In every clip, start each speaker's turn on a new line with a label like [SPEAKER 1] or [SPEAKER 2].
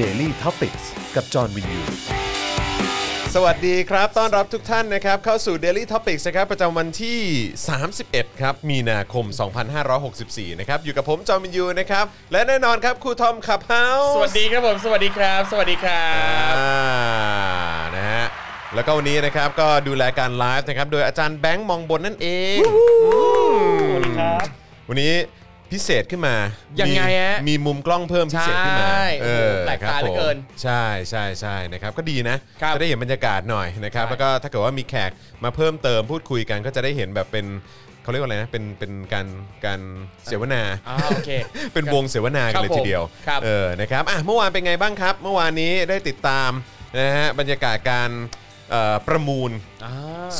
[SPEAKER 1] Daily t o p i c กกับจอห์นวินยู
[SPEAKER 2] สวัสดีครับ ต้อนรับทุกท่านนะครับ เข้าสู่ Daily Topics นะครับ ประจำวันที่ 31 ครับ มีนาคม 2564 นะครับ อยู่กับผม จอมินยูนะครับ และแน่นอนครับ ครูทอมขับเฮาส์
[SPEAKER 3] สวัสดีครับผมสวัสดีครับ สวัสดีครั
[SPEAKER 2] อ่า
[SPEAKER 3] บ
[SPEAKER 2] นะฮะ แล้วก็วันนี้นะครับ ก็ดูแลการไลฟ์นะครับ โดยอาจารย์แบงค์มองบนนั่นเองสวัสดีครับ วันนี้พิเศษขึ้นมา ยัง
[SPEAKER 3] ไงฮะ
[SPEAKER 2] มีมุมกล้องเพิ่มพิเศษขึ้นมา
[SPEAKER 3] ใช่
[SPEAKER 2] เออ
[SPEAKER 3] แปลกตา
[SPEAKER 2] ครับ
[SPEAKER 3] เหลือเกิน
[SPEAKER 2] ผม ใช่ใช่ใช่นะครับก็ดีนะครับ จะได้เห็นบรรยากาศหน่อยนะครับ
[SPEAKER 3] ใช่
[SPEAKER 2] แล้วก็ถ้าเกิดว่ามีแขกมาเพิ่มเติมพูดคุยกันก็จะได้เห็นแบบเป็นเขาเรียกว่าอะไรนะเป็นเป็นการการเสวนา
[SPEAKER 3] อ่าโอเค
[SPEAKER 2] เป็นวงเสวนากันเลย
[SPEAKER 3] ครับผม
[SPEAKER 2] ทีเดียว
[SPEAKER 3] ครับ
[SPEAKER 2] เออนะครับอ่ะเมื่อวานเป็นไงบ้างครับ เมื่อวานนี้ได้ติดตามนะฮะบรรยากาศการเอ่อประมูล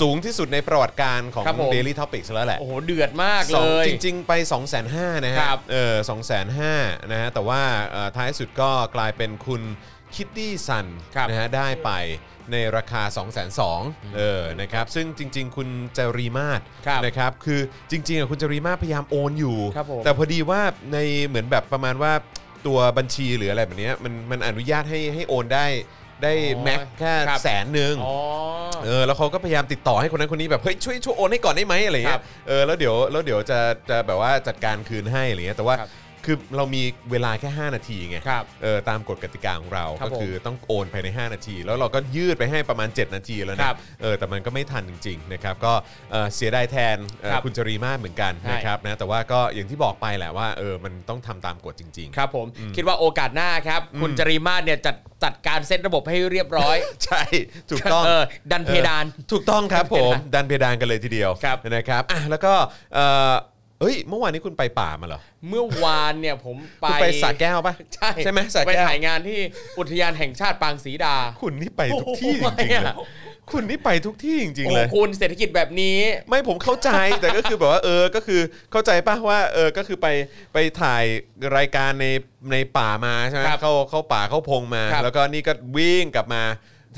[SPEAKER 2] สูงที่สุดในประวัติการของ
[SPEAKER 3] ครับผม
[SPEAKER 2] Daily Topics แล้วแหละ
[SPEAKER 3] โอ้โหเดือดมาก
[SPEAKER 2] ส
[SPEAKER 3] เล
[SPEAKER 2] อง
[SPEAKER 3] ย
[SPEAKER 2] จริง ๆ ไป 2 5 0 0 0 0นะฮะ
[SPEAKER 3] ครับ
[SPEAKER 2] เออสองแสนห้านะฮะแต่ว่าเอ่อท้ายสุดก็กลายเป็นคุณคิตตี้ซัน
[SPEAKER 3] ครับ
[SPEAKER 2] นะฮะได้ไปในราคา 2 2 0 0 0เออนะครับซึ่งจริง ๆ คุณจารีมาศ
[SPEAKER 3] ครับ
[SPEAKER 2] นะครับคือจริงๆอ่ะคุณจารีมาศพยายามโอนอยู่
[SPEAKER 3] ครับผม
[SPEAKER 2] แต่พอดีว่าในเหมือนแบบประมาณว่าตัวบัญชีหรืออะไรแบบเนี้ยมันมันอนุญาตให้ให้โอนได้ได้
[SPEAKER 3] อ๋อ
[SPEAKER 2] แม็กแค่
[SPEAKER 3] ครับ
[SPEAKER 2] แสนหนึ่ง
[SPEAKER 3] อ๋อ
[SPEAKER 2] เออแล้วเขาก็พยายามติดต่อให้คนนั้นคนนี้แบบเฮ้ยช่วยช่วยโอนให้ก่อนได้ไหมอะไร
[SPEAKER 3] ค
[SPEAKER 2] เงี้ย
[SPEAKER 3] รับ
[SPEAKER 2] เออแล้วเดี๋ยวแล้วเดี๋ยวจะจะแบบว่าจัดการคืนให้อะไรเงี้ยแต่ว่า
[SPEAKER 3] ครับ
[SPEAKER 2] คือเรามีเวลาแค่ 5 นาทีไง
[SPEAKER 3] ครับ
[SPEAKER 2] เออตามกฎกติกาของเรา
[SPEAKER 3] ครับ
[SPEAKER 2] ก็คือต้องโอนภายใน 5 นาที แล้วเราก็ยืดไปให้ประมาณ 7 นาทีแล้ว
[SPEAKER 3] ค
[SPEAKER 2] นะ
[SPEAKER 3] รับ
[SPEAKER 2] เออแต่มันก็ไม่ทันจริงๆนะครับก็เออเสียดายแทนเอ่อ
[SPEAKER 3] ครับ
[SPEAKER 2] คุณจรีมาศเหมือนกัน
[SPEAKER 3] ใช่
[SPEAKER 2] นะครับนะแต่ว่าก็อย่างที่บอกไปแหละว่าเออมันต้องทำตามกฎจริง ๆ
[SPEAKER 3] ครับผมคิดว่าโอกาสหน้าครับ คุณจริมาศเนี่ยจัดจัดการเซตระบบให้เรียบ ร้อย
[SPEAKER 2] ใช่ถูกต้อง
[SPEAKER 3] เออดันเพดาน
[SPEAKER 2] ออถูกต้องครับ
[SPEAKER 3] ดัน
[SPEAKER 2] ผ
[SPEAKER 3] เพดาน
[SPEAKER 2] ม ดันเพดานกันเลยทีเดียว
[SPEAKER 3] ครับ
[SPEAKER 2] นะครับอ่ะแล้วก็เออเอ้ยเมื่อวานนี้คุณไปป่ามาเหรอ
[SPEAKER 3] เมื่อวานเนี่ยผมไป
[SPEAKER 2] คุณไปสระแก้วปะ
[SPEAKER 3] ใช่
[SPEAKER 2] ใช่ไหมสระ
[SPEAKER 3] ไป
[SPEAKER 2] แก้ว
[SPEAKER 3] ถ่ายงานที่อุทยานแห่งชาติปางศรีดา
[SPEAKER 2] คุณนี่ไปทุกที่จ
[SPEAKER 3] โอ้
[SPEAKER 2] ริง
[SPEAKER 3] โห
[SPEAKER 2] ๆเลยคุณนี่ไปทุกที่จริงๆ
[SPEAKER 3] โอ้
[SPEAKER 2] เลย
[SPEAKER 3] คุณเศรษฐกิจแบบนี้
[SPEAKER 2] ไม่ผมเข้าใจแต่ก็คือแบบว่าเออก็คือเข้าใจป่ะว่าเออก็คือไปไปถ่ายรายการในในป่ามาใช่ไหม
[SPEAKER 3] ครับ
[SPEAKER 2] เข้าเข้าป่าเข้าพงมา
[SPEAKER 3] ครับ
[SPEAKER 2] แล้วก็นี่ก็วิ่งกลับมา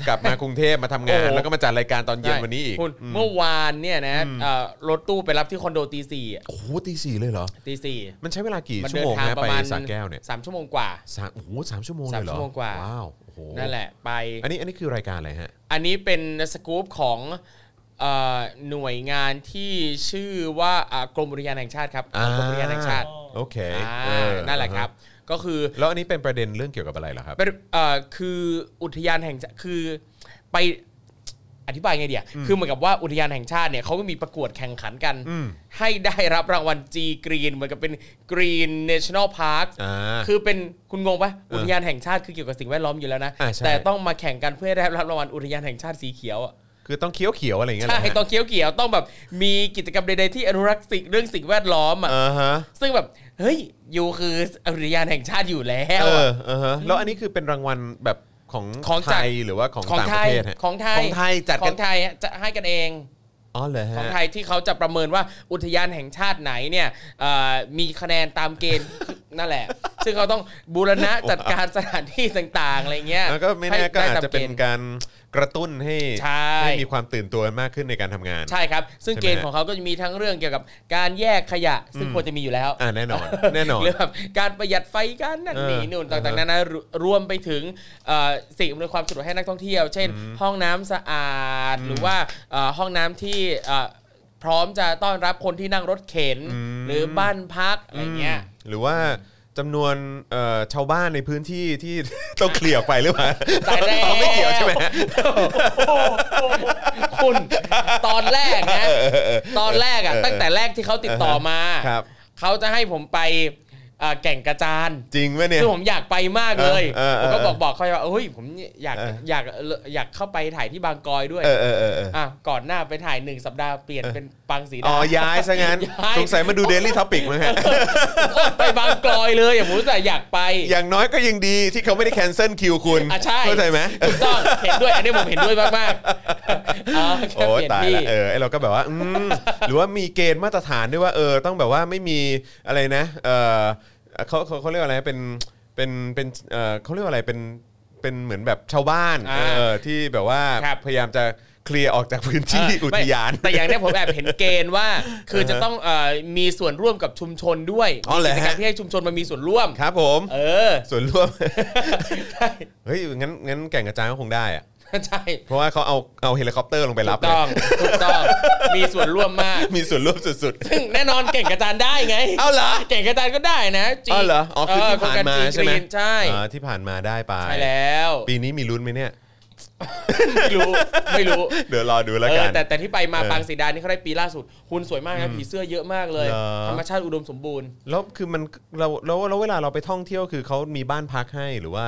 [SPEAKER 2] กลับมากรุงเทพมาทำงาน แล้วก็มาจัดรายการตอนเย็นวันนี้อีก
[SPEAKER 3] คุณ
[SPEAKER 2] อืม
[SPEAKER 3] เมื่อวานเนี่ยนะเอ่อรถตู้ไปรับที่คอนโดตีสี่
[SPEAKER 2] โอ้โหตีสี่เลยเหรอ
[SPEAKER 3] ตีสี่
[SPEAKER 2] มันใช้เวลากี่
[SPEAKER 3] มัน
[SPEAKER 2] ชั่ว
[SPEAKER 3] เดิ
[SPEAKER 2] โม
[SPEAKER 3] น
[SPEAKER 2] ง
[SPEAKER 3] ทาง
[SPEAKER 2] นะ
[SPEAKER 3] ป
[SPEAKER 2] ไประ
[SPEAKER 3] มาณ
[SPEAKER 2] สระแก้วเนี่ย
[SPEAKER 3] สามชั่วโมงกว่า
[SPEAKER 2] สามโอ้โหสามชั่วโมงเล
[SPEAKER 3] สาม
[SPEAKER 2] ยเหรอ
[SPEAKER 3] ชั่วโมงกว่า
[SPEAKER 2] ว้าวโอ้โห
[SPEAKER 3] นั่นแหละไป
[SPEAKER 2] อันนี้อันนี้คือรายการอะไรฮะ
[SPEAKER 3] อันนี้เป็นสกู๊ปของเอ่อหน่วยงานที่ชื่อว่าอ่ากรมอุทยานแห่งชาติครับของกรมอุทยานแห่งชาติ
[SPEAKER 2] โอเค
[SPEAKER 3] อ่า
[SPEAKER 2] เออ
[SPEAKER 3] นั่นแหละครับ ก็คือ
[SPEAKER 2] แล้วอันนี้เป็นประเด็นเรื่องเกี่ยวกับอะไรเหรอครับ
[SPEAKER 3] เป็นเอ่อคืออุทยานแห่งชาติคือไปอธิบายไงเดียคือเหมือนกับว่าอุทยานแห่งชาติเนี่ยเขาก็มีประกวดแข่งขันกัน
[SPEAKER 2] อืม
[SPEAKER 3] ให้ได้รับรางวัล G Green เหมือนกับเป็น Green National Park
[SPEAKER 2] อ่า
[SPEAKER 3] คือเป็นคุณงงปะอุทยานแห่งชาติคือเกี่ยวกับสิ่งแวดล้อมอยู่แล้วนะ
[SPEAKER 2] อ่าใช่
[SPEAKER 3] แต่ต้องมาแข่งกันเพื่อได้รับรางวัลอุทยานแห่งชาติสีเขียวอะ
[SPEAKER 2] คือต้องเคี้ยวเขียวอะไรอย่างเงี้ยเหร
[SPEAKER 3] ใช่
[SPEAKER 2] ฮะ
[SPEAKER 3] ต้องเขียวเขียวๆต้องแบบมีกิจกรรมใดๆที่อนุรักษ์สิ่งเรื่องสิ่งแวดล้อมอ่ะ
[SPEAKER 2] อ่าฮะ
[SPEAKER 3] ซึ่งแบบเฮ้ยยูคืออุทยานแห่งชาติอยู่แล้ว
[SPEAKER 2] เออ
[SPEAKER 3] อะ
[SPEAKER 2] อ่าฮะแล้วอันนี้คือเป็นรางวัลแบบของ
[SPEAKER 3] ของ
[SPEAKER 2] ไท
[SPEAKER 3] จาก
[SPEAKER 2] ยหรือว่าของ
[SPEAKER 3] ของ
[SPEAKER 2] ต่าง
[SPEAKER 3] ไท
[SPEAKER 2] ประ
[SPEAKER 3] ย
[SPEAKER 2] เทศฮะ
[SPEAKER 3] ของไทย
[SPEAKER 2] ของไทยจัด
[SPEAKER 3] ข
[SPEAKER 2] กั
[SPEAKER 3] อน งไทยจะให้กันเอง
[SPEAKER 2] อ๋อเหรอฮะ
[SPEAKER 3] ของไทยที่เขาจะประเมินว่าอุทยานแห่งชาติไหนเนี่ยเอ่อมีคะแนนตามเกณฑ์ นั่นแหละ ซึ่งเขาต้องบูรณะจัดการสถานที่ต่างๆอะไรเงี้ย
[SPEAKER 2] แล้วก็ไม่แน่
[SPEAKER 3] ให้
[SPEAKER 2] ก็
[SPEAKER 3] ได้
[SPEAKER 2] อาจ
[SPEAKER 3] ตม
[SPEAKER 2] จะเป็น
[SPEAKER 3] ณฑ์
[SPEAKER 2] การกระตุ้นให้
[SPEAKER 3] ใช่
[SPEAKER 2] ให้มีความตื่นตัวกันมากขึ้นในการทำงาน
[SPEAKER 3] ใช่ครับ ซึ่ง
[SPEAKER 2] ใช่ไหม
[SPEAKER 3] เกณฑ์ของเขาก็จะมีทั้งเรื่องเกี่ยวกับการแยกขยะ ซึ่งควรจะมีอยู่แล้ว
[SPEAKER 2] อ่าแน่นอนแน่นอน
[SPEAKER 3] เรื่องแบบการประหยัดไฟกันนั่น
[SPEAKER 2] เออ
[SPEAKER 3] นี่นู่น
[SPEAKER 2] เอ
[SPEAKER 3] ต่า
[SPEAKER 2] อง
[SPEAKER 3] ๆ นานา รวมไปถึงเอ่อสิ่งอำนวยความสะดวกให้นักท่องเที่ยว เช่น ห้องน้ำสะอาด หรือว่าเอ่อห้องน้ำที่เอ่อพร้อมจะต้อนรับคนที่นั่งรถเข็น
[SPEAKER 2] อืม
[SPEAKER 3] หรือบ้านพักอะไรเงี้ย
[SPEAKER 2] หรือว่าจำนวนเอ่อชาวบ้านในพื้นที่ที่ ต้องเคลียร์ออกไปหรือเปล่า
[SPEAKER 3] ตายแล้ว
[SPEAKER 2] ไม่เกี่ยวใช่ไหม
[SPEAKER 3] คุณตอนแรกนะ ตอนแรกอ่ะ ตั้งแต่แรกที่เขาติดต่อมา
[SPEAKER 2] ครับ
[SPEAKER 3] เขาจะให้ผมไปเอ่อแก่งกระจาน
[SPEAKER 2] จริงไหมเนี่ย
[SPEAKER 3] คือผมอยากไปมากเลย
[SPEAKER 2] เออเออ
[SPEAKER 3] ผมก็
[SPEAKER 2] เออ
[SPEAKER 3] บอกบอกเขาว่าเอ้ยผมอยาก
[SPEAKER 2] เออ
[SPEAKER 3] อยากอยากเข้าไปถ่ายที่บางกอยด้วย
[SPEAKER 2] เออเออเออเออ
[SPEAKER 3] อ่ะก่อนหน้าไปถ่ายหนึ่งสัปดาห์เปลี่ยนเป็นปังสี
[SPEAKER 2] อ๋อ
[SPEAKER 3] ดา
[SPEAKER 2] ย้ายซะงั้น
[SPEAKER 3] ย้าย
[SPEAKER 2] สงสัยมาดู Daily Topic มั้งฮะ
[SPEAKER 3] ไปบางกลอยเลยอ่ะผมแต่อยากไป
[SPEAKER 2] อย่างน้อยก็ยังดีที่เขาไม่ได้แคนเซิลคิวคุณ
[SPEAKER 3] อ่ะใช่
[SPEAKER 2] เข้าใจไหม
[SPEAKER 3] ถูกต้องเห็นด้วยอันนี้ผมเห็นด้วยมากมาก ๆอ่ะแค่
[SPEAKER 2] โอ้
[SPEAKER 3] เปลี่ยน
[SPEAKER 2] ตาย
[SPEAKER 3] ที่
[SPEAKER 2] ละเออไอเราก็แบบว่าอื มหรือว่ามีเกณฑ์มาตรฐานด้วยว่าเออต้องแบบว่าไม่มีอะไรนะเออเขาเขาเขาเรียกว่าอะไรเป็นเป็นเป็นเออเขาเรียกว่าอะไรเป็นเป็นเหมือนแบบชาวบ้าน
[SPEAKER 3] อ่า
[SPEAKER 2] เออที่แบบว่า
[SPEAKER 3] ครับ
[SPEAKER 2] พยายามจะ เคลียร์ออกจากพื้นที่
[SPEAKER 3] เ
[SPEAKER 2] อุทยาน
[SPEAKER 3] ไม่แต่อย่างเนี้ยผมแอบเห็นเกณ ฑ์ว่า คือจะต้องเอ่อมีส่วนร่วมกับชุมชนด้วย
[SPEAKER 2] อ๋อเหรอ
[SPEAKER 3] มี
[SPEAKER 2] ฮะ
[SPEAKER 3] กิจกรรมที่ให้ชุมชนมันมีส่วนร่วม
[SPEAKER 2] ครับผม
[SPEAKER 3] เออ
[SPEAKER 2] ส่วนร่วม
[SPEAKER 3] ใช่
[SPEAKER 2] เฮ้ยงั้นงั้นแก่งกระจานก็คงได้อะ
[SPEAKER 3] ใช่
[SPEAKER 2] เพราะว่าเขาเอาเอาเฮลิคอปเตอร์ลงไป
[SPEAKER 3] ถู
[SPEAKER 2] รับ
[SPEAKER 3] ก
[SPEAKER 2] เลย
[SPEAKER 3] ต้องถูกต้องมีส่วนร่วมมาก
[SPEAKER 2] มีส่วนร่วมสุด
[SPEAKER 3] ซึ่ง แน่นอนเก่งกระจานได้ไง
[SPEAKER 2] เอาเหรอ
[SPEAKER 3] เก่งกระจานก็ได้นะ
[SPEAKER 2] ๆอ๋อเหรออ๋อคือที่ผ่านมาใช่ไหม
[SPEAKER 3] ใช่
[SPEAKER 2] อ๋อที่ผ่านมาได้ไป
[SPEAKER 3] ใช่แล้ว
[SPEAKER 2] ปีนี้มีลุ้นไหมเนี่ย
[SPEAKER 3] ไม่รู้ไม่ รู้
[SPEAKER 2] เดี๋ยวรอดูแล้ว
[SPEAKER 3] เอ
[SPEAKER 2] กั
[SPEAKER 3] อน แต่แต่ที่ไปมา
[SPEAKER 2] เออ
[SPEAKER 3] ปางสีดานี่เขาได้ปีล่าสุดคุณสวยมากนะผีเสื้อเยอะมากเลย
[SPEAKER 2] เหรอ
[SPEAKER 3] ธรรมชาติอุดมสมบูรณ์
[SPEAKER 2] แล้วคือมันเราแล้วแล้วเวลาเราไปท่องเที่ยวคือเขามีบ้านพักให้หรือว่า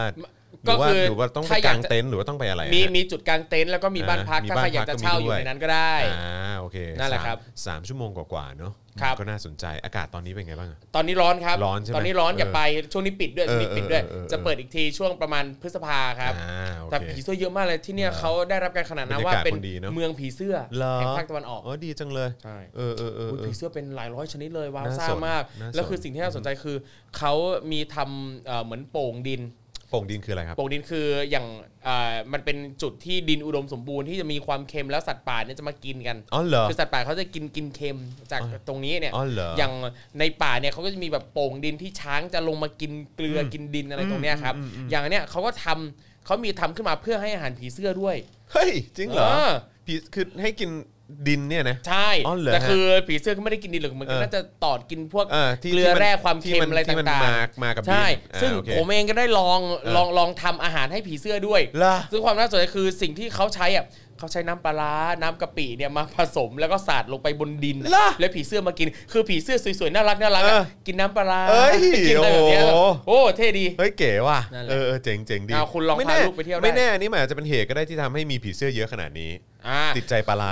[SPEAKER 2] ห
[SPEAKER 3] ก็
[SPEAKER 2] รือว่า
[SPEAKER 3] คือ
[SPEAKER 2] หรือว่าต้องไป
[SPEAKER 3] ถ้าอยาก
[SPEAKER 2] กาง
[SPEAKER 3] จะ
[SPEAKER 2] เต็นท์หรือว่าต้องไปอะไรอะ
[SPEAKER 3] มี
[SPEAKER 2] ฮะ
[SPEAKER 3] มีจุดกางเต็นท์แล้วก็มี
[SPEAKER 2] อ่า
[SPEAKER 3] บ้านพัก
[SPEAKER 2] มี
[SPEAKER 3] ถ้า
[SPEAKER 2] บ้าน
[SPEAKER 3] ใครอยาก
[SPEAKER 2] พัก
[SPEAKER 3] จะ
[SPEAKER 2] ก็
[SPEAKER 3] เช่า
[SPEAKER 2] มีด้
[SPEAKER 3] อยู่
[SPEAKER 2] วย
[SPEAKER 3] ในนั้นก็ได้
[SPEAKER 2] อ่าโอเค
[SPEAKER 3] นั่นแหละ
[SPEAKER 2] สาม
[SPEAKER 3] ครับ
[SPEAKER 2] สามชั่วโมงกว่าๆเนอะ
[SPEAKER 3] ครับ
[SPEAKER 2] ก็น่าสนใจอากาศตอนนี้เป็นไงบ้างอะ
[SPEAKER 3] ตอนนี้ร้อนครับ
[SPEAKER 2] ร้อนใช่ไหม
[SPEAKER 3] ตอนนี้ร้อนอย่า
[SPEAKER 2] เออ
[SPEAKER 3] ไปช่วงนี้ปิดด้วย
[SPEAKER 2] เออ
[SPEAKER 3] ปิดปิดด้วย
[SPEAKER 2] เออเออเออ
[SPEAKER 3] จะเปิดอีกทีช่วงประมาณพฤษภาครับ
[SPEAKER 2] อ่าโอ
[SPEAKER 3] แต่
[SPEAKER 2] เค
[SPEAKER 3] ผีเสื้อเยอะมากเลยที่เนี่ยเขาได้รับการขนานนามว่า
[SPEAKER 2] บรรยากาศ
[SPEAKER 3] เป็น
[SPEAKER 2] คนดีเนอะ
[SPEAKER 3] เมืองผีเสื้อ
[SPEAKER 2] เหรอ
[SPEAKER 3] แห่งภาคตะวันออก
[SPEAKER 2] อ๋อดีจังเลย
[SPEAKER 3] ใช่
[SPEAKER 2] เออเออเออ
[SPEAKER 3] อุ๊ย
[SPEAKER 2] เออ
[SPEAKER 3] ผีเสื้อเป็นหลายร้อยชนิดเลยว้าว
[SPEAKER 2] น่าสน
[SPEAKER 3] ซ่ามาก
[SPEAKER 2] น่าสน
[SPEAKER 3] แล้วคือสิ่งที่น่าสนใจคือเขามีทำเอ่อเหมือนโป่งดิน
[SPEAKER 2] โป่งดินคืออะไรครับ
[SPEAKER 3] โป่งดินคืออย่างเอ่อมันเป็นจุดที่ดินอุดมสมบูรณ์ที่จะมีความเค็มแล้วสัตว์ป่าเนี่ยจะมากินกัน
[SPEAKER 2] อ๋อเหรอ
[SPEAKER 3] คือสัตว์ป่าเขาจะกินกินเค็มจาก
[SPEAKER 2] อ๋อ
[SPEAKER 3] ตรงนี้เนี่ย
[SPEAKER 2] อ๋อเหรอ
[SPEAKER 3] อ
[SPEAKER 2] อ
[SPEAKER 3] ย่างในป่าเนี่ยเขาก็จะมีแบบโป่งดินที่ช้างจะลงมากินเกลืออกินดินอะไรตรงเนี้ยครับ
[SPEAKER 2] อืมอืมอืม
[SPEAKER 3] อย่างเนี้ยเขาก็ทำเขามีทำขึ้นมาเพื่อให้อาหารผีเสื้อด้วย
[SPEAKER 2] เฮ้ยจริงเหรอ
[SPEAKER 3] เออ
[SPEAKER 2] ผีคือให้กินดินเนี่ยนะ
[SPEAKER 3] ใช่
[SPEAKER 2] อ๋อเหรอ
[SPEAKER 3] แต่คือผีเสื้อเขาไม่ได้กินดินหรอกมันก็
[SPEAKER 2] เออ
[SPEAKER 3] น่าจะตอดกินพวก
[SPEAKER 2] เออที่
[SPEAKER 3] เกลือ
[SPEAKER 2] ที่น
[SPEAKER 3] แร่ความเค็ม
[SPEAKER 2] ที่น
[SPEAKER 3] อะไร
[SPEAKER 2] ที่มัน
[SPEAKER 3] ต่างๆ
[SPEAKER 2] มามากับดิน
[SPEAKER 3] ใช่
[SPEAKER 2] อ่า
[SPEAKER 3] ซึ่ง
[SPEAKER 2] โอเค
[SPEAKER 3] ผมเองก็ได้ลอง
[SPEAKER 2] เออ
[SPEAKER 3] ลองลองทำอาหารให้ผีเสื้อด้วย
[SPEAKER 2] เหรอ
[SPEAKER 3] ซึ่งความน่าสนใจคือสิ่งที่เขาใช้อ่ะเขาใช้น้ำปลาร้าน้ำกะปิเนี่ยมาผสมแล้วก็สาดลงไปบนดิน
[SPEAKER 2] ล่ะ
[SPEAKER 3] แล้วผีเสื้อมากิน คือผีเสื้อสวยๆ น่ารักน่ารัก
[SPEAKER 2] เอ
[SPEAKER 3] อะ
[SPEAKER 2] อ
[SPEAKER 3] กินน้ำปลาร้า
[SPEAKER 2] เอ้ย
[SPEAKER 3] กินอะไรแบบเนี้ย
[SPEAKER 2] โอ้โห
[SPEAKER 3] โอ้เท่ดี
[SPEAKER 2] เฮ้ยเก๋ว่ะ
[SPEAKER 3] นั่นแหละ
[SPEAKER 2] เออเออเจ๋งเจ๋งดี
[SPEAKER 3] เอาคุณลอง
[SPEAKER 2] ม่แน่
[SPEAKER 3] พาลูกไปเที่ยวได้
[SPEAKER 2] ไม่แน่อันนี่มันอาจจะเป็นเหตุก็ได้ที่ทำให้มีผีเสื้อเยอะขนาดนี้
[SPEAKER 3] อ่า
[SPEAKER 2] ติดใจปลาร้า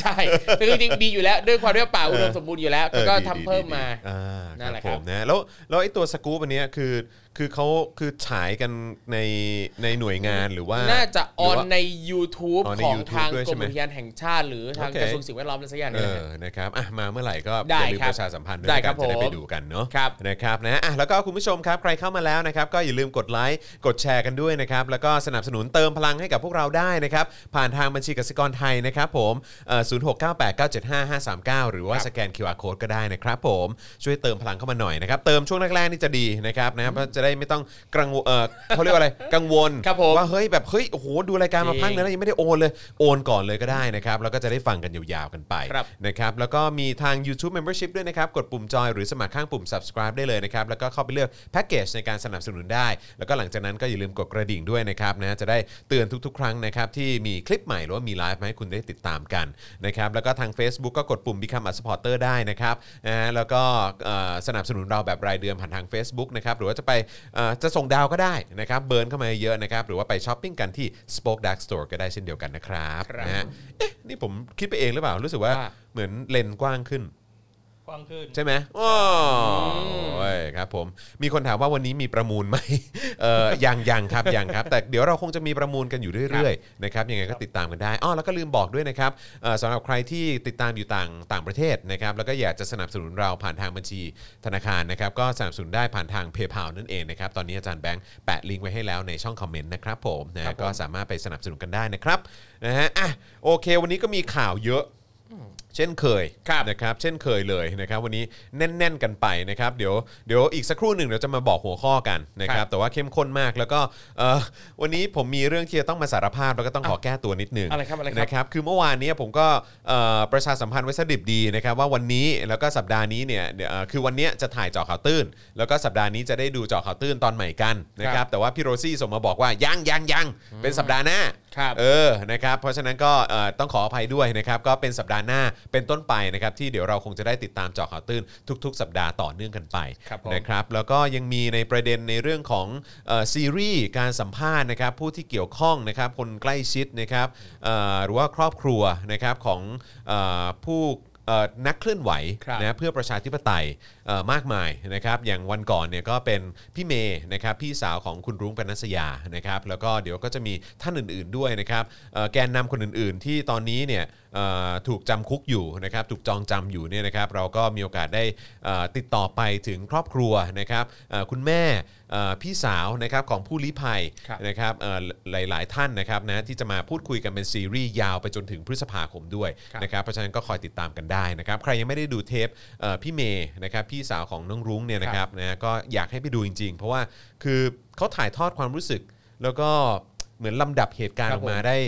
[SPEAKER 3] ใช่ คือจริงๆดีอยู่แล้วด้วยความที่ว่าป่าอุดม
[SPEAKER 2] เออ
[SPEAKER 3] สมบูรณ์อยู่แล้วก็
[SPEAKER 2] ออดี
[SPEAKER 3] ทำ
[SPEAKER 2] ดี
[SPEAKER 3] เพิ่ม
[SPEAKER 2] ดี
[SPEAKER 3] มา
[SPEAKER 2] อ่
[SPEAKER 3] นั่
[SPEAKER 2] นั่นแห
[SPEAKER 3] นแห
[SPEAKER 2] ละ
[SPEAKER 3] ละ
[SPEAKER 2] ค
[SPEAKER 3] ค
[SPEAKER 2] รับ
[SPEAKER 3] รั
[SPEAKER 2] บ ผมนะแล้วแล้วไอ้ตัวสกู๊ปอันเนี้ยคือคือเขาคือฉายกันในในหน่วยงานหรือว่า
[SPEAKER 3] น่าจะ
[SPEAKER 2] ห
[SPEAKER 3] อ
[SPEAKER 2] รื
[SPEAKER 3] อน
[SPEAKER 2] ว่า
[SPEAKER 3] ใน YouTube
[SPEAKER 2] อ๋อใน
[SPEAKER 3] ของ
[SPEAKER 2] YouTube
[SPEAKER 3] ทาง
[SPEAKER 2] ด้วย
[SPEAKER 3] กร
[SPEAKER 2] ใช่
[SPEAKER 3] ม
[SPEAKER 2] ไหม
[SPEAKER 3] อุทยานแห่งชาติ หรือทาง
[SPEAKER 2] โอเค
[SPEAKER 3] กระทรวงสิ่งแวดล้อมอะไรสักอย่าง
[SPEAKER 2] เอ
[SPEAKER 3] เนี่ย
[SPEAKER 2] อ
[SPEAKER 3] นะฮะ
[SPEAKER 2] นะครับอ่ะมาเมื่อไหร่ก็อ
[SPEAKER 3] ได้
[SPEAKER 2] ย่าลืม
[SPEAKER 3] ครับ
[SPEAKER 2] ประชาสัมพันธ์ด้วย
[SPEAKER 3] ได้
[SPEAKER 2] นะค
[SPEAKER 3] ครั
[SPEAKER 2] รับบจะได้
[SPEAKER 3] ผม
[SPEAKER 2] ไปดูกันเนาะ
[SPEAKER 3] ครับ
[SPEAKER 2] นะครับนะอ่ะแล้วก็คุณผู้ชมครับใครเข้ามาแล้วนะครับ ก็อย่าลืมกดไลค์กดแชร์กันด้วยนะครับ แล้วก็สนับสนุนเติมพลังให้กับพวกเราได้นะครับ ผ่านทางบัญชีกสิกรไทยนะครับผมเอ่อ0698975539 หรือว่า
[SPEAKER 3] ครับ
[SPEAKER 2] สแกน QR Code ก็ได้นะครับผมช่วยเติมพลังเข้ามาหน่อยนะครับ เติมช่วงแรกๆนี่จะดีนะครับนะเพราะจะได้ไม่ต้องกังวลเออเขาเรียกว่าอะไรกังวล
[SPEAKER 3] ครับผม
[SPEAKER 2] ว่าเฮ้ยแบบเฮ้ยโอ้โหดูรายการมา
[SPEAKER 3] จริง
[SPEAKER 2] พักนึงแล้วยังไม่ได้โอนเลยโอนก่อนเลยก็ได้นะครับแล้วก็จะได้ฟังกันยาวๆกันไป
[SPEAKER 3] ครับ
[SPEAKER 2] นะครับแล้วก็มีทาง YouTube Membership ด้วยนะครับ กดปุ่มจอยหรือสมัครข้างปุ่ม subscribe ได้เลยนะครับ แล้วก็เข้าไปเลือกแพ็กเกจในการสนับสนุนได้ แล้วก็หลังจากนั้นก็อย่าลืมกดกระดิ่งด้วยนะครับนะจะได้เตือนทุกๆ ครั้งนะครับที่มีคลิปใหม่หรือว่ามีไลฟ์มาให้คุณได้ติดตามกันนะครับแล้วก็ทาง Facebook ก็กดปุ่ม Become a supporter ได้นะครับนะฮะแล้วก็เอ่อสนับสนุนเราแบบรายเดือนผ่านทาง Facebook นะครับหรือว่าจะไปเอ่อจะส่งดาวก็ได้นะครับเบิร์นเข้ามาเยอะนะครับหรือว่าไปช้อปปิ้งกันที่ Spoke Dark Store ก็ได้เช่นเดียวกันนะครับ
[SPEAKER 3] ครับ
[SPEAKER 2] นะฮะเอ๊ะนี่ผมคิดไปเองหรือเปล่ารู้สึกว่า
[SPEAKER 3] ว่า
[SPEAKER 2] เหมือนเลนส์กว้างขึ้น
[SPEAKER 3] กว้างขึ้น
[SPEAKER 2] ใช่ไหมโอ้ยครับผมมีคนถามว่าวันนี้มีประมูลไห ม เอ่อยังยังครับยังครับ แต่เดี๋ยวเราคงจะมีประมูลกันอยู่เรื่อยๆนะครับยังไงก็ติดตามกันได้อ้อแล้วก็ลืมบอกด้วยนะครับเอ่อสำหรับใครที่ติดตามอยู่ต่างต่างประเทศนะครับแล้วก็อยากจะสนับสนุนเราผ่านทางบัญชีธนาคารนะครับก็สนับสนุนได้ผ่านทางเพย์เพานั่นเองนะครับตอนนี้อาจารย์แบงค์แปะลิงก์ไว้ให้แล้วในช่องคอมเมนต์นะครับผม
[SPEAKER 3] ครั
[SPEAKER 2] นะ
[SPEAKER 3] บผม
[SPEAKER 2] ก็สามารถไปสนับสนุนกันได้นะครับนะฮะอ่ะโอเค วันนี้ก็มีข่าวเยอะ เช่นเคยนะครับเช่นเคยเลยนะครับวันนี้แน่น ๆ กันไปนะครับเดี๋ยวเดี๋ยวอีกสักครู่หนึ่งเราจะมาบอกหัวข้อกันนะค
[SPEAKER 3] ค
[SPEAKER 2] รั
[SPEAKER 3] รั
[SPEAKER 2] บบ แต่ว่าเข้มข้นมากแล้วก็เอ่อวันนี้ผมมีเรื่องที่จะต้องมาสารภาพแล้วก็ต้องขอแก้ตัวนิดหนึง
[SPEAKER 3] อะไรครับอะไรครับ
[SPEAKER 2] นะครับคือเมื่อวานเนี้ยผมก็เอ่อประชาสัมพันธ์ไว้สดิบดีนะครับว่าวันนี้แล้วก็สัปดาห์นี้เนี่ยเดี๋ยวเอ่อคือวันเนี้ยจะถ่ายเจอข่าวตื้น แล้วก็สัปดาห์นี้จะได้ดูเจอข่าวตื้นตอนใหม่กันนะครับแต่ว่าพี่โรซี่ส่งมาบอกว่ายังยังยังเป็นสัปดาห์หน้า
[SPEAKER 3] ครับ
[SPEAKER 2] เออ นะครับ เพราะฉะนั้นก็เอ่อต้องขออภัยด้วยนะครับ ก็เป็นสัปดาห์หน้าเป็นต้นไปนะครับที่เดี๋ยวเราคงจะได้ติดตามเจาะข่าวตื้นทุก ๆ สัปดาห์ต่อเนื่องกันไป
[SPEAKER 3] ครับผม
[SPEAKER 2] นะครับ แล้วก็ยังมีในประเด็นในเรื่องของเอ่อซีรีส์การสัมภาษณ์นะครับผู้ที่เกี่ยวข้องนะครับคนใกล้ชิดนะครับเอ่อหรือว่าครอบครัวนะครับของเออผู้เอ่อนักเคลื่อนไหว
[SPEAKER 3] ครับ
[SPEAKER 2] นะ เพื่อประชาธิปไตย เอ่อมากมายนะครับอย่างวันก่อนเนี่ยก็เป็นพี่เมย์นะครับพี่สาวของคุณรุ้งปนัสยานะครับแล้วก็เดี๋ยวก็จะมีท่านอื่น ๆด้วยนะครับเอ่อแกนนำคนอื่นๆ ที่ตอนนี้เนี่ยเอ่อถูกจำคุกอยู่นะครับถูกจองจำอยู่เนี่ยนะครับเราก็มีโอกาสได้เอ่อติดต่อไปถึงครอบครัวนะครับเอ่อคุณแม่เอ่อพี่สาวนะครับของผู้ลี้ภัย
[SPEAKER 3] ครับ
[SPEAKER 2] นะครับเอ่อหลาย ๆ ท่านนะครับนะที่จะมาพูดคุยกันเป็นซีรีส์ยาวไปจนถึงพฤษภาคมด้วย
[SPEAKER 3] ครับ
[SPEAKER 2] นะครับเพราะฉะนั้นก็คอยติดตามกันได้นะครับใครยังไม่ได้ดูเทปเอ่อพี่เมย์นะครับพี่สาวของน้องรุ้งเนี่ยนะค
[SPEAKER 3] ครั
[SPEAKER 2] รับบ นะก็อยากให้ไปดูจริง ๆ เพราะว่าคือเขาถ่ายทอดความรู้สึก แล้วก็เหมือนลำดับเหตุการณ์
[SPEAKER 3] ค
[SPEAKER 2] ออบ
[SPEAKER 3] รั
[SPEAKER 2] กมา
[SPEAKER 3] ผม
[SPEAKER 2] ได้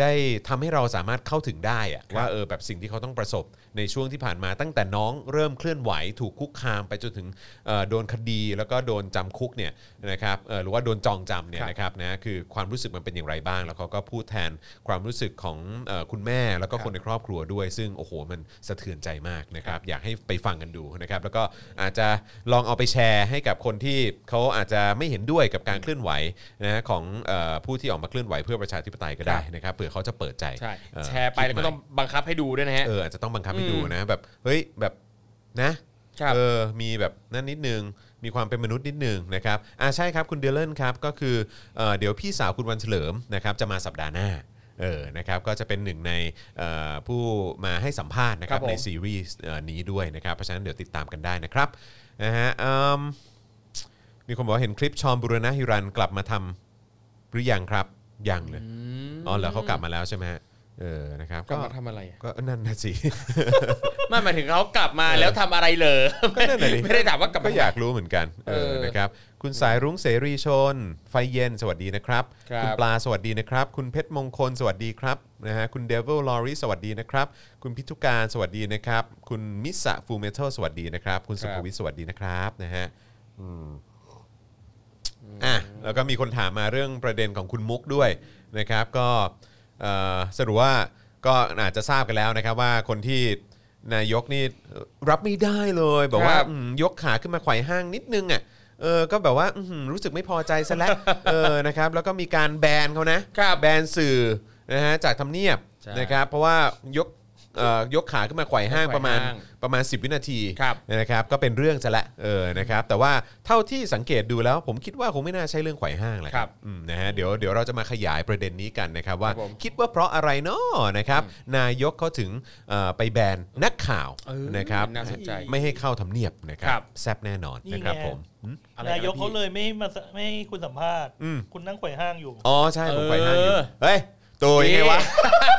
[SPEAKER 2] ได้ทำให้เราสามารถเข้าถึงได้อะ
[SPEAKER 3] ครับ
[SPEAKER 2] ว่าเออแบบสิ่งที่เขาต้องประสบในช่วงที่ผ่านมาตั้งแต่น้องเริ่มเคลื่อนไหวถูกคุกคามไปจนถึงเอ่อโดนคดีแล้วก็โดนจำคุกเนี่ยนะครับเอ่อหรือว่าโดนจองจำเนี่ย
[SPEAKER 3] ครับ
[SPEAKER 2] นะ นะครับนะคือความรู้สึกมันเป็นอย่างไรบ้าง แล้วเขาก็พูดแทนความรู้สึกของเอ่อคุณแม่แล้วก็
[SPEAKER 3] ครับ
[SPEAKER 2] คนในครอบครัวด้วย ซึ่งโอ้โหมันสะเทือนใจมากนะครับอยากให้ไปฟังกันดูนะครับแล้วก็อาจจะลองเอาไปแชร์ให้กับคนที่เขาอาจจะไม่เห็นด้วยกับการเคลื่อนไหวนะของเอ่อผู้ที่ออกมาเคลื่อนไหวเพื่อประชาธิปไตยก็ได้
[SPEAKER 3] ครับ
[SPEAKER 2] นะครับเผื่อเขาจะเปิดใจ
[SPEAKER 3] ใช่
[SPEAKER 2] เอ่อ
[SPEAKER 3] แชร์ไปแล้วก็ต้อง
[SPEAKER 2] คิดให
[SPEAKER 3] บังคับให้ดูด้วยนะ
[SPEAKER 2] ม่
[SPEAKER 3] ฮะ
[SPEAKER 2] เอออาจจะต้องบังคับให้ดู
[SPEAKER 3] อืม
[SPEAKER 2] นะแบบเฮ้ยแบบนะครับ เออมีแบบนั่นนิดนึงมีความเป็นมนุษย์นิดนึงนะครับอ่าใช่ครับคุณเดลเลนครับก็คือเออเดี๋ยวพี่สาวคุณวันเฉลิมนะครับจะมาสัปดาห์หน้าเออนะครับก็จะเป็นหนึ่งในเอ่อผู้มาให้สัมภาษณ์นะครับ
[SPEAKER 3] ครับผม
[SPEAKER 2] ในซีรีส์เอ่อนี้ด้วยนะครับเพราะฉะนั้นเดี๋ยวติดตามกันได้นะครับนะฮะอืมมีคนบอกว่าเห็นคลิปชอมบุรณะฮิรันกลับมาทำหรือยังครับยังเลยอ๋อเหรอเขากลับมาแล้วใช่ไหมฮะเออนะครับ
[SPEAKER 3] กลับมาทำอะไรอะ
[SPEAKER 2] ก็นั่นนะสิ
[SPEAKER 3] ไม่หมายถึงเขากลับมาแล้วทำอะไรเหรอ
[SPEAKER 2] ก็นั่นน่ะดิ
[SPEAKER 3] ไม่ได้ถามว่ากลับ
[SPEAKER 2] ก็
[SPEAKER 3] มา
[SPEAKER 2] อยากรู้เหมือนกันเออ
[SPEAKER 3] เออ
[SPEAKER 2] นะครับคุณสายรุ้งเสรีชน ไฟเย็นสวัสดีนะครับ
[SPEAKER 3] ครับ
[SPEAKER 2] ณปลาสวัสดีนะครับ คุณเพชรมงคลสวัสดีครับนะฮะคุณเดวิลลอรีสวัสดีนะครับ คุณพิทุการสวัสดีนะครับ คุณมิสะฟูเมทัลสวัสดีนะครับ คุณสุภวิทย์สวัสดีนะครับนะฮะอืมอ่ะแล้วก็มีคนถามมาเรื่องประเด็นของคุณมุกด้วยนะครับ ก็เอ่อสรุปว่าก็อาจจะทราบกันแล้วนะครับว่าคนที่นายกนี่รับไม่ได้เลยบอกว่า
[SPEAKER 3] ครับ
[SPEAKER 2] อืมยกขาขึ้นมาไขว่ห้างนิดนึงอ่ะ เออ ก็แบบว่าอื้อหือรู้สึกไม่พอใจซะแล้ว เออ นะครับ แล้วก็มีการแบนเขานะ
[SPEAKER 3] ครับ
[SPEAKER 2] แบนสื่อนะฮะจากทำเนียบ
[SPEAKER 3] ใช่
[SPEAKER 2] นะครับ เพราะว่ายกเอ่อยกขาขึ้นมาไขว่ห้าง
[SPEAKER 3] ไขว่
[SPEAKER 2] ประมาณ
[SPEAKER 3] ห้าง
[SPEAKER 2] ประมาณ 10 วินาที
[SPEAKER 3] ครับ
[SPEAKER 2] นะครับ ก็เป็นเรื่องซะละ เออ นะครับ แต่ว่าเท่าที่สังเกตดูแล้วผมคิดว่าคงไม่น่าใช่เรื่องไขว่ห้างแหละ
[SPEAKER 3] ครับ
[SPEAKER 2] อืมนะฮะ เดี๋ยวเดี๋ยวเราจะมาขยายประเด็นนี้กันนะครับว่า
[SPEAKER 3] ครับผม
[SPEAKER 2] คิดว่าเพราะอะไรเนาะนะครับ นายกเขาถึงเอ่อไปแบนนักข่าว
[SPEAKER 3] เออ
[SPEAKER 2] นะครับ
[SPEAKER 3] น่าสนใจ
[SPEAKER 2] ไม่ให้เข้าทำเนียบนะค
[SPEAKER 3] ค
[SPEAKER 2] รั
[SPEAKER 3] รั
[SPEAKER 2] บบ แซบแน่นอน
[SPEAKER 4] นี่
[SPEAKER 2] นะครับ
[SPEAKER 4] ไง
[SPEAKER 2] ผม
[SPEAKER 3] อะไระ
[SPEAKER 4] นายกเขา
[SPEAKER 3] พี่
[SPEAKER 4] เลยไม่มาสไม่ให้คุณสัมภาษณ์
[SPEAKER 2] อืม
[SPEAKER 4] คุณนั่งไขว่ห้างอยู่
[SPEAKER 2] อ๋อใช่ผมไปห้างอยู่
[SPEAKER 3] เออ
[SPEAKER 2] เฮ้ยตัวยังไงวะ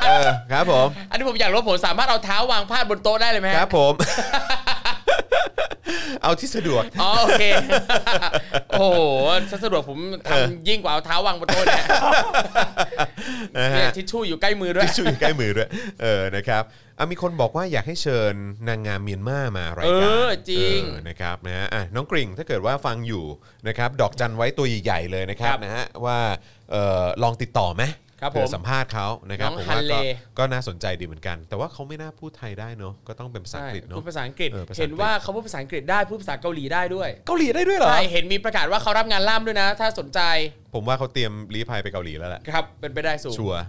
[SPEAKER 2] เออครับผม
[SPEAKER 3] อันนี้ผมอยากรู้ผมสามารถเอาเท้าวางพาดบนโต๊ะได้เลยไหมฮะ
[SPEAKER 2] ครับผม เอาที่สะดวก
[SPEAKER 3] อ๋อโอเค โอ้โหสะดวกผม
[SPEAKER 2] เออ
[SPEAKER 3] ทำยิ่งกว่าเอาเท้าวางบนโต๊ะเนี่ย
[SPEAKER 2] นะ
[SPEAKER 3] เนี่ย
[SPEAKER 2] ฮะ
[SPEAKER 3] ทิชชู่อยู่ใกล้มือด้วย
[SPEAKER 2] ที่ชูอยู่ใกล้มือด้วยเออนะครับอ่ะมีคนบอกว่าอยากให้เชิญนางงามเมียนมามารายการ
[SPEAKER 3] เออจริง
[SPEAKER 2] เออนะครับนะฮะอ่ะน้องกริ่งถ้าเกิดว่าฟังอยู่นะครับ ดอกจันไว้ตัวใหญ่ๆเลยนะครับ
[SPEAKER 3] ครับ
[SPEAKER 2] นะฮะว่าเออลองติดต่อไหม
[SPEAKER 3] ครับผม
[SPEAKER 2] เผื่อสัมภาษณ์เขานะครับ
[SPEAKER 3] น้อง
[SPEAKER 2] ผมว่า
[SPEAKER 3] ฮันเล
[SPEAKER 2] ก็ก็น่าสนใจดีเหมือนกัน แต่ว่าเขาไม่น่าพูดไทยได้เนอะก็ต้องเป็นภาษาอังกฤษเน
[SPEAKER 3] พู
[SPEAKER 2] อะ
[SPEAKER 3] ดภาษาอังกฤษ
[SPEAKER 2] เออภาษาอังกฤษ
[SPEAKER 3] เห็นว่าเขาพูดภาษาอังกฤษได้พูดภาษาเกาหลีได้ด้วย
[SPEAKER 2] เกาหลีได้ด้วยเหรอ
[SPEAKER 3] ใช่เห็นมีประกาศว่าเขารับงานล่ามด้วยนะ ถ้าสนใจ
[SPEAKER 2] ผมว่าเขาเตรียมลี้ภัยไปเกาหลีแล้วแหละ
[SPEAKER 3] ครับเป็นไปได้สูง
[SPEAKER 2] ชัวร์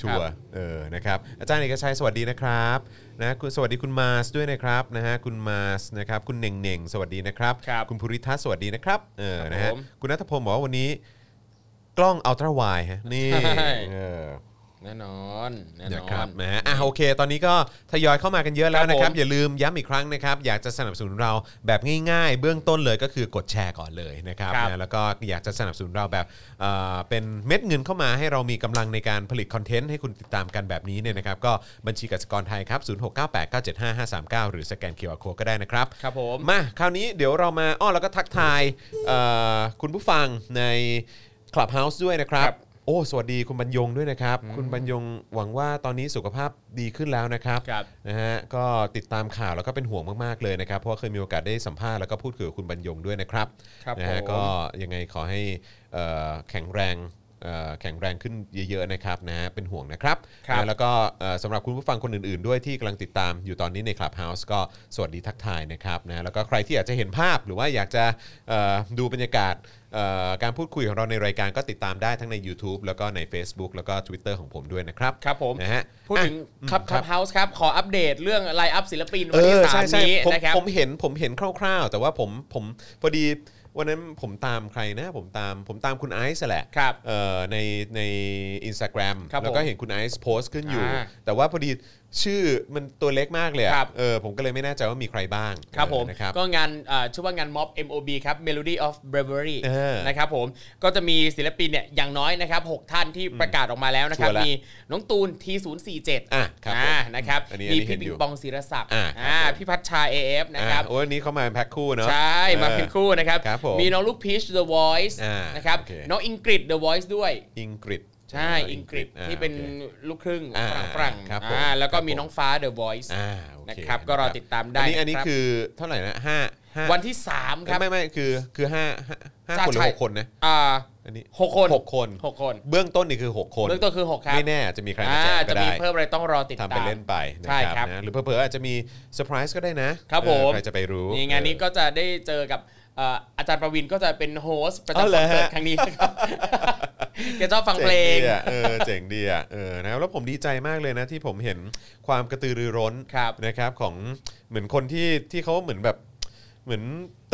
[SPEAKER 2] ชัวร์
[SPEAKER 3] ครับ
[SPEAKER 2] เออนะครับอาจารย์เอกชัยสวัสดีนะครับนะคุณสวัสดีคุณมาสด้วยนะครับนะฮะคุณมาสนะครับคุณเน่งเน่งสวัสดีนะครับ
[SPEAKER 3] ครับ
[SPEAKER 2] ณภูริทัศน์สวัสดีนะครับเออ
[SPEAKER 3] ครับ
[SPEAKER 2] นะฮะ
[SPEAKER 3] ผม
[SPEAKER 2] คุณนัทพงศ์บอกว่าวันนี้กล้องอัลตร้าไวฮะนี่
[SPEAKER 3] ใช่
[SPEAKER 2] เออ
[SPEAKER 3] แน่นอนแน่น
[SPEAKER 2] นะ
[SPEAKER 3] อ
[SPEAKER 2] ครับ
[SPEAKER 3] น
[SPEAKER 2] นะฮะอ่ะโอเค ตอนนี้ก็ทยอยเข้ามากันเยอะแล้ว
[SPEAKER 3] ครับ
[SPEAKER 2] นะครับ
[SPEAKER 3] ผม
[SPEAKER 2] อย่าลืมย้ำอีกครั้งนะครับ อยากจะสนับสนุนเราแบบง่ายๆ เบื้องต้นเลยก็คือกดแชร์ก่อนเลยนะครับ
[SPEAKER 3] ครับ
[SPEAKER 2] นะแล้วก็อยากจะสนับสนุนเราแบบเอ่อเป็นเม็ดเงินเข้ามาให้เรามีกำลังในการผลิตคอนเทนต์ให้คุณติดตามกันแบบนี้เนี่ยนะครับ ก็บัญชีกสิกรไทยครับ 0698975539 หรือสแกน QR Code ก็ได้นะครับ
[SPEAKER 3] ครับผม
[SPEAKER 2] มาคราวนี้เดี๋ยวเรามาอ้อแล้วก็ทักทายเอ่อคุณผู้ฟังใน Clubhouse ด้วยนะครับ
[SPEAKER 3] ครับ
[SPEAKER 2] โอ้ สวัสดีคุณบรรยงด้วยนะครับ คุณบรรยงหวังว่าตอนนี้สุขภาพดีขึ้นแล้วนะครับ
[SPEAKER 3] ครับ
[SPEAKER 2] นะฮะก็ติดตามข่าวแล้วก็เป็นห่วงมากๆเลยนะครับ เพราะว่าเคยมีโอกาสได้สัมภาษณ์แล้วก็พูดคุยกับคุณบรรยงด้วยนะครับ
[SPEAKER 3] ครับ
[SPEAKER 2] นะฮะ
[SPEAKER 3] ผม
[SPEAKER 2] ก็ยังไงขอให้เอ่อแข็งแรงเอ่อแข็งแรงขึ้นเยอะๆนะครับนะฮะเป็นห่วงนะครับ
[SPEAKER 3] ครับ
[SPEAKER 2] นะแล้วก็เอ่อสำหรับคุณผู้ฟังคนอื่นๆ ด้วยที่กำลังติดตามอยู่ตอนนี้ใน Clubhouse ก็สวัสดีทักทายนะครับนะแล้วก็ใครที่อยากจะเห็นภาพหรือว่าอยากจะเอ่อดูบรรยากาศ เอ่อการพูดคุยของเราในรายการก็ติดตามได้ทั้งใน YouTube แล้วก็ใน Facebook แล้วก็ Twitter ของผมด้วยนะครับ
[SPEAKER 3] ครับผม
[SPEAKER 2] นะฮะ
[SPEAKER 3] พูดถึง
[SPEAKER 2] อ่ะอืม
[SPEAKER 3] ครับครับเฮาส์ครับ ขออัปเดตเรื่องไลน์อัพศิลปินวันที่
[SPEAKER 2] เออ
[SPEAKER 3] สาม
[SPEAKER 2] ใช่ใช่
[SPEAKER 3] นี้
[SPEAKER 2] ผม
[SPEAKER 3] นะครับ
[SPEAKER 2] ผมเห็นผมเห็นคร่าวๆ แต่ว่าผมผมพอดีวันนั้นผมตามใครนะ ผมตามผมตามคุณไอซ์แหละ
[SPEAKER 3] ครับ
[SPEAKER 2] เอ่อในในอินสตาแกรม
[SPEAKER 3] ครับ
[SPEAKER 2] แล้วก็
[SPEAKER 3] ผม
[SPEAKER 2] เห็นคุณไอซ์โพสต์ขึ้นอยู่
[SPEAKER 3] อ่า
[SPEAKER 2] แต่ว่าพอดีชื่อมันตัวเล็กมากเลยอะ
[SPEAKER 3] ครับ
[SPEAKER 2] เออผมก็เลยไม่แน่ใจว่ามีใครบ้าง
[SPEAKER 3] ครับผม
[SPEAKER 2] เออนะครับ
[SPEAKER 3] ก็งานเอ่อชื่อว่างานม็อบ MOB ครับ Melody of Bravery
[SPEAKER 2] เออ
[SPEAKER 3] นะครับผมก็จะมีศิลปินเนี่ยอย่างน้อยนะครับ6ท่านที่ประกาศออกมาแล้วนะครับ
[SPEAKER 2] ชัวร์ละ
[SPEAKER 3] มีน้องตูน T047
[SPEAKER 2] อ่ะครับผม
[SPEAKER 3] อ่านะครับ
[SPEAKER 2] อันนี้
[SPEAKER 3] มี
[SPEAKER 2] อันนี้เห็
[SPEAKER 3] พี่
[SPEAKER 2] น
[SPEAKER 3] ปิ
[SPEAKER 2] อยู่
[SPEAKER 3] งปองศิรศักดิ์
[SPEAKER 2] อ่าครับ
[SPEAKER 3] อ่า
[SPEAKER 2] ผม
[SPEAKER 3] พี่พัชชา AF นะครับ
[SPEAKER 2] อ่าโอ้ยวันนี้เขามาเป็นแพ็คคู่เนาะ
[SPEAKER 3] ใช่มาเป็นคู่นะครับ
[SPEAKER 2] ครับผม
[SPEAKER 3] มีน้องลูกพีช The Voice
[SPEAKER 2] อ่า
[SPEAKER 3] นะครับ
[SPEAKER 2] โอเค
[SPEAKER 3] น้องอิงกฤษ The Voice ด้วย
[SPEAKER 2] อิงกฤษ
[SPEAKER 3] ใช่อิงกฤษ
[SPEAKER 2] า
[SPEAKER 3] ที่เป็น
[SPEAKER 2] โอค
[SPEAKER 3] ลูกครึ่ง
[SPEAKER 2] อ่า
[SPEAKER 3] ฝรั่ง
[SPEAKER 2] ครับ
[SPEAKER 3] ๆ
[SPEAKER 2] ผม
[SPEAKER 3] อ่าแล้วก็
[SPEAKER 2] ครับ
[SPEAKER 3] มี
[SPEAKER 2] ผม
[SPEAKER 3] น้องฟ้า The Voice
[SPEAKER 2] อ่าโอเค
[SPEAKER 3] นะครับก็รอติดตามได้
[SPEAKER 2] อันนี้อันนี้
[SPEAKER 3] นะครับ
[SPEAKER 2] คือเท่าไหร่นะห้าห้า
[SPEAKER 3] วันที่ 3 ครับ
[SPEAKER 2] ไม่ไม่คือคือห้าห้าห้า
[SPEAKER 3] จ้า
[SPEAKER 2] คนหรือ
[SPEAKER 3] ใช่
[SPEAKER 2] หกคนนะ
[SPEAKER 3] อ่า
[SPEAKER 2] อันนี้
[SPEAKER 3] หกคน
[SPEAKER 2] หกคน
[SPEAKER 3] หกคน
[SPEAKER 2] เบื้องต้นนี่คือ 6 คน
[SPEAKER 3] เรื่องตัวคือหกครับ
[SPEAKER 2] ไม่แน่อาจจะมีใครมา
[SPEAKER 3] อ่า
[SPEAKER 2] แจกก็
[SPEAKER 3] จะมี
[SPEAKER 2] ได้
[SPEAKER 3] เพิ่มอะไรต้องรอติด
[SPEAKER 2] ทำ
[SPEAKER 3] ตา
[SPEAKER 2] ไป
[SPEAKER 3] ม
[SPEAKER 2] เล่นไปนะ
[SPEAKER 3] ใช่
[SPEAKER 2] ค
[SPEAKER 3] ครั
[SPEAKER 2] รับบ นะหรือเผื่อๆอาจจะมีเซอร์ไพรส์ก็ได้นะครับ
[SPEAKER 3] ผม
[SPEAKER 2] เออใครจะไปรู้
[SPEAKER 3] นี่งานนี้
[SPEAKER 2] เออ
[SPEAKER 3] ก็จะได้เจอกับเอ่ออาจารย์ประวินก็จะเป็นโฮสต์ประจำค
[SPEAKER 2] เอาเหร
[SPEAKER 3] อ
[SPEAKER 2] อน
[SPEAKER 3] เสิร์ต
[SPEAKER 2] ฮะ
[SPEAKER 3] ครั้งนี้ครับ แกชอบฟังเพลง
[SPEAKER 2] จ๋ดีอะเออเจ๋งดีอ่ะเออนะครับแล้วผมดีใจมากเลยนะที่ผมเห็นความกระตือรือร้น
[SPEAKER 3] ครับ
[SPEAKER 2] นะครับของเหมือนคนที่ที่เขาเหมือนแบบเหมือน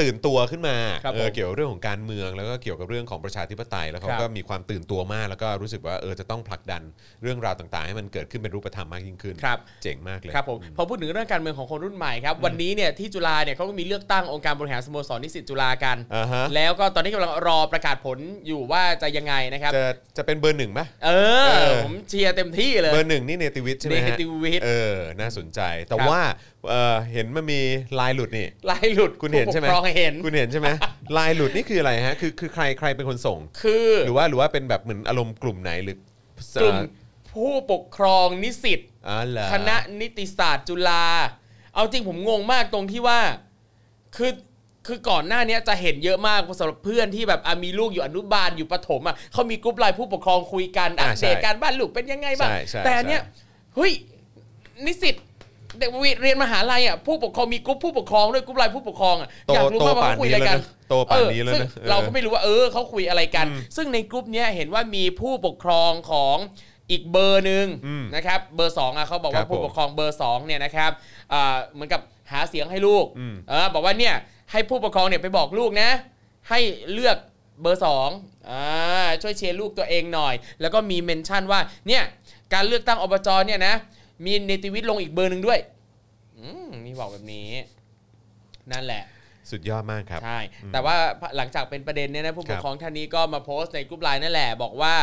[SPEAKER 2] ตื่นตัวขึ้นมา
[SPEAKER 3] ครับ
[SPEAKER 2] เออ
[SPEAKER 3] ผม
[SPEAKER 2] เกี่ยวกับเรื่องของการเมืองแล้วก็เกี่ยวกับเรื่องของประชาธิปไตยแล้วเขา
[SPEAKER 3] ครับ
[SPEAKER 2] ก็มีความตื่นตัวมาก แล้วก็รู้สึกว่าเออจะต้องผลักดันเรื่องราวต่างๆ ให้มันเกิดขึ้นเป็นรูปธรรมมากยิ่งขึ้น
[SPEAKER 3] ครับ
[SPEAKER 2] เจ๋งมากเลย
[SPEAKER 3] ครับผมพอพูดถึงเรื่องการเมืองของคนรุ่นใหม่ครับ วันนี้เนี่ยที่จุฬาเนี่ยเขาก็มีเลือกตั้งองค์การบริหารสโมสรนิสิตจุฬากัน
[SPEAKER 2] อ่าฮะ
[SPEAKER 3] แล้วก็ตอนนี้กำลังรอประกาศผลอยู่ว่าจะยังไงนะครับ
[SPEAKER 2] จะจะเป็นเบอร์หนึ่งไหม
[SPEAKER 3] เออ
[SPEAKER 2] เออ
[SPEAKER 3] ผมเชียร์เต็มที่เลย
[SPEAKER 2] เบอร์หนึ่งนี่เนติวิทย์ใช่ไหมฮะ
[SPEAKER 3] เนติวิทย์
[SPEAKER 2] เออน่าสนใจ แต่
[SPEAKER 3] ครับ
[SPEAKER 2] ว่าเออเห็นมันมีลายหลุดนี่
[SPEAKER 3] ลายหลุด
[SPEAKER 2] คุณเห็นใช่ไหม
[SPEAKER 3] ผู้ปกครองเห็น
[SPEAKER 2] คุณเห็นใช่ไหมลายหลุดนี่คืออะไรฮะคือคือใครใครเป็นคนส่ง
[SPEAKER 3] คือ
[SPEAKER 2] หรือว่าหรือว่าเป็นแบบเหมือนอารมณ์กลุ่มไหนหรือก
[SPEAKER 3] ลุ่มผู้ปกครองนิสิต
[SPEAKER 2] อ่าเหรอ
[SPEAKER 3] คณะนิติศาสตร์จุฬาเอาจริงผมงงมากตรงที่ว่า คือคือก่อนหน้าเนี้ยจะเห็นเยอะมากสำหรับเพื่อนที่แบบอ่ะมีลูกอยู่อนุบาลอยู่ประถมอ่ะเขามีกรุ๊ปไลน์ผู้ปกครองคุยกันอั
[SPEAKER 2] อ่า
[SPEAKER 3] ป
[SPEAKER 2] ใช่
[SPEAKER 3] เดตการบ้านลูกเป็นยังไงบ้าง
[SPEAKER 2] ใช่ใช่
[SPEAKER 3] แต่อันเนี้ย
[SPEAKER 2] ใช่
[SPEAKER 3] เฮ้ยนิสิตเด็กวิทย์เรียนมหาลัยอ่ะผู้ปกครองมีกรุ๊ปผู้ปกครองด้วยกรุ๊ปไลน์ผู้ปกครองอ่ะ
[SPEAKER 2] โต
[SPEAKER 3] อยากรู้
[SPEAKER 2] โต
[SPEAKER 3] มากว่า
[SPEAKER 2] ป่าน
[SPEAKER 3] เขาคุย
[SPEAKER 2] นี้
[SPEAKER 3] อะ
[SPEAKER 2] แล้
[SPEAKER 3] ไร
[SPEAKER 2] ว
[SPEAKER 3] กัน
[SPEAKER 2] นะโตป่าน
[SPEAKER 3] เออ
[SPEAKER 2] นี้แล้ว
[SPEAKER 3] ซึ่ง
[SPEAKER 2] นะออ
[SPEAKER 3] เราก็ไม่ ไม่รู้ว่าเออเขาคุยอะไรกัน ซึ่งในกลุ่มเนี้ยเห็นว่ามีผู้ปกครองของอีกเบอร์หนึ่ง
[SPEAKER 2] อืม
[SPEAKER 3] นะครับเบอร์สองอ่ะเขาบอก
[SPEAKER 2] ครั
[SPEAKER 3] ว่า
[SPEAKER 2] บผม
[SPEAKER 3] ผู้ปกครองเบอร์สองเนี่ยนะครับอ่าเหมือนกับหาเสียงให้ลูก
[SPEAKER 2] อืม
[SPEAKER 3] เออบอกว่าเนี่ยให้ผู้ปกครองเนี่ยไปบอกลูกนะ ให้เลือกเบอร์สองอ่าช่วยเชียร์ลูกตัวเองหน่อย แล้วก็มีเมนชั่นว่าเนี่ยการเลือกตั้งอบจเนี่ยนะมีเนติวิทย์ลงอีกเบอร์หนึ่งด้วยอืมนี่บอกแบบนี้ นั่นแหละ
[SPEAKER 2] สุดยอดมากครับ
[SPEAKER 3] ใช่ แต่ว่าหลังจากเป็นประเด็นเนี่ยนะผู้
[SPEAKER 2] ค
[SPEAKER 3] ป
[SPEAKER 2] รั
[SPEAKER 3] ก
[SPEAKER 2] บ
[SPEAKER 3] ครองท่านนี้ก็มาโพสต์ในกลุ่มไลน์นั่นแหละ บอกว่า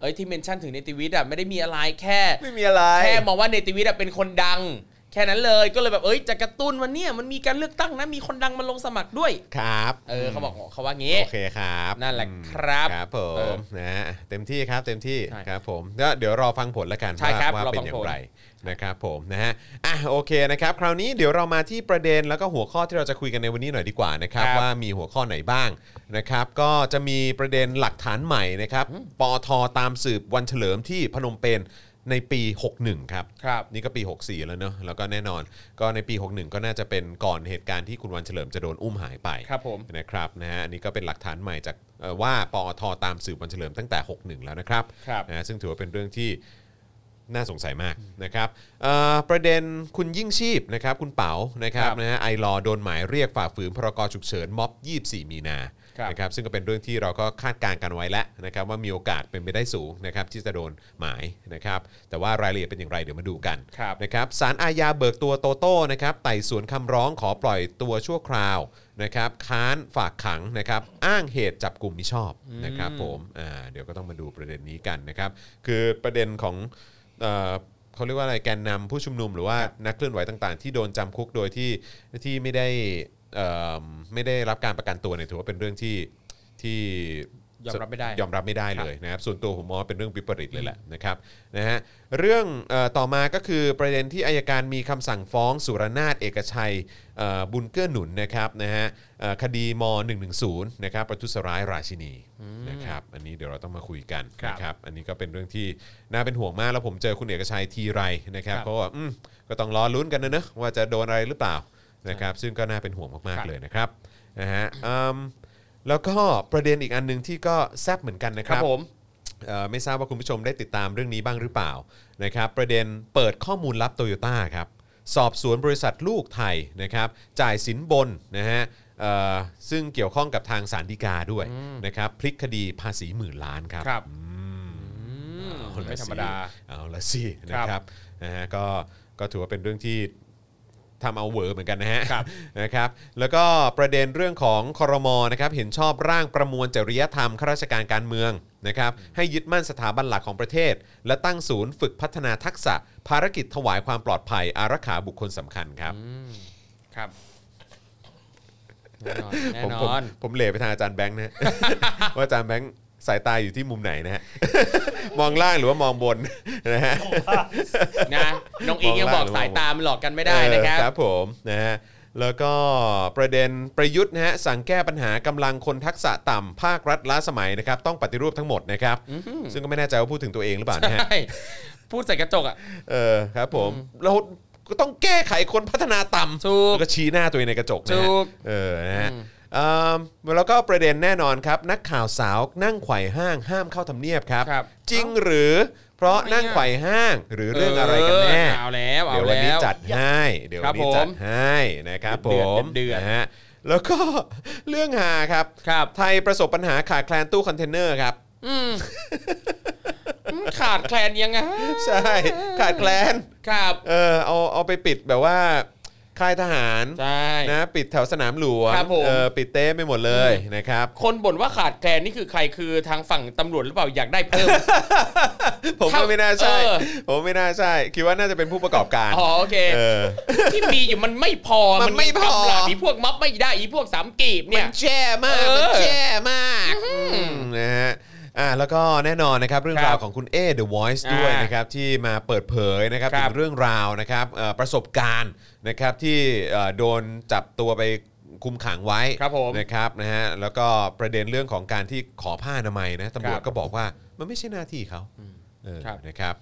[SPEAKER 3] เอ้ยที่เมนชั่นถึงเนติวิทย์อ่ะไม่ได้มีอะไรแค่
[SPEAKER 2] ไม่มีอะไร
[SPEAKER 3] แค่มองว่าเนติวิทย์อ่ะเป็นคนดัง แค่นั้นเลยก็เลยแบบเอ้ยจะกระตุ้นวันเนี้ยมันมีการเลือกตั้งนะมีคนดังมาลงสมัครด้วย
[SPEAKER 2] ครับ
[SPEAKER 3] เออเขาบอกเขาว่างี้
[SPEAKER 2] โอเคครับ
[SPEAKER 3] นั่นแหละครับ
[SPEAKER 2] ครับผ
[SPEAKER 3] เออ
[SPEAKER 2] มนะเต็มที่ครับเต็มที่
[SPEAKER 3] ใช่
[SPEAKER 2] ครับผมแล้วเดี๋ยวรอฟังผลละกัน
[SPEAKER 3] ใช่
[SPEAKER 2] ว่า
[SPEAKER 3] ครับ
[SPEAKER 2] ว่าเป็นอ
[SPEAKER 3] รอฟัง
[SPEAKER 2] ย่า
[SPEAKER 3] ผ
[SPEAKER 2] ง
[SPEAKER 3] ล
[SPEAKER 2] ไรนะครับผมนะฮะอ่ะโอเคนะครับ คราวนี้เดี๋ยวเรามาที่ประเด็นแล้วก็หัวข้อที่เราจะคุยกันในวันนี้หน่อยดีกว่านะครับ
[SPEAKER 3] ครับ
[SPEAKER 2] ว่ามีหัวข้อไหนบ้างนะครับ ก็จะมีประเด็นหลักฐานใหม่นะครับปอทตามสืบวันเฉลิมที่พนมเปญในปี 61 ครับ
[SPEAKER 3] ครับ
[SPEAKER 2] นี่ก็ปี 64 แล้วเนอะแล้วก็แน่นอน ก็ในปี 61 ก็น่าจะเป็นก่อนเหตุการณ์ที่คุณวันเฉลิมจะโดนอุ้มหายไป
[SPEAKER 3] ครับผม
[SPEAKER 2] นะครับนะฮะอันนี้ก็เป็นหลักฐานใหม่จากเอ่อว่าปอทตามสืบวันเฉลิมตั้งแต่ 61 แล้วนะครับ
[SPEAKER 3] ครับ
[SPEAKER 2] นะฮะซึ่งถือว่าเป็นเรื่องที่น่าสงสัยมากนะครับเอ่อประเด็นคุณยิ่งชีพนะครับคุณเป๋านะครับ
[SPEAKER 3] ครับ
[SPEAKER 2] นะฮะไอรอว์โดนหมายเรียกฝ่าฝืนพรกฉุกเฉินม็อบ 24 มีนา
[SPEAKER 3] ครับ
[SPEAKER 2] นะครับซึ่งก็เป็นเรื่องที่เราก็คาดการณ์กันไว้แล้วนะครับว่ามีโอกาสเป็นไปได้สูงนะครับที่จะโดนหมายนะครับแต่ว่ารายละเอียดเป็นอย่างไรเดี๋ยวมาดูกัน
[SPEAKER 3] ครับ
[SPEAKER 2] นะครับสารอาญาเบิกตัวโตโต้นะครับไต่สวนคำร้องขอปล่อยตัวชั่วคราวนะครับค้านฝากขังนะครับอ้างเหตุจับกลุ่มมิชอบนะครับผมอ่าเดี๋ยวก็ต้องมาดูประเด็นนี้กันนะครับ คือประเด็นของเอ่อเขาเรียกว่าอะไรแกนนำผู้ชุมนุมหรือว่านักเคลื่อนไหวต่างๆ ที่โดนจำคุกโดยที่ที่ไม่ได้เอิ่มไม่ได้รับการประกันตัวเนี่ยถือว่าเป็นเรื่อง ที่ที่
[SPEAKER 3] ยอมรับไม่ได้
[SPEAKER 2] ยอมรับไม่ได้เลยนะครับส่วนตัวผมมองว่าเป็นเรื่องวิปริตเลยแหละนะครับนะฮะเรื่องเออต่อมาก็คือประเด็นที่อายการมีคำสั่งฟ้องสุรนาถเอกชัยเอ่อบุญเกื้อหนุนนะครับนะฮะเอ่อคดีม .110 นะครับประทุษร้ายราชินีนะครับอันนี้เดี๋ยวเราต้องมาคุยกัน
[SPEAKER 3] ครับ
[SPEAKER 2] นะครับอันนี้ก็เป็นเรื่องที่น่าเป็นห่วงมากแล้วผมเจอคุณเอกชัยทีไรนะครับ
[SPEAKER 3] ครับ
[SPEAKER 2] ก็ว่าอืมก็ต้องรอลุ้นกันนะเนอะว่าจะโดนอะไรหรือเปล่านะครับซึ่งก็น่าเป็นห่วงมาก
[SPEAKER 3] ค
[SPEAKER 2] ๆ
[SPEAKER 3] รับ
[SPEAKER 2] เลยนะครับนะฮะอืม แล้วก็ประเด็นอีกอันหนึ่งที่ก็แซบเหมือนกันนะค
[SPEAKER 3] ครั
[SPEAKER 2] รั
[SPEAKER 3] บบ ผม
[SPEAKER 2] เอ่อไม่ทราบว่าคุณผู้ชมได้ติดตามเรื่องนี้บ้างหรือเปล่านะครับประเด็นเปิดข้อมูลลับโตโยต้าครับสอบสวนบริษัทลูกไทยนะครับจ่ายสินบนนะฮะเอ่อซึ่งเกี่ยวข้องกับทางสารดีกาด้วยนะครับพลิกคดีภาษีหมื่นล้านครับ
[SPEAKER 3] ครับ
[SPEAKER 2] อืม
[SPEAKER 3] ม
[SPEAKER 2] เอาละ
[SPEAKER 3] ไม่ธรรมดา
[SPEAKER 2] สิเอาละสินะครับนะฮะก็ก็ถือว่าเป็นเรื่องที่ ทำเอาเหวอเหมือนกันนะฮะนะครับ แล้วก็ประเด็นเรื่องของคอรมอนะครับเห็นชอบร่างประมวลจริยธรรมข้าราชการการเมืองนะครับให้ยึดมั่นสถาบันหลักของประเทศ และตั้งศูนย์ฝึกพัฒนาทักษะ ภารกิจถวายความปลอดภัย อารักขาบุคคลสำคัญครับ
[SPEAKER 3] ครับแน่นอนแน่
[SPEAKER 2] ผม
[SPEAKER 3] น
[SPEAKER 2] ผม
[SPEAKER 3] อน
[SPEAKER 2] ผมเหลไปทางอาจารย์แบงค์นะฮะ ว่าอาจารย์แบงค์สายตาอยู่ที่มุมไหนนะฮะ มองล่างหรือว่ามองบนนะฮะ
[SPEAKER 3] นะน้องอิงยัง
[SPEAKER 2] มองล่า
[SPEAKER 3] บอง ก
[SPEAKER 2] หรือ
[SPEAKER 3] สายตามันหลอกกันไม่ได้นะครับ
[SPEAKER 2] เออผมนะฮะแล้วก็ประเด็นประยุทธ์นะฮะสั่งแก้ปัญหากำลังคนทักษะต่ำภาครัฐล้าสมัยนะครับต้องปฏิรูปทั้งหมดนะครับ ซึ่งก็ไม่แน่ใจว่าพูดถึงตัวเองหรือเปล่านะ ฮะ
[SPEAKER 3] ใช่พูดใส่กระจกอ่ะ
[SPEAKER 2] เออครับผมเราก็ต้องแก้ไขคนพัฒนาต่ำ
[SPEAKER 3] ถูก
[SPEAKER 2] แล้วก็ชี้หน้าตัวเองในกระจกนะฮะ
[SPEAKER 3] ถูก
[SPEAKER 2] เออนะฮะเอิ่มแล้วก็ประเด็นแน่นอนครับ นักข่าวสาวนั่งไขว่ห้างห้ามเข้าทำเนียบครับ
[SPEAKER 3] ครับ
[SPEAKER 2] จริงหรือเพราะนั่งไขว่ห้างหรือเรื่องอะไรกันแน่
[SPEAKER 3] เออเอาแล้วเอา
[SPEAKER 2] เดี๋ยววัน
[SPEAKER 3] แล้
[SPEAKER 2] นี้
[SPEAKER 3] ว
[SPEAKER 2] จัดให้ เดี๋ยว
[SPEAKER 3] ครั
[SPEAKER 2] วั
[SPEAKER 3] บ
[SPEAKER 2] นนี้จั
[SPEAKER 3] ผ
[SPEAKER 2] ด
[SPEAKER 3] ม
[SPEAKER 2] ให้นะครับผ
[SPEAKER 3] เดือด
[SPEAKER 2] ม
[SPEAKER 3] เดือด
[SPEAKER 2] นะฮะแล้วก็ เรื่องหาครับ
[SPEAKER 3] ครับ
[SPEAKER 2] ไทยประสบปัญหาขาดแคลนตู้คอนเทนเนอร์ครับ
[SPEAKER 3] อืมอืมขาดแคลนยังไง
[SPEAKER 2] ใช่ ขาดแคลน
[SPEAKER 3] ครับ
[SPEAKER 2] เออเอาเอาไปปิดแบบว่าค่ายทหาร
[SPEAKER 3] ใช่
[SPEAKER 2] นะปิดแถวสนามหลวง
[SPEAKER 3] ครับผม
[SPEAKER 2] เออปิดเต้ไปหมดเลยนะครับ
[SPEAKER 3] คนบ่นว่าขาดแคลนนี่คือใครคือทางฝั่งตำรวจหรือเปล่าอยากได้เพิ่ม
[SPEAKER 2] ผม
[SPEAKER 3] เท่า
[SPEAKER 2] ก็ไม่น่าใช่
[SPEAKER 3] เออ
[SPEAKER 2] ผมไม่น่าใช่ คิดว่าน่าจะเป็นผู้ประกอบการ
[SPEAKER 3] อ๋อโอเค
[SPEAKER 2] เออ
[SPEAKER 3] ที่มีอยู่มันไม่พอ
[SPEAKER 2] มันไม่พอ
[SPEAKER 3] กำลังอีพวกม็อบไม่ได้อีพวกสามกีบเนี่ย
[SPEAKER 2] มันแย่มาก
[SPEAKER 3] เออ
[SPEAKER 2] มันแย่มากอืมนะฮะอ่ะแล้วก็แน่นอนนะครับเรื่อง
[SPEAKER 3] ครับ
[SPEAKER 2] ราวของคุณเอ The Voice
[SPEAKER 3] อ่า
[SPEAKER 2] ด้วยนะครับที่มาเปิดเผยนะครับ
[SPEAKER 3] ครั
[SPEAKER 2] ถึ
[SPEAKER 3] บ
[SPEAKER 2] งเรื่องราวนะครับเอ่อประสบการณ์นะครับที่เอ่อโดนจับตัวไปคุมขังไว้
[SPEAKER 3] ครับผม
[SPEAKER 2] นะครับนะฮะแล้วก็ประเด็นเรื่องของการที่ขอผ้าอนามัยนะตำรวจก็บอกว่ามันไม่ใช่หน้าที่เขาเออ
[SPEAKER 3] ครับ
[SPEAKER 2] นะครับ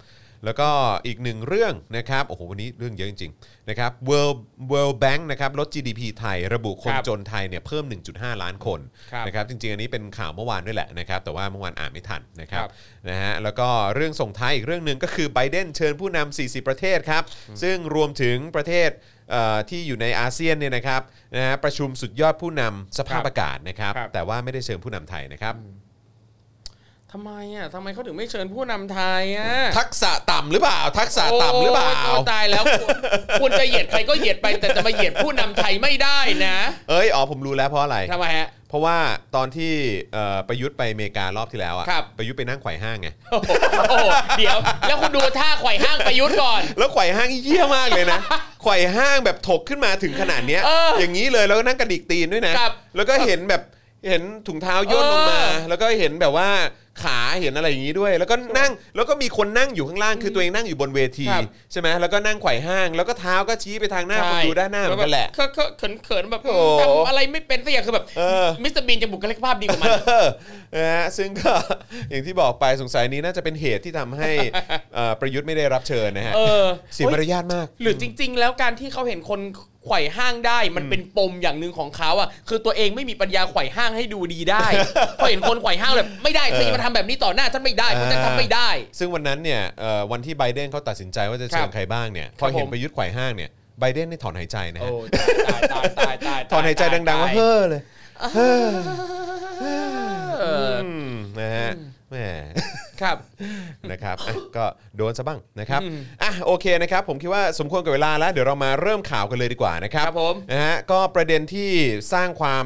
[SPEAKER 2] แล้วก็อีกหนึ่งเรื่องนะครับโอ้โหวันนี้เรื่องเยอะจริงๆนะครับ World World Bank นะครับลด GDP ไทยระบุคน
[SPEAKER 3] ครับ
[SPEAKER 2] จนไทยเนี่ยเพิ่ม 1.5 ล้านคน
[SPEAKER 3] ครับ
[SPEAKER 2] นะครับจริงๆ อันนี้เป็นข่าวเมื่อวานด้วยแหละนะครับแต่ว่าเมื่อวานอ่านไม่ทันนะครั
[SPEAKER 3] ครับ บ
[SPEAKER 2] นะฮะแล้วก็เรื่องส่งท้ายอีกเรื่องหนึ่งก็คือไบเดนเชิญผู้นำ 40 ประเทศครับ ซึ่งรวมถึงประเทศเอ่อที่อยู่ในอาเซียนเนี่ยนะครับนะฮะประชุมสุดยอดผู้นำสภาพ
[SPEAKER 3] ครับ
[SPEAKER 2] อากาศนะครับ
[SPEAKER 3] ครับ
[SPEAKER 2] แต่ว่าไม่ได้เชิญผู้นำไทยนะครับ
[SPEAKER 3] ทำไมอ่ะทำไมเขาถึงไม่เชิญผู้นำไทยอ่ะ
[SPEAKER 2] ทักษะต่ำหรือเปล่า ทักษะต่ำหรือเปล่า
[SPEAKER 3] โยตายแล้วคุณคุณจะเหยียดใครก็เหยียดไป แต่จะมาเหยียดผู้นำไทยไม่ได้นะ
[SPEAKER 2] เอ้ยอ๋อผมรู้แล้วเพราะอะไร
[SPEAKER 3] ทำไมฮะ
[SPEAKER 2] เพราะว่าตอนที่เอ่อประยุทธ์ไปอเมริการอบที่แล้วอะ
[SPEAKER 3] ครับ
[SPEAKER 2] ประยุทธ์ไปนั่งไขว่ห้างไง
[SPEAKER 3] โอ้โหโอ้โหเดี๋ยว แล้วคุณดูท่าไขว่ห้างประยุทธ์ก่อน
[SPEAKER 2] แล้วไขว่ห้างเยี่ยมากเลยนะ ไขว่ห้างแบบถกขึ้นมาถึงขนาดเนี้ย
[SPEAKER 3] เอออย่าง
[SPEAKER 2] นี้เลยแล้วก็นั่งกระดิกตีนด้วยนะ
[SPEAKER 3] ครับ
[SPEAKER 2] แล้วก็เห็นแบบเห็นถุงเท้าย่นลงมา
[SPEAKER 3] เออ
[SPEAKER 2] แล้วก็เห็นแบบว่าขาเห็นอะไรอย่างนี้ด้วย แล้วก็นั่งแล้วก็มีคนนั่งอยู่ข้างล่างคือตัวเองนั่งอยู่บนเวที
[SPEAKER 3] ครับ
[SPEAKER 2] ใช่ไหมแล้วก็นั่งไขว่ห้าง แล้วก็เท้าก็ชี้ไปทางหน้าประตูด้านหน้าเหมือนกันแหละ
[SPEAKER 3] ก็ก็เขินเขินๆแบบ
[SPEAKER 2] โอ้โห
[SPEAKER 3] ทำอะไรไม่เป็นสักอย่างคือแบบ
[SPEAKER 2] เออ
[SPEAKER 3] มิสเตอร์บีนจะบุคลิกภาพดีก ว่ามัน
[SPEAKER 2] เออนะฮะซึ่งก็ อย่างที่บอกไปสงสัยนี้น่าจะเป็นเหตุที่ทำ ให้เอ่อประยุทธ์ไม่ได้รับเชิญนะฮะ
[SPEAKER 3] เออ
[SPEAKER 2] เสียมารยาทมาก
[SPEAKER 3] หรือจริง ๆ แล้วการที่เขาเห็นคนไขว่ห้างได้ มันเป็นปมอย่างหนึ่งของเขาอ่ะคือตัวเองไม่มีปัญญาไขว่ห้างให้ดูดี ได้ พอเห็นคนไขว่ห้างแบบไม่ได้เธอจะมาทำแบบนี้ต่อหน้าฉันไม่ได้เพราะฉันทำไม่ได้
[SPEAKER 2] ซึ่งวันนั้นเนี่ยเอ่อวันที่ไบเดนเขาตัดสินใจว่าจะเชิญ
[SPEAKER 3] ครับ
[SPEAKER 2] ใครบ้างเนี่ยพอเห็น
[SPEAKER 3] ผม
[SPEAKER 2] ประยุทธ์ไขว่ห้างเนี่ยไบเดนนี่ถอนหายใจนะ
[SPEAKER 3] โอ้
[SPEAKER 2] ฮะ
[SPEAKER 3] ตายตายตายตาย
[SPEAKER 2] ถ อนหายใจดังๆว่าเฮ้อเลย
[SPEAKER 3] เออ
[SPEAKER 2] มนะฮะแหม
[SPEAKER 3] ครับ
[SPEAKER 2] นะครับอ่ะก็โดนซะบ้างนะครับ
[SPEAKER 3] อืม
[SPEAKER 2] อ่ะโอเคนะครับผมคิดว่าสมควรกับเวลาแล้วเดี๋ยวเรามาเริ่มข่าวกันเลยดีกว่านะครับ
[SPEAKER 3] ครับผม
[SPEAKER 2] นะฮะก็ประเด็นที่สร้างความ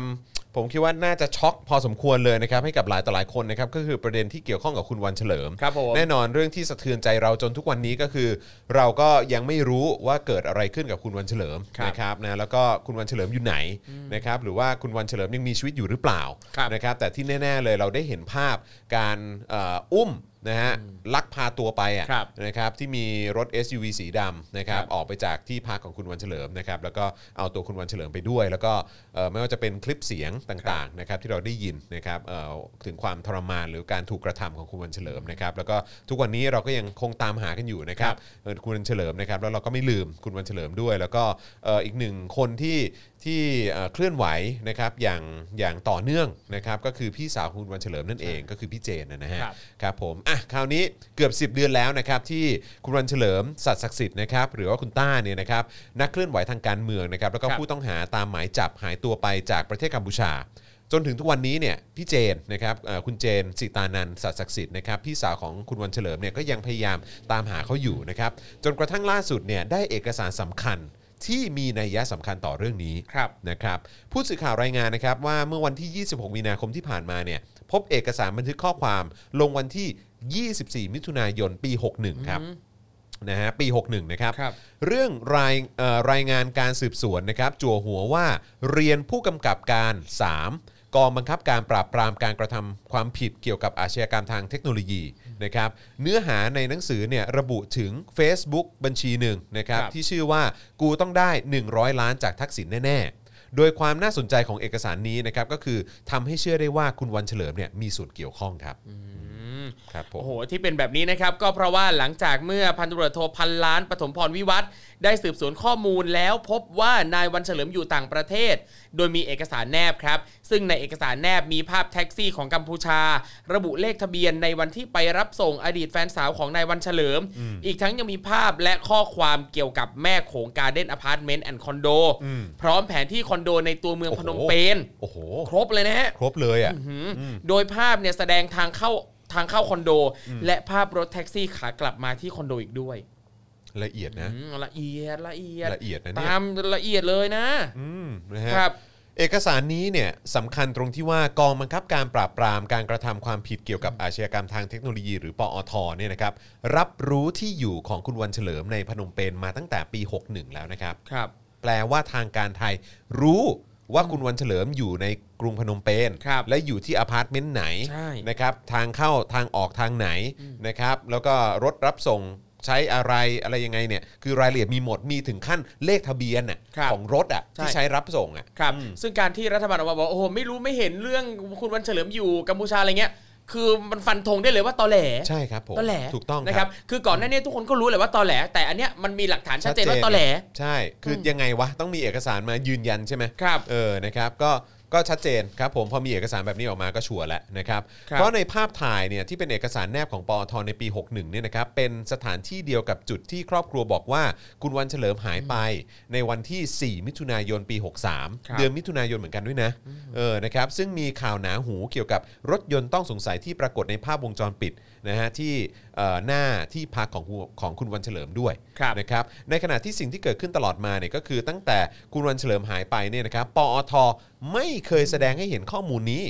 [SPEAKER 2] ผมคิดว่าน่าจะช็อกพอสมควรเลยนะครับให้กับหลายต่อหลายคนนะครับก็คือประเด็นที่เกี่ยวข้องกับคุณวันเฉลิม
[SPEAKER 3] ครับผม
[SPEAKER 2] แน่นอนเรื่องที่สะเทือนใจเราจนทุกวันนี้ก็คือ เราก็ยังไม่รู้ว่าเกิดอะไรขึ้นกับคุณวันเฉลิม
[SPEAKER 3] ครับ
[SPEAKER 2] นะครับนะแล้วก็คุณวันเฉลิมอยู่ไหนนะครับหรือว่าคุณวันเฉลิมยังมีชีวิตอยู่หรือเปล่า
[SPEAKER 3] ครับ
[SPEAKER 2] นะครับแต่ที่แน่ ๆ เลยเราได้เห็นภาพการเอ่ออุ้ม นะฮะลักพาตัวไป
[SPEAKER 3] ครั
[SPEAKER 2] อะ่ะ
[SPEAKER 3] บ
[SPEAKER 2] นะครับที่มีรถ SUV สีดำนะครับออกไปจากที่พักของคุณวันเฉลิมนะครับแล้วก็เอาตัวคุณวันเฉลิมไปด้วย แล้วก็เอ่อไม่ว่าจะเป็นคลิปเสียงต่างๆนะครับที่เราได้ยินนะครับเอ่อถึงความทรมานหรือการถูกกระทำของคุณวันเฉลิมนะครับแล้วก็ทุกวันนี้เราก็ยังคงตามหากันอยู่นะครับเอ่อคุณวันเฉลิมนะครับแล้วเราก็ไม่ลืมคุณวันเฉลิมด้วย แล้วก็เอ่ออีกหนึ่งคนที่ที่เอ่อเคลื่อนไหวนะครับอย่างอย่างต่อเนื่องนะครับก็คือพี่สาวของคุณวันเฉลิมนั่นเองก็คือพี่เจนนะฮะ
[SPEAKER 3] ครับ
[SPEAKER 2] ครับผมอ่ะคราวนี้เกือบ 10 เดือนแล้วนะครับที่คุณวันเฉลิมสัตย์ศักดิ์สิทธิ์นะครับหรือว่าคุณต้าเนี่ยนะครับนักเคลื่อนไหวทางการเมืองนะครับแล้วก็
[SPEAKER 3] ครับ
[SPEAKER 2] ผู้ต้องหาตามหมายจับหายตัวไปจากประเทศกัมพูชา จนถึงทุกวันนี้เนี่ยพี่เจนนะครับเอ่อคุณเจนสิตานันสัตย์ศักดิ์สิทธิ์นะครับพี่สาวของคุณวันเฉลิมเนี่ยก็ยังพยายามตามหาเขาอยู่นะครับจนกระทั่งล่าสุดเนี่ยได้เอกสารสำคัญที่มีนัยยะสำคัญต่อเรื่องนี้
[SPEAKER 3] ครับ
[SPEAKER 2] นะครับผู้สื่อข่าวรายงานนะครับว่าเมื่อวันที่ 26 มีนาคมที่ผ่านมาเนี่ยพบเอกสารบันทึกข้อความลงวันที่ 24 มิถุนายนปี 61 ครับนะฮะปี 61 นะครับ
[SPEAKER 3] ครับ
[SPEAKER 2] เรื่องรายเอ่อรายงานการสืบสวนนะครับจั่วหัวว่าเรียนผู้กำกับการ 3 กองบังคับการปราบปรามการกระทำความผิดเกี่ยวกับอาชญากรรมทางเทคโนโลยีนะครับเนื้อหาในหนังสือเนี่ยระบุถึง Facebook บัญชีหนึ่งนะครับ
[SPEAKER 3] ครับ
[SPEAKER 2] ที่ชื่อว่ากูต้องได้ 100 ล้านจากทักษิณแน่ ๆ โดยความน่าสนใจของเอกสารนี้นะครับก็คือทำให้เชื่อได้ว่าคุณวันเฉลิมเนี่ยมีส่วนเกี่ยวข้องครับครับผม
[SPEAKER 3] โอ้โหที่เป็นแบบนี้นะครับก็เพราะว่าหลังจากเมื่อพันตำรวจโทพันล้านปฐมพรวิวัฒน์ได้สืบสวนข้อมูลแล้วพบว่านายวันเฉลิมอยู่ต่างประเทศ โดยมีเอกสารแนบครับ ซึ่งในเอกสารแนบมีภาพแท็กซี่ของกัมพูชา ระบุเลขทะเบียนในวันที่ไปรับส่งอดีตแฟนสาวของนายวันเฉลิม อีกทั้งยังมีภาพและข้อความเกี่ยวกับแม่โขงการเด้นอพาร์ตเมนต์แอนด์คอนโด
[SPEAKER 2] อืม
[SPEAKER 3] พร้อมแผนที่คอนโดในตัวเมืองพนมเปญ
[SPEAKER 2] โอ้โห
[SPEAKER 3] ครบเลยนะฮะ
[SPEAKER 2] ครบเลยอ่ะ
[SPEAKER 3] อืมโดยภาพเนี่ยแสดงทางเข้าทางเข้าคอนโด และภาพรถแท็กซี่ขากลับมาที่คอนโดอีกด้วย
[SPEAKER 2] ละเอียดนะ
[SPEAKER 3] อืมละเอียดละเอียด
[SPEAKER 2] ละเอียดนะเนี่ย
[SPEAKER 3] ตามละเอียดเลยนะ
[SPEAKER 2] อืมนะฮะ
[SPEAKER 3] ครับ
[SPEAKER 2] เอกสารนี้เนี่ยสำคัญตรงที่ว่ากองบังคับการปราบปรามการกระทำความผิดเกี่ยวกับอาชญากรรมทางเทคโนโลยีหรือปอทเนี่ยนะครับรับรู้ที่อยู่ของคุณวันเฉลิมในพนมเปญมาตั้งแต่ปี 61 แล้วนะครับ
[SPEAKER 3] ครับ
[SPEAKER 2] แปลว่าทางการไทยรู้ว่าคุณวันเฉลิมอยู่ในกรุงพนมเปญ
[SPEAKER 3] ครับ
[SPEAKER 2] และอยู่ที่อพาร์ตเมนต์ไหน
[SPEAKER 3] ใช่
[SPEAKER 2] นะครับทางเข้าทางออกทางไหนนะครับแล้วก็รถรับส่งใช้อะไรอะไรยังไงเนี่ยคือรายละเอียดมีหมดมีถึงขั้นเลขทะเบียนน่ะ
[SPEAKER 3] ครับ
[SPEAKER 2] ของรถอ่ะ
[SPEAKER 3] ใช่
[SPEAKER 2] ที่ใช้รับส่งอ่ะ
[SPEAKER 3] ครับ
[SPEAKER 2] อืม
[SPEAKER 3] ซึ่งการที่รัฐบาลออกมาบอกโอ้โหไม่รู้ไม่เห็นเรื่องคุณวันเฉลิมอยู่กัมพูชาอะไรเงี้ย คือมันฟันธงได้เลยว่าตอแหล
[SPEAKER 2] ใช่ครับผม
[SPEAKER 3] ตอแหล
[SPEAKER 2] ถูกต้อง
[SPEAKER 3] นะ
[SPEAKER 2] ค
[SPEAKER 3] ค
[SPEAKER 2] รั
[SPEAKER 3] รับ บ คือก่อนหน้านี้ทุกคนก็รู้แหละว่าตอแหล แต่อันเนี้ยมันมีหลักฐานชัดเจนว่าตอแหล
[SPEAKER 2] ใช่ คืออยังไงวะ ต้องมีเอกสารมายืนยันใช่ไหม
[SPEAKER 3] ครับ
[SPEAKER 2] เออ นะครับ ก็ ก็ชัดเจนครับผม พอมีเอกสารแบบนี้ออกมาก็ชัวร์แล้วนะครับ
[SPEAKER 3] ครับ
[SPEAKER 2] เพราะในภาพถ่ายเนี่ยที่เป็นเอกสารแนบของปอทในปี 61เนี่ยนะครับ เป็นสถานที่เดียวกับจุดที่ครอบครัวบอกว่าคุณวันเฉลิมหายไป ในวันที่ 4 มิถุนายนปี
[SPEAKER 3] ครับ
[SPEAKER 2] 63 เดือนมิถุนายนเหมือนกันด้วยนะ เออ นะครับ ซึ่งมีข่าวหนาหูเกี่ยวกับรถยนต์ต้องสงสัยที่ปรากฏในภาพวงจรปิดนะฮะที่เอ่อหน้าที่พักของคุณของคุณวันเฉลิมด้วย
[SPEAKER 3] ครับ
[SPEAKER 2] นะครับในขณะที่สิ่งที่เกิดขึ้นตลอดมาเนี่ยก็คือตั้งแต่คุณวันเฉลิมหายไปเนี่ยนะครับปอทไม่เคยแสดงให้เห็นข้อมูลนี้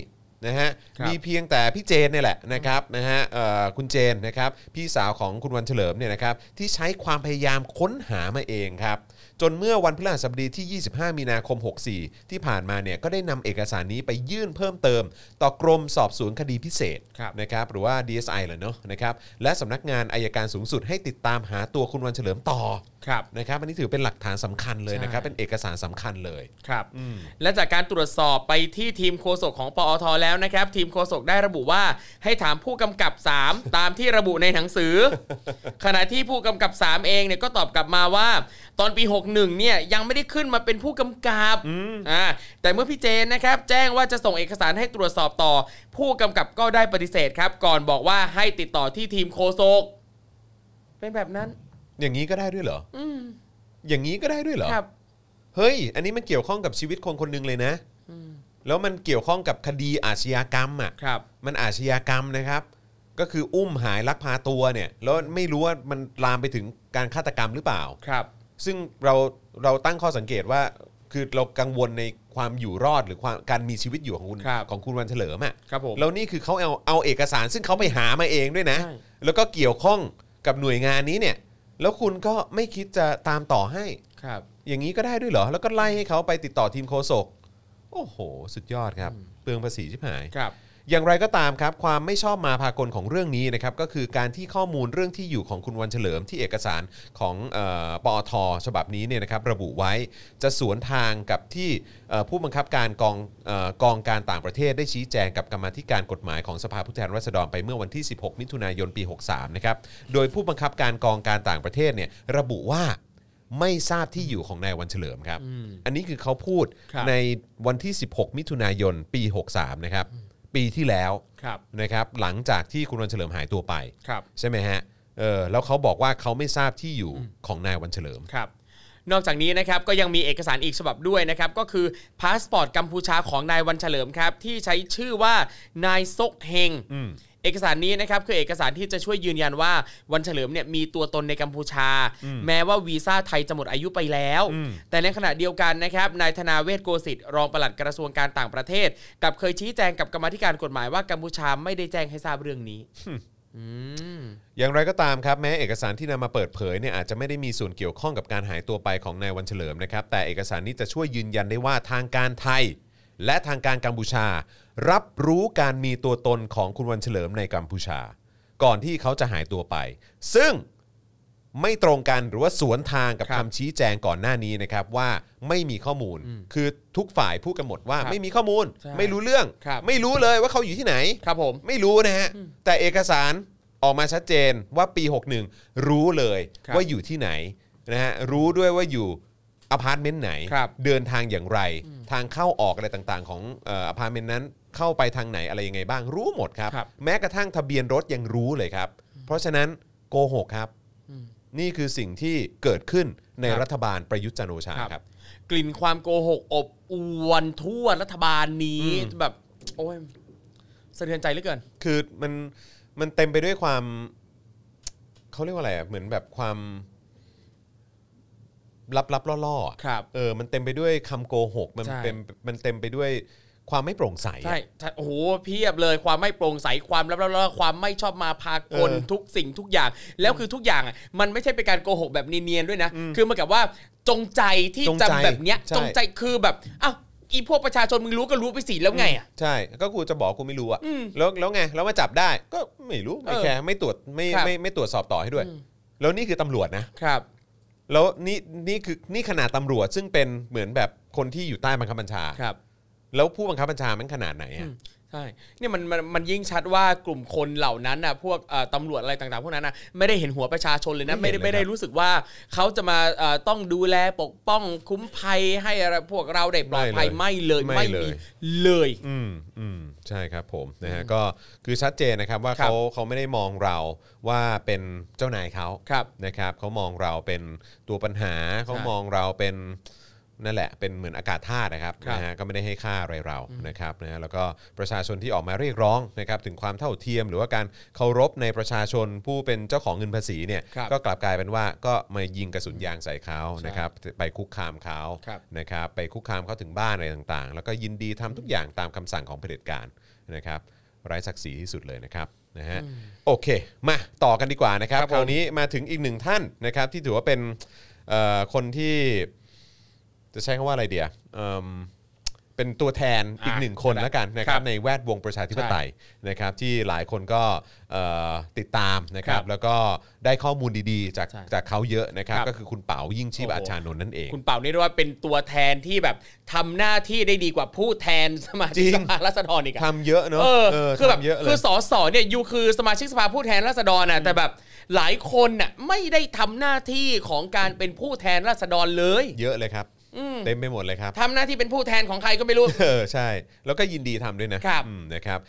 [SPEAKER 2] นะฮะ
[SPEAKER 3] ครับ
[SPEAKER 2] มีเพียงแต่พี่เจนเนี่ยแหละนะครับนะฮะเอ่อคุณเจนนะครับพี่สาวของคุณวันเฉลิมเนี่ยนะครับที่ใช้ความพยายามค้นหามาเองครับจนเมื่อวันพฤหัสบดีที่ 25 มีนาคม 64 ที่ผ่านมาเนี่ยก็ได้นำเอกสารนี้ไปยื่นเพิ่มเติม ต่อกรมสอบสวนคดีพิเศษ
[SPEAKER 3] ครับ
[SPEAKER 2] นะครับหรือว่า DSI เหรอเนอะนะครับและสำนักงานอายการสูงสุดให้ติดตามหาตัวคุณวันเฉลิมต่อ
[SPEAKER 3] ครับ
[SPEAKER 2] นะครับอันนี้ถือเป็นหลักฐานสำคัญเลยนะครับ
[SPEAKER 3] ใช่
[SPEAKER 2] เป็นเอกสารสำคัญเลย
[SPEAKER 3] ครับ และจากการตรวจสอบไปที่ทีมโฆษกของปอทแล้วนะครับ ทีมโฆษกได้ระบุว่าให้ถามผู้กำกับ 3 ตามที่ระบุในหนังสือ ขณะที่ผู้กำกับ 3 เองเนี่ยก็ตอบกลับมาว่า ตอนปี 61 เนี่ยยังไม่ได้ขึ้นมาเป็นผู้กำกับอ่าแต่เมื่อพี่เจนนะครับ แจ้งว่าจะส่งเอกสารให้ตรวจสอบต่อ ผู้กำกับก็ได้ปฏิเสธครับ ก่อนบอกว่าให้ติดต่อที่ทีมโฆษกเป็นแบบนั้น
[SPEAKER 2] อย่างนี้ก็ได้ด้วยเหรอ
[SPEAKER 3] อืม
[SPEAKER 2] อย่างนี้ก็ได้ด้วยเหรอ
[SPEAKER 3] ครับ
[SPEAKER 2] เฮ้ย อันนี้มันเกี่ยวข้องกับชีวิตคนคนหนึ่งเลยนะแล้วมันเกี่ยวข้องกับคดีอาชญากรรมอ่ะ
[SPEAKER 3] ครับ
[SPEAKER 2] มันอาชญากรรมนะครับ ก็คืออุ้มหายลักพาตัวเนี่ยแล้วไม่รู้ว่ามันลามไปถึงการฆาตกรรมหรือเปล่า
[SPEAKER 3] ครับ
[SPEAKER 2] ซึ่งเราเราตั้งข้อสังเกตว่า คือเรากังวลในความอยู่รอดหรือความการมีชีวิตอยู่ของคุณ
[SPEAKER 3] ครับ
[SPEAKER 2] ของคุณวันเฉลิมอ่ะ
[SPEAKER 3] ครับผม
[SPEAKER 2] แล้วนี่คือเขาเอาเอาเอกสารซึ่งเขาไปหามาเองด้วยนะ
[SPEAKER 3] ใช่
[SPEAKER 2] แล้วก็เกี่ยวข้องกับหน่วยงานนี้เนี่ย แล้วคุณก็ไม่คิดจะตามต่อให้
[SPEAKER 3] ครับ
[SPEAKER 2] อย่างนี้ก็ได้ด้วยเหรอ แล้วก็ไล่ให้เขาไปติดต่อทีมโฆษกโอ้โห สุดยอดครับ เปลืองภาษีชิบหาย
[SPEAKER 3] ครับ
[SPEAKER 2] อย่างไรก็ตามครับ ความไม่ชอบมาพากลของเรื่องนี้นะครับก็คือการที่ข้อมูลเรื่องที่อยู่ของคุณวันเฉลิมที่เอกสารของเออปอทฉบับนี้เนี่ยนะครับระบุไว้จะสวนทางกับที่เอ่อผู้บังคับการกองเออกองการต่างประเทศได้ชี้แจงกับกรรมาธิการกฎหมายของสภาผู้แทนราษฎรไปเมื่อวันที่ 16 มิถุนายนปี 63 นะครับโดยผู้บังคับการกองการต่างประเทศเนี่ยระบุว่า ไม่ทราบที่อยู่ของนายวันเฉลิมครับ อันนี้คือเขาพูด
[SPEAKER 3] ครับ
[SPEAKER 2] ในวันที่ 16 มิถุนายนปี 63 นะครับ ปีที่แล้ว
[SPEAKER 3] ครับ
[SPEAKER 2] นะครับ หลังจากที่คุณวันเฉลิมหายตัวไป
[SPEAKER 3] ครับ
[SPEAKER 2] ใช่ไหมฮะ เออแล้วเขาบอกว่าเขาไม่ทราบที่อยู่ของนายวันเฉลิม
[SPEAKER 3] ครับ นอกจากนี้นะครับก็ยังมีเอกสารอีกฉบับด้วยนะครับ ก็คือพาสปอร์ตกัมพูชาของนายวันเฉลิมครับ ที่ใช้ชื่อว่านายซกเฮง
[SPEAKER 2] อืม
[SPEAKER 3] เอกสารนี้นะครับคือเอกสารที่จะช่วยยืนยันว่าวันเฉลิมเนี่ยมีตัวตนในกัมพูชา แม้ว่าวีซ่าไทยจะหมดอายุไปแล้ว
[SPEAKER 2] อืม
[SPEAKER 3] แต่ในขณะเดียวกันนะครับนายธนาเวชโกสิทธิ์รองปลัดกระทรวงการต่างประเทศกลับเคยชี้แจงกับกรรมาธิการกฎหมายว่ากัมพูชาไม่ได้แจ้งให้ทราบเรื่องนี้อืม
[SPEAKER 2] อย่างไรก็ตามครับแม้เอกสารที่นำมาเปิดเผยเนี่ยอาจจะไม่ได้มีส่วนเกี่ยวข้องกับการหายตัวไปของนายวันเฉลิมนะครับแต่เอกสารนี้จะช่วยยืนยันได้ว่าทางการไทย และทางการกัมพูชา รับรู้การมีตัวตนของคุณวันเฉลิมในกัมพูชา ก่อนที่เขาจะหายตัวไป ซึ่งไม่ตรงกันหรือว่าสวนทางกับ
[SPEAKER 3] ครับ
[SPEAKER 2] คำชี้แจงก่อนหน้านี้นะครับว่าไม่มีข้อมูล
[SPEAKER 3] อืม
[SPEAKER 2] คือทุกฝ่ายพูดกันหมดว่า
[SPEAKER 3] ครับ
[SPEAKER 2] ไม่มีข้อมูล
[SPEAKER 3] ใช่
[SPEAKER 2] ไม่รู้เรื่อง
[SPEAKER 3] ครับ
[SPEAKER 2] ไม่รู้เลยว่าเขาอยู่ที่ไหน
[SPEAKER 3] ครับผม
[SPEAKER 2] ไม่รู้นะฮะ แต่เอกสารออกมาชัดเจนว่าปี 61 รู้เลย
[SPEAKER 3] ครับ
[SPEAKER 2] ว่าอยู่ที่ไหนนะฮะรู้ด้วยว่าอยู่อพาร์ตเมนต์ไหน
[SPEAKER 3] ครับ
[SPEAKER 2] เดินทางอย่างไร ทางเข้าออกอะไรต่างๆ ของเอ่ออพาร์ตเมนต์นั้นเข้าไปทางไหนอะไรยังไงบ้างรู้หมดครับ
[SPEAKER 3] ครับ
[SPEAKER 2] แม้กระทั่งทะเบียนรถยังรู้เลยครับ เพราะฉะนั้นโกหกครับ นี่คือสิ่งที่เกิดขึ้นใน
[SPEAKER 3] ครับ
[SPEAKER 2] รัฐบาลประยุทธ์จันทร์โอชาครับ
[SPEAKER 3] กลิ่นความโกหกอบอวนทั่วรัฐบาลนี้แบบ โอ้ยสะเทือนใจเหลือเกิน
[SPEAKER 2] คือมันมันเต็มไปด้วยความเขาเรียกว่าอะไรอะเหมือนแบบความลับลับล่อล่อๆอะ
[SPEAKER 3] ครับ
[SPEAKER 2] เออ มันเต็มไปด้วยคำโกหก มัน
[SPEAKER 3] ใช่
[SPEAKER 2] เป็นมันเต็มไปด้วยความไม่โปร่งใสอะ
[SPEAKER 3] ใช่ใช่โอ้โหเพียบเลยความไม่โปร่งใสความลับๆๆความไม่ชอบมาพากล
[SPEAKER 2] เออ
[SPEAKER 3] ทุกสิ่งทุกอย่าง แล้วคือทุกอย่างอ่ะมันไม่ใช่เป็นการโกหกแบบเนียนๆด้วยนะ คือเหมันกับว่าจงใจที่
[SPEAKER 2] จงใจ
[SPEAKER 3] จะแบบเนี้ย
[SPEAKER 2] ใช่
[SPEAKER 3] จงใจคือแบบอ้าวอีพวกประชาชนมึงรู้ก็รู้ไปสิแล้วไงอ่ะ
[SPEAKER 2] ใช่ ก็กูจะบอกกูไม่รู้อะแล้วแล้วไง แล้วมาจับได้ ก็ไม่รู้ ไม่
[SPEAKER 3] เออ
[SPEAKER 2] แคร์ไม่ตรวจไม่
[SPEAKER 3] ครับ
[SPEAKER 2] ไม่ไม่ตรวจสอบต่อให้ด้วย แล้วนี่คือตำรวจนะ
[SPEAKER 3] ครับ
[SPEAKER 2] แล้วนี่นี่คือนี่ขนาดตำรวจ ซึ่งเป็นเหมือนแบบคนที่อยู่ใต้บังคับบัญชา
[SPEAKER 3] ครับ
[SPEAKER 2] แล้วผู้บังคับบัญชามันขนาดไหนอะ
[SPEAKER 3] ใช่เนี่ยมันมันมันยิ่งชัดว่ากลุ่มคนเหล่านั้นน่ะพวกเอ่อตำรวจอะไรต่างๆ พวกนั้นน่ะไม่ได้เห็นหัวประชาชนเลยนะ
[SPEAKER 2] ไม่
[SPEAKER 3] ไม่
[SPEAKER 2] เห็นเลย
[SPEAKER 3] ได้ไม่ได้
[SPEAKER 2] ครับ
[SPEAKER 3] รู้สึกว่าเขาจะมาเอ่อต้องดูแลปกป้องคุ้มภัยให้อะไรพวกเราได้ปลอดภัยไม่เลย
[SPEAKER 2] ไม่
[SPEAKER 3] ไม่
[SPEAKER 2] เลย
[SPEAKER 3] มีเลย
[SPEAKER 2] อืมอืมใช่ครับผมนะฮะก็คือชัดเจนนะครับว่า
[SPEAKER 3] ครับ
[SPEAKER 2] เขาเขาไม่ได้มองเราว่าเป็นเจ้านายเขา
[SPEAKER 3] ครับ
[SPEAKER 2] นะครับเขามองเราเป็นตัวปัญหาเขา
[SPEAKER 3] ใช่
[SPEAKER 2] มองเราเป็นนั่นแหละเป็นเหมือนอากาศธาตุนะครับ
[SPEAKER 3] ครับ
[SPEAKER 2] นะฮะก็ไม่ได้ให้ค่าอะไรเรานะครับนะฮะแล้วก็ประชาชนที่ออกมาเรียกร้องนะครับถึงความเท่าเทียม หรือว่าการเคารพในประชาชนผู้เป็นเจ้าของเงินภาษีเนี่ย
[SPEAKER 3] ครับ
[SPEAKER 2] ก็กลับกลายเป็นว่าก็มายิงกระสุนยางใส่เขานะครับไปคุกคามเขา
[SPEAKER 3] ครับ
[SPEAKER 2] นะครับไปคุกคามเขาถึงบ้านอะไรต่างๆ แล้วก็ยินดีทำทุกอย่างตามคำสั่งของเผด็จการนะครับไร้ศักดิ์ศรีที่สุดเลยนะครับนะฮะโอเค มาต่อกันดีกว่านะครับ
[SPEAKER 3] ครับผม
[SPEAKER 2] คราวนี้มาถึงอีกหนึ่งท่านนะครับที่ถือว่าเป็นเอ่อคนที่จะใช้คำว่าอะไรเดียเอิ่มเป็นตัวแทนอีก
[SPEAKER 3] อ่ะ
[SPEAKER 2] หนึ่งคน
[SPEAKER 3] ได้
[SPEAKER 2] แล้วกันนะครั
[SPEAKER 3] ครับ บ
[SPEAKER 2] ในแวดวงประชาธิปไตยนะครับที่หลายคนก็เอ่อติดตามนะครับ
[SPEAKER 3] ครับ
[SPEAKER 2] แล้วก็ได้ข้อมูลดีๆ จาก
[SPEAKER 3] ใช่
[SPEAKER 2] จากเขาเยอะนะครับ
[SPEAKER 3] ครับ
[SPEAKER 2] ก็คือคุณเป๋ายิ่งชีพ
[SPEAKER 3] โอ้โห
[SPEAKER 2] อาชานนท์นั่นเอง
[SPEAKER 3] คุณเป่านี่เรียกว่าเป็นตัวแทนที่แบบทำหน้าที่ได้ดีกว่าผู้แทนสมาชิก
[SPEAKER 2] จริง
[SPEAKER 3] สภาราษฎรอีกอะ
[SPEAKER 2] ทำเยอะเนอะ
[SPEAKER 3] เออ
[SPEAKER 2] เออ
[SPEAKER 3] คือแบบ
[SPEAKER 2] ทำเยอะเลย
[SPEAKER 3] คือสอสอเนี่ยยูคือสมาชิกสภาผู้แทนราษฎรน่ะแต่แบบหลายคนน่ะไม่ได้ทำหน้าที่ของการเป็นผู้แทนราษฎรเลย
[SPEAKER 2] เยอะเลยครับ เต็มไปหมดเลยครับ
[SPEAKER 3] ทำหน้าที่เป็นผู้แทนของใครก็ไม่รู้
[SPEAKER 2] เออใช่ แล้วก็ยินดีทำด้วยนะครับอืมนะครับ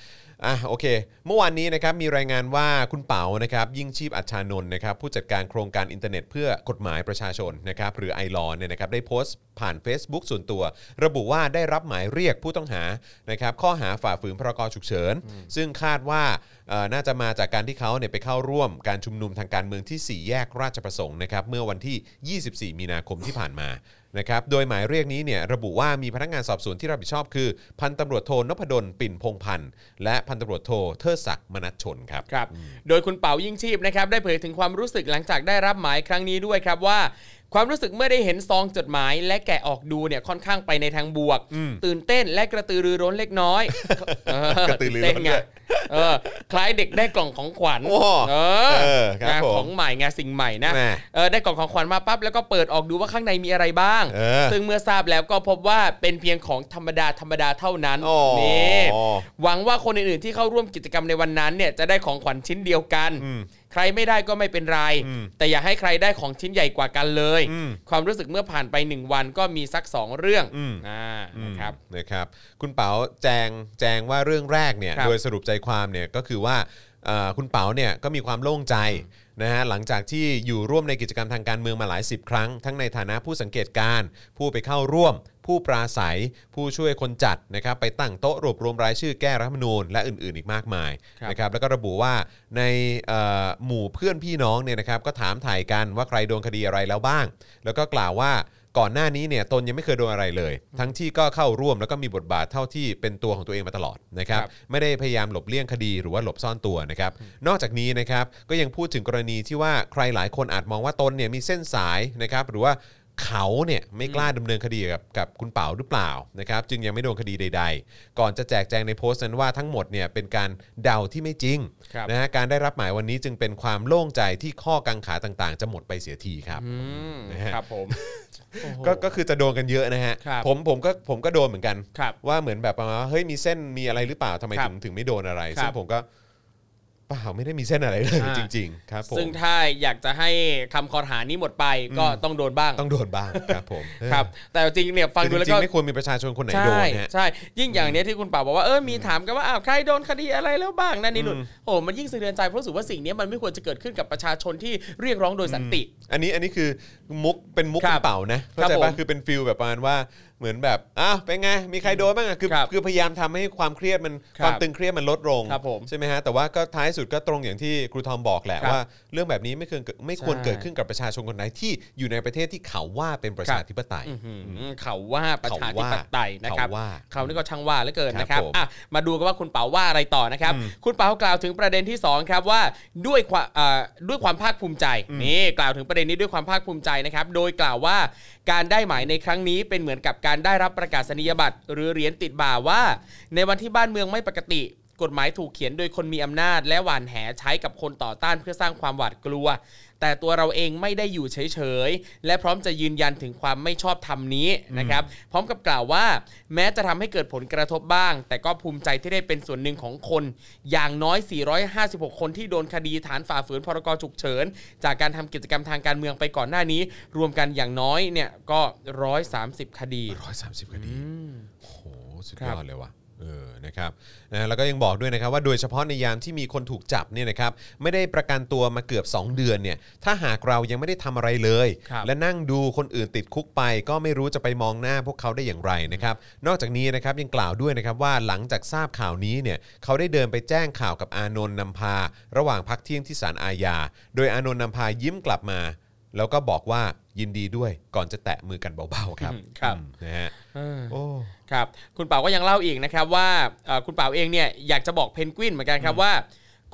[SPEAKER 2] อ่ะโอเค เมื่อวานนี้นะครับมีรายงานว่าคุณเป๋านะครับยิ่งชีพอัชชานนท์นะครับผู้จัดการโครงการอินเทอร์เน็ตเพื่อกฎหมายประชาชนนะครับหรือไอรอนเนี่ยนะครับได้โพสต์ผ่าน Facebook ส่วนตัว ระบุว่าได้รับหมายเรียกผู้ต้องหานะครับข้อหาฝ่าฝืนพรกฉุกเฉิน ซึ่งคาดว่าเอ่อน่าจะมาจากการที่เขาเนี่ยไปเข้าร่วมการชุมนุมทางการเมืองที่สี่แยกราชประสงค์นะครับเมื่อวันที่ 24 มีนาคมที่ผ่านมา นะครับ โดยหมายเรียกนี้เนี่ยระบุว่ามีพนักงานสอบสวนที่รับผิดชอบคือ พันตำรวจโทนพดลปิ่นพงพันธ์และพัน พันตำรวจโทเทิดศักดิ์มนัชชน ครับ
[SPEAKER 3] ครับโดยคุณเป่ายิ่งชีพนะครับได้เผยถึงความรู้สึกหลังจากได้รับหมายครั้งนี้ด้วยครับว่า ความรู้สึกเมื่อได้เห็นซองจดหมาย และแกะออกดูเนี่ยค่อนข้างไปในทางบวก ตื่นเต้นและกระตือรือร้นเล็กน้อย เออก
[SPEAKER 2] ระตือรือร้น
[SPEAKER 3] เต้ไง
[SPEAKER 2] ด้วย
[SPEAKER 3] เออคล้ายเด็กได้กล่องของขวัญ
[SPEAKER 2] โอ้
[SPEAKER 3] เออ
[SPEAKER 2] เออครับ
[SPEAKER 3] นะ
[SPEAKER 2] ผม
[SPEAKER 3] ของใหม่ไงสิ่งใหม่นะ
[SPEAKER 2] แม่
[SPEAKER 3] เออได้กล่องของขวัญมาปั๊บแล้วก็เปิดออกดูว่าข้างในมีอะไรบ้าง
[SPEAKER 2] เออ
[SPEAKER 3] ซึ่งเมื่อทราบแล้วก็พบว่าเป็นเพียงของธรรมดาธรรมดาเท่านั้น
[SPEAKER 2] อ๋อ
[SPEAKER 3] นี่ หวังว่าคนอื่นๆที่เข้าร่วมกิจกรรมในวันนั้นเนี่ยจะได้ของขวัญชิ้นเดียวกัน ใครไม่ได้ก็ไม่เป็นไร
[SPEAKER 2] อืม
[SPEAKER 3] แต่อย่าให้ใครได้ของชิ้นใหญ่กว่ากันเลย
[SPEAKER 2] อืม
[SPEAKER 3] ความรู้สึกเมื่อผ่านไปหนึ่งวันก็มีสักสองเรื่อง
[SPEAKER 2] อืม
[SPEAKER 3] อ่านะครับ
[SPEAKER 2] นะครับคุณเป๋าแจงแจงว่าเรื่องแรกเนี่ย
[SPEAKER 3] ครับ
[SPEAKER 2] โดยสรุปใจความเนี่ยก็คือว่าเอ่อคุณเป๋าเนี่ยก็มีความโล่งใจนะฮะหลังจากที่อยู่ร่วมในกิจกรรมทางการเมืองมาหลายสิบครั้ง ทั้งในฐานะผู้สังเกตการณ์ผู้ไปเข้าร่วม ผู้ปราศัย ผู้ช่วยคนจัดนะครับไปตั้งโต๊ะรวบรวมรายชื่อแก้รัฐธรรมนูญและอื่นๆอีกมากมาย
[SPEAKER 3] ครับ
[SPEAKER 2] นะครับแล้วก็ระบุว่าในเอ่อหมู่เพื่อนพี่น้องเนี่ยนะครับก็ถามถ่ายกันว่าใครโดนคดีอะไรแล้วบ้าง แล้วก็กล่าวว่า ก่อนหน้านี้เนี่ยตนยังไม่เคยโดนอะไรเลย ทั้งที่ก็เข้าร่วมแล้วก็มีบทบาทเท่าที่เป็นตัวของตัวเองมาตลอดนะครับ
[SPEAKER 3] ครับ
[SPEAKER 2] ไม่ได้พยายามหลบเลี่ยงคดีหรือว่าหลบซ่อนตัวนะครับนอกจากนี้นะครับก็ยังพูดถึงกรณีที่ว่าใครหลายคนอาจมองว่าตนเนี่ยมีเส้นสายนะครับหรือว่าเขาเนี่ยไม่กล้าดำเนินคดีกับกับคุณเปาหรือเปล่านะครับจึงยังไม่โดนคดีใด ๆ ก่อนจะแจกแจงในโพสต์นั้นว่าทั้งหมดเนี่ยเป็นการเดาที่ไม่จริง
[SPEAKER 3] ครับ
[SPEAKER 2] นะฮะการได้รับหมายวันนี้จึงเป็นความโล่งใจที่ข้อกังขาต่างๆ จะหมดไปเสียทีครับ
[SPEAKER 3] อืม
[SPEAKER 2] นะฮะ
[SPEAKER 3] ครับผม โอ้โห
[SPEAKER 2] ก็ก็คือจะโดนกันเยอะนะฮะ
[SPEAKER 3] ครับ
[SPEAKER 2] ผมผมก็ผมก็โดนเหมือนกัน
[SPEAKER 3] ครับ
[SPEAKER 2] ว่าเหมือนแบบประมาณว่าเฮ้ยมีเส้นมีอะไรหรือเปล่าทำไม
[SPEAKER 3] ครับ
[SPEAKER 2] ถึงถึงไม่โดนอะไร
[SPEAKER 3] ครับ
[SPEAKER 2] ซึ่งผมก็เปล่าไม่ได้มีเส้นอะไรเลย
[SPEAKER 3] อ่า
[SPEAKER 2] จริง ๆ ครับผม
[SPEAKER 3] ซึ่งถ้าอยากจะให้คำคอรหานี้หมดไปก็ต้องโดนบ้าง
[SPEAKER 2] ต้องโดนบ้างครับผม
[SPEAKER 3] ครับ แต่จริงๆเนี่ยฟัง
[SPEAKER 2] แต่
[SPEAKER 3] ดูแล้ว
[SPEAKER 2] จริ
[SPEAKER 3] ก็
[SPEAKER 2] งๆไม่ควรมีประชาชนคนไหนโด
[SPEAKER 3] ใช่
[SPEAKER 2] นนะฮะ
[SPEAKER 3] ใช่ยิ่งอย่างเนี้ยที่คุณป่าบอกว่าเออมีถามกันว่าอ้าวใครโดนคดีอะไรแล้วบ้างนั่นนี่นู่น
[SPEAKER 2] อืม
[SPEAKER 3] โอ้มันยิ่งสะเทือนใจเพราะรู้สึกว่าสิ่งเนี้ยมันไม่ควรจะเกิดขึ้นกับประชาชนที่เรียกร้องโดยสันติ
[SPEAKER 2] อันนี้อันนี้คือมุกเป็นมุก
[SPEAKER 3] ครั
[SPEAKER 2] คุ
[SPEAKER 3] บ
[SPEAKER 2] ณเป่านะเข้าใจ
[SPEAKER 3] ครับผ
[SPEAKER 2] ป่ะ
[SPEAKER 3] ม
[SPEAKER 2] คือเป็นฟิลแบบประมาณว่าเหมือนแบบอ้าวเป็นไงมีใครโดนบ้างอะคือ
[SPEAKER 3] ครับ
[SPEAKER 2] คือพยายามทำให้ความเครียดมัน
[SPEAKER 3] ครับ
[SPEAKER 2] ความตึงเครียดมันลดลง
[SPEAKER 3] ครับผม
[SPEAKER 2] ใช่ไหมฮะแต่ว่าก็ท้ายสุดก็ตรงอย่างที่ครูทอมบอกแหละ
[SPEAKER 3] ครับ
[SPEAKER 2] ว่าเรื่องแบบนี้ไม่ควรเกิดไม่ควร
[SPEAKER 3] ใช่
[SPEAKER 2] เกิดขึ้นกับประชาชนคนไหนที่อยู่ในประเทศที่เขาว่าเป็นประชาธิปไตย
[SPEAKER 3] อื้อหือเขาว่าประชาธิปไตยนะครับ
[SPEAKER 2] เขาว่า
[SPEAKER 3] เขานี่ก็ช่างว่าเหลือเกินนะค
[SPEAKER 2] ครั
[SPEAKER 3] รับ
[SPEAKER 2] ผ
[SPEAKER 3] บ
[SPEAKER 2] ม
[SPEAKER 3] อ่ะมาดูกันว่าคุณเปาว่าอะไรต่อนะครับ คุณเปากล่าวถึงประเด็นที่สองครับว่าด้วยความเอ่อด้วยความภาคภูมิใจนี่กล่าวถึงประเด็นนี้ด้วยความภาคภูมิใจนะครับ โดยกล่าวว่าการได้หมายในครั้งนี้เป็นเหมือนกับการได้รับประกาศนียบัตร หรือเหรียญติดบ่าว่า ในวันที่บ้านเมืองไม่ปกติ กฎหมายถูกเขียนโดยคนมีอำนาจ และหวานแหใช้กับคนต่อต้านเพื่อสร้างความหวาดกลัว แต่ตัวเราเองไม่ได้อยู่เฉยๆ และพร้อมจะยืนยันถึงความไม่ชอบธรรมนี้นะครับ พร้อมกับกล่าวว่า แม้จะทำให้เกิดผลกระทบบ้าง แต่ก็ภูมิใจที่ได้เป็นส่วนหนึ่งของคน อย่างน้อย 456 คนที่โดนคดีฐานฝ่าฝืนพรกฉุกเฉิน จากการทำกิจกรรมทางการเมืองไปก่อนหน้านี้ รวมกันอย่างน้อยเนี่ยก็ 130 คดี
[SPEAKER 2] ร้อยสามสิบคดี โอ้โห สุดย
[SPEAKER 3] ค
[SPEAKER 2] อ
[SPEAKER 3] รั
[SPEAKER 2] ด
[SPEAKER 3] บ
[SPEAKER 2] เลยว่ะ เออ นะครับนะแล้วก็ยังบอกด้วยนะครับว่าโดยเฉพาะในยามที่มีคนถูกจับเนี่ยนะครับ ไม่ได้ประกันตัวมาเกือบ 2 เดือนเนี่ย ถ้าหากเรายังไม่ได้ทำอะไรเลย
[SPEAKER 3] ครับ
[SPEAKER 2] และนั่งดูคนอื่นติดคุกไป ก็ไม่รู้จะไปมองหน้าพวกเขาได้อย่างไรนะครับ นอกจากนี้นะครับยังกล่าวด้วยนะครับว่าหลังจากทราบข่าวนี้เนี่ย เขาได้เดินไปแจ้งข่าวกับอานนท์นำพา ระหว่างพักเที่ยงที่ศาลอาญา โดยอานนท์นำพายิ้มกลับมา แล้วก็บอกว่ายินดีด้วยก่อนจะแตะมือกันเบาๆครับ
[SPEAKER 3] ครับ
[SPEAKER 2] อืมนะฮะ โอ้
[SPEAKER 3] ครับคุณเป่าก็ยังเล่าอีกนะครับว่าเอ่อคุณเป่าเองเนี่ยอยากจะบอกเพนกวินเหมือนกันครับว่า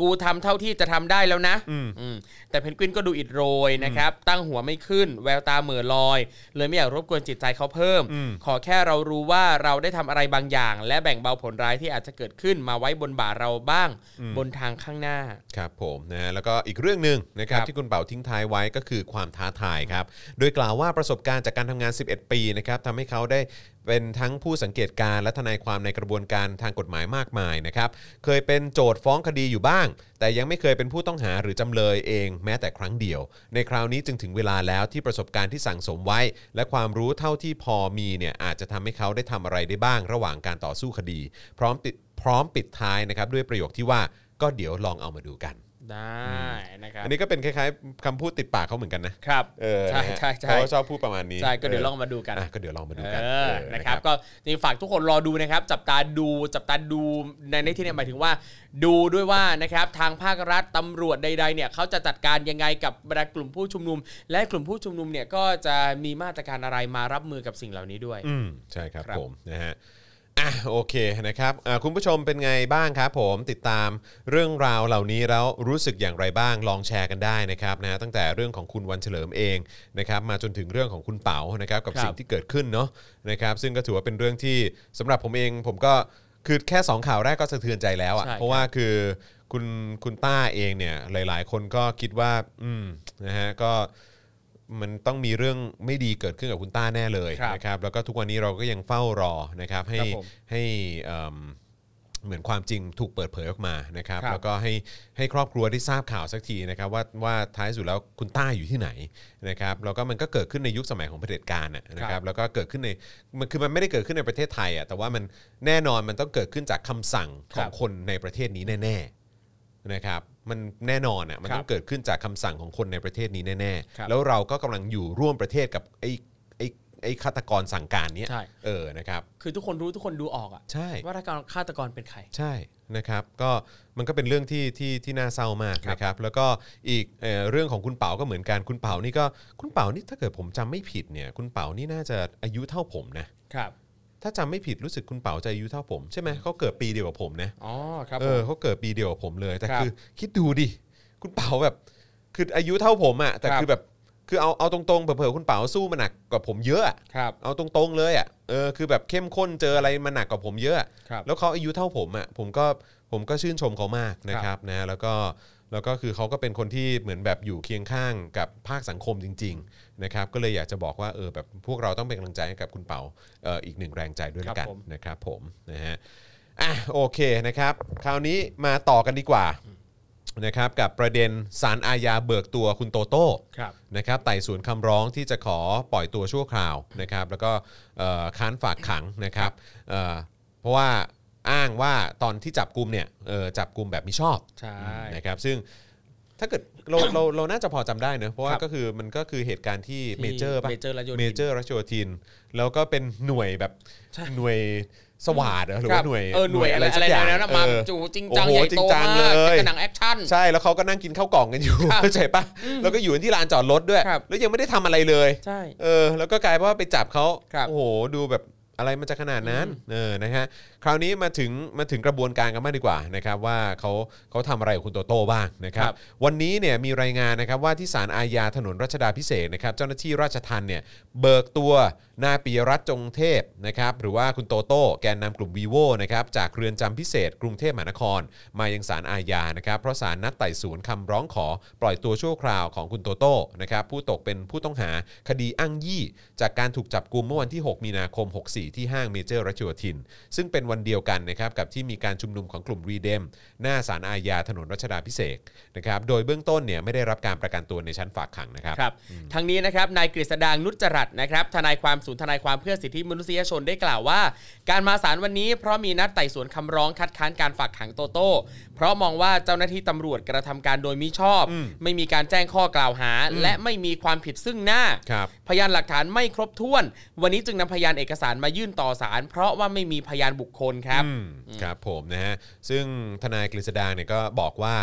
[SPEAKER 3] กูทำเท่าที่จะทำได้แล้วนะอืมแต่เพนกวินก็ดูอิดโรยนะครับตั้งหัวไม่ขึ้น แววตาเหม่อลอย เลยไม่อยากรบกวนจิตใจเขาเพิ่ม ขอแค่เรารู้ว่าเราได้ทำอะไรบางอย่าง และแบ่งเบาผลร้ายที่อาจจะเกิดขึ้นมาไว้บนบ่าเราบ้าง บนทางข้างหน้า
[SPEAKER 2] ครับผมนะฮะแล้วก็อีกเรื่องหนึ่งนะครับ
[SPEAKER 3] ครับ
[SPEAKER 2] ที่คุณเป่าทิ้งท้ายไว้ก็คือความท้าทายครับ โดยกล่าวว่าประสบการณ์จากการทำงาน 11 ปีนะครับทำให้เขาได้เป็นทั้งผู้สังเกตการณ์และทนายความในกระบวนการทางกฎหมายมากมายนะครับเคยเป็นโจทย์ฟ้องคดีอยู่บ้าง แต่ยังไม่เคยเป็นผู้ต้องหาหรือจำเลยเองแม้แต่ครั้งเดียว ในคราวนี้จึงถึงเวลาแล้วที่ประสบการณ์ที่สั่งสมไว้ และความรู้เท่าที่พอมีเนี่ยอาจจะทำให้เขาได้ทำอะไรได้บ้าง ระหว่างการต่อสู้คดี พร้อมปิดพร้อมปิดท้ายนะครับด้วยประโยคที่ว่าก็เดี๋ยวลองเอามาดูกัน
[SPEAKER 3] ได้นะครับ
[SPEAKER 2] อันนี้ก็เป็นคล้ายๆคำพูดติดปากเขาเหมือนกันนะครับเออ
[SPEAKER 3] ใช่
[SPEAKER 2] นะฮะ
[SPEAKER 3] ใช่ใช่
[SPEAKER 2] เขาชอบพูดประมาณนี้
[SPEAKER 3] ใช่ก็เดี๋ยวลองมาดูกัน
[SPEAKER 2] อ่ะก็เดี๋ยวลองมาดูกั
[SPEAKER 3] เออ
[SPEAKER 2] เออ
[SPEAKER 3] นะครับก็จริงๆฝากทุกคนรอดูนะครับ จับตาดูจับตาดูในในที่เนี้หมายถึงว่า ดูด้วยว่านะครับทางภาครัฐตำรวจใดๆเนี่ยเขาจะจัดการยังไงกับบรรดากลุ่มผู้ชุมนุม และกลุ่มผู้ชุมนุมเนี่ยก็จะมีมาตรการอะไรมารับมือกับสิ่งเหล่านี้ด้วย
[SPEAKER 2] อืมใช่ครับ
[SPEAKER 3] ครับ
[SPEAKER 2] ผมนะฮะ อ่ะโอเคนะครับอ่าคุณผู้ชมเป็นไงบ้างครับผมติดตามเรื่องราวเหล่านี้แล้วรู้สึกอย่างไรบ้างลองแชร์กันได้นะครับนะตั้งแต่เรื่องของคุณวันเฉลิมเองนะครับมาจนถึงเรื่องของคุณเปานะครับกับ
[SPEAKER 3] ครับ
[SPEAKER 2] สิ่งที่เกิดขึ้นเนาะนะครับซึ่งก็ถือว่าเป็นเรื่องที่สำหรับผมเองผมก็คือแค่สองข่าวแรกก็สะเทือนใจแล้ว
[SPEAKER 3] ใช่ครั
[SPEAKER 2] อะ่ะ
[SPEAKER 3] บ
[SPEAKER 2] เพราะว่าคือคุณคุณต้าเองเนี่ยหลาย ๆ คนก็คิดว่าอืมนะฮะก็ มันต้องมีเรื่องไม่ดีเกิดขึ้นกับคุณต้าแน่เลย
[SPEAKER 3] ครับ
[SPEAKER 2] นะครับแล้วก็ทุกวันนี้เราก็ยังเฝ้ารอนะครับให้
[SPEAKER 3] ครับผม
[SPEAKER 2] ให้เอิ่มเหมือนความจริงถูกเปิดเผยออกมานะครับ
[SPEAKER 3] ครับ
[SPEAKER 2] แล้วก็ให้ให้ครอบครัวได้ทราบข่าวสักทีนะครับว่าว่าท้ายสุดแล้วคุณต้าอยู่ที่ไหนนะครับแล้วก็มันก็เกิดขึ้นในยุคสมัยของเผด็จการน่ะนะค
[SPEAKER 3] ค
[SPEAKER 2] รั
[SPEAKER 3] รั
[SPEAKER 2] บบ แล้วก็เกิดขึ้นในมันคือมันไม่ได้เกิดขึ้นในประเทศไทยอ่ะแต่ว่ามันแน่นอนมันต้องเกิดขึ้นจากคำสั่งของคนในประเทศนี้แน่ ๆ นะครับมันแน่นอนอ่ะมัน
[SPEAKER 3] ครับ
[SPEAKER 2] ต้องเกิดขึ้นจากคำสั่งของคนในประเทศนี้แน่
[SPEAKER 3] ครั
[SPEAKER 2] ๆ
[SPEAKER 3] บ
[SPEAKER 2] แล้วเราก็กำลังอยู่ร่วมประเทศกับไอ้ไอ้ไอ้ฆาตกรสั่งการเนี้ย
[SPEAKER 3] ใช่
[SPEAKER 2] เออนะครับ
[SPEAKER 3] คือทุกคนรู้ทุกคนดูออกอะ
[SPEAKER 2] ใช่
[SPEAKER 3] ว่าถ้าการฆาตกรเป็นใคร
[SPEAKER 2] ใช่นะครับก็มันก็เป็นเรื่องที่ที่ที่น่าเศร้ามากนะครับแล้วก็อีกเอ่อเรื่องของคุณเปาก็เหมือนกันคุณเปานี่ก็คุณเปานี่ถ้าเกิดผมจำไม่ผิดเนี่ยคุณเปานี่น่าจะอายุเท่าผมนะครับ ถ้าจำไม่ผิดรู้สึกคุณเปาจะอายุเท่าผมใช่ไหมเขาเกิดปีเดียวกับผมนะ
[SPEAKER 3] อ๋อ ครับ
[SPEAKER 2] เอ
[SPEAKER 3] ผ
[SPEAKER 2] อ
[SPEAKER 3] ม
[SPEAKER 2] เขาเกิดปีเดียวกับผมเลย แต่
[SPEAKER 3] ครับ
[SPEAKER 2] คือคิดดูดิ คุณเปาแบบ คืออายุเท่าผมอะ่ะแต่
[SPEAKER 3] ครับ
[SPEAKER 2] คือแบบคือเอาเอาตรงๆเผลอๆคุณเปาสู้มาหนักกว่าผมเยอะอะ
[SPEAKER 3] ครับ
[SPEAKER 2] เอาตรงๆเลยอะ่ะเออคือแบบเข้มข้นเจออะไรมาหนักกว่าผมเยอะอะ
[SPEAKER 3] ครับ
[SPEAKER 2] แล้วเขาอายุเท่าผมอะ่ะผมก็ผมก็ชื่นชมเขามากนะครับนะแล้วก็แล้วก็คือเขาก็เป็นคนที่เหมือนแบบอยู่เคียงข้างกับภาคสังคมจริงๆนะครับก็เลยอยากจะบอกว่าเออแบบพวกเราต้องเป็นกำลังใจให้กับคุณเปาเอออีกหนึ่งแรงใจด้วยแล้วกัน
[SPEAKER 3] ครับผม
[SPEAKER 2] นะครับผมนะฮะ อ่ะโอเคนะครับ คราวนี้มาต่อกันดีกว่านะครับกับประเด็นสารอาญาเบิกตัวคุณโตโต้
[SPEAKER 3] ครับ
[SPEAKER 2] นะครับไต่สวนคำร้องที่จะขอปล่อยตัวชั่วคราวนะครับ แล้วก็เอ่อค้านฝากขังนะครับเอ่อเพราะว่าอ้างว่าตอนที่จับกลุ่มเนี่ยเอ่อจับกลุ่มแบบมิชอบ
[SPEAKER 3] ใช่
[SPEAKER 2] นะครับซึ่งถ้าเกิดเราเราเราน่าจะพอจำได้เนอะเพราะว่า
[SPEAKER 3] ครับ
[SPEAKER 2] ก็คือมันก็คือเหตุการณ์ที่
[SPEAKER 3] ที่
[SPEAKER 2] เมเจอร์ป่ะ
[SPEAKER 3] Major รัชโยธิน
[SPEAKER 2] เมเจอร์รัชโยธิน แล้วก็เป็นหน่วยแบบหน่วยสวาดเหรอหรือ
[SPEAKER 3] ครั
[SPEAKER 2] ว่า
[SPEAKER 3] บ
[SPEAKER 2] หน่วย
[SPEAKER 3] เออหน่วยอะไร
[SPEAKER 2] สั
[SPEAKER 3] อะไร
[SPEAKER 2] กย่าง
[SPEAKER 3] แล้วนะมา
[SPEAKER 2] เออ
[SPEAKER 3] จูจริงจัง
[SPEAKER 2] โอ้
[SPEAKER 3] ให
[SPEAKER 2] โห
[SPEAKER 3] ญ่
[SPEAKER 2] จริ
[SPEAKER 3] โต
[SPEAKER 2] งจัง
[SPEAKER 3] มาก
[SPEAKER 2] เลย
[SPEAKER 3] เป็นหนังแอคชั่น
[SPEAKER 2] ใช่แล้วเขาก็นั่งกินข้าวกล่องกันอยู่
[SPEAKER 3] ครับ
[SPEAKER 2] เข้าใจปะแล้วก็อยู่ที่ลานจอดรถด้วย
[SPEAKER 3] ครับ
[SPEAKER 2] แล้วยังไม่ได้ทำอะไรเลย
[SPEAKER 3] ใช่
[SPEAKER 2] เออ แล้วก็กลายเป็นว่าไปจับเขา
[SPEAKER 3] ครับ
[SPEAKER 2] โอ้โห ดูแบบอะไรมันจะขนาดนั้น เออ นะฮะ คราวนี้มาถึง มาถึงกระบวนการกันมากดีกว่านะครับว่าเขาเขาทำอะไรกับคุณโตโต้บ้างนะครับ
[SPEAKER 3] ครับ
[SPEAKER 2] วันนี้เนี่ยมีรายงานนะครับว่าที่ศาลอาญาถนนรัชดาพิเศษกนะครับ เจ้าหน้าที่ราชทันเนี่ยเบิกตัวนายปิยรัตน์จงเทพนะครับหรือว่าคุณโตโต้แกนนำกลุ่มวีโวนะครับจากเรือนจำพิเศษ กรุงเทพมหานคร มายังศาลอาญานะครับเพราะศาลนัดไต่สวนคำร้องขอปล่อยตัวชั่วคราวของคุณโตโต้นะครับผู้ตกเป็นผู้ต้องหาคดีอ้างยี่ จากการถูกจับกลุมเมื่อวันที่ 6 มีนาคม 64 ที่ห้างเมเจอร์รัชโยธิน ซึ่งเป็นวันเดียวกันนะครับกับที่มีการชุมนุมของกลุ่มรีเดม หน้าศาลอาญาถนนรัชดาพิเศษกนะครับโดยเบื้องต้นเนี่ยไม่ได้รับการประกันตัวในชั้นฝากขังนะครับ
[SPEAKER 3] ับทางนี้นะครับนายกฤษดางนุจจรัตน์นะครับทนายความศูนย์ทนายความเพื่อสิทธิมนุษยชนได้กล่าวว่า การมาศาลวันนี้เพราะมีนัดไต่สวนคำร้องคัดค้านการฝากขังโตโต้ เพราะมองว่าเจ้าหน้าที่ตำรวจกระทำการโดยมิชอบ ไม่มีการแจ้งข้อกล่าวหา และไม่มีความผิดซึ่งหน้า
[SPEAKER 2] ครับ
[SPEAKER 3] พยานหลักฐานไม่ครบถ้วน วันนี้จึงนำพยานเอกสารมายื่นต่อศาลเพราะว่าไม่มีพยานบุคคลครับ
[SPEAKER 2] อืมครับผมนะฮะซึ่งทนายกฤษดาเนี่ยก็บอกว่า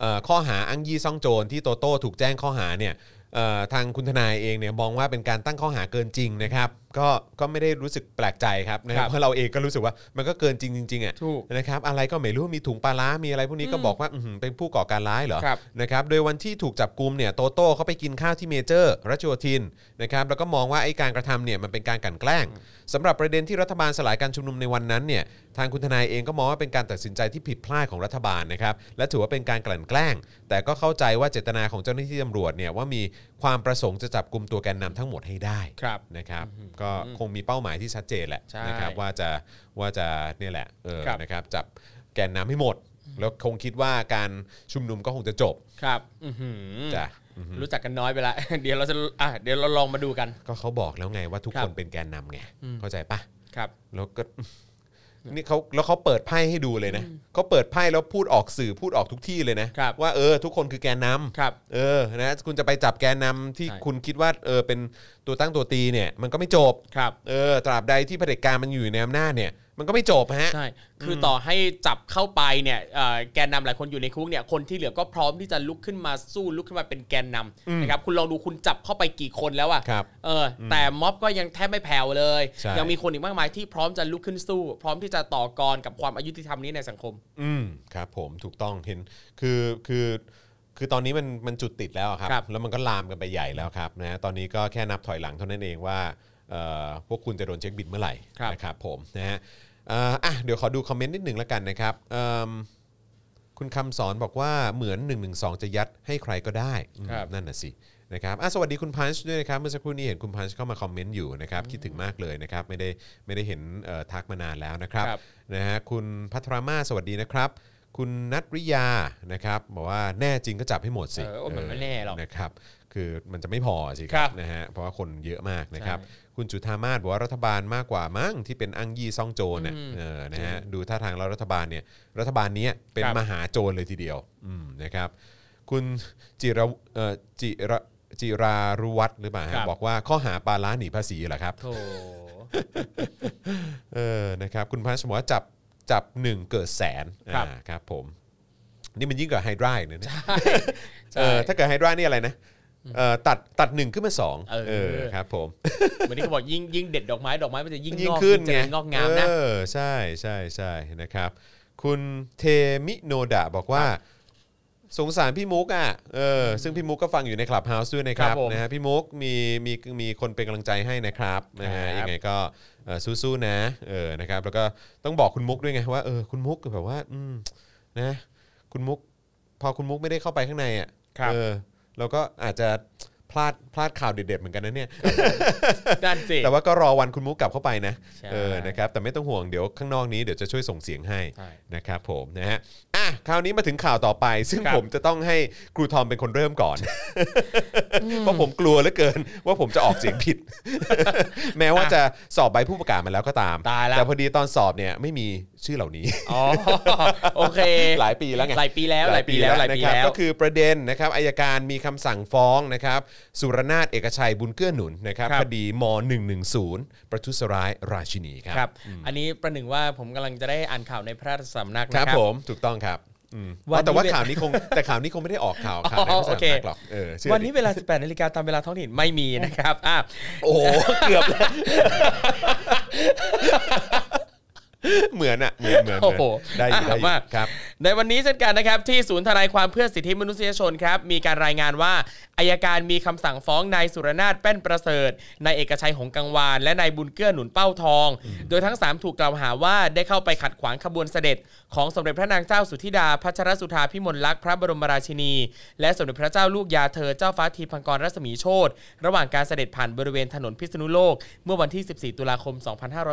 [SPEAKER 2] เอ่อข้อหาอ้างยี่ซ่องโจรที่โตโต้ถูกแจ้งข้อหาเนี่ยเอ่อทางคุณทนายเองเนี่ยมองว่าเป็นการตั้งข้อหาเกินจริงนะครับก็ก็ไม่ได้รู้สึกแปลกใจครับนะครับ
[SPEAKER 3] ครับ
[SPEAKER 2] เพราะเราเองก็รู้สึกว่ามันก็เกินจริงจริงๆอ่ะ
[SPEAKER 3] ถูก
[SPEAKER 2] นะครับอะไรก็ไม่รู้มีถุงปลาร้ามีอะไรพวกนี้ก็บอกว่าอื้อหือเป็นผู้ก่อการร้ายเหรอ
[SPEAKER 3] ครับ
[SPEAKER 2] นะครับโดยวันที่ถูกจับกลุมเนี่ยโตโต้เขาไปกินข้าวที่เมเจอร์รัชโยธินนะครับแล้วก็มองว่าไอ้การกระทำเนี่ยมันเป็นการกลั่นแกล้งสำหรับประเด็นที่รัฐบาลสลายการชุมนุมในวันนั้นเนี่ยทางคุณทนายเองก็มองว่าเป็นการตัดสินใจที่ผิดพลาดของรัฐบาลนะครับและถือว่าเป็นการกลั่นแกล้ง แต่ก็เข้าใจว่าเจตนาของเจ้าหน้าที่ตำรวจเนี่ยว่ามีความประสงค์จะจับกลุ่มตัวแกนนำทั้งหมดให้ได้
[SPEAKER 3] ครับ
[SPEAKER 2] นะครับก็คงมีเป้าหมายที่ชัดเจนแหละ
[SPEAKER 3] ใช่
[SPEAKER 2] นะครับว่าจะว่าจะเนี่ยแหละเออ
[SPEAKER 3] ครับ
[SPEAKER 2] นะครับจับแกนนำให้หมด แล้วคงคิดว่าการชุมนุมก็คงจะจบ
[SPEAKER 3] ครับอื้อหือ
[SPEAKER 2] จ้ะ
[SPEAKER 3] รู้จักกันน้อยไปละ เดี๋ยวเราจะอ่ะเดี๋ยวเราลองมาดูกัน
[SPEAKER 2] ก็เขาบอกแล้วไงว่าทุก
[SPEAKER 3] ครั
[SPEAKER 2] ค
[SPEAKER 3] บ
[SPEAKER 2] นเป็นแกนนำไง เข้าใจปะ
[SPEAKER 3] ครับ
[SPEAKER 2] แล้วก็ นี่เขาแล้วเขาเปิดไพ่ให้ดูเลยนะเขาเปิดไพ่แล้วพูดออกสื่อพูดออกทุกที่เลยนะ
[SPEAKER 3] ครับ
[SPEAKER 2] ว่าเออทุกคนคือแกนนำ
[SPEAKER 3] ครับ
[SPEAKER 2] เออนะคุณจะไปจับแกนนำที่
[SPEAKER 3] ใช่
[SPEAKER 2] คุณคิดว่าเออเป็นตัวตั้งตัวตีเนี่ย มันก็ไม่จบ
[SPEAKER 3] ครับ
[SPEAKER 2] เออตราบใดที่เผด็จการมันอยู่ในอำนาจเนี่ย มันก็ไม่จบฮะ
[SPEAKER 3] ใช่ คือต่อให้จับเข้าไปเนี่ยเอ่อแกนนำหลายคนอยู่ในคุกเนี่ย คนที่เหลือก็พร้อมที่จะลุกขึ้นมาสู้ลุกขึ้นมาเป็นแกนน
[SPEAKER 2] อืม
[SPEAKER 3] ำนะครับ คุณลองดูคุณจับเข้าไปกี่คนแล้วอะ
[SPEAKER 2] ครับ
[SPEAKER 3] เอออ แต่ม็อบก็ยังแทบไม่แผ่วเลย
[SPEAKER 2] ใช่
[SPEAKER 3] ยังมีคนอีกมากมายที่พร้อมจะลุกขึ้นสู้ พร้อมที่จะต่อกรกับความอายุติธรรมนี้ในสังคม
[SPEAKER 2] อืมครับผมถูกต้องเห็นคือคือคือตอนนี้มันมันจุดติดแล้วอะครับ
[SPEAKER 3] ครับ
[SPEAKER 2] แล้วมันก็ลามกันไปใหญ่แล้วครับนะตอนนี้ก็แค่นับถอยหลังเท่านั้นเองว่าเอ่อพวกคุณจะโดนเช็คบินเมื่อไหร่
[SPEAKER 3] ครับ
[SPEAKER 2] นะครับผมนะฮะเอ่ออ่ะเดี๋ยวขอดูคอมเมนต์นิดหนึ่งแล้วกันนะครับเอิ่มคุณคำสอนบอกว่าเหมือน 1 1 2 จะยัดให้ใครก็ได้อืม
[SPEAKER 3] ครับ
[SPEAKER 2] นั่นน่ะสินะครับอ่ะสวัสดีคุณพันช์ด้วยนะครับเมื่อสักครู่นี้เห็นคุณพันช์เข้ามาคอมเมนต์อยู่นะครับคิดถึงมากเลยนะครับไม่ได้ไม่ได้เห็นเอ่อทักมานานแล้วนะครับ
[SPEAKER 3] ครับ
[SPEAKER 2] นะฮะคุณพัทรมาสวัสดีนะครับ คุณนัทริยานะครับบอกว่าแน่จริงก็จับให้หมดสิ
[SPEAKER 3] เออโอ้ยมันไม่แน่หรอก
[SPEAKER 2] นะครับคือมันจะไม่พอสิค
[SPEAKER 3] ครั
[SPEAKER 2] รับบ นะฮะเพราะว่าคนเยอะมากนะครับ
[SPEAKER 3] ใช่
[SPEAKER 2] คุณจุธามาศบอกว่ารัฐบาลมากกว่ามั้งที่เป็นอังยี่ซ่องโจรเนี่ย
[SPEAKER 3] อืม
[SPEAKER 2] เออนะฮะดูท่าทางแล้วรัฐบาลเนี่ยรัฐบาลเนี้ยเป็น
[SPEAKER 3] ครับ
[SPEAKER 2] มหาโจรเลยทีเดียวอืมนะครับคุณจิระเอ่อจิระจิรารุวัตรหรือเปล่าฮะ
[SPEAKER 3] ครับ
[SPEAKER 2] บอกว่าข้อหาปลาล้าหนีภาษีเหรอครับ
[SPEAKER 3] โถ
[SPEAKER 2] เออ นะครับ คุณพันชบอกว่าจับ จับหนึ่งเกิดแสน
[SPEAKER 3] ครับ
[SPEAKER 2] อ่าครับผม นี่มันยิ่งกว่าไฮดราอีกนะเนี่ยเอ
[SPEAKER 3] ใช่
[SPEAKER 2] อ ถ้าเกิดไฮดรานี่อะไรนะ เออตัด ตัดหนึ่งขึ้นมาสอง
[SPEAKER 3] เออ
[SPEAKER 2] เออ ครับผม
[SPEAKER 3] เหมือนที่เขาบอกยิ่งยิ่งเด็ดดอกไม้ดอกไม้มันจะยิ่ง
[SPEAKER 2] ยิ่
[SPEAKER 3] ง
[SPEAKER 2] ง
[SPEAKER 3] อก
[SPEAKER 2] ขึ้น
[SPEAKER 3] ยิ่งเจ
[SPEAKER 2] ไง
[SPEAKER 3] ริญงอกงามนะ
[SPEAKER 2] เออใช่ใช่ใช่นะครับ คุณเทมิโนดะบอกว่า สงสารพี่มุกอ่ะเออซึ่งพี่มุกก็ฟังอยู่ในคลับเฮาส์ด้วยนะครับ
[SPEAKER 3] ครับผม
[SPEAKER 2] นะฮะพี่มุกมีมีมีคนเป็นกำลังใจให้นะครับนะฮะ
[SPEAKER 3] ครับ
[SPEAKER 2] ยังไงก็เอ่อสู้ๆนะเออนะครับ แล้วก็ต้องบอกคุณมุกด้วยไงว่าเออคุณมุกแบบว่าอืมนะคุณมุก พอคุณมุกไม่ได้เข้าไปข้างในอ่ะ
[SPEAKER 3] ครับ
[SPEAKER 2] เออเราก็อาจจะพลาดพลาดข่าวเด็ดๆเหมือนกันนะเนี่ย
[SPEAKER 3] ด้านสิ
[SPEAKER 2] แต่ว่าก็รอวันคุณมุกกลับเข้าไปนะ
[SPEAKER 3] ใช่
[SPEAKER 2] เออ นะครับ แต่ไม่ต้องห่วง เดี๋ยวข้างนอกนี้เดี๋ยวจะช่วยส่งเสียงให้
[SPEAKER 3] ใช่
[SPEAKER 2] นะครับผมนะฮะ อ่ะ คราวนี้มาถึงข่าวต่อไป ซึ่ง
[SPEAKER 3] ครับ
[SPEAKER 2] ผมจะต้องให้ครูทอมเป็นคนเริ่มก่อน เพราะผมกลัวเหลือเกิน ว่าผมจะออกเสียงผิด แม้ว่าจะสอบใบผู้ประกาศมาแล้วก็ตาม
[SPEAKER 3] ตายแล้ว
[SPEAKER 2] แต่พอดีตอนสอบเนี่ยไม่มีชื่อเหล่านี้
[SPEAKER 3] อ๋อโอเค
[SPEAKER 2] หลายปีแล้วไง
[SPEAKER 3] หลายปีแล้วหลายปีแล้วหลายปีแล้ว
[SPEAKER 2] นะครับก็คือประเด็นนะครับอายการมีคำสั่งฟ้องนะครับสุรนาถเอกชัยบุญเกื้อหนุนนะครับ
[SPEAKER 3] ครับ
[SPEAKER 2] คดีม .110 ประทุษร้ายราชินีครับ
[SPEAKER 3] ครับ อันนี้ประหนึ่งว่าผมกำลังจะได้อ่านข่าวในพระราชสำนัก
[SPEAKER 2] ค
[SPEAKER 3] นะ
[SPEAKER 2] รับ
[SPEAKER 3] ครับ
[SPEAKER 2] ผมถูกต้องครับอืม
[SPEAKER 3] วันนี้
[SPEAKER 2] แต่ว่า
[SPEAKER 3] เว
[SPEAKER 2] ข่าวนี้คง แต่ข่าวนี้คงไม่ได้ออกข่าวข่าวใน
[SPEAKER 3] อ๋อ
[SPEAKER 2] ผู้
[SPEAKER 3] โอ
[SPEAKER 2] สา
[SPEAKER 3] เค
[SPEAKER 2] มัครหรอกเออเชื่อ
[SPEAKER 3] วัน
[SPEAKER 2] ดิ
[SPEAKER 3] นี้เวลา 18นาฬิกาตามเวลาท้องถิ่นไม่มีนะครับอ่ะ
[SPEAKER 2] โอ้โห เกือบแล้วเหมือนอะเหมือนเหมือนเห
[SPEAKER 3] โอ้
[SPEAKER 2] มือน
[SPEAKER 3] โห
[SPEAKER 2] ได้อยู่
[SPEAKER 3] อ่ะ
[SPEAKER 2] ได้อยู่
[SPEAKER 3] มา
[SPEAKER 2] ครับ
[SPEAKER 3] ในวันนี้เช่นกันนะครับที่ศูนย์ทนายความเพื่อสิทธิมนุษยชนครับ มีการรายงานว่าอายการมีคำสั่งฟ้องนายสุรนาถแป้นประเสริฐนายเอกชัยหงส์กังวานและนายบุญเกื้อหนุนเป้าทอง โดยทั้งสามถูกกล่าวหาว่าได้เข้าไปขัดขวางขบวนเสด็จ ของสมเด็จพระนางเจ้าสุธิดาพัชรสุธาพิมลลักษณ์พระบรมราชินี และสมเด็จพระเจ้าลูกยาเธอเจ้าฟ้าทีพังกรรัศมีโชตระหว่างการเสด็จผ่านบริเวณถนนพิษณุโลก เมื่อวันที่ 14 ตุลาคม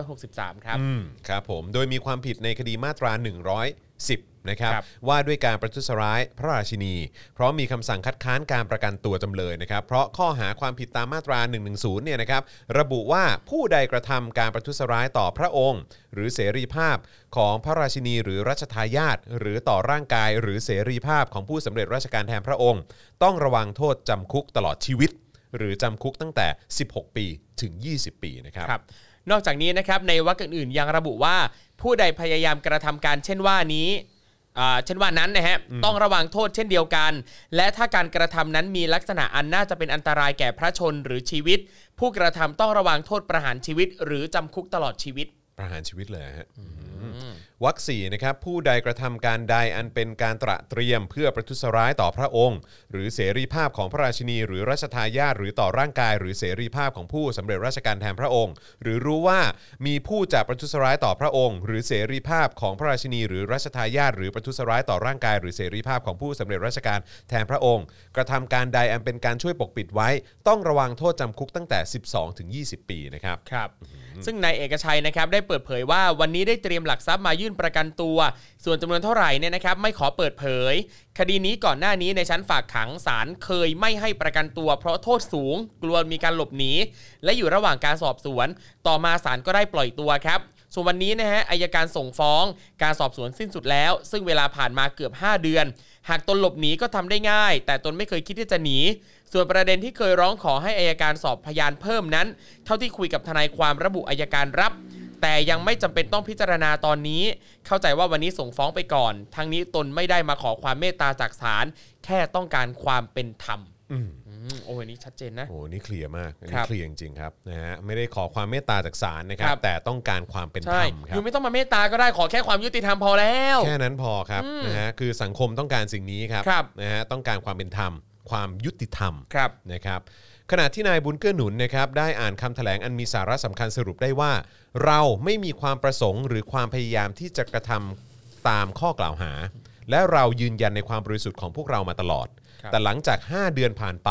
[SPEAKER 3] 2563 ครับ
[SPEAKER 2] อืมครับผมโดยมีความผิดในคดีมาตรา 110 นะครับ
[SPEAKER 3] ครับ
[SPEAKER 2] ว่าด้วยการประทุษร้ายพระราชินี เพราะมีคำสั่งคัดค้านการประกันตัวจำเลยนะครับ เพราะข้อหาความผิดตามมาตรา 110 เนี่ยนะครับ ระบุว่าผู้ใดกระทำการประทุษร้ายต่อพระองค์ หรือเสรีภาพของพระราชินีหรือรัชทายาทหรือต่อร่างกายหรือเสรีภาพของผู้สำเร็จราชการแทนพระองค์ ต้องระวังโทษจำคุกตลอดชีวิต หรือจำคุกตั้งแต่ 16 ปีถึง 20 ปีนะครับ
[SPEAKER 3] ครับ นอกจากนี้นะครับในวรรคอื่นๆยังระบุว่าผู้ใดพยายามกระทำการเช่นว่านี้อ่าเช่นว่านั้นนะฮะต้องระวังโทษเช่นเดียวกัน และถ้าการกระทำนั้นมีลักษณะอันน่าจะเป็นอันตรายแก่พระชนหรือชีวิต ผู้กระทำต้องระวังโทษประหารชีวิต หรือจำคุกตลอดชีวิต
[SPEAKER 2] ประหารชีวิตเลยฮะวักสี่นะครับผู้ใดกระทำการใดอันเป็นการตระเตรียมเพื่อประทุษร้ายต่อพระองค์ หรือเสรีภาพของพระราชินี หรือรัชทายาทหรือต่อร่างกาย หรือเสรีภาพของผู้สำเร็จราชการแทนพระองค์ หรือรู้ว่ามีผู้จะประทุษร้ายต่อพระองค์ หรือเสรีภาพของพระราชินี หรือรัชทายาทหรือประทุษร้ายต่อร่างกาย หรือเสรีภาพของผู้สำเร็จราชการแทนพระองค์ กระทำการใดอันเป็นการช่วยปกปิดไว้ ต้องระวังโทษจำคุกตั้งแต่ 12ถึง20 ปีนะครับ
[SPEAKER 3] ครับซึ่งนายเอกชัยนะครับได้เปิดเผยว่าวันนี้ได้เตรียมหลักทรัพย์มายื่นประกันตัว ส่วนจำนวนเท่าไหร่เนี่ยนะครับไม่ขอเปิดเผย คดีนี้ก่อนหน้านี้ในชั้นฝากขังศาลเคยไม่ให้ประกันตัว เพราะโทษสูง กลัวมีการหลบหนี และอยู่ระหว่างการสอบสวน ต่อมาศาลก็ได้ปล่อยตัวครับ ส่วนวันนี้นะฮะอายการส่งฟ้อง การสอบสวนสิ้นสุดแล้ว ซึ่งเวลาผ่านมาเกือบ 5 เดือน หากตนหลบหนีก็ทำได้ง่าย แต่ตนไม่เคยคิดที่จะหนี ส่วนประเด็นที่เคยร้องขอให้อายการสอบพยานเพิ่มนั้น เท่าที่คุยกับทนายความระบุอายการรับ แต่ยังไม่จำเป็นต้องพิจารณาตอนนี้ เข้าใจว่าวันนี้ส่งฟ้องไปก่อน ทั้งนี้ตนไม่ได้มาขอความเมตตาจากศาลแค่ต้องการความเป็นธรรม
[SPEAKER 2] อืม
[SPEAKER 3] อืมโอ้ยนี่ชัดเจนนะ
[SPEAKER 2] โอ้โหนี่เคลียร์มากอัน
[SPEAKER 3] ครั
[SPEAKER 2] นี่
[SPEAKER 3] บ
[SPEAKER 2] เคลียร์จริงๆครับนะฮะไม่ได้ขอความเมตตาจากศาลนะค
[SPEAKER 3] ค
[SPEAKER 2] รั
[SPEAKER 3] รับ บ
[SPEAKER 2] แต่ต้องการความเป็นธร
[SPEAKER 3] ใช่
[SPEAKER 2] รมค
[SPEAKER 3] อ
[SPEAKER 2] รับ
[SPEAKER 3] ยู่ไม่ต้องมาเมตตาก็ได้ขอแค่ความยุติธรรมพอแล้ว
[SPEAKER 2] แค่นั้นพอครับนะฮะคือสังคมต้องการสิ่งนี้ครับ
[SPEAKER 3] ครับ
[SPEAKER 2] นะฮะต้องการความเป็นธรรม ความยุติธรรม
[SPEAKER 3] ครับ
[SPEAKER 2] นะครับขณะที่นายบุญเกื้อหนุนนะครับได้อ่านคำแถลงอันมีสาระสำคัญสรุปได้ว่า เราไม่มีความประสงค์หรือความพยายามที่จะกระทำตามข้อกล่าวหา และเรายืนยันในความบริสุทธิ์ของพวกเรามาตลอด
[SPEAKER 3] ครับ
[SPEAKER 2] แต่หลังจาก 5 เดือนผ่านไป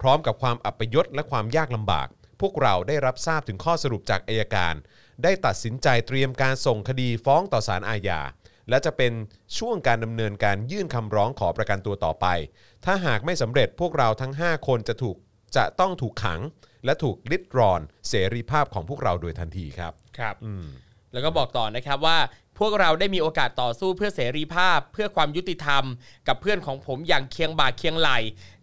[SPEAKER 2] พร้อมกับความอัปยศและความยากลำบาก พวกเราได้รับทราบถึงข้อสรุปจากอายการ ได้ตัดสินใจเตรียมการส่งคดีฟ้องต่อศาลอาญา และจะเป็นช่วงการดำเนินการยื่นคำร้องขอประกันตัวต่อไป ถ้าหากไม่สำเร็จพวกเราทั้ง 5 คนจะถูกจะต้องถูกขัง และถูกลิดรอนเสรีภาพของพวกเราโดยทันทีครับ
[SPEAKER 3] ครับ
[SPEAKER 2] อืม
[SPEAKER 3] แล้วก็บอกต่อนะครับว่าพวกเราได้มีโอกาสต่อสู้เพื่อเสรีภาพ เพื่อความยุติธรรม กับเพื่อนของผมอย่างเคียงบ่าเคียงไหล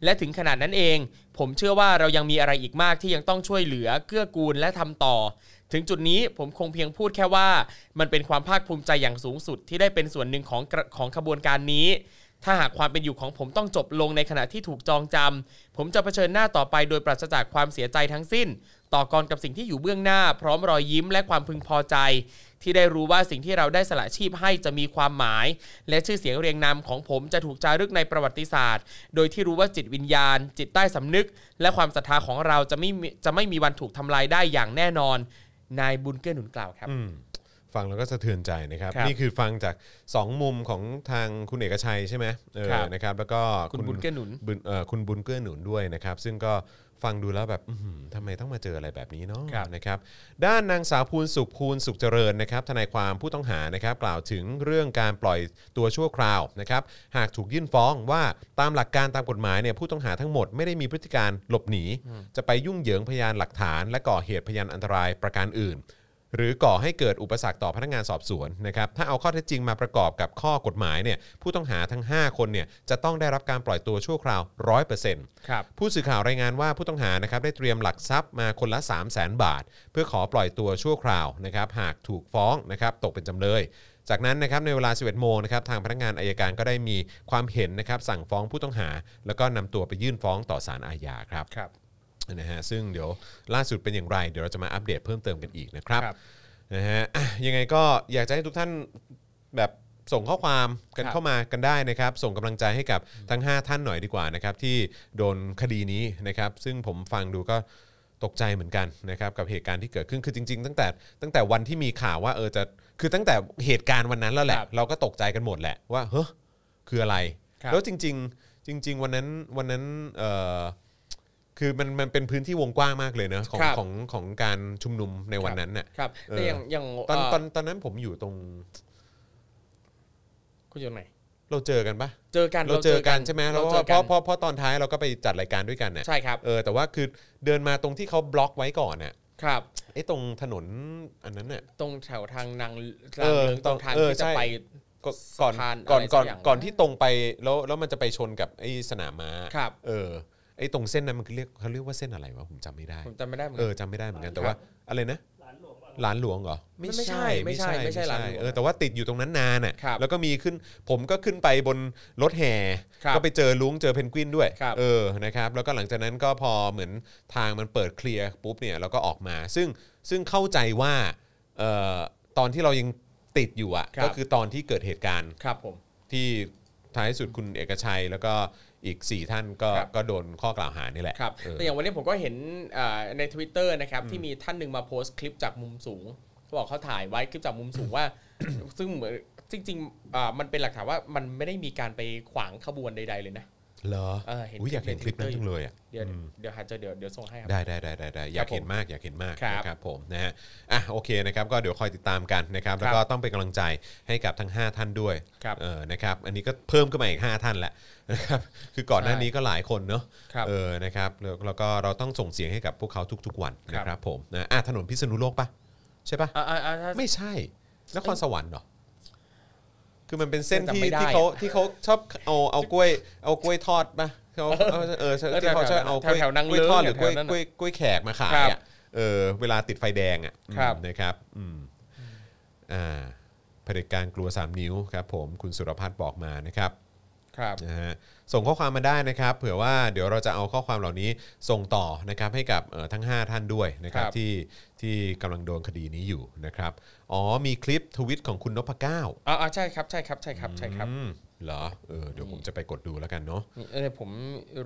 [SPEAKER 3] และถึงขนาดนั้นเอง ผมเชื่อว่าเรายังมีอะไรอีกมากที่ยังต้องช่วยเหลือเกื้อกูลและทำต่อ ถึงจุดนี้ผมคงเพียงพูดแค่ว่า มันเป็นความภาคภูมิใจอย่างสูงสุดที่ได้เป็นส่วนหนึ่งของกระของขบวนการนี้ ถ้าหากความเป็นอยู่ของผมต้องจบลงในขณะที่ถูกจองจำผมจะเผชิญหน้าต่อไปโดยปราศจากความเสียใจทั้งสิ้น ต่อกรกับสิ่งที่อยู่เบื้องหน้า พร้อมรอยยิ้มและความพึงพอใจ ที่ได้รู้ว่าสิ่งที่เราได้สละชีพให้จะมีความหมาย และชื่อเสียงเรียงนามของผมจะถูกจารึกในประวัติศาสตร์ โดยที่รู้ว่าจิตวิญญาณ จิตใต้สำนึก และความศรัทธาของเราจะไม่มีจะไม่มีวันถูกทำลายได้อย่างแน่นอน นายบุญเกื้อหนุนกล่าวครับ
[SPEAKER 2] อืมฟังแล้วก็สะเทือนใจนะครับ
[SPEAKER 3] ครับ
[SPEAKER 2] นี่คือฟังจาก 2 มุมของทางคุณเอกชัยใช่ไหมเออ
[SPEAKER 3] ครับ
[SPEAKER 2] นะครับแล้วก็
[SPEAKER 3] คุณบุญเกื้อหนุน
[SPEAKER 2] บุญเอ่อคุณบุญเกื้อหนุนด้วยนะครับ ซึ่งก็ฟังดูแล้วแบบอื้อหือทำไมต้องมาเจออะไรแบบนี้เนาะ
[SPEAKER 3] ครับ
[SPEAKER 2] นะครับด้านนางสาวภูนสุขภูนสุขเจริญนะครับทนายความผู้ต้องหานะครับ กล่าวถึงเรื่องการปล่อยตัวชั่วคราวนะครับหากถูกยื่นฟ้องว่าตามหลักการตามกฎหมายเนี่ยผู้ต้องหาทั้งหมดไม่ได้มีพฤติการหลบหนี จะไปยุ่งเหยิงพยานหลักฐาน และก่อเหตุพยานอันตรายประการอื่น หรือก่อให้เกิดอุปสรรคต่อพนักงานสอบสวนนะครับถ้าเอาข้อเท็จจริงมาประกอบกับข้อกฎหมายเนี่ยผู้ต้องหาทั้ง 5 คนเนี่ยจะต้องได้รับการปล่อยตัวชั่วคราว 100%
[SPEAKER 3] ครับ
[SPEAKER 2] ผู้สื่อข่าวรายงานว่าผู้ต้องหานะครับได้เตรียมหลักทรัพย์มาคนละ 3 0 0 0 0 0 บาท เพื่อขอปล่อยตัวชั่วคราวนะครับหากถูกฟ้องนะครับตกเป็นจำเลย จากนั้นนะครับในเวลา 11 โมงนะครับทางพนักงานอายการก็ได้มีความเห็นนะครับสั่งฟ้องผู้ต้องหา แล้วก็นำตัวไปยื่นฟ้องต่อศาลอาญาครับ
[SPEAKER 3] ครับ
[SPEAKER 2] นะฮะซึ่งเดี๋ยวล่าสุดเป็นอย่างไร เดี๋ยวเราจะมาอัปเดตเพิ่มเติมกันอีกนะครับ
[SPEAKER 3] ครับ
[SPEAKER 2] นะฮะ อ่ะยังไงก็อยากจะให้ทุกท่านแบบส่งข้อความกัน
[SPEAKER 3] ครับ
[SPEAKER 2] เข้ามากันได้นะครับ ส่งกำลังใจให้กับทั้ง 5 ท่านหน่อยดีกว่านะครับที่โดนคดีนี้นะครับ ซึ่งผมฟังดูก็ตกใจเหมือนกันนะครับกับเหตุการณ์ที่เกิดขึ้นคือจริง ๆ ตั้งแต่ตั้งแต่วันที่มีข่าวว่าเออจะคือตั้งแต่เหตุการณ์วันนั้นแล้วแหละ
[SPEAKER 3] ครับ
[SPEAKER 2] เราก็ตกใจกันหมดแหละว่าเฮ้อคืออะไร
[SPEAKER 3] ครับ
[SPEAKER 2] แล้วจริง ๆ จริง ๆ วันนั้นวันนั้นเอ่อ คือมันมันเป็นพื้นที่วงกว้างมากเลยเนอะของ
[SPEAKER 3] ครับ
[SPEAKER 2] ของของการชุมนุมในวันนั้นน่ะ
[SPEAKER 3] ครับ
[SPEAKER 2] เออ
[SPEAKER 3] แต่อย่างอย่าง
[SPEAKER 2] ตอน
[SPEAKER 3] เอ่อ
[SPEAKER 2] ตอนตอนนั้นผมอยู่ตรง
[SPEAKER 3] คุณอยู่ไหน
[SPEAKER 2] เราเจอกันปะ
[SPEAKER 3] เจอกัน
[SPEAKER 2] เราเจอกันใช่ไหมแล้ว
[SPEAKER 3] เรา
[SPEAKER 2] ก็
[SPEAKER 3] เจอ
[SPEAKER 2] เพ
[SPEAKER 3] กัน
[SPEAKER 2] ราะเพราะเพราะตอนท้ายเราก็ไปจัดรายการด้วยกันน่ะ
[SPEAKER 3] ใช่ครับ
[SPEAKER 2] เออแต่ว่าคือเดินมาตรงที่เขาบล็อกไว้ก่อนน่ะ
[SPEAKER 3] ครับ
[SPEAKER 2] ไอ้ตรงถนนอันนั้นน่ะ
[SPEAKER 3] ตรงแถวทางนาง
[SPEAKER 2] เออ
[SPEAKER 3] ตรงทาง
[SPEAKER 2] เออ
[SPEAKER 3] ที่จะ
[SPEAKER 2] ใช่
[SPEAKER 3] ไป
[SPEAKER 2] ก็ก่อน
[SPEAKER 3] สะพาน
[SPEAKER 2] ก่อน
[SPEAKER 3] อะไร
[SPEAKER 2] ก่อน
[SPEAKER 3] สักอย่าง
[SPEAKER 2] ก่อนที่ตรงไปแล้วแล้วมันจะไปชนกับไอ้สนามม้า
[SPEAKER 3] ครับ
[SPEAKER 2] เออไอ้ตรงเส้นนั้นมันเรียกเขาเรียกว่าเส้นอะไรวะผมจำไม่ได้
[SPEAKER 3] ผมจำไม่ได้เหมือน
[SPEAKER 2] เอ
[SPEAKER 3] กัน
[SPEAKER 2] อจำไม่ได้เหมือนกันแต่ว่าอะไรนะ
[SPEAKER 4] หลานหลวง
[SPEAKER 2] หลานหลวงเหรอ
[SPEAKER 3] ไม่ใช่ไม่ใช่หลานหลวง
[SPEAKER 2] เออแต่ว่าติดอยู่ตรงนั้นนานอ่ะ
[SPEAKER 3] ครับ
[SPEAKER 2] แล้วก็มีขึ้นผมก็ขึ้นไปบนรถแห่
[SPEAKER 3] ครับ
[SPEAKER 2] ก็ไปเจอลุงเจอเพนกวินด้วย
[SPEAKER 3] ครับ
[SPEAKER 2] เออนะครับแล้วก็หลังจากนั้นก็พอเหมือนทางมันเปิดเคลียร์ปุ๊บเนี่ยเราก็ออกมา ซึ่งซึ่งเข้าใจว่าเอ่อตอนที่เรายังติดอยู่อ่ะ
[SPEAKER 3] ครับ
[SPEAKER 2] ก็คือตอนที่เกิดเหตุการณ์
[SPEAKER 3] ครับผม
[SPEAKER 2] ที่ท้ายสุดคุณเอกชัยแล้วก็อีก 4 ท่านก็
[SPEAKER 3] ครับ
[SPEAKER 2] ก็โดนข้อกล่าวหานี่แหละ
[SPEAKER 3] ครับ
[SPEAKER 2] เออ
[SPEAKER 3] แต่อย่างวันนี้ผมก็เห็นเอ่อใน Twitter นะครับที่มีท่านหนึ่งมาโพสต์คลิปจากมุมสูงเขาบอกเขาถ่ายไว้คลิปจากมุมสูงว่า ซึ่งเหมือนจริงๆอ่ามันเป็นหลักฐานว่ามันไม่ได้มีการไปขวางขบวนใดๆเลยนะ
[SPEAKER 2] เหรอ
[SPEAKER 3] เออเห็น
[SPEAKER 2] อุ๊ยอยากเห็นค
[SPEAKER 3] คลิ
[SPEAKER 2] ลิป
[SPEAKER 3] ปใน
[SPEAKER 2] นั้น
[SPEAKER 3] Twitter
[SPEAKER 2] จังเลยอ่ะ
[SPEAKER 3] เดี๋ยวเดี๋ยวหาเจอเดี๋ยวเดี๋ยวส่งให้ครับ
[SPEAKER 2] ได้ได้ได้ได้ได้อยากเห็นมากอยากเห็นมาก
[SPEAKER 3] ครับ
[SPEAKER 2] นะครับผมนะฮะอ่ะโอเคนะครับก็เดี๋ยวคอยติดตามกันนะครับ แล้วก็ต้องเป็นกำลังใจให้กับทั้ง 5 ท่านด้วย
[SPEAKER 3] ครับ
[SPEAKER 2] เออนะครับอันนี้ก็เพิ่มขึ้นมาอีก 5 ท่านแหละนะครับ คือก่อนหน้านี้ก็หลายคนเนาะ
[SPEAKER 3] ครับ
[SPEAKER 2] เออนะครับแล้วแล้วก็เราต้องส่งเสียงให้กับพวกเขาทุกๆวัน
[SPEAKER 3] ครั
[SPEAKER 2] นะ
[SPEAKER 3] บ
[SPEAKER 2] ครับผมนะอ่ะถนนพิษณุโลกปะใช่ปะ
[SPEAKER 3] อ่าอ่าอ่าถ้า
[SPEAKER 2] ไม่ใช่นครสวรรค์เหรอคือมันเป็นเส้น
[SPEAKER 3] จำ
[SPEAKER 2] ที่
[SPEAKER 3] ไม่ได้
[SPEAKER 2] ที่เขาที่เขาชอบเอาเอากล้วยเอากล้วยทอดปะเขาเออเออ
[SPEAKER 3] เออ
[SPEAKER 2] ที่เขาชอบเอากล้วย
[SPEAKER 3] แถวๆนาง
[SPEAKER 2] กล้ว
[SPEAKER 3] เลิ้
[SPEAKER 2] ย
[SPEAKER 3] ง
[SPEAKER 2] ทอดหรือกล้วย
[SPEAKER 3] แถวๆนั้น
[SPEAKER 2] ก
[SPEAKER 3] น่ะ
[SPEAKER 2] ล้วยกล้วยแขกมาขาย
[SPEAKER 3] ครับ
[SPEAKER 2] อ่ะ เออเวลาติดไฟแดงอ่ะ
[SPEAKER 3] ครับ
[SPEAKER 2] อืมนะครับอืม อ่าเผด็จการกลัว 3 นิ้วครับผมคุณสุรพัฒน์บอกมานะครับ
[SPEAKER 3] ครับ
[SPEAKER 2] นะฮะส่งข้อความมาได้นะครับเผื่อว่าเดี๋ยวเราจะเอาข้อความเหล่านี้ส่งต่อนะครับให้กับเอ่อทั้ง 5 ท่านด้วยนะครับ
[SPEAKER 3] ครับ
[SPEAKER 2] ที่ที่กำลังโดนคดีนี้อยู่นะครับอ๋อมีคลิปทวิตของคุณนพเก้า
[SPEAKER 3] าอ่าใช่ครับใช่ครับใช่ครับใช่ครับ
[SPEAKER 2] อืมเหรอเออเดี๋ยวผมจะไปกดดูแล้วกันเนาะ
[SPEAKER 3] นี่เออผม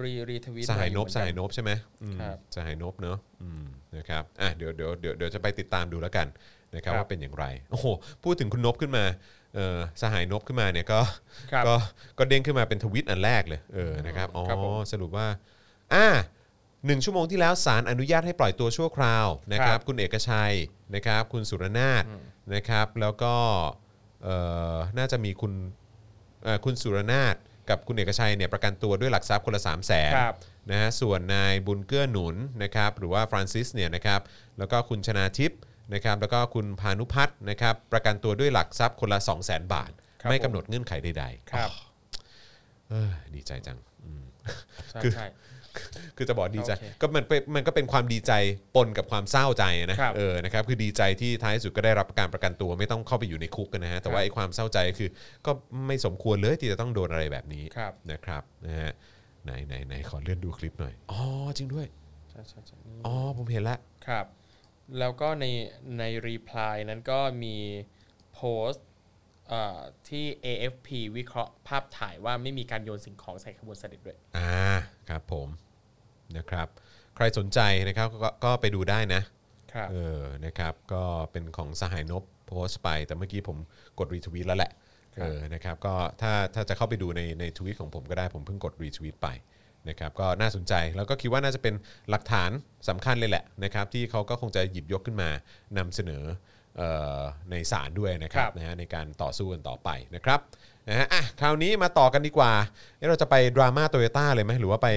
[SPEAKER 3] รีรีทวีต
[SPEAKER 2] สหายนบ
[SPEAKER 3] มอ
[SPEAKER 2] ส
[SPEAKER 3] กั
[SPEAKER 2] หายนบใช่ไหมอืม
[SPEAKER 3] ครับ
[SPEAKER 2] สหายนบเนาะอืมนะครับอ่ะเดี๋ยวเดี๋ยวเดี๋ยวเดี๋ยวจะไปติดตามดูแล้วกันนะครับว่าเป็นอย่างไรโอ้โหพูดถึงคุณนบขึ้นมาเออสหายนบขึ้นมาเนี่ยก็
[SPEAKER 3] ครับ
[SPEAKER 2] ก็ก็เด้งขึ้นมาเป็นทวิตอันแรกเลยเออนะครับอ๋อ
[SPEAKER 3] ครับผม
[SPEAKER 2] สรุปว่าอ่าหนึ่งชั่วโมงที่แล้วสารอนุญาตให้ปล่อยตัวชั่วคราวนะค
[SPEAKER 3] ครั
[SPEAKER 2] รับบ คุณเอกชัยนะครับ คุณสุรนาถนะครับแล้วก็เอ่อน่าจะมีคุณเอ่อคุณสุรนาถกับคุณเอกชัยเนี่ยประกันตัวด้วยหลักทรัพย์คนละ 3 0 0แสน
[SPEAKER 3] ครับ
[SPEAKER 2] นะฮะส่วนนายบุญเกื้อหนุนนะครับหรือว่าฟรานซิสเนี่ยนะครับแล้วก็คุณชนาทิพย์นะครับแล้วก็คุณพานุพัฒน์นะครับประกันตัวด้วยหลักทรัพย์คนละ 2 0 0 0 0นบาท
[SPEAKER 3] ครับ
[SPEAKER 2] ไม่
[SPEAKER 3] ผม
[SPEAKER 2] กำหนดเงื่อนไขใดๆ
[SPEAKER 3] ครับ
[SPEAKER 2] เออดีใจจัง
[SPEAKER 3] ใช่
[SPEAKER 2] คือ
[SPEAKER 3] ใช่
[SPEAKER 2] คือจะบอกดีใจ
[SPEAKER 3] โอเค
[SPEAKER 2] ก็มันเป็นมันก็เป็นความดีใจปนกับความเศร้าใจนะครับ เออนะครับคือดีใจที่ท้ายสุดก็ได้รับการประกันตัวไม่ต้องเข้าไปอยู่ในคุกกันนะฮะแต่ว่า
[SPEAKER 3] ครับ
[SPEAKER 2] ไอ้ความเศร้าใจคือก็ไม่สมควรเลยที่จะต้องโดนอะไรแบบนี้
[SPEAKER 3] ครับ
[SPEAKER 2] นะครับนะฮะไหนไหนไหนขอเลื่อนดูคลิปหน่อยอ๋อจริงด้วย
[SPEAKER 3] ใช่ใช่ใช่
[SPEAKER 2] อ๋อผมเห็นละ
[SPEAKER 3] ครับ แล้วก็ในในรีプライนั้นก็มีโพสต์เอ่อที่ AFP วิเคราะห์ภาพถ่ายว่าไม่มีการโยนสิ่งของใส่ขบวนเสด็จด้วย
[SPEAKER 2] อ่าครับผมนะครับใครสนใจนะครับกก็ไปดูได้นะครับ เออนะครับก็เป็นของสหายนบโพสต์ไป แต่เมื่อกี้ผมกดรีทวีตแล้วแหละ
[SPEAKER 3] ครับ
[SPEAKER 2] เออนะครับก็ถ้าถ้าจะเข้าไปดูในในทวีตของผมก็ได้ผมเพิ่งกดรีทวีตไปนะครับก็น่าสนใจแล้วก็คิดว่าน่าจะเป็นหลักฐานสำคัญเลยแหละนะครับที่เขาก็คงจะหยิบยกขึ้นมานำเสนอเอ่อในศาลด้วยนะครับ
[SPEAKER 3] ครับ
[SPEAKER 2] นะฮะในการต่อสู้กันต่อไปนะครับนะฮะอ่ะคราวนี้มาต่อกันดีกว่าเอ๊ะเราจะไปดราม่าโตโยต้าเลยไหมหรือว่าไป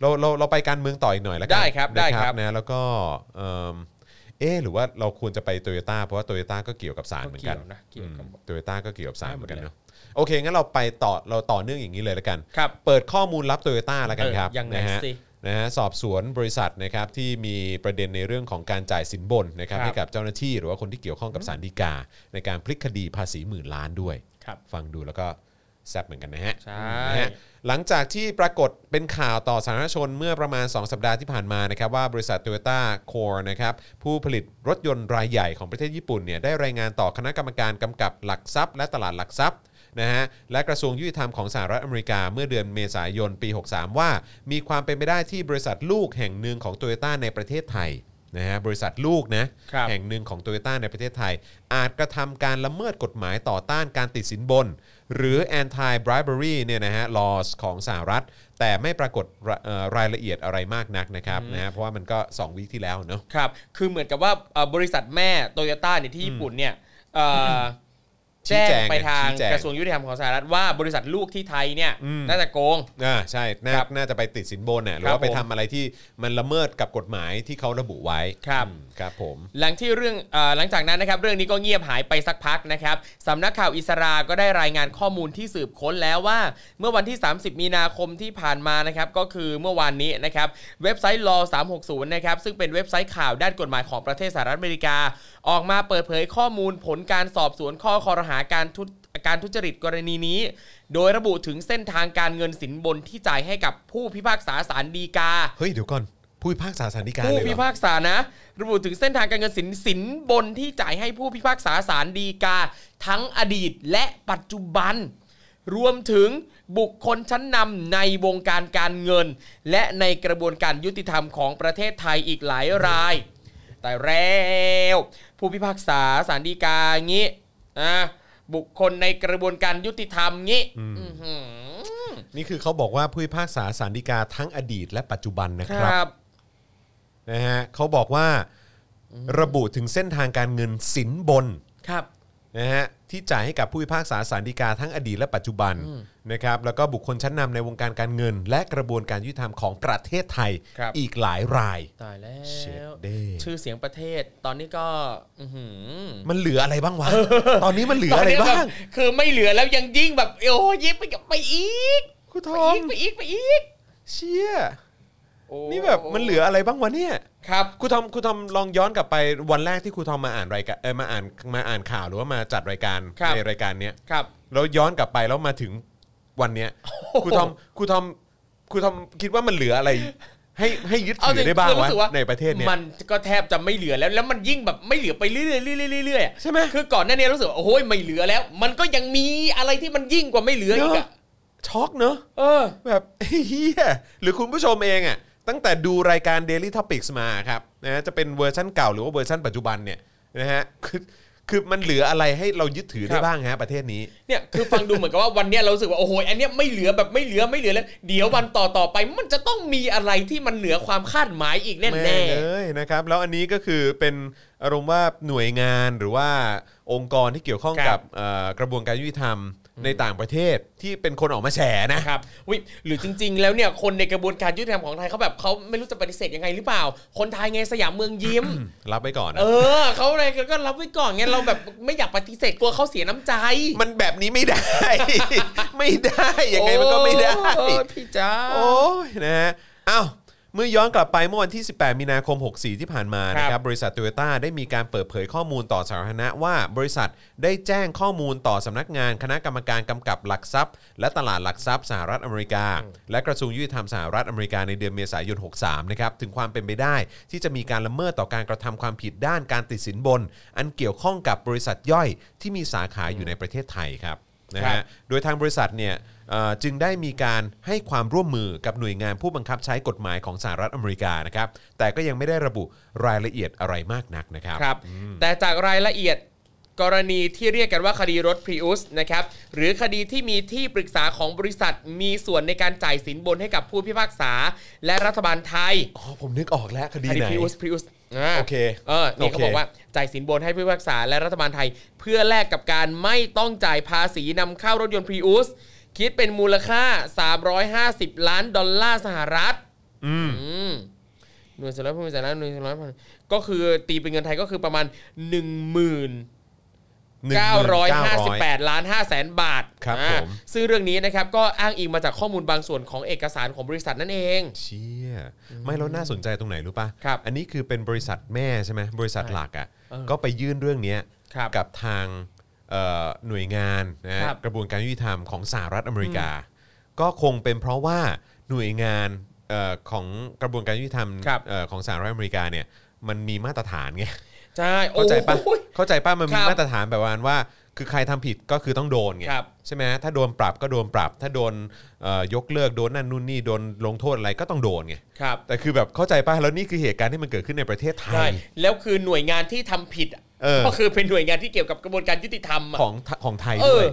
[SPEAKER 2] เราเราเราไปการเมืองต่อยหน่อยแล้วกั
[SPEAKER 3] ได้ครับได้ครับ
[SPEAKER 2] นะนะแล้วก็เอิ่มเอ๊ะหรือว่าเราควรจะไปโตโยต้าเพราะว่าโตโยต้าก็เกี่ยวกับสารเหมือนกัน
[SPEAKER 3] เกี่ยวนะเกี่ยวกับ
[SPEAKER 2] โตโยต้าก็เกี่ยวกับสารเหมือนกัน
[SPEAKER 3] ได้หมดเลย
[SPEAKER 2] เนาะโอเคงั้นเราไปต่อเราต่อเนื่องอย่างนี้เลยแล้วกัน
[SPEAKER 3] ครับ
[SPEAKER 2] เปิดข้อมูลลับโตโยต้าแล้วกันครับ
[SPEAKER 3] เออยังไง
[SPEAKER 2] นะฮะ
[SPEAKER 3] สิ
[SPEAKER 2] นะฮะสอบสวนบริษัทนะครับที่มีประเด็นในเรื่องของการจ่ายสินบนนะครับ
[SPEAKER 3] ครับ
[SPEAKER 2] ให้กับเจ้าหน้าที่หรือว่าคนที่เกี่ยวข้องกับสารดีกา ในการพลิกคดีภาษีหมื่นล้านด้วย
[SPEAKER 3] ครับ
[SPEAKER 2] ฟังดูแล้วก็แซ่บเหมือนกันนะฮะ
[SPEAKER 3] ใช่
[SPEAKER 2] นะฮะหลังจากที่ปรากฏเป็นข่าวต่อสาธารณชนเมื่อประมาณ 2 สัปดาห์ที่ผ่านมานะครับว่าบริษัท t o y o t a c o r e นะครับผู้ผลิตรถยนต์รายใหญ่ของประเทศญี่ปุ่นเนี่ยได้รายงานต่อคณะกรรมการกำกับหลักทรัพย์ และตลาดหลักทรัพย์นะฮะและกระทรวงยุติธรรมของสหรัฐอเมริกาเมื่อเดือนเมษายนปี 63 ว่า มีความเป็นไปได้ที่บริษัทลูกแห่งหนึ่งของ t o y o t a ในประเทศไทยนะฮะบริษัทลูกนะ
[SPEAKER 3] ครับ
[SPEAKER 2] แห่งหนึ่งของโตโยต้าในประเทศไทย อาจกระทำการละเมิดกฎหมายต่อต้านการติดสินบน หรือ anti bribery เนี่ยนะฮะ laws ของสหรัฐ แต่ไม่ปรากฏรเอ่อรายละเอียดอะไรมากนักนะครับนะฮะเพราะว่ามันก็ 2 วีคที่แล้วเนอะ
[SPEAKER 3] ครับ คือเหมือนกับว่าเอ่อบริษัทแม่โตโยต้าเนี่ยที่ญี่ปุ่นเนี่ยเอ่อ
[SPEAKER 2] ชี้
[SPEAKER 3] แจ้
[SPEAKER 2] แจง
[SPEAKER 3] งไปทาง
[SPEAKER 2] ชี้แจง
[SPEAKER 3] กระทรวงยุติธรรมของสหรัฐว่าบริษัทลูกที่ไทยเนี่ย
[SPEAKER 2] อืม
[SPEAKER 3] น่าจะโกง
[SPEAKER 2] อ่าใช่น่า
[SPEAKER 3] ครับ
[SPEAKER 2] น่าจะไปติดสินบนน่ะหรือ
[SPEAKER 3] ครับ
[SPEAKER 2] ว่าไป
[SPEAKER 3] ผม
[SPEAKER 2] ทำอะไรที่มันละเมิดกับกฎหมายที่เขาระบุไว้
[SPEAKER 3] ครับ
[SPEAKER 2] อืมครับผม
[SPEAKER 3] หลังที่เรื่องเออหลังจากนั้นนะครับเรื่องนี้ก็เงียบหายไปสักพักนะครับสำนักข่าวอิสราก็ได้รายงานข้อมูลที่สืบค้นแล้วว่า เมื่อวันที่ 30 มีนาคมที่ผ่านมานะครับก็คือเมื่อวานนี้นะครับเว็บไซต์ law 360นะครับซึ่งเป็นเว็บไซต์ข่าวด้านกฎหมายของประเทศสหรัฐอเมริกา ออกมาเปิดเผยข้อมูลผลการสอบสวนข้อคอรหาการทุจ การทุจริตกรณีนี้ โดยระบุถึงเส้นทางการเงินสินบนที่จ่ายให้กับผู้พิพากษาศาลฎีกา
[SPEAKER 2] เฮ้ย เดี๋ยวก่อน ผู้พิพากษาสารดีกา
[SPEAKER 3] ผู้
[SPEAKER 2] เลย
[SPEAKER 3] พิ
[SPEAKER 2] เหรอ
[SPEAKER 3] พากษานะระบุถึงเส้นทางการเงินสินสินบนที่จ่ายให้ผู้พิพากษาศาลฎีกา ทั้งอดีตและปัจจุบัน รวมถึงบุคคลชั้นนำในวงการการเงิน และในกระบวนการยุติธรรมของประเทศไทยอีกหลายราย แต่แล้วผู้พิพากษาศาลฎีกางี้นะบุคคลในกระบวนการยุติธรรมงี้อื้อหือ
[SPEAKER 2] นี่คือเขาบอกว่าผู้พิพากษาสารดีกาทั้งอดีตและปัจจุบันนะ
[SPEAKER 3] ค
[SPEAKER 2] ครั
[SPEAKER 3] รับ บ
[SPEAKER 2] นะฮะเขาบอกว่าระบุถึงเส้นทางการเงินสินบน
[SPEAKER 3] ครับ
[SPEAKER 2] นะฮะที่จ่ายให้กับผู้พิพากษาสารดีกาทั้งอดีตและปัจจุบันนะครับแล้วก็บุคคลชั้นนำในวงการการเงิน และกระบวนการยุติธรรมของประเทศไทย
[SPEAKER 3] ครับ
[SPEAKER 2] อีกหลายราย
[SPEAKER 3] ตายแล้ว
[SPEAKER 2] Shit-day
[SPEAKER 3] ชื่อเสียงประเทศตอนนี้ก็ อื้อหือ
[SPEAKER 2] มันเหลืออะไรบ้าง วะ ตอนนี้มันเหลืออะไร
[SPEAKER 3] ตนนี้
[SPEAKER 2] บ้าง
[SPEAKER 3] แคือไม่เหลือแล้วยังยิ่งแบบโอ้ยยิบไปกับไปอีก
[SPEAKER 2] คุณท
[SPEAKER 3] ไป
[SPEAKER 2] อม
[SPEAKER 3] อีกไปอีกไปอีก
[SPEAKER 2] เชี่ย
[SPEAKER 3] โอ้
[SPEAKER 2] นี่แบบมันเหลืออะไรบ้างวะเนี่ย
[SPEAKER 3] ครับ
[SPEAKER 2] ครูทอมครูทอมลองย้อนกลับไปวันแรกที่ครูทอมมาอ่านรายการเออมาอ่านมาอ่านข่าวหรือว่ามาจัดรายการ
[SPEAKER 3] ครับ
[SPEAKER 2] ในรายการเนี้ย
[SPEAKER 3] ครับ
[SPEAKER 2] แล้วย้อนกลับไปแล้วมาถึงวันเนี้ยครูทอมครูทอมครูทอมคิดว่ามันเหลืออะไร ให้ให้ยึด
[SPEAKER 3] เอา
[SPEAKER 2] ถื
[SPEAKER 3] จริ
[SPEAKER 2] อง ได้บ้าง
[SPEAKER 3] คือ
[SPEAKER 2] วะ
[SPEAKER 3] รู้สึกว่า
[SPEAKER 2] ในประเทศเนี้ย
[SPEAKER 3] มันก็แทบจะไม่เหลือแล้ว แล้วมันยิ่งแบบไม่เหลือไปเรื่อยๆเรื่อยๆเรื่อยๆอะ
[SPEAKER 2] ใช่ไหม
[SPEAKER 3] คือก่อนหน้านี้รู้สึกว่าโอ้ยไม่เหลือแล้ว มันก็ยังมีอะไรที่มันยิ่งกว่าไม่เหลืออีก
[SPEAKER 2] เนอะ
[SPEAKER 3] อะ
[SPEAKER 2] ช็อกเนอะ
[SPEAKER 3] เออ
[SPEAKER 2] แบบ เฮียหรือคุณผู้ชมเองอ่ะตั้งแต่ดูรายการ Daily Topics มาครับนะฮะจะเป็นเวอร์ชั่นเก่าหรือว่าเวอร์ชั่นปัจจุบันเนี่ยนะฮะคือคือมันเหลืออะไรให้เรายึดถือได้
[SPEAKER 3] ครับ
[SPEAKER 2] บ้างฮะประเทศนี้
[SPEAKER 3] เนี่ยคือฟังดูเหมือนกับว่าวันเนี้ยเรารู้สึกว่าโอ้โหอันเนี้ยไม่เหลือแบบไม่เหลือไม่เหลือแล้วเดี๋ยววันต่อต่อๆไป มันจะต้องมีอะไรที่มันเหนือความคาดหมายอีกแน่
[SPEAKER 2] ม่
[SPEAKER 3] แน่
[SPEAKER 2] งเลยนะครับแล้วอันนี้ก็คือเป็นอารมณ์ว่าหน่วยงานหรือว่าองค์กรที่เกี่ยวข้อง
[SPEAKER 3] ค
[SPEAKER 2] กั
[SPEAKER 3] รั
[SPEAKER 2] บบ เอ่อกระบวนการยุติธรรมในต่างประเทศที่เป็นคนออกมาแฉนะ
[SPEAKER 3] ครับวิหรือจริง ๆ แล้วเนี่ยคนในกระบวนการยุติธรรมของไทยเขาแบบเขาไม่รู้จะปฏิเสธยังไงหรือเปล่า คนไทยไงสยามเมืองยิ้ม
[SPEAKER 2] รับไว้ก่อนนะ
[SPEAKER 3] เออเขาอะไรก็รับไว้ก่อนไงเราแบบไม่อยากปฏิเสธกลัวเขาเสียน้ำใจ
[SPEAKER 2] มันแบบนี้ไม่ได้ ไม่ได้ยังไงมันก็ไม่ได้
[SPEAKER 3] โอ้ยพี่จ้า
[SPEAKER 2] โอ้ยนะฮะอ้าวเมื่อย้อนกลับไปเมื่อวันที่ 18 มีนาคม 64 ที่ผ่านมา
[SPEAKER 3] ครับ
[SPEAKER 2] นะครับบริษัทโตโยต้าได้มีการเปิดเผยข้อมูลต่อสาธารณะว่าบริษัทได้แจ้งข้อมูลต่อสำนักงานคณะกรรมการกำกับหลักทรัพย์ และตลาดหลักทรัพย์สหรัฐอเมริกา และกระทรวงยุติธรรมสหรัฐอเมริกาในเดือนเมษายน 63 นะครับถึงความเป็นไปได้ที่จะมีการละเมิดต่อการกระทำความผิดด้านการติดสินบน อันเกี่ยวข้องกับบริษัทย่อยที่มีสาขาอยู่ในประเทศไทยครับนะ
[SPEAKER 3] ครั
[SPEAKER 2] ฮะ
[SPEAKER 3] บ
[SPEAKER 2] โดยทางบริษัทเนี่ยเอ่อจึงได้มีการให้ความร่วมมือกับหน่วยงานผู้บังคับใช้กฎหมายของสหรัฐอเมริกานะครับ แต่ก็ยังไม่ได้ระบุรายละเอียดอะไรมากนักนะครับ
[SPEAKER 3] ครับแต่จากรายละเอียดกรณีที่เรียกกันว่าคดีรถพรีอุสนะครับหรือคดีที่มีที่ปรึกษาของบริษัทมีส่วนในการจ่ายสินบนให้กับผู้พิพากษา และรัฐบาลไทย
[SPEAKER 2] อ๋อ ผมนึกออกแล้วคดี
[SPEAKER 3] คดี
[SPEAKER 2] ไหน
[SPEAKER 3] พรีอุสพรีอุส
[SPEAKER 2] โอเค
[SPEAKER 3] เออนี่เขา
[SPEAKER 2] โอเค
[SPEAKER 3] บอกว่าจ่ายสินบนให้ผู้พิพากษาและรัฐบาลไทย เพื่อแลกกับการไม่ต้องจ่ายภาษีนำเข้ารถยนต์พรีอุสคิดเป็นมูลค่า 350 ล้านดอลลาร์สหรัฐ
[SPEAKER 2] อืม
[SPEAKER 3] อืมหน่วยสารพัดหน่วยสารพัดหน่วยสารพัดก็คือตีเป็นเงินไทยก็คือประมาณ 1 9 5 8ล้าน5แสนบาท
[SPEAKER 2] ครับ
[SPEAKER 3] อ่า
[SPEAKER 2] ผม
[SPEAKER 3] ซึ่งเรื่องนี้นะครับก็อ้างอิงมาจากข้อมูลบางส่วนของเอกสารของบริษัทนั่นเอง
[SPEAKER 2] เชี่ยไม่แล้วน่าสนใจตรงไหนรู้ป่ะ
[SPEAKER 3] ครับ
[SPEAKER 2] อันนี้คือเป็นบริษัทแม่ใช่ไหมบริษัทหลักอ่ะ
[SPEAKER 3] เออ
[SPEAKER 2] ก็ไปยื่นเรื่องเนี้ย
[SPEAKER 3] ครับ
[SPEAKER 2] กับทางเอ่อหน่วยงานนะครับ กระบวนการยุติธรรมของสหรัฐอเมริกา ก็คงเป็นเพราะว่าหน่วยงานเอ่อของกระบวนการยุติธรรม
[SPEAKER 3] ครับ
[SPEAKER 2] เอ่อของสหรัฐอเมริกาเนี่ยมันมีมาตรฐานไง
[SPEAKER 3] ใช่โอ้
[SPEAKER 2] เข้าใจป่ะ
[SPEAKER 3] โห
[SPEAKER 2] เข้าใจป่ะมันมี
[SPEAKER 3] ครับ
[SPEAKER 2] มาตรฐานแบบว่าว่า คือใครทำผิดก็คือต้องโดนไง
[SPEAKER 3] ครับ
[SPEAKER 2] ใช่ไหมถ้าโดนปรับก็โดนปรับ ถ้าโดนเอ่อยกเลิกโดนนั่นนู่นนี่โดนลงโทษอะไรก็ต้องโดนไง
[SPEAKER 3] ครับ
[SPEAKER 2] แต่คือแบบเข้าใจป่ะแล้วนี่คือเหตุการณ์ที่มันเกิดขึ้นในประเทศไท
[SPEAKER 3] ใช่
[SPEAKER 2] ย
[SPEAKER 3] แล้วคือหน่วยงานที่ทำผิดอะ
[SPEAKER 2] เออ
[SPEAKER 3] ก็คือเป็นหน่วยงานที่เกี่ยวกับกระบวนการยุติธรรมอะ
[SPEAKER 2] ของของไทย
[SPEAKER 3] เอ
[SPEAKER 2] ด้ว
[SPEAKER 3] อ
[SPEAKER 2] ย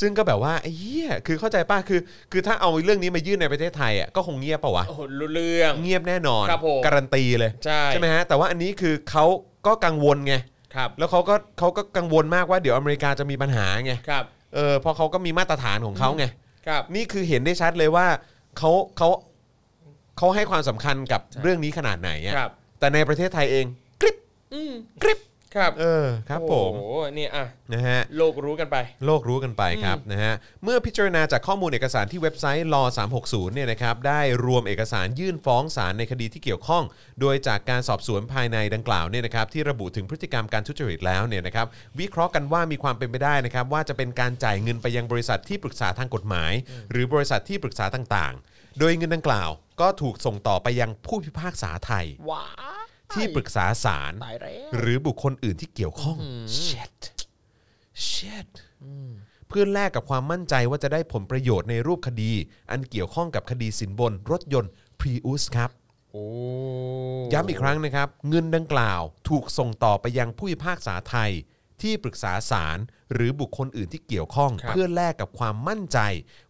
[SPEAKER 2] ซึ่งก็แบบว่าไอ้เหี้ยคือเข้าใจป่ะคือ คือถ้าเอาเรื่องนี้มายื่นในประเทศไทยอ่ะก็คงเงียบปะวะ
[SPEAKER 3] โอ้โหรู้เรื่อง
[SPEAKER 2] เงียบแน่นอน
[SPEAKER 3] ครับผม
[SPEAKER 2] การันตีเลย
[SPEAKER 3] ใช่
[SPEAKER 2] ไหมฮะแต่ว่าอันนี้คือเขาก็กังวลไง
[SPEAKER 3] ครับ
[SPEAKER 2] แล้วเขาก็เขาก็กังวลมากว่าเดี๋ยวอเมริกาจะมีปัญหาไง
[SPEAKER 3] ครับ
[SPEAKER 2] เออเพราะเขาก็มีมาตรฐานของเขาไง
[SPEAKER 3] ครับ
[SPEAKER 2] นี่คือเห็นได้ชัดเลยว่าเขาเขาเขาให้ความสำคัญกับเรื่องนี้ขนาดไหนอ่ะ
[SPEAKER 3] ครับ
[SPEAKER 2] แต่ในประเทศไทยเองกริบ
[SPEAKER 3] อืม
[SPEAKER 2] กริบ
[SPEAKER 3] ครับ
[SPEAKER 2] เออครับผม
[SPEAKER 3] โอ้โหนี่อ่ะ
[SPEAKER 2] นะฮะ
[SPEAKER 3] โลกรู้กันไป
[SPEAKER 2] โลกรู้กันไปครับนะฮะเมื่อพิจารณาจากข้อมูลเอกสารที่เว็บไซต์ law 360เนี่ยนะครับได้รวมเอกสารยื่นฟ้องศาลในคดีที่เกี่ยวข้อง โดยจากการสอบสวนภายในดังกล่าวเนี่ยนะครับที่ระบุถึงพฤติกรรมการทุจริตแล้วเนี่ยนะครับวิเคราะห์กันว่ามีความเป็นไปได้นะครับว่าจะเป็นการจ่ายเงินไปยังบริษัทที่ปรึกษาทางกฎหมาย หรือบริษัทที่ปรึกษาต่างๆ โดยเงินดังกล่าว ก็ถูกส่งต่อไปยังผู้พิพากษาไทย
[SPEAKER 3] ว้า
[SPEAKER 2] ที่ปรึกษาศาล
[SPEAKER 3] ตายแล้ว
[SPEAKER 2] หรือบุคคลอื่นที่เกี่ยวข้อง shit shit เพื่อแลกกับความมั่นใจว่าจะได้ผลประโยชน์ในรูปคดี อันเกี่ยวข้องกับคดีสินบน รถยนต์ Prius ครับ
[SPEAKER 3] โอ้
[SPEAKER 2] ย้ำอีกครั้งนะครับ เงินดังกล่าวถูกส่งต่อไปยังผู้พิพากษาไทย ที่ปรึกษาศาลหรือบุคคลอื่นที่เกี่ยวข้อง
[SPEAKER 3] ครับ
[SPEAKER 2] เพื่อแลกกับความมั่นใจ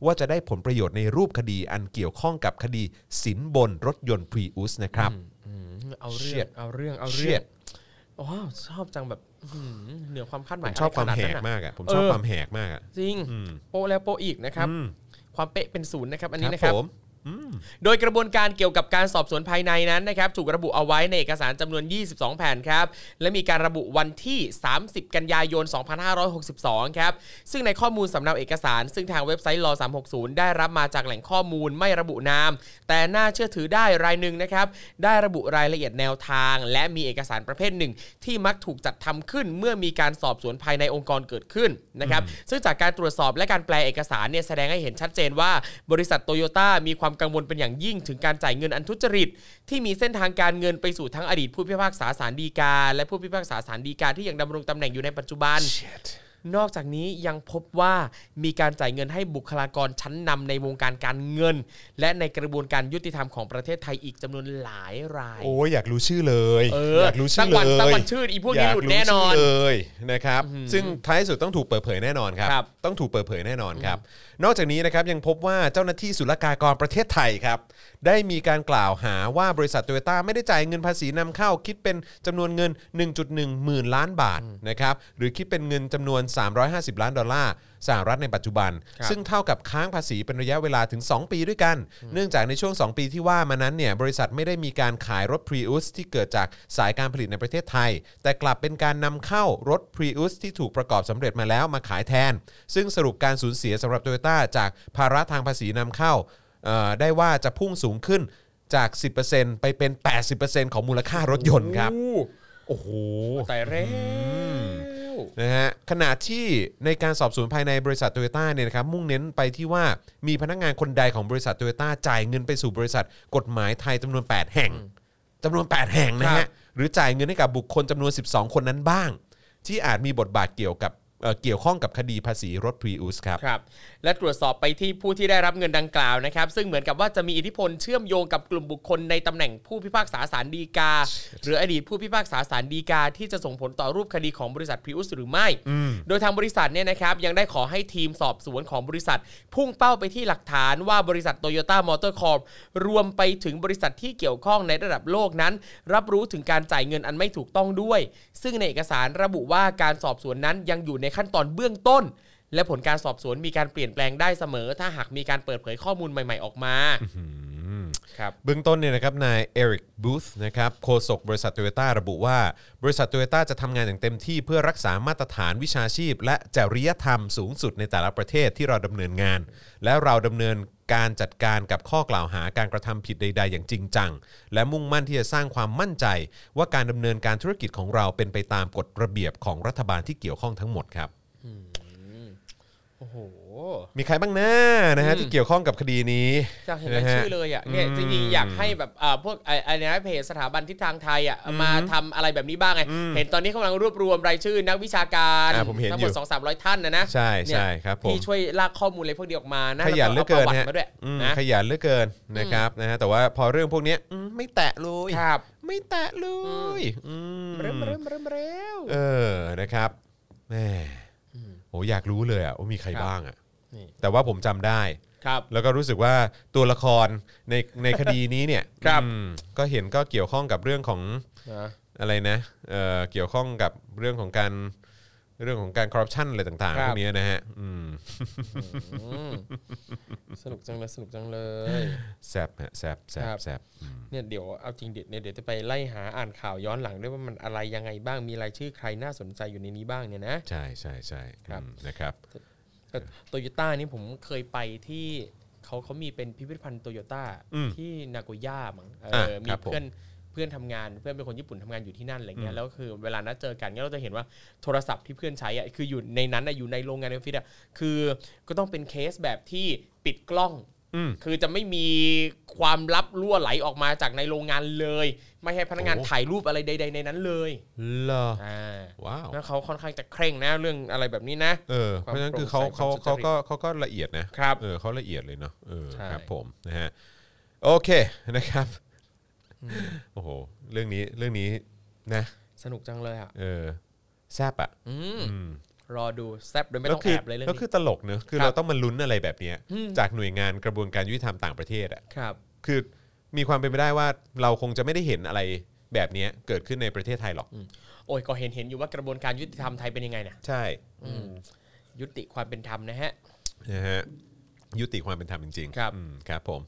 [SPEAKER 2] ว่าจะได้ผลประโยชน์ในรูปคดีอันเกี่ยวข้องกับคดีสินบนรถยนต์ Prius นะครับ
[SPEAKER 3] เอาเรื่อง
[SPEAKER 2] Shit
[SPEAKER 3] เอาเรื่อง เอา
[SPEAKER 2] เค
[SPEAKER 3] เรื่
[SPEAKER 2] รี
[SPEAKER 3] อย ง
[SPEAKER 2] ด
[SPEAKER 3] ว้าวชอบจังแบบอื้อหือเหนือความคาด
[SPEAKER 2] ผม
[SPEAKER 3] หาย
[SPEAKER 2] มชอบความ
[SPEAKER 3] ะไร
[SPEAKER 2] แห
[SPEAKER 3] นด
[SPEAKER 2] ก
[SPEAKER 3] นั้นน่ะ
[SPEAKER 2] มากอ่ะผมชอบ
[SPEAKER 3] เออ
[SPEAKER 2] ความแหกมากอ่ะ
[SPEAKER 3] จริง โปะแล้วโปะอีกนะครับ ความเป๊ะเป็นศูนย์นะครับ อันนี้
[SPEAKER 2] ครับ
[SPEAKER 3] นะครับ
[SPEAKER 2] ผม
[SPEAKER 3] โดยกระบวนการเกี่ยวกับการสอบสวนภายในนั้นนะครับถูกระบุเอาไว้ในเอกสารจำนวน 22 แผ่นครับ และมีการระบุวันที่ 30 กันยายน 2562 ครับ ซึ่งในข้อมูลสำเนาเอกสาร ซึ่งทางเว็บไซต์ลอ360 ได้รับมาจากแหล่งข้อมูลไม่ระบุนาม แต่น่าเชื่อถือได้รายหนึ่งนะครับ ได้ระบุรายละเอียดแนวทาง และมีเอกสารประเภทหนึ่ง ที่มักถูกจัดทำขึ้นเมื่อมีการสอบสวนภายในองค์กรเกิดขึ้นนะครับ ซึ่งจากการตรวจสอบและการแปลเอกสารเนี่ยแสดงให้เห็นชัดเจนว่า บริษัทโตโยต้ามีความกังวลเป็นอย่างยิ่ง ถึงการจ่ายเงินอันทุจริต ที่มีเส้นทางการเงินไปสู่ทั้งอดีตผู้พิพากษาศาลฎีกา และผู้พิพากษาศาลฎีกาที่ยังดำรงตำแหน่งอยู่ในปัจจุบัน นอกจากนี้ยังพบว่ามีการจ่ายเงินให้บุคลากรชั้นนำในวงการการเงิน และในกระบวนการยุติธรรมของประเทศไทยอีกจำนวนหลายราย
[SPEAKER 2] โอ้ยอยากรู้ชื่อเลย
[SPEAKER 3] เอออย
[SPEAKER 2] ากรู้ชื่อ
[SPEAKER 3] สักวั
[SPEAKER 2] เล
[SPEAKER 3] น
[SPEAKER 2] ย
[SPEAKER 3] สักวันชื่ออีพวกนี้
[SPEAKER 2] ยา
[SPEAKER 3] หลุดแน่นอน
[SPEAKER 2] รู้ชื่เลยนะครับ ซึ่งท้ายสุดต้องถูกเปิดเผยแน่นอนครับ
[SPEAKER 3] ครับ
[SPEAKER 2] ต้องถูกเปิดเผยแน่นอนครับ นอกจากนี้นะครับยังพบว่าเจ้าหน้าที่ศุลกากรประเทศไทยครับ ได้มีการกล่าวหาว่าบริษัทโตโยต้าไม่ได้จ่ายเงินภาษีนำเข้า คิดเป็นจำนวนเงิน 1.1 หมื่นล้านบาทนะครับหรือคิดเป็นเงินจำนวน 350 ล้านดอลลาร์สหรัฐในปัจจุบัน
[SPEAKER 3] ครับ
[SPEAKER 2] ซึ่งเท่ากับค้างภาษีเป็นระยะเวลาถึง 2 ปีด้วยกัน เนื่องจากในช่วง 2 ปีที่ว่ามานั้นเนี่ยบริษัทไม่ได้มีการขายรถ Prius ที่เกิดจากสายการผลิตในประเทศไทย แต่กลับเป็นการนำเข้ารถ Prius ที่ถูกประกอบสำเร็จมาแล้วมาขายแทน ซึ่งสรุปการสูญเสียสำหรับโตโยต้าจากภาระทางภาษีนำเข้าเอ่อได้ว่าจะพุ่งสูงขึ้นจาก 10%ไปเป็น 80%ของมูลค่ารถยนต์ครับโอ้โห
[SPEAKER 3] แต่เร็ว
[SPEAKER 2] นะฮะขณะที่ในการสอบสวนภายในบริษัทโตโยต้าเนี่ยนะครับมุ่งเน้นไปที่ว่ามีพนักงานคนใดของบริษัทโตโยต้าจ่ายเงินไปสู่บริษัทกฎหมายไทยจำนวน 8 แห่งจำนวน 8 แห่งนะ
[SPEAKER 3] ครั
[SPEAKER 2] ฮะ
[SPEAKER 3] บ
[SPEAKER 2] หรือจ่ายเงินให้กับบุคคลจำนวน 12 คนนั้นบ้าง ที่อาจมีบทบาทเกี่ยวกับเอ่อเกี่ยวข้องกับคดีภาษีรถพรีอุสครับ
[SPEAKER 3] ครับและตรวจสอบไปที่ผู้ที่ได้รับเงินดังกล่าวนะครับ ซึ่งเหมือนกับว่าจะมีอิทธิพลเชื่อมโยงกับกลุ่มบุคคลในตำแหน่งผู้พิพากษาศาลฎีกา หรืออดีตผู้พิพากษาศาลฎีกา ที่จะส่งผลต่อรูปคดีของบริษัทพิอุสหรือไม่ โดยทางบริษัทเนี่ยนะครับยังได้ขอให้ทีมสอบสวนของบริษัท พุ่งเป้าไปที่หลักฐานว่าบริษัทโตโยต้ามอเตอร์คอร์รวมไปถึงบริษัทที่เกี่ยวข้องในระดับโลกนั้น รับรู้ถึงการจ่ายเงินอันไม่ถูกต้องด้วย ซึ่งในเอกสารระบุว่าการสอบสวนนั้นยังอยู่ในขั้นตอนเบื้องต้น และผลการสอบสวนมีการเปลี่ยนแปลงได้เสมอ ถ้าหากมีการเปิดเผยข้อมูลใหม่ ๆ ออกมา ครับ
[SPEAKER 2] เบื้องต้นเนี่ยนะครับนายเอริกบูธนะครับโฆษกบริษัทโตโยต้าระบุว่า บริษัทโตโยต้าจะทำงานอย่างเต็มที่เพื่อรักษามาตรฐานวิชาชีพ และจริยธรรมสูงสุดในแต่ละประเทศที่เราดำเนินงาน และเราดำเนินการจัดการกับข้อกล่าวหาการกระทำผิดใด ๆ อย่างจริงจัง และมุ่งมั่นที่จะสร้างความมั่นใจ ว่าการดำเนินการธุรกิจของเราเป็นไปตามกฎระเบียบของรัฐบาลที่เกี่ยวข้องทั้งหมดครับ
[SPEAKER 3] โอ้โห
[SPEAKER 2] มีใครบ้างนะนะฮะ
[SPEAKER 3] อืม
[SPEAKER 2] ที่เกี่ยวข้องกับคดีนี้
[SPEAKER 3] อยากเห็นราย
[SPEAKER 2] นะฮะ
[SPEAKER 3] ชื่อเลยอ่ะเนี่ยจริงๆอยากให้แบบอ่าพวกไอ้ไอ้นะเพจสถาบันทิศทางไทยอ่ะมาทำอะไรแบบนี้บ้างไง เห็นตอนนี้กำลังรวบรวมรายชื่อนักวิชาการ
[SPEAKER 2] อ่าผมเห็น
[SPEAKER 3] ทั้งหมด
[SPEAKER 2] อยู่
[SPEAKER 3] สองสามร้อยท่านนะนะ
[SPEAKER 2] ใช่ใช่
[SPEAKER 3] เนี่ย
[SPEAKER 2] ครับผม
[SPEAKER 3] ที่ช่วยลากข้อมูลอะไรพวกนี้ออกมานะ
[SPEAKER 2] ขยันเหลือเกิน
[SPEAKER 3] แวเอาประวั
[SPEAKER 2] ฮะ
[SPEAKER 3] ติมาด้วย
[SPEAKER 2] อืม
[SPEAKER 3] นะ
[SPEAKER 2] ขยันเหลือเกินนะครับนะฮะแต่ว่าพอเรื่องพวกเนี้ยอืมไม่แตะเลย
[SPEAKER 3] ครับ
[SPEAKER 2] ไม่แตะเลยอืม
[SPEAKER 3] เร็วเร็วเร็วเร็ว
[SPEAKER 2] เออนะครับแหมโอ้อยากรู้เลยอ่ะว่ามีใคร
[SPEAKER 3] ครับ
[SPEAKER 2] บ้างอ่ะ
[SPEAKER 3] นี่
[SPEAKER 2] แต่ว่าผมจำได้
[SPEAKER 3] ครับ
[SPEAKER 2] แล้วก็รู้สึกว่าตัวละครในในคดีนี้เนี่ย
[SPEAKER 3] ครับ
[SPEAKER 2] อืมก็เห็นก็เกี่ยวข้องกับเรื่องของอะไรนะเออเกี่ยวข้องกับเรื่องของการเรื่องของการคอร์รัปชันอะไรต่างๆพวกเนี้ยนะฮะอืม
[SPEAKER 3] อืมสนุกจังเลยสนุกจังเลย
[SPEAKER 2] แซบฮะแซบแซ
[SPEAKER 3] ครับ บ
[SPEAKER 2] แซบอืม
[SPEAKER 3] เนี่ยเดี๋ยวเอาจริงเด็ดเนี่ยเดี๋ยวจะไปไล่หาอ่านข่าวย้อนหลังด้วยว่ามันอะไรยังไงบ้างมีรายชื่อใครน่าสนใจอยู่ในนี้บ้างเนี่ยนะ
[SPEAKER 2] ใช่ใช่ใช่
[SPEAKER 3] ครับ
[SPEAKER 2] อืมนะครับ
[SPEAKER 3] โตโยต้านี่ผมเคยไปที่เขาเขามีเป็นพิพิธภัณฑ์โตโยต้า
[SPEAKER 2] อืม
[SPEAKER 3] ที่นาโกย่ามั้งเอ
[SPEAKER 2] อ่ะ
[SPEAKER 3] อมี
[SPEAKER 2] ครับผม
[SPEAKER 3] เพื่อนเพื่อนทำงานเพื่อนเป็นคนญี่ปุ่นทำงานอยู่ที่นั่นอะไรเงี้ยแล้วคือเวลานัดเจอกันก็เราจะเห็นว่าโทรศัพท์ที่เพื่อนใช้อ่ะคืออยู่ในนั้นอ่ะอยู่ในโรงงานในออฟฟิศอ่ะคือก็ต้องเป็นเคสแบบที่ปิดกล้อง
[SPEAKER 2] อืม
[SPEAKER 3] คือจะไม่มีความลับรั่วไหลออกมาจากในโรงงานเลย ไม่ให้พนักงาน
[SPEAKER 2] โอ้
[SPEAKER 3] ถ่ายรูปอะไรใด ๆ ในนั้นเลย
[SPEAKER 2] เหรอ
[SPEAKER 3] อ่า
[SPEAKER 2] ว้าว
[SPEAKER 3] แล้วเขาค่อนข้างจะเคร่งนะเรื่องอะไรแบบนี้นะ
[SPEAKER 2] เออเพราะฉะนั้นคือเขา
[SPEAKER 3] ความโปร่
[SPEAKER 2] เขา
[SPEAKER 3] งใส
[SPEAKER 2] เขา
[SPEAKER 3] ความสุจริต
[SPEAKER 2] ก็เขาก็ละเอียดนะครับ เออเขาละเอียดเลยเนาะเออ
[SPEAKER 3] ใช่
[SPEAKER 2] ครับผมนะฮะโอเคนะครับโอ้โหเรื่องนี้เรื่องนี้นะ
[SPEAKER 3] สนุกจังเลยอ่ะ
[SPEAKER 2] เออแซบอ่ะ
[SPEAKER 3] อืม
[SPEAKER 2] อืม
[SPEAKER 3] รอดูแซบโดยไม่
[SPEAKER 2] แล้ว
[SPEAKER 3] ต้อง
[SPEAKER 2] คือ
[SPEAKER 3] แอบเลยเรื่อง
[SPEAKER 2] แล้วคื
[SPEAKER 3] นี้
[SPEAKER 2] อตลกเนอะคือ
[SPEAKER 3] ครับ
[SPEAKER 2] เราต้องมาลุ้นอะไรแบบเนี้ยจากหน่วยงานกระบวนการยุติธรรมต่างประเทศอ่ะ
[SPEAKER 3] ครับ
[SPEAKER 2] คือมีความเป็นไปได้ว่าเราคงจะไม่ได้เห็นอะไรแบบเนี้ยเกิดขึ้นในประเทศไทยหรอก
[SPEAKER 3] โอ้ยก็เห็นเห็นอยู่ว่ากระบวนการยุติธรรมไทยเป็นยังไงนะ
[SPEAKER 2] ใช่
[SPEAKER 3] ยุติความเป็นธรรมนะฮะ
[SPEAKER 2] นะฮะ ยุติความเป็นธรรมจริงๆ
[SPEAKER 3] ครับ
[SPEAKER 2] อืมครับผม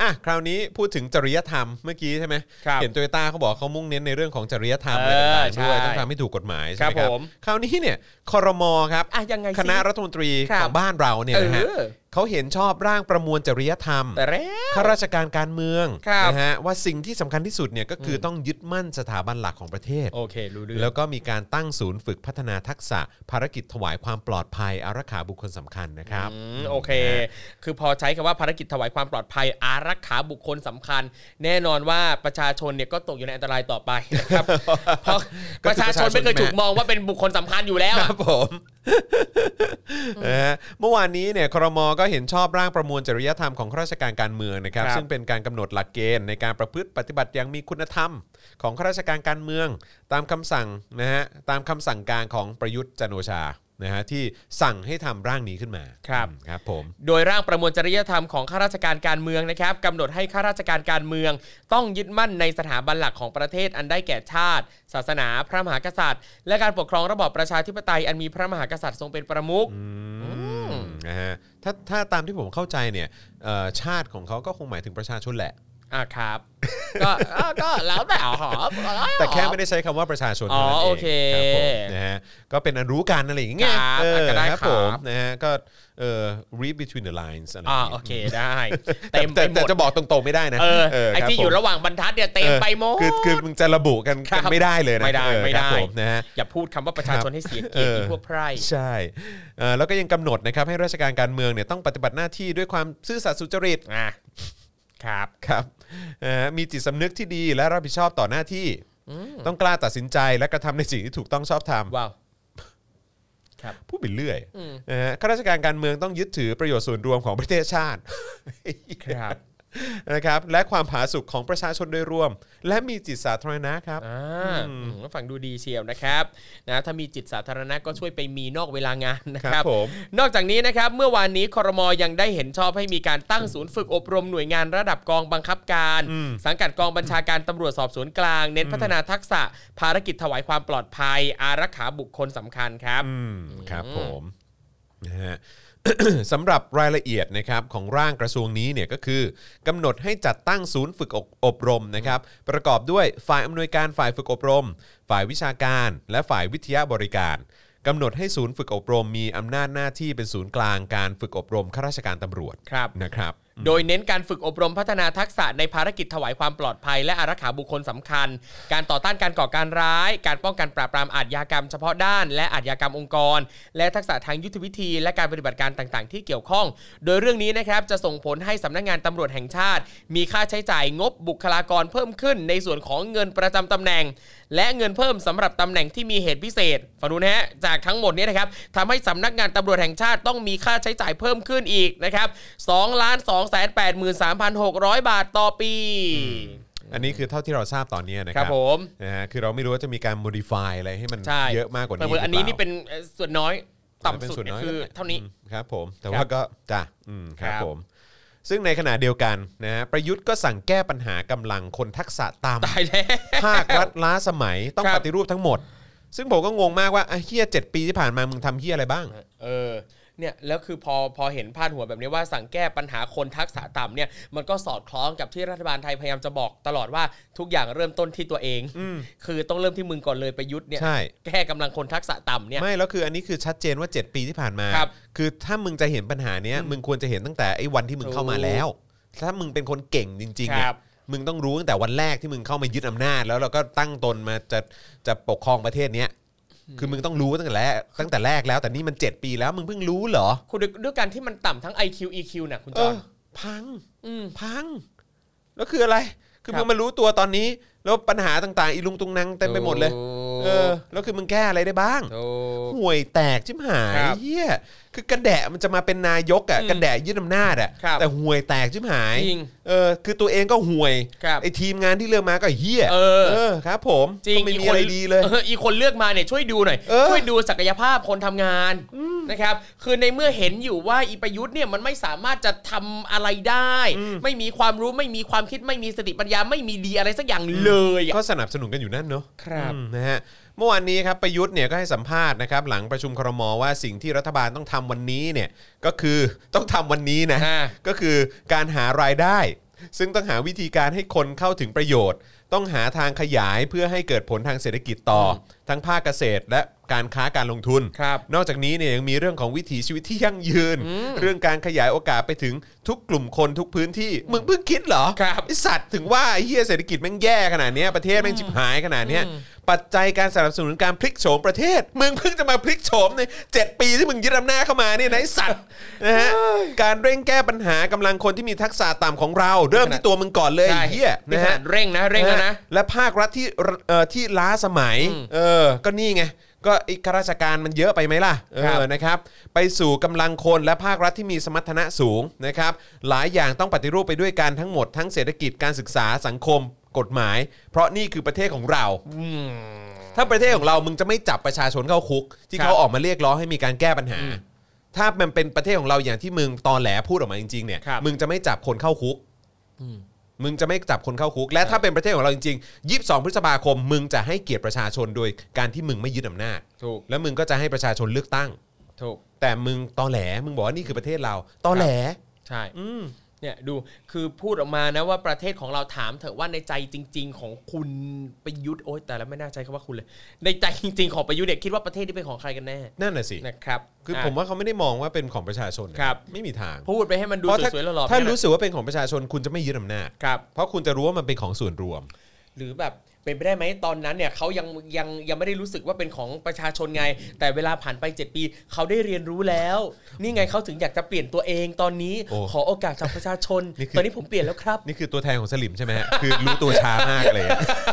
[SPEAKER 2] อ่ะคราวนี้พูดถึงจริยธรรมเมื่อกี้ใช่ไหม
[SPEAKER 3] ครับ
[SPEAKER 2] เห็นโตโยต้าเขาบอกเขามุ่งเน้นในเรื่องของจริยธรรม
[SPEAKER 3] เอ
[SPEAKER 2] อะไรต่างๆด้
[SPEAKER 3] อ
[SPEAKER 2] วย
[SPEAKER 3] ใช่
[SPEAKER 2] ต้องทำให้ถูกกฎหมายใช่
[SPEAKER 3] ครั
[SPEAKER 2] ไหมค
[SPEAKER 3] บ
[SPEAKER 2] รับ
[SPEAKER 3] ผม
[SPEAKER 2] คราวนี้เนี่ยคอรมอครับ
[SPEAKER 3] อ่ะยังไงสิ
[SPEAKER 2] คณะรัฐมนตรี
[SPEAKER 3] ครั
[SPEAKER 2] ข
[SPEAKER 3] บ
[SPEAKER 2] องบ้านเราเนี่ยนะฮะ
[SPEAKER 3] เออ
[SPEAKER 2] เขาเห็นชอบร่างประมวลจริยธรรม
[SPEAKER 3] แต่แล้ว
[SPEAKER 2] ข้าราชการการเมือง
[SPEAKER 3] ครับ
[SPEAKER 2] นะฮะว่าสิ่งที่สำคัญที่สุดเนี่ยก็คืออต้องยึดมั่นสถาบันหลักของประเทศ
[SPEAKER 3] โอเค รู้เรื่อง
[SPEAKER 2] แล้วก็มีการตั้งศูนย์ฝึกพัฒนาทักษะ ภารกิจถวายความปลอดภัยอารักขาบุคคลสำคัญนะครับ
[SPEAKER 3] อืมโอเค คือพอใช้คำว่าภารกิจถวายความปลอดภัย อารักขาบุคคลสำคัญ แน่นอนว่าประชาชนเนี่ยก็ตกอยู่ในอันตรายต่อไป นะครับ เพราะ
[SPEAKER 2] ก็
[SPEAKER 3] ประ
[SPEAKER 2] คือประชาช
[SPEAKER 3] ชาช
[SPEAKER 2] น
[SPEAKER 3] นไม่เคยถูกมองว่าเป็นบุคคลสำคัญอยู่แล้ว
[SPEAKER 2] ค
[SPEAKER 3] อะ
[SPEAKER 2] รับผมนะฮะเมื่อวานนี้เนี่ยครมก็เห็นชอบร่างประมวลจริยธรรมของข้าราชการการเมืองนะครับ
[SPEAKER 3] ครับ
[SPEAKER 2] ซึ่งเป็นการกำหนดหลักเกณฑ์ในการประพฤติปฏิบัติอย่างมีคุณธรรม ของข้าราชการการเมือง ตามคำสั่งนะฮะตามคำสั่งการของประยุทธ์จันทร์โอชานะฮะที่สั่งให้ทำร่างนี้ขึ้นมา
[SPEAKER 3] ครับ
[SPEAKER 2] อืมครับผม
[SPEAKER 3] โดยร่างประมวลจริยธรรมของข้าราชการการเมืองนะครับกำหนดให้ข้าราชการการเมือง ต้องยึดมั่นในสถาบันหลักของประเทศอันได้แก่ชาติ ศาสนา พระมหากษัตริย์ และการปกครองระบอบประชาธิปไตยอันมีพระมหากษัตริย์ทรงเป็นประมุข ม
[SPEAKER 2] นะฮะถ้าถ้าตามที่ผมเข้าใจเนี่ยเอ่อชาติของเขาก็คงหมายถึงประชาชนแหละ
[SPEAKER 3] อ่ะครับ ก็อ่ะก็แล้วแต่หอ
[SPEAKER 2] แต่แค่ไม่ได้ใช้คำว่าประชาชน
[SPEAKER 3] อ๋อ
[SPEAKER 2] ท่านั้นง
[SPEAKER 3] โอเค
[SPEAKER 2] ครับผมนะฮะก็เป็นอันรู้กันอะไรอย่างเงี้ย
[SPEAKER 3] ครับ
[SPEAKER 2] เออ
[SPEAKER 3] ก็ได้
[SPEAKER 2] ครับ
[SPEAKER 3] ครับ
[SPEAKER 2] ผมนะฮะก็เออ read between the lines อะไรย่า
[SPEAKER 3] อ่าง
[SPEAKER 2] งี้ย
[SPEAKER 3] โอเคได้
[SPEAKER 2] แต่
[SPEAKER 3] เต็มไป
[SPEAKER 2] แต่
[SPEAKER 3] หม
[SPEAKER 2] แต่
[SPEAKER 3] ด
[SPEAKER 2] จะบอกตรงๆไม่ได้นะ
[SPEAKER 3] เออ
[SPEAKER 2] ค
[SPEAKER 3] ไอที่อยู่
[SPEAKER 2] ผม
[SPEAKER 3] ระหว่างบรรทัดเนี่ยเต็มไปหมด
[SPEAKER 2] คือคือมึงจะระบุกัน
[SPEAKER 3] ค
[SPEAKER 2] กั
[SPEAKER 3] รั
[SPEAKER 2] น
[SPEAKER 3] บ
[SPEAKER 2] ไม่ได้เลยนะ
[SPEAKER 3] ไม่ได้
[SPEAKER 2] เออ
[SPEAKER 3] ไม่ได้
[SPEAKER 2] ครับผมนะฮะ
[SPEAKER 3] อย่าพูดคำว่าประชาชนให้เสียเกียรติพวกไพร่
[SPEAKER 2] ใช่เอ่อแล้วก็ยังกำหนดนะครับให้ราชการการเมืองเนี่ยต้องปฏิบัติหน้าที่ด้วยความซื่อสัตย์สุจริต
[SPEAKER 3] อ่ะครับ
[SPEAKER 2] ครับเอ่อมีจิตสำนึกที่ดีและรับผิดชอบต่อหน้าที่ ต้องกล้าตัดสินใจและกระทำในสิ่งที่ถูกต้องชอบธรรม
[SPEAKER 3] ว้าว
[SPEAKER 2] ผู้บิดเลื่อยนะฮะข้าราชการการเมืองต้องยึดถือประโยชน์ส่วนรวมของประเทศชาติ
[SPEAKER 3] ครับ
[SPEAKER 2] นะครับ และความผาสุกของประชาชนโดยรวม และมีจิตสาธารณะครับ
[SPEAKER 3] อ่าอืมฟังดูดีเชียวนะครับนะถ้ามีจิตสาธารณะก็ช่วยไปมีนอกเวลางานนะ
[SPEAKER 2] ค
[SPEAKER 3] ค
[SPEAKER 2] รั
[SPEAKER 3] รั
[SPEAKER 2] บบ ผม
[SPEAKER 3] นอกจากนี้นะครับ เมื่อวานนี้คอรมอยังได้เห็นชอบให้มีการตั้งศูนย์ฝึกอบรมหน่วยงานระดับกองบังคับการ สังกัดกองบัญชาการตำรวจสอบสวนกลาง เน้นพัฒนาทักษะ ภารกิจถวายความปลอดภัย อารักขาบุคคลสำคัญครับ
[SPEAKER 2] อืมครับผมนะฮะ สำหรับรายละเอียดนะครับของร่างกระทรวงนี้เนี่ยก็คือกำหนดให้จัดตั้งศูนย์ฝึกอบอบรมนะครับ ประกอบด้วยฝ่ายอำนวยการฝ่ายฝึกอบรม ฝ่ายวิชาการ และฝ่ายวิทยาบริการกำหนดให้ศูนย์ฝึกอบรม มีอำนาจหน้าที่เป็นศูนย์กลางการฝึกอบรมข้าราชการตำรวจ
[SPEAKER 3] ครับ
[SPEAKER 2] นะครับ
[SPEAKER 3] โดยเน้นการฝึกอบรมพัฒนาทักษะในภารกิจถวายความปลอดภัย และอารักขาบุคคลสำคัญ การต่อต้านการก่อการร้าย การป้องกันปราบปรามอาชญากรรมเฉพาะด้าน และอาชญากรรมองค์กร และทักษะทางยุทธวิธี และการปฏิบัติการต่างๆ ที่เกี่ยวข้อง โดยเรื่องนี้นะครับจะส่งผลให้สำนักงานตำรวจแห่งชาติ มีค่าใช้จ่ายงบบุคลากรเพิ่มขึ้น ในส่วนของเงินประจำตำแหน่ง และเงินเพิ่มสำหรับตำแหน่งที่มีเหตุพิเศษฟังดูนะฮะจากทั้งหมดเนี้นะครับทำให้สำนักงานตำรวจแห่งชาติต้องมีค่าใช้จ่ายเพิ่มขึ้นอีกนะครับ2ล้าน2 8 3 6 0 0 บาทต่อปี
[SPEAKER 2] อันนี้คือเท่าที่เราทราบตอนนี้นะค
[SPEAKER 3] ครั
[SPEAKER 2] รับบ
[SPEAKER 3] ผม
[SPEAKER 2] นะฮะคือเราไม่รู้ว่าจะมีการ modify อะไรให้มัน
[SPEAKER 3] ใช่
[SPEAKER 2] เยอะมากกว่านี้
[SPEAKER 3] เผื่อๆอัน
[SPEAKER 2] ห
[SPEAKER 3] นี้
[SPEAKER 2] รื
[SPEAKER 3] นี่
[SPEAKER 2] เปล่า
[SPEAKER 3] เป็นเอ่อส่วนน้อยต่ำสุด
[SPEAKER 2] เป็
[SPEAKER 3] เนี่ย
[SPEAKER 2] ย
[SPEAKER 3] คือเท่านี้
[SPEAKER 2] มครับผมแต่
[SPEAKER 3] ครับ
[SPEAKER 2] ว่าก็จ้ะอืมครับ
[SPEAKER 3] ครับ
[SPEAKER 2] ผม ซึ่งในขณะเดียวกันนะฮะประยุทธ์ก็สั่งแก้ปัญหากำลังคนทักษะต่
[SPEAKER 3] ตายแล้ว
[SPEAKER 2] ำภาครัฐล้าสมัยต้อง
[SPEAKER 3] ครับ
[SPEAKER 2] ปฏิรูปทั้งหมด ซึ่งผมก็งงมากว่าอ่ะเฮียเจ็ดปีที่ผ่านมามึงทำเฮียอะไรบ้าง
[SPEAKER 3] เออเนี่ยแล้วคือพอพอเห็นพาดหัวแบบนี้ว่าสั่งแก้ปัญหาคนทักษะต่ำเนี่ยมันก็สอดคล้องกับที่รัฐบาลไทยพยายามจะบอกตลอดว่าทุกอย่างเริ่มต้นที่ตัวเอง คือต้องเริ่มที่มึงก่อนเลยไประยุทธ์เนี่ย
[SPEAKER 2] ใช่
[SPEAKER 3] แก้กำลังคนทักษะต่ำเนี่ย
[SPEAKER 2] ไม่แล้วคืออันนี้คือชัดเจนว่า 7 ปีที่ผ่านมา
[SPEAKER 3] ครับ
[SPEAKER 2] อถ้ามึงจะเห็นปัญหาเนี้ยมึงควรจะเห็นตั้งแต่ไอ้วันที่มึงเข้ามาแล้ว ถ้ามึงเป็นคนเก่งจริงๆเนี่
[SPEAKER 3] ค
[SPEAKER 2] ย
[SPEAKER 3] รับ
[SPEAKER 2] มึงต้องรู้ตั้งแต่วันแรกที่มึงเข้ามายึดอำนาจ แล้วเราก็ตั้งตนมาจะจะปกครองประเทศเนี้ยคือมึงต้องรู้ตั้งแต่แรกตั้งแต่แรกแล้วแต่นี่มัน 7 ปีแล้วมึงเพิ่งรู้เหรอ
[SPEAKER 3] คุณด้วยด้วยการที่มันต่ำทั้ง IQ EQ นะคุณ
[SPEAKER 2] เอ
[SPEAKER 3] จอ
[SPEAKER 2] อ
[SPEAKER 3] ห์น
[SPEAKER 2] พัง
[SPEAKER 3] อืม
[SPEAKER 2] พัง แล้วคืออะไร คือ
[SPEAKER 3] ครับ
[SPEAKER 2] มึงมารู้ตัวตอนนี้ แล้วปัญหาต่างๆอีลุงตุงนังเต็มไปหมดเลย เออ แล้วคือมึงแก้อะไรได้บ้าง
[SPEAKER 3] โอ้
[SPEAKER 2] ห่วยแตกชิบหา
[SPEAKER 3] ค
[SPEAKER 2] ย
[SPEAKER 3] รับ
[SPEAKER 2] เฮียคือกระแดะมันจะมาเป็นนายกอ่ะ
[SPEAKER 3] อืม
[SPEAKER 2] กระแดะยึดอำนาจอ่ะ
[SPEAKER 3] ครับ
[SPEAKER 2] แต่ห่วยแตกชิบหาย
[SPEAKER 3] จริง
[SPEAKER 2] เออคือตัวเองก็ห่วย
[SPEAKER 3] ครับ
[SPEAKER 2] ไอทีมงานที่เลือกมาก็เฮีย
[SPEAKER 3] เออ
[SPEAKER 2] ครับ ผม
[SPEAKER 3] จริง
[SPEAKER 2] ก็ไม่มีอะไรดีเลย
[SPEAKER 3] อออีกคนเลือกมาเนี่ยช่วยดูหน่อย
[SPEAKER 2] เออ
[SPEAKER 3] ช่วยดูศักยภาพคนทำงานนะครับคือในเมื่อเห็นอยู่ว่าอีประยุทธ์เนี่ยมันไม่สามารถจะทำอะไรได้ ไม่มีความรู้ไม่มีความคิดไม่มีสติปัญญาไม่มีดีอะไรสักอย่างเลยอะ
[SPEAKER 2] ก็สนับสนุนกันอยู่นั่นเนาะ
[SPEAKER 3] ครับ
[SPEAKER 2] อืมนะฮะ เมื่อวานนี้ครับประยุทธ์เนี่ยก็ให้สัมภาษณ์นะครับหลังประชุมครมว่าสิ่งที่รัฐบาลต้องทำวันนี้เนี่ยก็คือต้องทำวันนี้นะ
[SPEAKER 3] อ่า
[SPEAKER 2] ก็คือการหารายได้ ซึ่งต้องหาวิธีการให้คนเข้าถึงประโยชน์ ต้องหาทางขยายเพื่อให้เกิดผลทางเศรษฐกิจต่อ ทั้งภาคเกษตรและการค้าการลงทุน
[SPEAKER 3] ครับ
[SPEAKER 2] นอกจากนี้เนี่ยยังมีเรื่องของวิถีชีวิตที่ยั่งยืน เรื่องการขยายโอกาสไปถึงทุกกลุ่มคนทุกพื้นที่มึงเพิ่งคิดเหรอ
[SPEAKER 3] ครับ
[SPEAKER 2] ไอสัตว์ถึงว่าไอ้เฮียเศรษฐกิจแม่งแย่ขนาดเนี้ยประเทศแม่งจิบหายขนาดเนี้ยปัจจัยการสนับสนุนการพลิกโฉมประเทศมึงเพิ่งจะมาพลิกโฉมในเจ็ดปีที่มึงยึดอำนาจเข้ามาเนี่ยนะไอสัตว์ นะฮะการเร่งแก้ปัญหากำลังคนที่มีทักษะต่ำของเรา เริ่มที่ตัวมึงก่อนเลยไอ้เฮีย
[SPEAKER 3] นี่
[SPEAKER 2] นะ
[SPEAKER 3] ข
[SPEAKER 2] ฮะ
[SPEAKER 3] นาดเร่งนะเร่งแล้วนะ
[SPEAKER 2] และภาครัฐที่เอ่อที่ล้าสมัยเออก็นี่ไงก็ไอ้ข้าราชการมันเยอะไปไหมล่ะเอ
[SPEAKER 3] ครับ
[SPEAKER 2] อนะครับ ไปสู่กำลังคนและภาครัฐที่มีสมรรถนะสูงนะครับ หลายอย่างต้องปฏิรูปไปด้วยกันทั้งหมดทั้งเศรษฐกิจการศึกษาสังคมกฎหมาย เพราะนี่คือประเทศของเรา ถ้าประเทศของเรามึงจะไม่จับประชาชนเข้าคุก ที่
[SPEAKER 3] ครับ
[SPEAKER 2] เขาออกมาเรียกร้องให้มีการแก้ปัญหา ถ้ามันเป็นประเทศของเราอย่างที่มึงตอนแหลพูดออกมาจริงๆเนี่ย
[SPEAKER 3] ครับ
[SPEAKER 2] มึงจะไม่จับคนเข้าคุก มึงจะไม่จับคนเข้าคุก และถ้าเป็นประเทศของเราจริงๆ 22 พฤษภาคม มึงจะให้เกียรติประชาชนโดยการที่มึงไม่ยึดอำนาจ
[SPEAKER 3] ถูก
[SPEAKER 2] แล้วมึงก็จะให้ประชาชนเลือกตั้ง
[SPEAKER 3] ถูก
[SPEAKER 2] แต่มึงตอแหล มึงบอกว่านี่คือประเทศเราตอแหล
[SPEAKER 3] ใช่
[SPEAKER 2] อืม
[SPEAKER 3] เนี่ยดูคือพูดออกมานะว่าประเทศของเราถามเถอะว่าในใจจริง ๆ ของคุณประยุทธ์โอ๊ยแต่ละไม่น่าใจคำว่าคุณเลย ในใจจริง ๆ ของประยุทธ์เนี่ยคิดว่าประเทศนี้เป็นของใครกันแน่
[SPEAKER 2] นั่นน่ะสิ
[SPEAKER 3] นะครับ
[SPEAKER 2] คืออะ ผมว่าเขาไม่ได้มองว่าเป็นของประชาชนนะครับ ไม่มีทาง
[SPEAKER 3] พูดไปให้มันดู
[SPEAKER 2] เพราะถ้า
[SPEAKER 3] สวยๆหล่อๆ
[SPEAKER 2] ถ้า
[SPEAKER 3] ไปนะ
[SPEAKER 2] รู้สึกว่าเป็นของประชาชนคุณจะไม่ยึดอำนาจ
[SPEAKER 3] ครับ
[SPEAKER 2] เพราะคุณจะรู้ว่ามันเป็นของส่วนรวม
[SPEAKER 3] หรือแบบเป็นไปได้ไหมตอนนั้นเนี่ยเขายังยังยังไม่ได้รู้สึกว่าเป็นของประชาชนไง แต่เวลาผ่านไป 7 ปีเขาได้เรียนรู้แล้ว นี่ไงเขาถึงอยากจะเปลี่ยนตัวเองตอนนี้
[SPEAKER 2] โอ้
[SPEAKER 3] ขอโอกาสจากประชาชน
[SPEAKER 2] นี่คือ
[SPEAKER 3] ตอนนี้ผมเปลี่ยนแล้วครับ
[SPEAKER 2] นี่คือตัวแทนของสลิมใช่ไหม ฮะคือรู้ตัวช้ามากเลย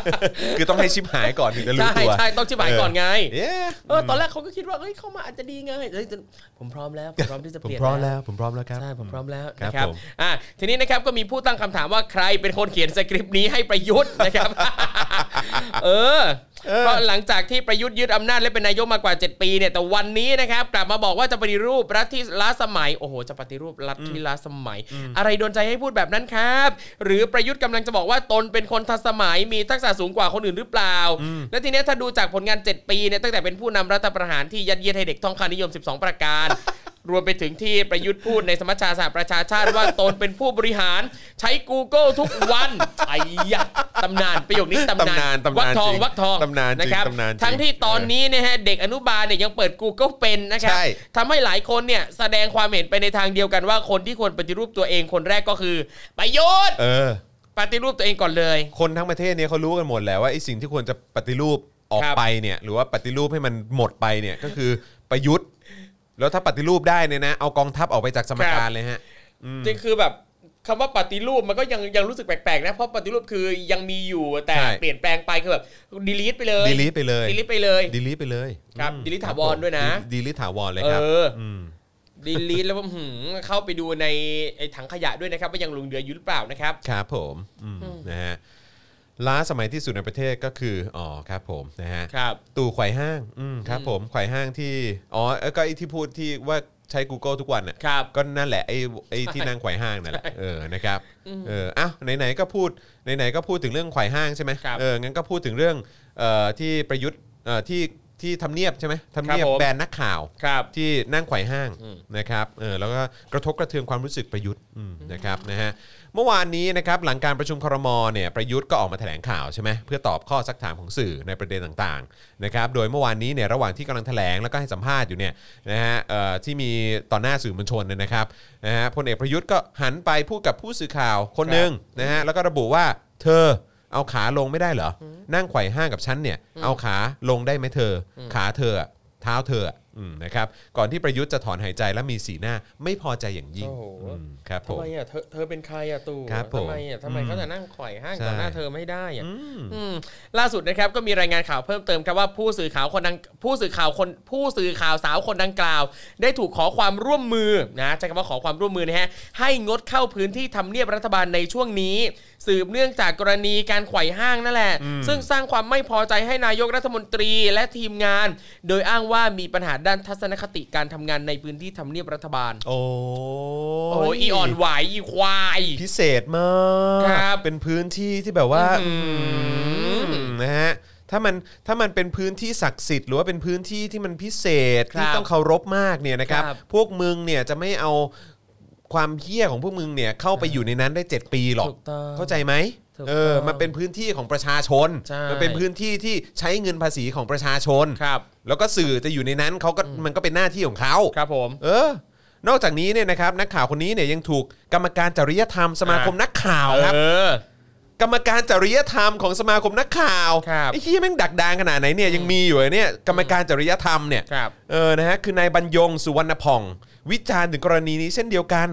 [SPEAKER 2] คือต้องให้ชิบหายก่อนถึงจะรู้
[SPEAKER 3] ใช่
[SPEAKER 2] ตัว
[SPEAKER 3] ใช่ต้องชิบหายก่อนไง
[SPEAKER 2] เอ๊ะ
[SPEAKER 3] เออตอนแรกเขาก็คิดว่าเอ้ยเข้ามาอาจจะดีไงเอ้ยแต่ผมพร้อมแล้วผมพร้อมที่จะเป
[SPEAKER 2] ผม
[SPEAKER 3] ลี่ยน
[SPEAKER 2] พร้อมแล้ว ผมพร้อมแล้วครับ
[SPEAKER 3] ใช่ผมพร้อมแล้ว
[SPEAKER 2] ครับ
[SPEAKER 3] นะครับ
[SPEAKER 2] ผม
[SPEAKER 3] อ่ะทีนี้นะครับก็มีผู้ตั้งคำถามว่าใครเป็นคนเขียนสคริปต์นี้ให้ประยุทธ์นะครับ เออเพราะหลังจากที่ประยุทธ์ยึดอำนาจและเป็นนายกมากว่า 7 ปีเนี่ยแต่วันนี้นะครับ กลับมาบอกว่าจะปฏิรูปรัฐที่ล้าสมัยโอ้โหจะปฏิรูปรัฐที่ล้าสมัย อะไรโดนใจให้พูดแบบนั้นครับ หรือประยุทธ์กำลังจะบอกว่าตนเป็นคนทันสมัยมีทักษะสูงกว่าคนอื่นหรือเปล่า และทีเนี้ยถ้าดูจากผลงาน 7 ปีเนี่ยตั้งแต่เป็นผู้นำรัฐประหารที่ยัดเยียดให้เด็กท่องคานิยม 12 ประการ รวมไปถึงที่ประยุทธ์พูดในสมัชชาสหประชาชาติว่าตนเป็นผู้บริหาร ใช้ Google ทุกวัน ไอ้ยะตำนานประโยคนี้ตำ
[SPEAKER 2] ตำนานตำนาน
[SPEAKER 3] วักทอง
[SPEAKER 2] จริง
[SPEAKER 3] วักทอง
[SPEAKER 2] ตำนานจริง
[SPEAKER 3] นะครับ
[SPEAKER 2] ตำนานจริง
[SPEAKER 3] ทั้งที่ตอนนี้เนะฮะเด็กอนุบาลเนี่ยยังเปิด Google เป็นนะครั
[SPEAKER 2] ใช่
[SPEAKER 3] ทำให้หลายคนเนี่ยแสดงความเห็นไปในทางเดียวกันว่าคนที่ควรปฏิรูปตัวเองคนแรกก็คือประยุทธ์
[SPEAKER 2] เออ
[SPEAKER 3] ปฏิรูปตัวเองก่อนเลย
[SPEAKER 2] คนทั้งประเทศเนี่ยเขารู้กันหมดแล้วว่าไอ้สิ่งที่ควรจะปฏิรูปออก
[SPEAKER 3] ครับ
[SPEAKER 2] ไปเนี่ยหรือว่าปฏิรูปให้มันหมดไปเนี่ยก็คือประยุทธ์ แล้วถ้าปฏิรูปได้เนี่ยนะเอากองทัพออกไปจากสมการเลยฮะ
[SPEAKER 3] จริงคือแบบคำว่าปฏิรูปมันก็ยังยังรู้สึกแปลกๆนะเพราะปฏิรูปคือยังมีอยู่แต่
[SPEAKER 2] ใช่
[SPEAKER 3] เปลี่ยนแปลงไปคือแบบดีลีทไปเลย
[SPEAKER 2] ดีลีทไปเลย
[SPEAKER 3] ดีลิทไปเลย
[SPEAKER 2] ดีลีทไปเลย
[SPEAKER 3] ครับ
[SPEAKER 2] อืม
[SPEAKER 3] delete
[SPEAKER 2] คบ
[SPEAKER 3] ถาวร
[SPEAKER 2] ผม
[SPEAKER 3] ด้วยนะ
[SPEAKER 2] ดีลีทถาวรเลย
[SPEAKER 3] เอ
[SPEAKER 2] ครับ
[SPEAKER 3] อ
[SPEAKER 2] ม
[SPEAKER 3] ดีลีทแล้วก็หืมเข้าไปดูในไอ้ถังขยะด้วยนะครับว่ายังหลงเหลืออยู่หรือเปล่านะครับ
[SPEAKER 2] ครับผมอืมนะฮะล้าสมัยที่สุดในประเทศก็คืออ๋อครับผมนะฮะ
[SPEAKER 3] ครับ
[SPEAKER 2] ตู่ไขว่ห้างอืมครับผมไขว่ห้างที่อ๋อเอ้อก็ไอ้ที่พูดที่ว่าใช้ Google ทุกวันน่ะ
[SPEAKER 3] ครับ
[SPEAKER 2] ก็นั่นแหละไอ้ไอ้ที่นั่งไขว่ห้างนั่นแหละเออนะครับเอออ้าวไหนๆก็พูดไหนๆก็พูดถึงเรื่องไขว่ห้างใช่ไหม
[SPEAKER 3] ครับ
[SPEAKER 2] เอองั้นก็พูดถึงเรื่องเอ่อที่ประยุทธ์เอ่อที่ที่ทำเนียบใช่ไหมทำเนียบ
[SPEAKER 3] ครับผม
[SPEAKER 2] แบนนักข่าว
[SPEAKER 3] ครับ
[SPEAKER 2] ที่นั่งไขว่ห้าง
[SPEAKER 3] อืม
[SPEAKER 2] นะครับเออแล้วก็กระทบกระเทือนความรู้สึกประยุทธ์อืมนะครับนะฮะเมื่อวานนี้นะครับหลังการประชุมครมเนี่ยประยุทธ์ก็ออกมาแถลงข่าวใช่ไหมเพื่อตอบข้อซักถามของสื่อในประเด็นต่างๆนะครับโดยเมื่อวานนี้เนี่ยระหว่างที่กำลังแถลงแล้วก็ให้สัมภาษณ์อยู่เนี่ยนะฮะเอ่อที่มีต่อหน้าสื่อมวลชนเนี่ยนะครับนะฮะพลเอกประยุทธ์ก็หันไปพูดกับผู้สื่อข่าวคนหนึ่งนะฮะแล้วก็ระบุว่าเธอเอาขาลงไม่ได้เหรอนั่งไขว่ห้างกับฉันเนี่ยเอาขาลงได้ไหมเธออขาเธออะ เท้าเธออ่ะอืมนะครับ ก่อนที่ประยุทธ์จะถอนหายใจและมีสีหน้าไม่พอใจอย่างยิ่ง
[SPEAKER 3] โอ้โห
[SPEAKER 2] อืมครับผ
[SPEAKER 3] ทำ
[SPEAKER 2] ม
[SPEAKER 3] ไมอ่ะเธอเธอเป็นใครอ่ะตู่
[SPEAKER 2] ครับผม
[SPEAKER 3] ทำไมอ่ะทำไม
[SPEAKER 2] อืม
[SPEAKER 3] เขาจะนั่งข่อยห้าง
[SPEAKER 2] ใช่
[SPEAKER 3] ต่อหน้าเธอไม่ได้อ่ะ
[SPEAKER 2] อืม
[SPEAKER 3] อืมล่าสุดนะครับก็มีรายงานข่าวเพิ่มเติมครับว่าผู้สื่อข่าวคนดังผู้สื่อข่าวคนผู้สื่อข่าวสาวคนดังกล่าว ได้ถูกขอความร่วมมือนะใช้คำว่าขอความร่วมมือนะฮะให้งดเข้าพื้นที่ทำเนียบรัฐบาลในช่วงนี้ สืบเนื่องจากกรณีการไขว่ห้างนั่นแหละ ซึ่งสร้างความไม่พอใจให้นายกรัฐมนตรีและทีมงาน โดยอ้างว่ามีปัญหาด้านทัศนคติการทำงานในพื้นที่ทำเนียบรัฐบาล
[SPEAKER 2] โอ้
[SPEAKER 3] โอ้ยอีอ่อนไหวอีควาย
[SPEAKER 2] พิเศษมาก
[SPEAKER 3] ครับ
[SPEAKER 2] เป็นพื้นที่ที่แบบว่า
[SPEAKER 3] อื้อหือ
[SPEAKER 2] มนะฮะ ถ้ามันถ้ามันเป็นพื้นที่ศักดิ์สิทธิ์หรือว่าเป็นพื้นที่ที่มันพิเศษ
[SPEAKER 3] ครับ
[SPEAKER 2] ที่ต้องเคารพมากเนี่ยนะครับ
[SPEAKER 3] ครับ
[SPEAKER 2] พวกมึงเนี่ยจะไม่เอาความเหี้ยของพวกมึงเนี่ยเข้าไปอยู่ในนั้นได้ 7 ปีหรอก
[SPEAKER 3] ถูกต้อง
[SPEAKER 2] เข้าใจไหม
[SPEAKER 3] ถูก
[SPEAKER 2] เออ
[SPEAKER 3] ต้อง
[SPEAKER 2] มันเป็นพื้นที่ของประชาชน
[SPEAKER 3] ใช่
[SPEAKER 2] มัเป็นพื้นที่ที่ใช้เงินภาษีของประชาชน
[SPEAKER 3] ครับ
[SPEAKER 2] แล้วก็สื่อจะอยู่ในนั้นเขาก็มันก็เป็นหน้าที่ของเขา
[SPEAKER 3] ครับผม
[SPEAKER 2] เออ นอกจากนี้เนี่ยนะครับนักข่าวคนนี้เนี่ยยังถูกกรรมการจริยธรรมสมาคมนักข่าวครับ
[SPEAKER 3] เออ
[SPEAKER 2] กรรมการจริยธรรมของสมาคมนักข่าว
[SPEAKER 3] ครับ
[SPEAKER 2] ไอ้ที่แม่งดักดานขนาดไหนเนี่ยยังมีอยู่เลยเนี่ยกรรมการจริยธรรมเนี่ย
[SPEAKER 3] ครับ
[SPEAKER 2] เออนะฮะคือนายบรรยงสุวรรณพ่อง วิจารณ์ถึงกรณีนี้เช่นเดียวกัน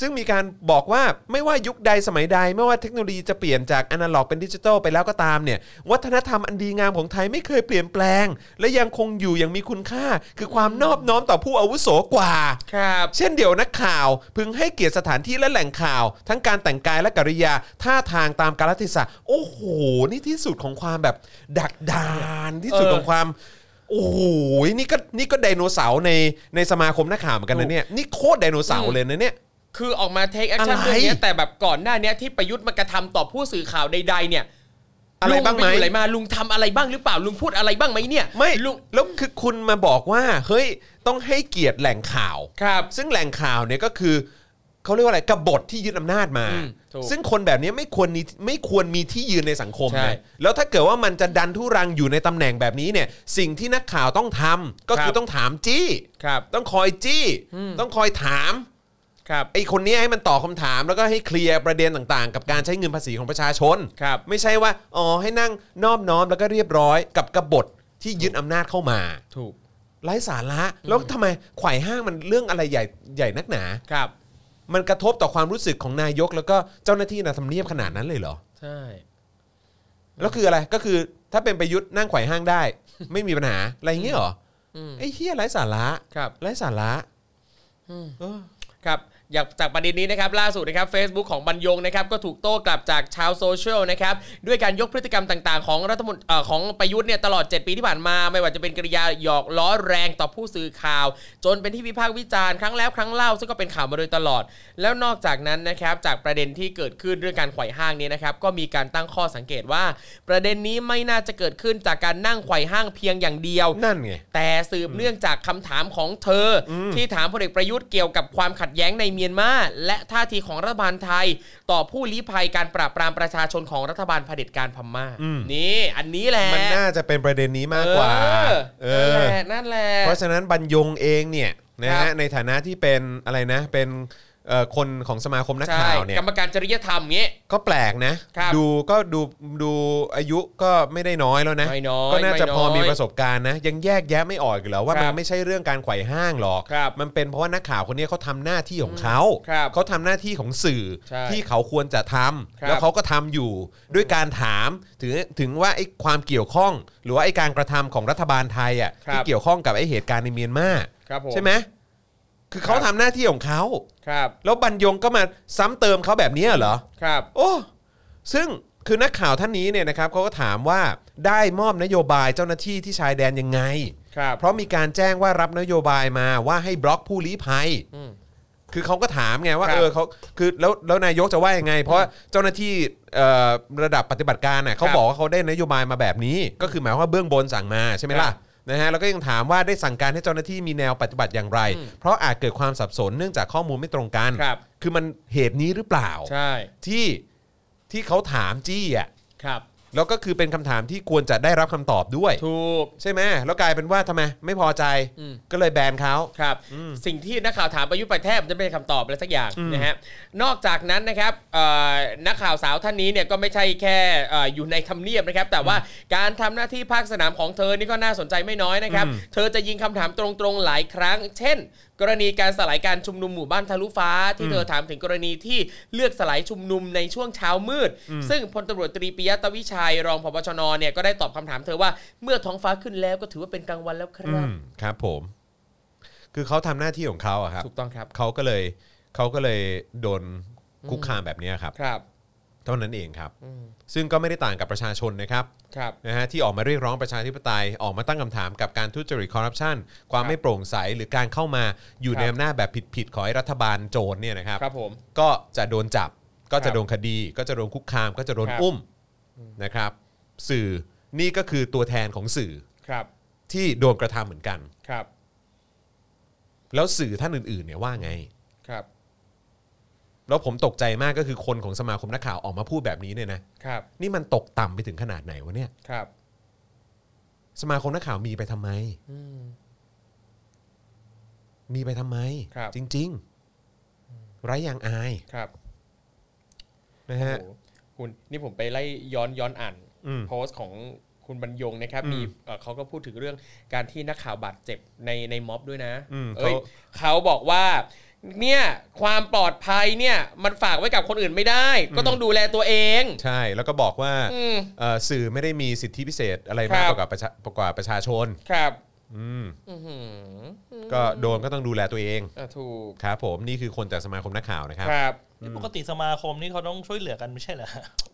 [SPEAKER 2] ซึ่งมีการบอกว่าไม่ว่ายุคใดสมัยใด ไม่ว่าเทคโนโลยีจะเปลี่ยนจากอนาล็อกเป็นดิจิทัลไปแล้วก็ตามเนี่ยวัฒนธรรมอันดีงามของไทยไม่เคยเปลี่ยนแปลง และยังคงอยู่อย่างมีคุณค่า คือความนอบน้อมต่อผู้อาวุโสกว่า
[SPEAKER 3] ครับ
[SPEAKER 2] เช่นเดียวนักข่าว พึงให้เกียรติสถานที่และแหล่งข่าว ทั้งการแต่งกายและกริยา ท่าทางตามกาลเทศะโอ้โห นี่ที่สุดของความแบบดักดานที่สุด
[SPEAKER 3] เออ
[SPEAKER 2] ของความ โอ้โหนี่ก็นี่ก็ไดโนเสาร์ในในสมาคมนักข่าวเหมือนกันนะเนี่ยนี่โคตรไดโนเสาร์เลยนะเนี่ย
[SPEAKER 3] คือออกมาเทคแอคชั่น
[SPEAKER 2] อะไร
[SPEAKER 3] เรื่องเนี้ยแต่แบบก่อนหน้าเนี้ยที่ประยุทธ์มากระทำต่อผู้สื่อข่าวใดๆเนี่ย
[SPEAKER 2] อะไรบ้างไหม
[SPEAKER 3] ลุปอยู่ไหนมาลุงทำอะไรบ้างหรือเปล่าลุงพูดอะไรบ้างไหมเนี่ย
[SPEAKER 2] ไม่
[SPEAKER 3] ลุง
[SPEAKER 2] แล้วคือคุณมาบอกว่า เฮ้ยต้องให้เกียรติแหล่งข่าว
[SPEAKER 3] ครับ
[SPEAKER 2] ซึ่งแหล่งข่าวเนี่ยก็คือเขาเรียกว่าอะไรกบฏที่ยึดอำนาจมา
[SPEAKER 3] อืมถูก
[SPEAKER 2] ซึ่งคนแบบนี้ไม่ควรมีไม่ควรมีที่ยืนในสังคม
[SPEAKER 3] ใช่
[SPEAKER 2] นะแล้วถ้าเกิดว่ามันจะดันทุรังอยู่ในตำแหน่งแบบนี้เนี่ย สิ่งที่นักข่าวต้องทำก็คื
[SPEAKER 3] ครั
[SPEAKER 2] อบ ต้องถามจี้
[SPEAKER 3] ครับ
[SPEAKER 2] ต้องคอยจี้ ต้องคอยถาม
[SPEAKER 3] ครับ
[SPEAKER 2] ไอ้คนเนี้ยให้มันตอบคำถามแล้วก็ให้เคลียร์ประเด็นต่างๆ กับการใช้เงินภาษีของประชาชน
[SPEAKER 3] ครับ
[SPEAKER 2] ไม่ใช่ว่าอ๋อให้นั่งนอบน้อมแล้วก็เรียบร้อยกับกบฏที่ยึดอำนาจเข้ามา
[SPEAKER 3] ถูก
[SPEAKER 2] ไร้สาระแล้วทำไมไขว่ห้างมันเรื่องอะไรใหญ่ใหญ่นักหนา
[SPEAKER 3] ครับ
[SPEAKER 2] มันกระทบต่อความรู้สึกของนายก แล้วก็เจ้าหน้าที่ในาทำเนียบขนาดนั้นเลยเหรอ
[SPEAKER 3] ใช่
[SPEAKER 2] แล้วคืออะไรก็คือถ้าเป็นประยุทธ์นั่งไขว่ห้างได้ ไม่มีปัญหาอะไรอย่างเงี้ยเหรอ
[SPEAKER 3] อืม
[SPEAKER 2] ไอ้เฮียไร้สาระ
[SPEAKER 3] ครับ
[SPEAKER 2] ไร้สาระเออ
[SPEAKER 3] ครับอยากจากประเด็นนี้นะครับล่าสุดนะครับ Facebook ของบรรยงนะครับก็ถูกโต้กลับจากชาวโซเชียลนะครับด้วยการยกพฤติกรรมต่างๆ ของรัฐมนตรีของประยุทธ์เนี่ยตลอด 7 ปีที่ผ่านมา ไม่ว่าจะเป็นกริยาหยอกล้อแรงต่อผู้สื่อข่าว จนเป็นที่วิพากษ์วิจารณ์ครั้งแล้วครั้งเล่าซึ่งก็เป็นข่าวมาโดยตลอด แล้วนอกจากนั้นนะครับจากประเด็นที่เกิดขึ้นเรื่องการไขว่ห้างนี้นะครับก็มีการตั้งข้อสังเกตว่า ประเด็นนี้ไม่น่าจะเกิดขึ้นจากการนั่งไขว่ห้างเพียงอย่างเดียว
[SPEAKER 2] นั่นไง
[SPEAKER 3] แต่สืบเนื่องจากคำถามของเธออที่ถามพลเอกประยุทธ์เกี่ยวกับความขัดแย้งในเมียนมาและท่าทีของรัฐบาลไทย ต่อผู้ลี้ภัยการปราบปรามประชาชนของรัฐบาลเผด็จการพม่า
[SPEAKER 2] อืม
[SPEAKER 3] นี่อันนี้แหละ
[SPEAKER 2] มันน่าจะเป็นประเด็นนี้มากกว่า
[SPEAKER 3] เอ
[SPEAKER 2] เอ
[SPEAKER 3] อ
[SPEAKER 2] อ
[SPEAKER 3] นั่นแหละนั่นแหละ
[SPEAKER 2] เพราะฉะนั้นบรรยงเองเนี่ยนะ
[SPEAKER 3] ครั
[SPEAKER 2] ฮะ
[SPEAKER 3] บ
[SPEAKER 2] ในฐานะที่เป็นอะไรนะเป็นเอ่อคนของสมาคมนักข่าวเนี่ย
[SPEAKER 3] ใช่กรรมการจริยธรรมเงี้ย
[SPEAKER 2] ก็แปลกนะครับ ดูก็ดูดูอายุก็ไม่ได้น้อยแล้วนะ
[SPEAKER 3] ไม่น้อย
[SPEAKER 2] ก็น่าจะ
[SPEAKER 3] ไม่น้อย
[SPEAKER 2] พอมีประสบการณ์นะ ยังแยกแยะไม่ออกอีกเหรอว่า
[SPEAKER 3] ครั
[SPEAKER 2] มั
[SPEAKER 3] บ
[SPEAKER 2] นไม่ใช่เรื่องการไขว่ห้างหรอก
[SPEAKER 3] ครับ
[SPEAKER 2] มันเป็นเพราะว่านักข่าวคนนี้เขาทำหน้าที่ของเขา
[SPEAKER 3] ครับ
[SPEAKER 2] เขาทำหน้าที่ของสื่อ
[SPEAKER 3] ใช่
[SPEAKER 2] ที่เขาควรจะทำ
[SPEAKER 3] ครับ
[SPEAKER 2] แล้วเขาก็ทำอยู่ด้วยการถามถึงถึงว่าไอ้ความเกี่ยวข้อง หรือว่าไอ้การกระทำของรัฐบาลไทยอ่ะ
[SPEAKER 3] ครับ
[SPEAKER 2] ที่เกี่ยวข้องกับไอ้เหตุการณ์ในเมียนมา
[SPEAKER 3] ครับผม
[SPEAKER 2] ใช่ไหมคือเขาทำหน้าที่ของเขา
[SPEAKER 3] ครับ
[SPEAKER 2] แล้วบรรยงก็มาซ้ำเติมเขาแบบนี้เหรอ
[SPEAKER 3] ครับ
[SPEAKER 2] โอ้ ซึ่งคือนักข่าวท่านนี้เนี่ยนะครับเขาก็ถามว่าได้มอบนโยบายเจ้าหน้าที่ที่ชายแดนยังไง
[SPEAKER 3] ครับ
[SPEAKER 2] เพราะมีการแจ้งว่ารับนโยบายมาว่าให้บล็อกผู้ลี้ภัย
[SPEAKER 3] อืม
[SPEAKER 2] คือเขาก็ถามไงว่า
[SPEAKER 3] ครับ
[SPEAKER 2] เออเขาคือแล้วแล้วนายกจะว่ายังไง เพราะว่าเจ้าหน้าที่เอ่อระดับปฏิบัติการน่ะเขา
[SPEAKER 3] ครับ
[SPEAKER 2] บอกว่าเขาได้นโยบายมาแบบนี้ ก็คือหมายความว่าเบื้องบนสั่งมาใช่ไหม
[SPEAKER 3] ครับ
[SPEAKER 2] ล่ะนะฮะแล้วก็ยังถามว่าได้สั่งการให้เจ้าหน้าที่มีแนวปฏิบัติอย่างไร
[SPEAKER 3] อืม
[SPEAKER 2] เพราะอาจเกิดความสับสนเนื่องจากข้อมูลไม่ตรงกัน
[SPEAKER 3] ครับ
[SPEAKER 2] คือมันเหตุนี้หรือเปล่า
[SPEAKER 3] ใช่
[SPEAKER 2] ที่ที่เขาถามจี้อ่ะ
[SPEAKER 3] ครับ
[SPEAKER 2] แล้วก็คือเป็นคำถามที่ควรจะได้รับคำตอบด้วย
[SPEAKER 3] ถูก
[SPEAKER 2] ใช่ไหมแล้วกลายเป็นว่าทำไมไม่พอใจ
[SPEAKER 3] อืม
[SPEAKER 2] ก็เลยแบนเขา
[SPEAKER 3] ครับสิ่งที่นักข่าวถามประยุทธ์ไปแทบจะไม่เป็นคำตอบอะไรสักอย่างนะฮะนอกจากนั้นนะครับเอ่อนักข่าวสาวท่านนี้เนี่ยก็ไม่ใช่แค่เอ่ออยู่ในทำเนียบนะครับ แต่ว่าการทำหน้าที่ภาคสนามของเธอนี่ก็น่าสนใจไม่น้อยนะครับ เธอจะยิงคำถามตรงๆหลายครั้ง เช่น กรณีการสลายการชุมนุมหมู่บ้านทะลุฟ้า ที่เธอถามถึงกรณีที่เลือกสลายชุมนุมในช่วงเช้ามืด ซึ่งพลตำรวจตรีปิยะตะวิชัยรองผบชนเนี่ยก็ได้ตอบคำถามเธอว่าเมื่อท้องฟ้าขึ้นแล้วก็ถือว่าเป็นกลางวันแล้วค
[SPEAKER 2] อื
[SPEAKER 3] รับ
[SPEAKER 2] มครับผม คือเขาทำหน้าที่ของเขาอะครับ
[SPEAKER 3] ถูกต้องครับ
[SPEAKER 2] เขาก็เลยเขาก็เลยโดนคุกคามแบบเนี้ยครับ
[SPEAKER 3] ครับ
[SPEAKER 2] เท่านั้นเองครับ
[SPEAKER 3] อืม
[SPEAKER 2] ซึ่งก็ไม่ได้ต่างกับประชาชนนะครับ
[SPEAKER 3] ครับ
[SPEAKER 2] นะฮะที่ออกมาเรียกร้องประชาธิปไตยออกมาตั้งคำถามกับการทุจริตคอร์รัปชันความไม่โปร่งใสหรือการเข้ามาอยู่ใน
[SPEAKER 3] ครับ
[SPEAKER 2] อำนาจแบบผิดๆของไอ้รัฐบาลโจรเนี่ยนะครับ
[SPEAKER 3] ครับผม
[SPEAKER 2] ก็จะโดนจับ ก็
[SPEAKER 3] ครั
[SPEAKER 2] จะ
[SPEAKER 3] บ
[SPEAKER 2] โดนคดี ก็จะโดนคุกคาม ก็จะโดน
[SPEAKER 3] ครับ
[SPEAKER 2] อุ้มนะครับ สื่อ นี่ก็คือตัวแทนของสื่อ
[SPEAKER 3] ครับ
[SPEAKER 2] ที่โดนกระทำเหมือนกัน
[SPEAKER 3] ครับ
[SPEAKER 2] แล้วสื่อท่านอื่นๆเนี่ยว่าไง
[SPEAKER 3] ครับ
[SPEAKER 2] แล้วผมตกใจมากก็คือคนของสมาคมนักข่าวออกมาพูดแบบนี้เนี่ยนะครับ นี่มันตกต่ำไปถึงขนาดไหนวะเนี่ย
[SPEAKER 3] ครับ
[SPEAKER 2] สมาคมนักข่าวมีไปทำไม
[SPEAKER 3] อืม
[SPEAKER 2] มีไปทำไม
[SPEAKER 3] ครับ
[SPEAKER 2] จริง ๆ ไร้อย่างอาย
[SPEAKER 3] ครับ
[SPEAKER 2] นะฮะ
[SPEAKER 3] โอ้โหคุณนี่ผมไปไล่ย้อนย้อนอ่าน
[SPEAKER 2] อืม
[SPEAKER 3] โพสต์ของคุณบรรยงนะครับ
[SPEAKER 2] อืม
[SPEAKER 3] มีเอ่อเขาก็พูดถึงเรื่องการที่นักข่าวบาดเจ็บในในม็อบด้วยนะ
[SPEAKER 2] อืม
[SPEAKER 3] เอ้ย
[SPEAKER 2] เขา
[SPEAKER 3] เขาบอกว่า เนี่ยความปลอดภัยเนี่ย มันฝากไว้กับคนอื่นไม่ได้ ก็ต้องดูแลตัวเอง
[SPEAKER 2] ใช่แล้วก็บอกว่า
[SPEAKER 3] อืม
[SPEAKER 2] เอ่อสื่อไม่ได้มีสิทธิพิเศษอะไรมาก
[SPEAKER 3] ค
[SPEAKER 2] ก
[SPEAKER 3] รับ
[SPEAKER 2] ว่าประชากว่าประชาชน
[SPEAKER 3] ครับ
[SPEAKER 2] อืม
[SPEAKER 3] อื้อหือ
[SPEAKER 2] ก็โดนก็ต้องดูแลตัวเอง
[SPEAKER 3] อ่ะถูก
[SPEAKER 2] ครับผมนี่คือคนจากสมาคมนักข่าวนะครับ
[SPEAKER 3] ครับ
[SPEAKER 4] นี่ปกติสมาคมนี่เขาต้องช่วยเหลือกันไม่ใช่เหรอ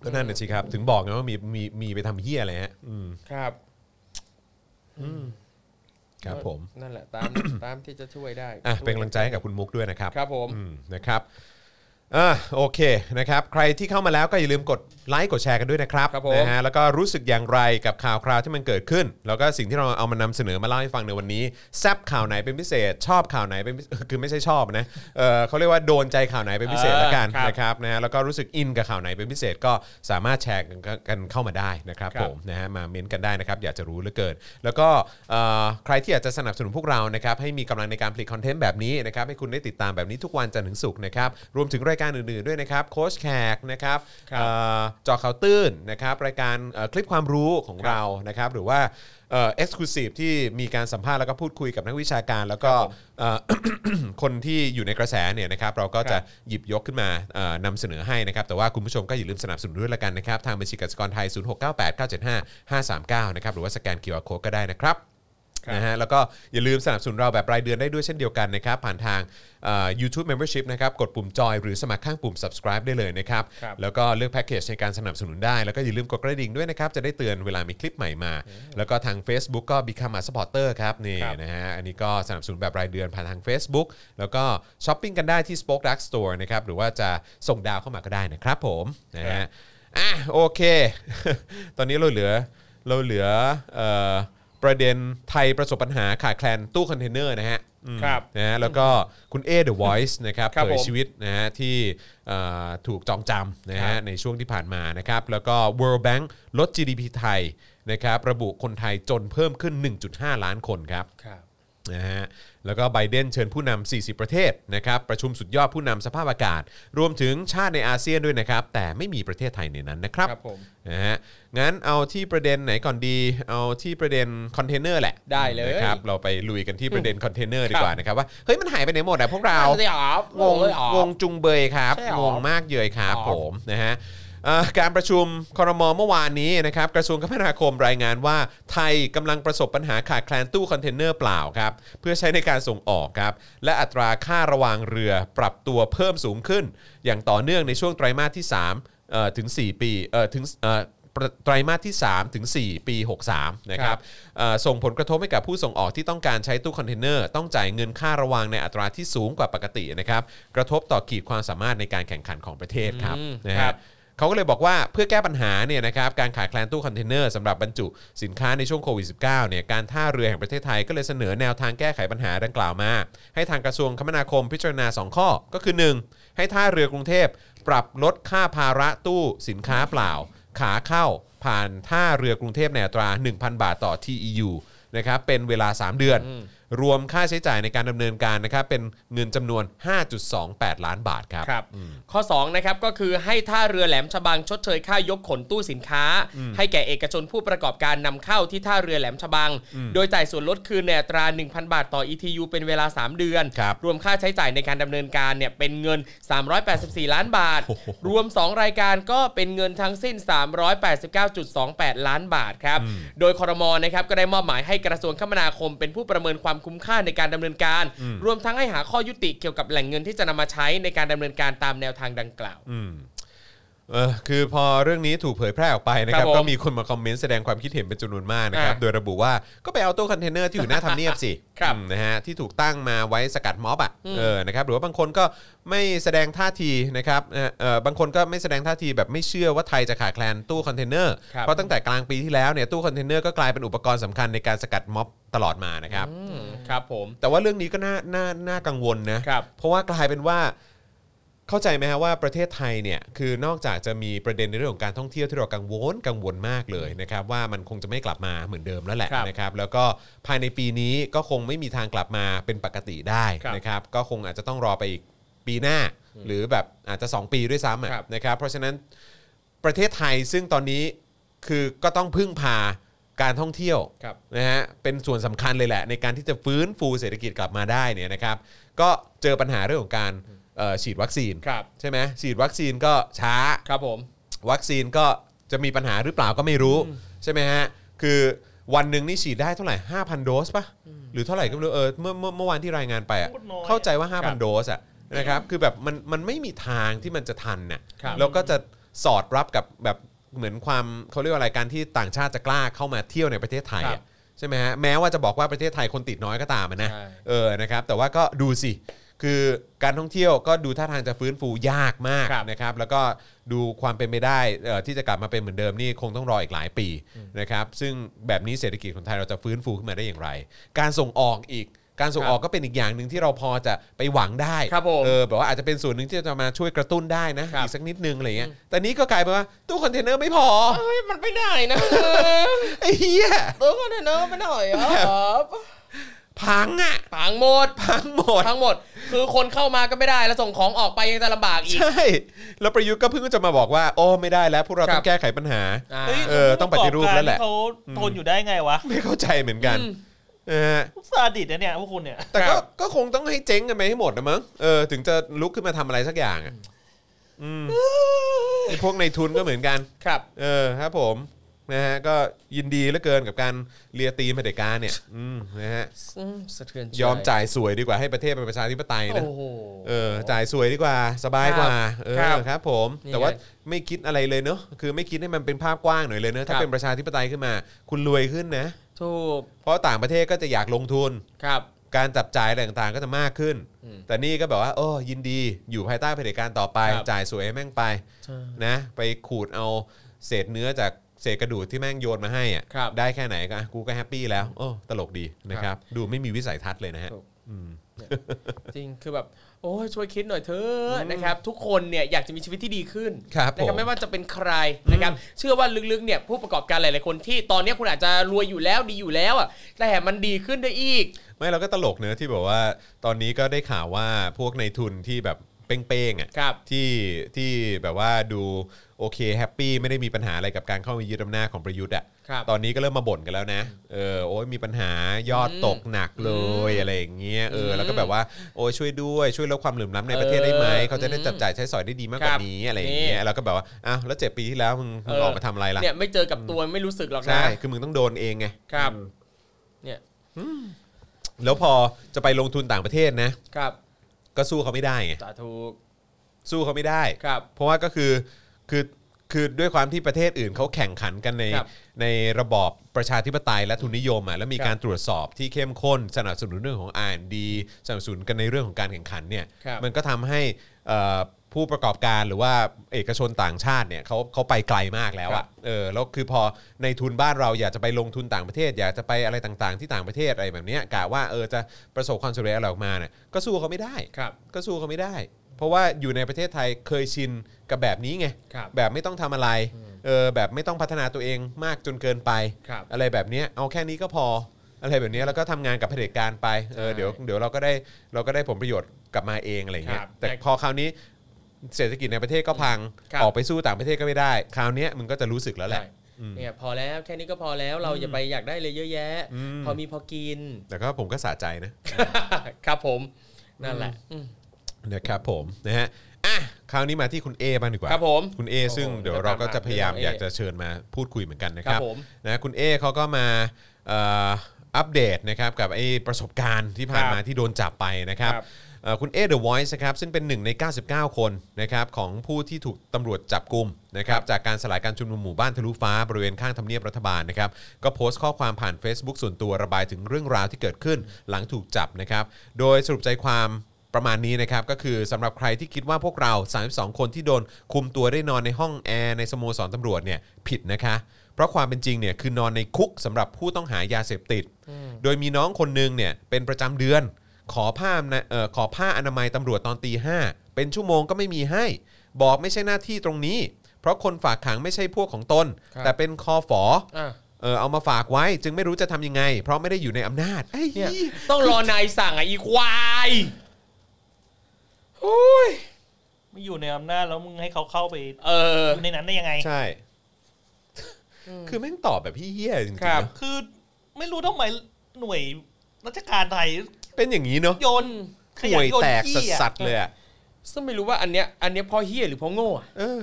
[SPEAKER 2] ก็นั่นน่ะสิครับ ถึงบอกไงว่ามีมีมีไปทำเฮี้ยอะไรฮะอืม
[SPEAKER 3] ครับ
[SPEAKER 2] ครับผม
[SPEAKER 3] นั่นแหละตาม ตามที่จะช่วยได้
[SPEAKER 2] อ่ะเป็นกำลังใจให้กับคุณมุกด้วยนะครับ
[SPEAKER 3] ครับผม
[SPEAKER 2] อืมนะครับอ่ะโอเคนะครับ ใครที่เข้ามาแล้วก็อย่าลืมกดไลค์กดแชร์กันด้วยนะครับนะฮะแล้วก็รู้สึกอย่างไรกับข่าวคราวที่มันเกิดขึ้น แล้วก็สิ่งที่เราเอามานำเสนอมาเล่าให้ฟังในวันนี้แซบข่าวไหนเป็นพิเศษ ชอบข่าวไหนเป็นพิเศษ คือไม่ใช่ชอบนะเออเขาเรียกว่าโดนใจข่าวไหนเป็นพิเศษละกันนะครับนะฮะแล้วก็รู้สึกอินกับข่าวไหนเป็นพิเศษก็สามารถแชร์กันกันเข้ามาได้นะครับผม ผมนะฮะมาเม้นกันได้นะครับอยากจะรู้เหลือเกิน แล้วก็เอ่อใครที่อยากจะสนับสนุนพวกเรานะครับให้มีกำลังในการผลิตคอนเทนต์แบบนี้นะครับให้คุณได้ติดตามแบบนี้ทุกวันจันทร์ถึงศุกร์นะครับรวมถึงรายการอื่นๆด้วยนะครับโค้ชแขกนะครับเอ่อเจอข่าวตื้นนะครับรายการเอ่อคลิปความรู้ของเรานะครับหรือว่าเอ่อ็กซ์คลูซีฟที่มีการสัมภาษณ์แล้วก็พูดคุยกับนักวิชาการ แล้วก็เอ่อ คนที่อยู่ในกระแสเนี่ยนะครับเราก็จะหยิบยกขึ้นมาเอ่อนำเสนอให้นะครับ แต่ว่าคุณผู้ชมก็อย่าลืมสนับสนุนด้วยละกันนะครับ ทางบัญชีกสิกรไทย 0698975539 นะครับหรือว่าสแกน QR Code ก็ได้นะครับนะฮะแล้วก็อย่าลืมสนับสนุนเราแบบรายเดือนได้ด้วยเช่นเดียวกันนะครับ ผ่านทางเอ่อ YouTube Membership นะครับกดปุ่มจอยหรือสมัครข้างปุ่ม subscribe ได้เลยนะครับ
[SPEAKER 3] ครับ
[SPEAKER 2] แล้วก็เลือกแพ็กเกจในการสนับสนุนได้ แล้วก็อย่าลืมกดกระดิ่งด้วยนะครับ จะได้เตือนเวลามีคลิปใหม่มา แล้วก็ทาง Facebook ก็ Become a supporter ครับนี่
[SPEAKER 3] ครับ
[SPEAKER 2] นะฮะอันนี้ก็สนับสนุนแบบรายเดือนผ่านทาง Facebook แล้วก็ช้อปปิ้งกันได้ที่ Spoke Dark Store นะครับ หรือว่าจะส่งดาวเข้ามาก็ได้นะครับผมนะฮะอ่ะโอเค ตอนนี้เราเหลือเราเหลือเอ่อประเด็นไทยประสบปัญหาขาดแคลนตู้คอนเทนเนอร์นะฮะอืม
[SPEAKER 3] ครับ
[SPEAKER 2] นะฮะแล้วก็คุณเอเดอะวอยซ์นะครับ
[SPEAKER 3] ครับ
[SPEAKER 2] เผย
[SPEAKER 3] ผม
[SPEAKER 2] ชีวิตนะฮะที่เอ่อถูกจองจำนะ
[SPEAKER 3] ครั
[SPEAKER 2] ฮะ
[SPEAKER 3] บ
[SPEAKER 2] ในช่วงที่ผ่านมานะครับแล้วก็ World Bank ลด GDP ไทยนะครับระบุคนไทยจนเพิ่มขึ้น 1.5 ล้านคนครับ
[SPEAKER 3] ครับ
[SPEAKER 2] นะฮะแล้วก็ไบเดนเชิญผู้นำ 40 ประเทศนะครับประชุมสุดยอดผู้นำสภาพอากาศ รวมถึงชาติในอาเซียนด้วยนะครับ แต่ไม่มีประเทศไทยในนั้นนะครับ
[SPEAKER 3] ครับผม
[SPEAKER 2] นะฮะงั้นเอาที่ประเด็นไหนก่อนดี เอาที่ประเด็นคอนเทนเนอร์แหละ
[SPEAKER 3] ได้เลย
[SPEAKER 2] นะครับ เราไปลุยกันที่ประเด็นคอนเทนเนอร์ดีกว่านะครับว่าเฮ้ยมันหายไปไหนหมดอะพวกเรา
[SPEAKER 3] สยาม
[SPEAKER 2] งง
[SPEAKER 3] เลยเหรอ
[SPEAKER 2] งงจุงเบยครับ
[SPEAKER 3] ใช่หรอง
[SPEAKER 2] งมากเยยครับ
[SPEAKER 3] หรอ
[SPEAKER 2] ผมนะฮะเอ่อการประชุมคอรมอเมื่อวานนี้นะครับกระทรวงคมนาคมรายงานว่าไทยกำลังประสบปัญหาขาดแคลนตู้คอนเทนเนอร์เปล่าครับเพื่อใช้ในการส่งออกครับและอัตราค่าระวางเรือปรับตัวเพิ่มสูงขึ้น อย่างต่อเนื่องในช่วงไตรมาสที่3เอ่อถึง 4 ปีเอ่อถึงเอ่อ ไตรมาสที่3ถึง4ปี 63 นะค
[SPEAKER 3] ครั
[SPEAKER 2] รับบ เอ่อส่งผลกระทบให้กับผู้ส่งออกที่ต้องการใช้ตู้คอนเทนเนอร์ ต้องจ่ายเงินค่าระวางในอัตราที่สูงกว่าปกตินะครับ กระทบต่อขีดความสามารถในการแข่งขันของประเทศครับ
[SPEAKER 3] อืม
[SPEAKER 2] นะ
[SPEAKER 3] ครั
[SPEAKER 2] ฮะ
[SPEAKER 3] บ
[SPEAKER 2] เขาก็เลยบอกว่าเพื่อแก้ปัญหาเนี่ยนะครับการขาดแคลนตู้คอนเทนเนอร์สำหรับบรรจุสินค้าในช่วงโควิด -19 เนี่ยการท่าเรือแห่งประเทศไทยก็เลยเสนอแนวทางแก้ไขปัญหาดังกล่าวมา ให้ทางกระทรวงคมนาคมพิจารณา 2 ข้อก็คือ 1. ให้ท่าเรือกรุงเทพ ปรับลดค่าภาระตู้สินค้าเปล่า ขาเข้าผ่านท่าเรือกรุงเทพในอัตรา 1,000 บาทต่อ TEU นะครับเป็นเวลา 3 เดือน รวมค่าใช้จ่ายในการดำเนินการนะครับเป็นเงินจำนวน 5.28 ล้านบาทครับ
[SPEAKER 3] ครับข้อ2นะครับก็คือให้ท่าเรือแหลมฉบังชดเชยค่ายกขนตู้สินค้า ให้แก่เอกชนผู้ประกอบการนำเข้าที่ท่าเรือแหลมฉบัง โดยจ่ายส่วนลดคืนในอัตรา 1,000 บาทต่อ ETU เป็นเวลา 3 เดือน
[SPEAKER 2] ครับ
[SPEAKER 3] รวมค่าใช้จ่ายในการดำเนินการเนี่ยเป็นเงิน 384 ล้านบาท
[SPEAKER 2] โอ้โห
[SPEAKER 3] รวม 2 รายการก็เป็นเงินทั้งสิ้น 389.28 ล้านบาทครับโดยคอรมอนะครับก็ได้มอบหมายให้กระทรวงคมนาคมเป็นผู้ประเมินความคุ้มค่าในการดำเนินการ รวมทั้งให้หาข้อยุติเกี่ยวกับแหล่งเงินที่จะนำมาใช้ในการดำเนินการตามแนวทางดังกล่าว
[SPEAKER 2] อืม เออคือพอเรื่องนี้ถูกเผยแพร่ออกไปนะครับ
[SPEAKER 3] ครับผม
[SPEAKER 2] ก็มีคนมาคอมเมนต์แสดงความคิดเห็นเป็นจำนวนมากนะครับ
[SPEAKER 3] อ่ะ
[SPEAKER 2] โดยระบุว่าก็ไปเอาตู้คอนเทนเนอร์ที่อยู่หน้าทำเนียบสิ
[SPEAKER 3] ครับ
[SPEAKER 2] อืมนะฮะที่ถูกตั้งมาไว้สกัดม็อบอ่ะเออนะครับหรือว่าบางคนก็ไม่แสดงท่าทีนะครับเอ่อเอ่อบางคนก็ไม่แสดงท่าทีแบบไม่เชื่อว่าไทยจะขาดแคลนตู้คอนเทนเนอร์
[SPEAKER 3] ครับ
[SPEAKER 2] เพราะตั้งแต่กลางปีที่แล้วเนี่ยตู้คอนเทนเนอร์ก็กลายเป็นอุปกรณ์สำคัญในการสกัดม็อบตลอดมานะครับ
[SPEAKER 3] อืมครับผม
[SPEAKER 2] แต่ว่าเรื่องนี้ก็น่าน่าน่ากังวลนะ
[SPEAKER 3] ครับ
[SPEAKER 2] เพราะว่ากลายเป็นว่า เข้าใจไหมฮะว่าประเทศไทยเนี่ยคือนอกจากจะมีประเด็นในเรื่องของการท่องเที่ยวที่เรากังวลกังวลมากเลยนะครับว่ามันคงจะไม่กลับมาเหมือนเดิมแล้วแหละ
[SPEAKER 3] ครับ
[SPEAKER 2] นะครับแล้วก็ภายในปีนี้ก็คงไม่มีทางกลับมาเป็นปกติได้นะครับก็คงอาจจะต้องรอไปอีกปีหน้า หรือแบบอาจจะ 2 ปีด้วยซ้ำอะ
[SPEAKER 3] ครับ
[SPEAKER 2] นะครับเพราะฉะนั้นประเทศไทยซึ่งตอนนี้คือก็ต้องพึ่งพาการท่องเที่ยว
[SPEAKER 3] ครับ
[SPEAKER 2] นะฮะเป็นส่วนสำคัญเลยแหละ ในการที่จะฟื้นฟูเศรษฐกิจกลับมาได้เนี่ยนะครับ ก็เจอปัญหาเรื่องของการเอ่อฉีดวัคซีน
[SPEAKER 3] ครับ
[SPEAKER 2] ใช่ไหมฉีดวัคซีนก็ช้า
[SPEAKER 3] ครับผม
[SPEAKER 2] วัคซีนก็จะมีปัญหาหรือเปล่าก็ไม่รู้ใช่ไหมฮะคือวันหนึ่งนี่ฉีดได้เท่าไหร่ 5,000 โดสปะหรือเท่าไหร่ก็ไม่รู้เออเมื่อเมื่อเมื่อวานที่รายงานไปอะ
[SPEAKER 4] โคตรน้อย
[SPEAKER 2] เข้าใจว่า
[SPEAKER 3] ครั
[SPEAKER 2] 5,000
[SPEAKER 3] บ
[SPEAKER 2] โดสอะนะครับคือแบบมันมันไม่มีทางที่มันจะทันน่ะ
[SPEAKER 3] ครับ
[SPEAKER 2] แล้วก็จะสอดรับกับแบบเหมือนความเขาเรียกว่าอะไรการที่ต่างชาติจะกล้าเข้ามาเที่ยวในประเทศไทย
[SPEAKER 3] ครั
[SPEAKER 2] อะ
[SPEAKER 3] บ
[SPEAKER 2] ใช่ไหมฮะแม้ว่าจะบอกว่าประเทศไทยคนติดน้อยก็ตามอะนะ
[SPEAKER 3] ใช่
[SPEAKER 2] เออนะครับแต่ว่าก็ดูสิคือการท่องเที่ยวก็ดูท่าทางจะฟื้นฟูยากมาก
[SPEAKER 3] ครับ
[SPEAKER 2] นะครับแล้วก็ดูความเป็นไปได้เอ่อที่จะกลับมาเป็นเหมือนเดิมนี่คงต้องรออีกหลายปีนะครับซึ่งแบบนี้เศรษฐกิจของไทยเราจะฟื้นฟูขึ้นมาได้อย่างไร การส่งออกอีก การส่งออกก็เป็นอีกอย่างหนึ่งที่เราพอจะไปหวังได้
[SPEAKER 3] ครับผม
[SPEAKER 2] เออแบบว่าอาจจะเป็นส่วนหนึ่งที่จะมาช่วยกระตุ้นได้นะครับ อีกสักนิดนึงอะไรเงี้ยแต่นี้ก็กลายเป็นว่าตู้คอนเทนเนอร์ไม่พอ
[SPEAKER 3] เฮ้ยมันไม่ได้นะ
[SPEAKER 2] ไอ้เหี้ย
[SPEAKER 3] ตัวคอนเทนเนอร์ไปหน่อยเหรอ
[SPEAKER 2] พังอ่ะ
[SPEAKER 3] พังหมด
[SPEAKER 2] พังหมด
[SPEAKER 3] พังหมด คือคนเข้ามาก็ไม่ได้ แล้วส่งของออกไปยังจะลำบากอีก
[SPEAKER 2] ใช่ แล้วประยุทธ์ก็เพิ่งจะมาบอกว่าโอ้ไม่ได้แล้วพวกเรา
[SPEAKER 3] ครั
[SPEAKER 2] ต้อ
[SPEAKER 3] บ
[SPEAKER 2] งแก้ไขปัญหา
[SPEAKER 3] อ่า
[SPEAKER 4] ฮ้ย
[SPEAKER 2] เออต้องปฏิรูปแล้วแหละ
[SPEAKER 4] ผู้ประกอบการที่เขาทนอยู่ได้ไงวะ
[SPEAKER 2] ไม่เข้าใจเหมือนกันนะฮะ
[SPEAKER 4] พวกซาดิสนะเนี่ยพวกคุณเนี่ย
[SPEAKER 2] แต่ก็
[SPEAKER 3] ครับ
[SPEAKER 2] ก็คงต้องให้เจ๊งกันไปให้หมดนะมั้งเออถึงจะลุกขึ้นมาทำอะไรสักอย่างอ่ะอืมไอ้พวกในทุนก็เหมือนกัน
[SPEAKER 3] ครับ
[SPEAKER 2] เออครับผมนะฮะก็ยินดีเหลือเกินกับการเลียตีมเผด็จการเนี่ย อืมนะฮะ
[SPEAKER 3] อืมสะเทือนใจ
[SPEAKER 2] ยอมจ่ายสวยดีกว่าให้ประเทศเป็นประชาธิปไตยนะ
[SPEAKER 3] โอ้โห
[SPEAKER 2] เออจ่ายสวยดีกว่า สบายกว่าเออ
[SPEAKER 3] ครับ
[SPEAKER 2] ครับผม
[SPEAKER 3] นี่ไง
[SPEAKER 2] แต่ว่าไม่คิดอะไรเลยเนอะคือไม่คิดให้มันเป็นภาพกว้างหน่อยเลยเนอะถ้า
[SPEAKER 3] ครับ
[SPEAKER 2] เป็นประชาธิปไตยขึ้นมา คุณรวยขึ้นนะ
[SPEAKER 3] ถูก
[SPEAKER 2] เพราะต่างประเทศก็จะอยากลงทุน
[SPEAKER 3] ครับ
[SPEAKER 2] การจับจ่ายอะไรต่างๆก็จะมากขึ้น
[SPEAKER 3] อืม
[SPEAKER 2] แต่นี่ก็แบบว่าโอ้ยินดีอยู่ภายใต้เผด็จการต่อไป
[SPEAKER 3] ครับ
[SPEAKER 2] จ่ายสวยให้แม่งไป
[SPEAKER 3] ใช่
[SPEAKER 2] นะ ไปขูดเอาเศษเนื้อจากเศษกระดูกที่แม่งโยนมาให้อะ
[SPEAKER 3] ครับ
[SPEAKER 2] ได้แค่ไหนก็อ่ะกูก็แฮปปี้แล้ว โอ้ตลกดีนะครับ ดูไม่มีวิสัยทัศน์เลยนะฮะ
[SPEAKER 3] ถูก
[SPEAKER 2] อืม
[SPEAKER 3] จริงคือแบบ โอ้ยช่วยคิดหน่อยเถอะนะครับ ทุกคนเนี่ยอยากจะมีชีวิตที่ดีขึ้น
[SPEAKER 2] ครับ
[SPEAKER 3] นะค
[SPEAKER 2] ผ
[SPEAKER 3] รับ
[SPEAKER 2] ม
[SPEAKER 3] ไม่ว่าจะเป็นใครนะครับ เชื่อว่าลึกๆเนี่ยผู้ประกอบการหลายๆคนที่ตอนเนี้ยคุณอาจจะรวยอยู่แล้วดีอยู่แล้วอ่ะแต่มันดีขึ้นได้อีก
[SPEAKER 2] ไม่เราก็ตลกเนอะที่แบบว่า ตอนนี้ก็ได้ข่าวว่าพวกในทุนที่แบบเป้งๆอ่ะ
[SPEAKER 3] ครับ
[SPEAKER 2] ที่ที่แบบว่าดูโอเคแฮปปี้ไม่ได้มีปัญหาอะไรกับการเข้ามายึดอำนาจของประยุทธ์อ่ะ
[SPEAKER 3] ครับ
[SPEAKER 2] ตอนนี้ก็เริ่มมาบ่นกันแล้วนะเออโอ้ยมีปัญหายอดตกหนักเลยอะไรอย่างเงี้ยเออแล้วก็แบบว่าโอ้ยช่วยด้วยช่วยลดความเหลื่อมล้ำในประเทศได้ไหม
[SPEAKER 3] เออ
[SPEAKER 2] เขาจะได้จับจ่ายใช้สอยได้ดีมากกว่านี้
[SPEAKER 3] ครับ
[SPEAKER 2] อะไรอย่างเงี้
[SPEAKER 3] นี่
[SPEAKER 2] ยเราก็แบบว่าอ้าวแล้วเจ็ดปีที่แล้วมึงมึง
[SPEAKER 3] เออ
[SPEAKER 2] ออกมาทำอะไรล่ะ
[SPEAKER 3] เนี่ยไม่เจอกับตัวไม่รู้สึกหรอกนะ
[SPEAKER 2] ใช่คือมึงต้องโดนเองไง
[SPEAKER 3] ครับ
[SPEAKER 2] อืม
[SPEAKER 3] เนี่ย
[SPEAKER 2] แล้วพอจะไปลงทุนต่างประเทศนะครับ ก็สู้เขาไม่ได้ไง
[SPEAKER 3] สาธุ
[SPEAKER 2] สู้เขาไม่ได้
[SPEAKER 3] ครับ
[SPEAKER 2] เพราะว่าก็คือคือคือด้วยความที่ประเทศอื่นเขาแข่งขันกันใน
[SPEAKER 3] ครับ
[SPEAKER 2] ในระบอบประชาธิปไตยและทุนนิยมอ่ะแล้วมี
[SPEAKER 3] ครับ
[SPEAKER 2] การตรวจสอบที่เข้มข้นสนับสนุนเรื่องของอ่านดีสนับสนุนกันในเรื่องของการแข่งขันเนี่ย
[SPEAKER 3] ครับ
[SPEAKER 2] มันก็ทำให้เอ่อผู้ประกอบการหรือว่าเอกชนต่างชาติเนี่ยเขาเขาไปไกลมากแล้ว
[SPEAKER 3] ครั
[SPEAKER 2] อ่ะ
[SPEAKER 3] บ
[SPEAKER 2] เออแล้วคือพอในทุนบ้านเราอยากจะไปลงทุนต่างประเทศ อยากจะไปอะไรต่างๆ ที่ต่างประเทศอะไรแบบเนี้ยกะว่าเออจะประสบความสำเร็จอะไรออกมาเนี่ยก็สู้เขาไม่ได้
[SPEAKER 3] ครับ
[SPEAKER 2] ก็สู้เขาไม่ได้ เพราะว่าอยู่ในประเทศไทยเคยชินกับแบบนี้ไง
[SPEAKER 3] ครับ
[SPEAKER 2] แบบไม่ต้องทำอะไร เออแบบไม่ต้องพัฒนาตัวเองมากจนเกินไป
[SPEAKER 3] ครับ
[SPEAKER 2] อะไรแบบเนี้ยเอาแค่นี้ก็พอ อะไรแบบเนี้ยแล้วก็ทำงานกับเผด็จการไป เออ
[SPEAKER 3] ใช่
[SPEAKER 2] เดี๋ยวเดี๋ยวเราก็ได้เราก็ได้ผลประโยชน์กลับมาเองอะไรเงี้
[SPEAKER 3] ค
[SPEAKER 2] ย
[SPEAKER 3] รับ
[SPEAKER 2] แต่พอคราวนี้เศรษฐกิจในประเทศก็พัง
[SPEAKER 3] ครับ
[SPEAKER 2] ออกไปสู้ต่างประเทศก็ไม่ได้ คราวเนี้ยมึงก็จะรู้สึกแล้วแหละ
[SPEAKER 3] ใช่เนี่ยพอแล้วแค่นี้ก็พอแล้วเราอย่าไปอยากได้เลยเยอะแยะ
[SPEAKER 2] อืม
[SPEAKER 3] พอมีพอกิน
[SPEAKER 2] แต่ก็ผมก็สะใจนะ
[SPEAKER 3] ครับผมนั่นแหละอืม
[SPEAKER 2] นะครับผมนะฮะอ่ะคราวนี้มาที่คุณเอบ้างดีกว่า
[SPEAKER 3] ครับผม
[SPEAKER 2] คุณเอ
[SPEAKER 3] โอ้โห
[SPEAKER 2] ซึ่งเดี๋ยว
[SPEAKER 3] จะตาม
[SPEAKER 2] เราก็จะพยายาม
[SPEAKER 3] หาเรื่อง
[SPEAKER 2] อยากจะเชิญมาพูดคุยเหมือนกันนะครับ
[SPEAKER 3] ครับผม
[SPEAKER 2] นะคุณเอเขาก็มาเอ่ออัปเดตนะครับกับไอ้ประสบการณ์ที่ผ่าน
[SPEAKER 3] ครับ
[SPEAKER 2] มาที่โดนจับไปนะครับ
[SPEAKER 3] ครับ
[SPEAKER 2] เอ่อคุณเอเดอะไวส์นะครับซึ่งเป็นหนึ่งใน 99 คนนะครับของผู้ที่ถูกตำรวจจับกลุ่มนะครับจากการสลายการชุมนุมหมู่บ้านทะลุฟ้าบริเวณข้างทำเนียบรัฐบาลนะครับก็โพสต์ข้อความผ่าน Facebook ส่วนตัวระบายถึงเรื่องราวที่เกิดขึ้นหลังถูกจับนะครับโดยสรุปใจความประมาณนี้นะครับก็คือสำหรับใครที่คิดว่าพวกเรา 32 คนที่โดนคุมตัวได้นอนในห้องแอร์ในสโมสรตำรวจเนี่ยผิดนะคะ เพราะความเป็นจริงเนี่ยคือนอนในคุกสำหรับผู้ต้องหายาเสพติด โดยมีน้องคนหนึงเนี่ยเป็นประจำเดือน ขอผ้านะเอ่อขอผ้าอนามัยตำรวจตอนตีห้าเป็นชั่วโมงก็ไม่มีให้ บอกไม่ใช่หน้าที่ตรงนี้ เพราะคนฝากขังไม่ใช่พวกของตน
[SPEAKER 3] ครับ
[SPEAKER 2] แต่เป็นคอฝอ
[SPEAKER 3] อ่ะ
[SPEAKER 2] เออเอามาฝากไว้จึงไม่รู้จะทำยังไง เพราะไม่ได้อยู่ในอำนาจไอ้
[SPEAKER 3] เนี่ย
[SPEAKER 2] หี้
[SPEAKER 3] ต้องรอนายสั่งอ่ะอีควายโอ้ย
[SPEAKER 4] ไม่อยู่ในอำนาจแล้วมึงให้เขาเข้าไป
[SPEAKER 3] เออ
[SPEAKER 4] อยู่ในนั้นได้ยังไง
[SPEAKER 2] ใช่ คือแม่งตอบแบบพี่เฮี้ยจริง
[SPEAKER 3] ครับ
[SPEAKER 2] ๆนะ
[SPEAKER 4] คือไม่รู้ทำไมหน่วยราชการไทย
[SPEAKER 2] เป็นอย่างนี้เนาะ
[SPEAKER 4] โยนข
[SPEAKER 2] ห่
[SPEAKER 4] ยัน
[SPEAKER 2] วย
[SPEAKER 4] โยน
[SPEAKER 2] แตก
[SPEAKER 4] ขี้
[SPEAKER 2] สัสสั
[SPEAKER 4] อะ
[SPEAKER 2] สๆเลยอะ
[SPEAKER 3] ซึ่งไม่รู้ว่าอันเนี้ยอันเนี้ยเพ่อเฮียหรือเพ่อโง่อะ
[SPEAKER 2] เออ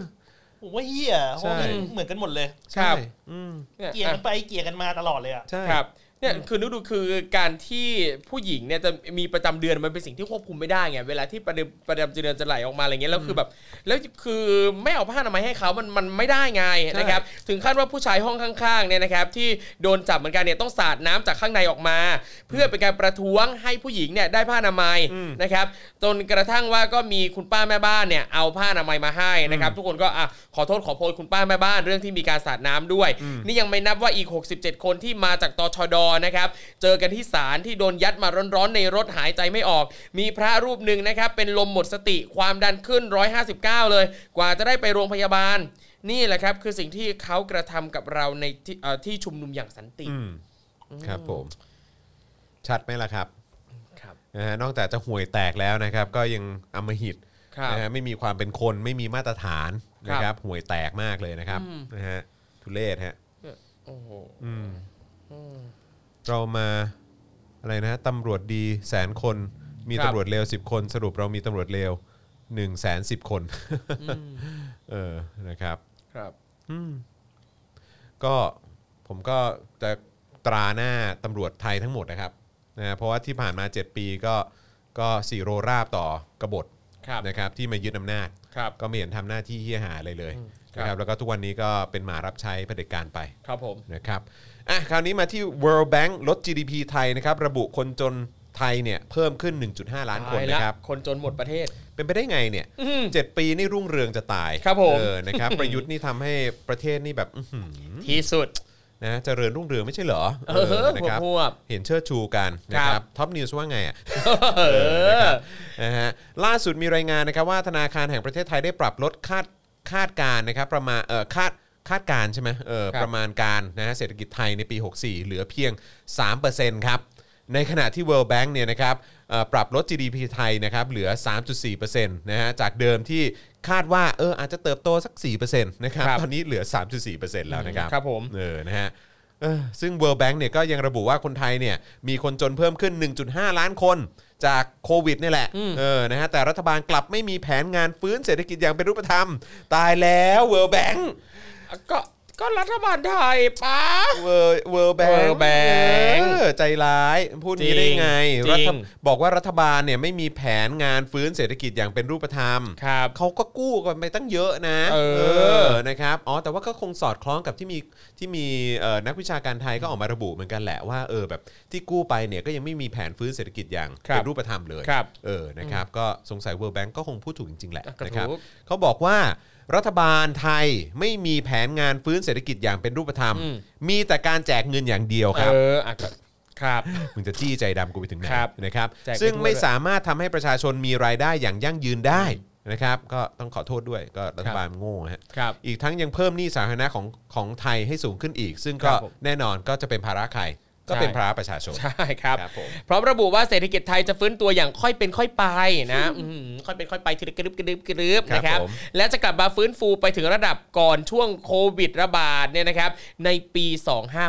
[SPEAKER 4] ผมว่าเฮียเพราะว่า
[SPEAKER 2] ใช่
[SPEAKER 4] มันเหมือนกันหมดเลย
[SPEAKER 3] ค
[SPEAKER 2] ใช่
[SPEAKER 3] รับ
[SPEAKER 2] อืม
[SPEAKER 3] เนี่ย
[SPEAKER 4] เกลียดกั
[SPEAKER 3] อ่ะ
[SPEAKER 4] นไปเกลียดกันมาตลอดเลยอ่ะ
[SPEAKER 2] ใช่
[SPEAKER 3] ครับเนี่ยคือนึกดูคือการที่ผู้หญิงเนี่ยจะมีประจำเดือนมันเป็นสิ่งที่ควบคุมไม่ได้ไงเวลาที่ประเดประจำเดือนจะไหลออกมาอะไรเงี้ยแล้วคือแบบแล้วคือไม่เอาผ้าอนามัยให้เขามันมันไม่ได้ไงนะครับถึงขั้นว่าผู้ชายห้องข้างๆเนี่ยนะครับที่โดนจับเหมือนกันเนี่ยต้องสาดน้ำจากข้างในออกมา เพื่อเป็นการประท้วงให้ผู้หญิงเนี่ยได้ผ้าอนามัยนะครับจนกระทั่งว่าก็มีคุณป้าแม่บ้านเนี่ยเอาผ้าอนามัยมาให้นะครับทุกคนก็อ่ะขอโทษขอโพยคุณป้าแม่บ้านเรื่องที่มีการสาดน้ำด้วย นี่ยังไม่นับว่าอีก 67 คนที่มาจากตชดนะครับเจอกันที่ศาลที่โดนยัดมาร้อนๆในรถหายใจไม่ออก มีพระรูปหนึ่งนะครับเป็นลมหมดสติความดันขึ้น 159 เลย กว่าจะได้ไปโรงพยาบาล นี่แหละครับคือสิ่งที่เขากระทำกับเราในที่เอ่อที่ชุมนุมอย่างสันติ
[SPEAKER 2] อืมครับผม ชัดไหมล่ะครับ
[SPEAKER 3] ครับ
[SPEAKER 2] นะฮะนอกจากจะห่วยแตกแล้วนะครับ ก็ยังอำมหิต
[SPEAKER 3] ครับ
[SPEAKER 2] นะฮะไม่มีความเป็นคนไม่มีมาตรฐานนะค
[SPEAKER 3] ครั
[SPEAKER 2] รับบ ห่วยแตกมากเลยนะครับ
[SPEAKER 3] อืม
[SPEAKER 2] นะฮะทุเลศฮะ
[SPEAKER 3] โอ้โห
[SPEAKER 2] อืมเรามาอะไรนะฮะตำรวจดีแสนคน มีตำรวจเลว10 คน สรุปเรามีตำรวจเลว1นึ่งแสนสิบคน เออนะครับ
[SPEAKER 3] ครับ
[SPEAKER 2] อืมก็ผมก็จะตราหน้าตำรวจไทยทั้งหมดนะครับนะเพราะว่าที่ผ่านมา 7 ปีก็ก็สีโรราบต่อกบฏ
[SPEAKER 3] ครับ
[SPEAKER 2] นะครับ ที่มายึดอำนาจ
[SPEAKER 3] ครับ
[SPEAKER 2] ก็ไม่เห็นทำหน้าที่เฮี้ยหาอะไรเลย
[SPEAKER 3] ครับ
[SPEAKER 2] นะครับแล้วก็ทุกวันนี้ก็เป็นหมารับใช้เผด็จการไป
[SPEAKER 3] ครับผม
[SPEAKER 2] นะครับ อ่ะ คราวนี้มาที่ World Bank ลด GDP ไทยนะครับ ระบุคนจนไทยเนี่ยเพิ่มขึ้น 1.5 ล้านคน
[SPEAKER 3] ตายละ
[SPEAKER 2] นะครับ
[SPEAKER 3] คนจนหมดประเทศ
[SPEAKER 2] เป็นไปได้ไงเนี่ย
[SPEAKER 3] อืม
[SPEAKER 2] เจ็ดปีนี่รุ่งเรืองจะตาย
[SPEAKER 3] ครับผม
[SPEAKER 2] เออ นะครับ ประยุทธ์นี่ทำให้ประเทศนี่แบบอื้อหือ
[SPEAKER 3] ที่สุด
[SPEAKER 2] นะเจริญรุ่งเรืองไม่ใช่เหรอ
[SPEAKER 3] เออ
[SPEAKER 2] นะครับ
[SPEAKER 3] พวบ
[SPEAKER 2] เห็นเชิดชูกันนะค
[SPEAKER 3] ครั
[SPEAKER 2] รับบ ท็อปนิวส์ว่าไงอ่ะ
[SPEAKER 3] เออ
[SPEAKER 2] นะฮะล่าสุดมีรายงานนะครับว่าธนาคารแห่งประเทศไทยได้ปรับลดคาดคาดการณ์นะครับประมาณเออคาดคาดการณ์ใช่ไหมเออ
[SPEAKER 3] ครับ
[SPEAKER 2] ประมาณการนะฮะเศรษฐกิจไทยในปี 64 เหลือเพียง 3%ครับ ในขณะที่ World Bank เนี่ยนะครับเอ่อปรับลด GDP ไทยนะครับเหลือ 3.4%นะฮะจากเดิมที่คาดว่าเอออาจจะเติบโตสัก 4%นะครับ
[SPEAKER 3] ครับ
[SPEAKER 2] ตอนนี้เหลือ 3.4%แล้วนะครับ
[SPEAKER 3] ครับผม
[SPEAKER 2] เออ นะฮะเออซึ่ง World Bank เนี่ยก็ยังระบุว่าคนไทยเนี่ยมีคนจนเพิ่มขึ้น 1.5 ล้านคนจากโควิดนี่แหละ เออ นะฮะ แต่รัฐบาลกลับไม่มีแผนงานฟื้นเศรษฐกิจอย่างเป็นรูปธรรม ตายแล้ว World Bank
[SPEAKER 3] ก็ก็รัฐบาลไทยป้า
[SPEAKER 2] World World Bank
[SPEAKER 3] World Bank
[SPEAKER 2] เออใจร้าย พูดนี้ได้ไง
[SPEAKER 3] จริง
[SPEAKER 2] รัฐบอกว่ารัฐบาลเนี่ยไม่มีแผนงานฟื้นเศรษฐกิจอย่างเป็นรูปธรรม
[SPEAKER 3] ครับ
[SPEAKER 2] เขาก็กู้กันไปตั้งเยอะนะ
[SPEAKER 3] เออ
[SPEAKER 2] นะครับ อ๋อ แต่ว่าก็คงสอดคล้องกับที่มีที่มีเอ่อนักวิชาการไทยก็ออกมาระบุเหมือนกันแหละว่า เออแบบที่กู้ไปเนี่ยก็ยังไม่มีแผนฟื้นเศรษฐกิจอย่าง
[SPEAKER 3] ครับ
[SPEAKER 2] เป็นรูปธรรมเลย
[SPEAKER 3] ครับ
[SPEAKER 2] เออ นะครับ ก็สงสัย World Bank ก็คงพูดถูกจริง ๆ แหละ
[SPEAKER 3] ก็ถูก
[SPEAKER 2] นะครับ เขาบอกว่ารัฐบาลไทยไม่มีแผนงานฟื้นเศรษฐกิจอย่างเป็นรูปธรรม มีแต่การแจกเงินอย่างเดียวครับ
[SPEAKER 3] เอออ่ะก็ครับ
[SPEAKER 2] มึงจะจี้ใจดำกูไปถึงไหน
[SPEAKER 3] ครับ
[SPEAKER 2] นะครับ
[SPEAKER 3] แจกไป
[SPEAKER 2] ซึ่งไม่
[SPEAKER 3] ทั่วด้วย
[SPEAKER 2] สามารถทำให้ประชาชนมีรายได้อย่างยั่งยืนได้นะครับ ก็ต้องขอโทษด้วยก็รั
[SPEAKER 3] ค
[SPEAKER 2] ฐ
[SPEAKER 3] รับ
[SPEAKER 2] บาลโง่ฮะ
[SPEAKER 3] ครับ
[SPEAKER 2] อีกทั้งยังเพิ่มหนี้สาธารณะของของไทยให้สูงขึ้นอีก ซึ่ง
[SPEAKER 3] ครั
[SPEAKER 2] ก็
[SPEAKER 3] บผม
[SPEAKER 2] แน่นอนก็จะเป็นภาระใครก็
[SPEAKER 3] ใช่
[SPEAKER 2] เป็นภาระประชาชน
[SPEAKER 3] ใช่ครับ
[SPEAKER 2] ครับผม
[SPEAKER 3] พร้อมระบุว่าเศรษฐกิจไทยจะฟื้นตัวอย่างค่อยเป็นค่อยไปนะอื้อหือค่อยเป็นค่อยไปทีละกระดึบกระดึบกระดึบ
[SPEAKER 2] ครับ
[SPEAKER 3] นะครับ
[SPEAKER 2] ผม
[SPEAKER 3] และจะกลับมาฟื้นฟูไปถึงระดับก่อนช่วงโควิดระบาดเนี่ยนะครับ ในปี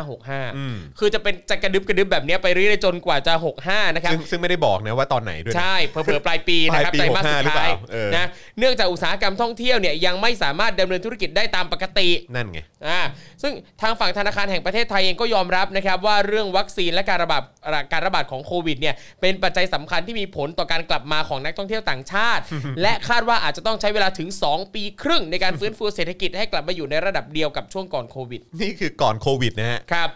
[SPEAKER 3] 2565 คือจะเป็นจะกระดึบกระดึบแบบเนี้ยไปเรื่อยๆจนกว่าจะ 65 นะครับ
[SPEAKER 2] ซึ่งซึ่งไม่ได้บอกนะว่าตอนไหนด้วยนะ
[SPEAKER 3] ใช่เผื่อๆปลายปีนะครับ
[SPEAKER 2] ป
[SPEAKER 3] ไตร
[SPEAKER 2] ลายปี
[SPEAKER 3] มาสสุ
[SPEAKER 2] 65
[SPEAKER 3] ด
[SPEAKER 2] หรือเป
[SPEAKER 3] ท้าย
[SPEAKER 2] ล่าเออ
[SPEAKER 3] นะเนื่องจากอุตสาหกรรมท่องเที่ยวเนี่ยยังไม่สามารถดำเนินธุรกิจได้ตามปกติ
[SPEAKER 2] นั่นไง
[SPEAKER 3] อ่าซึ่งทางฝั่งธนาคารแห่งประเทศไทยเองก็ยอมรับนะครับว่าเรื่อง รื่องวัคซีนและการระบาดการระบาดของโควิดเนี่ยเป็นปัจจัยสำคัญที่มีผลต่อการกลับมาของนักท่องเที่ยวต่างชาติ และคาดว่าอาจจะต้องใช้เวลาถึง 2 ปีครึ่ง ในการฟื้นฟูเศรษฐกิจให้กลับมาอยู่ในระดับเดียวกับช่วงก่อนโควิด
[SPEAKER 2] นี่คือก่อนโควิดนะฮะ
[SPEAKER 3] ครับ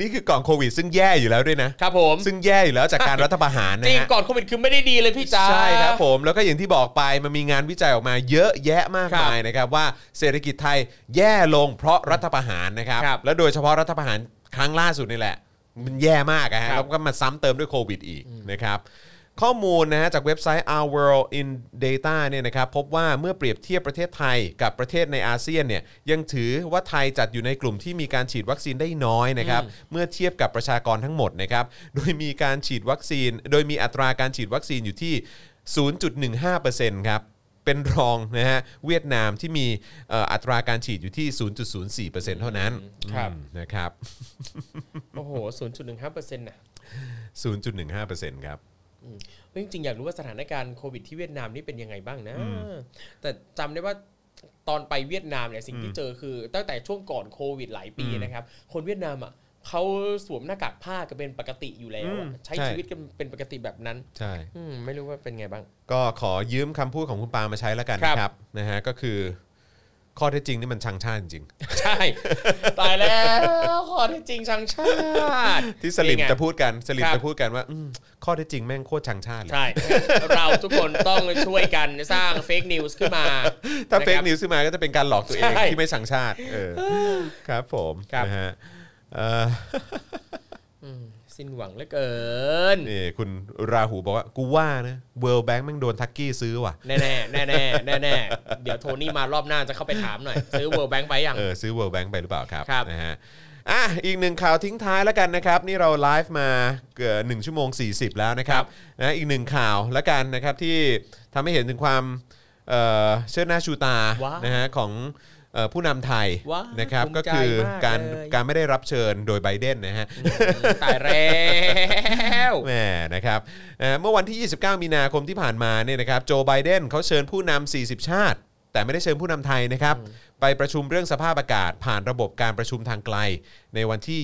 [SPEAKER 2] นี่คือก่อนโควิด ซึ่งแย่อยู่แล้วด้วยนะ
[SPEAKER 3] ครับผม
[SPEAKER 2] ซึ่งแย่อยู่แล้วจากการรัฐประหารนะ
[SPEAKER 3] จริง
[SPEAKER 2] ฮะ
[SPEAKER 3] ก่อนโควิดคือไม่ได้ดีเลยพี่จ๋า
[SPEAKER 2] ใช่ครับผมแล้วก็อย่างที่บอกไปมันมีงานวิจัยออกมาเยอะแยะมาก
[SPEAKER 3] ครับ
[SPEAKER 2] มายนะครับว่าเศรษฐกิจไทยแย่ลงเพราะรัฐประหารนะครับ
[SPEAKER 3] ครับ
[SPEAKER 2] แล้วโดยเฉพาะรัฐประหารครั้งล่าสุดนี่แหละ มันแย่มากอะฮะ
[SPEAKER 3] ครับ
[SPEAKER 2] แล้วก็มาซ้ำเติมด้วยโควิดอีกนะครับ ข้อมูลนะฮะจากเว็บไซต์ Our World in Data เนี่ยนะครับพบว่าเมื่อเปรียบเทียบประเทศไทยกับประเทศในอาเซียนเนี่ยยังถือว่าไทยจัดอยู่ในกลุ่มที่มีการฉีดวัคซีนได้น้อยนะครับเมื่อเทียบกับประชากรทั้งหมดนะครับโดยมีการฉีดวัคซีน โดยมีอัตราการฉีดวัคซีนอยู่ที่ 0.15%ครับเป็นรองนะฮะเวียดนามที่มีเอ่ออัตราการฉีดอยู่ที่ 0.04%เท่านั้น
[SPEAKER 3] ครับ
[SPEAKER 2] อืมนะครับ
[SPEAKER 3] โอ้โห0.15%นะ
[SPEAKER 2] 0.15%ครับ
[SPEAKER 3] เฮ้ยจริงๆอยากรู้ว่าสถานการณ์โควิดที่เวียดนามนี่เป็นยังไงบ้างนะ แต่จำได้ว่าตอนไปเวียดนามเนี่ยสิ่งที่เจอคือตั้งแต่ช่วงก่อนโควิดหลายปีนะครับ คนเวียดนามอ่ะเขาสวมหน้ากากผ้ากันเป็นปกติอยู่แล้วอะ
[SPEAKER 2] อืม
[SPEAKER 3] ใช้
[SPEAKER 2] ใช่
[SPEAKER 3] ชีวิตกันเป็นปกติแบบนั้น
[SPEAKER 2] ใช่
[SPEAKER 3] อืมไม่รู้ว่าเป็นไงบ้าง
[SPEAKER 2] ก็ขอยืมคำพูดของคุณปามาใช้แล้วกัน
[SPEAKER 3] ครับ
[SPEAKER 2] นะครับนะฮะก็คือข้อเท็จจริงนี่มันชังชาติจริง
[SPEAKER 3] ใช่ ตายแล้วขอที่จริงชังชาติ
[SPEAKER 2] ๆที่สลิม
[SPEAKER 3] นี่ไง
[SPEAKER 2] จะพูดกันสลิม
[SPEAKER 3] ครับ
[SPEAKER 2] จะพูดกันว่าอืมข้อเท็จจริงแม่งโคตรชังชาติเลย
[SPEAKER 3] ใช่ เราทุกคนต้องช่วยกันสร้างเฟกนิวส์ขึ้นมา
[SPEAKER 2] ถ้า
[SPEAKER 3] นะครับ
[SPEAKER 2] เฟกนิวส์ขึ้นมาก็จะเป็นการหลอกตัวเอง
[SPEAKER 3] ใช่
[SPEAKER 2] ที่ไม่ชังชาติเออครับผม
[SPEAKER 3] ครับ
[SPEAKER 2] นะฮะเอ่อ
[SPEAKER 3] สิ้นหวังเหลือเกิน
[SPEAKER 2] นี่คุณราหูบอกว่ากูว่านะ World Bank แม่งโดนทักกี้ซื้อว่ะ
[SPEAKER 3] แน่ๆแน่ๆแน่ๆเดี๋ยวโทนี่มารอบหน้าจะเข้าไปถามหน่อย ซื้อ World Bank ไปยัง
[SPEAKER 2] เออซื้อ World Bank ไปหรือเปล่าครับ
[SPEAKER 3] ครับ
[SPEAKER 2] นะฮะอ่ะอีกหนึ่งข่าวทิ้งท้ายแล้วกันนะครับ นี่เราไลฟ์มาเกือบหนึ่งชั่วโมง 40 แล้วนะครับ นะอีกหนึ่งข่าวแล้วกันนะครับที่ทำให้เห็นถึงความเอ่อเชิดหน้าชูตา
[SPEAKER 3] ว้าว
[SPEAKER 2] นะฮะของเอ่อผู้นำไทย
[SPEAKER 3] ว้าว
[SPEAKER 2] นะครับ
[SPEAKER 3] ภูมิ
[SPEAKER 2] ก็
[SPEAKER 3] ใจ
[SPEAKER 2] คือ
[SPEAKER 3] มาก
[SPEAKER 2] การ
[SPEAKER 3] เลย
[SPEAKER 2] การไม่ได้รับเชิญโดยไบเดนนะฮะ
[SPEAKER 3] ตายแล้ว
[SPEAKER 2] แหมนะครับเอ่อเมื่อวันที่ 29 มีนาคมที่ผ่านมาเนี่ยนะครับโจไบเดนเขาเชิญผู้นำ 40 ชาติ แต่ไม่ได้เชิญผู้นำไทยนะครับไปประชุมเรื่องสภาพอากาศ ผ่านระบบการประชุมทางไกล ในวันที่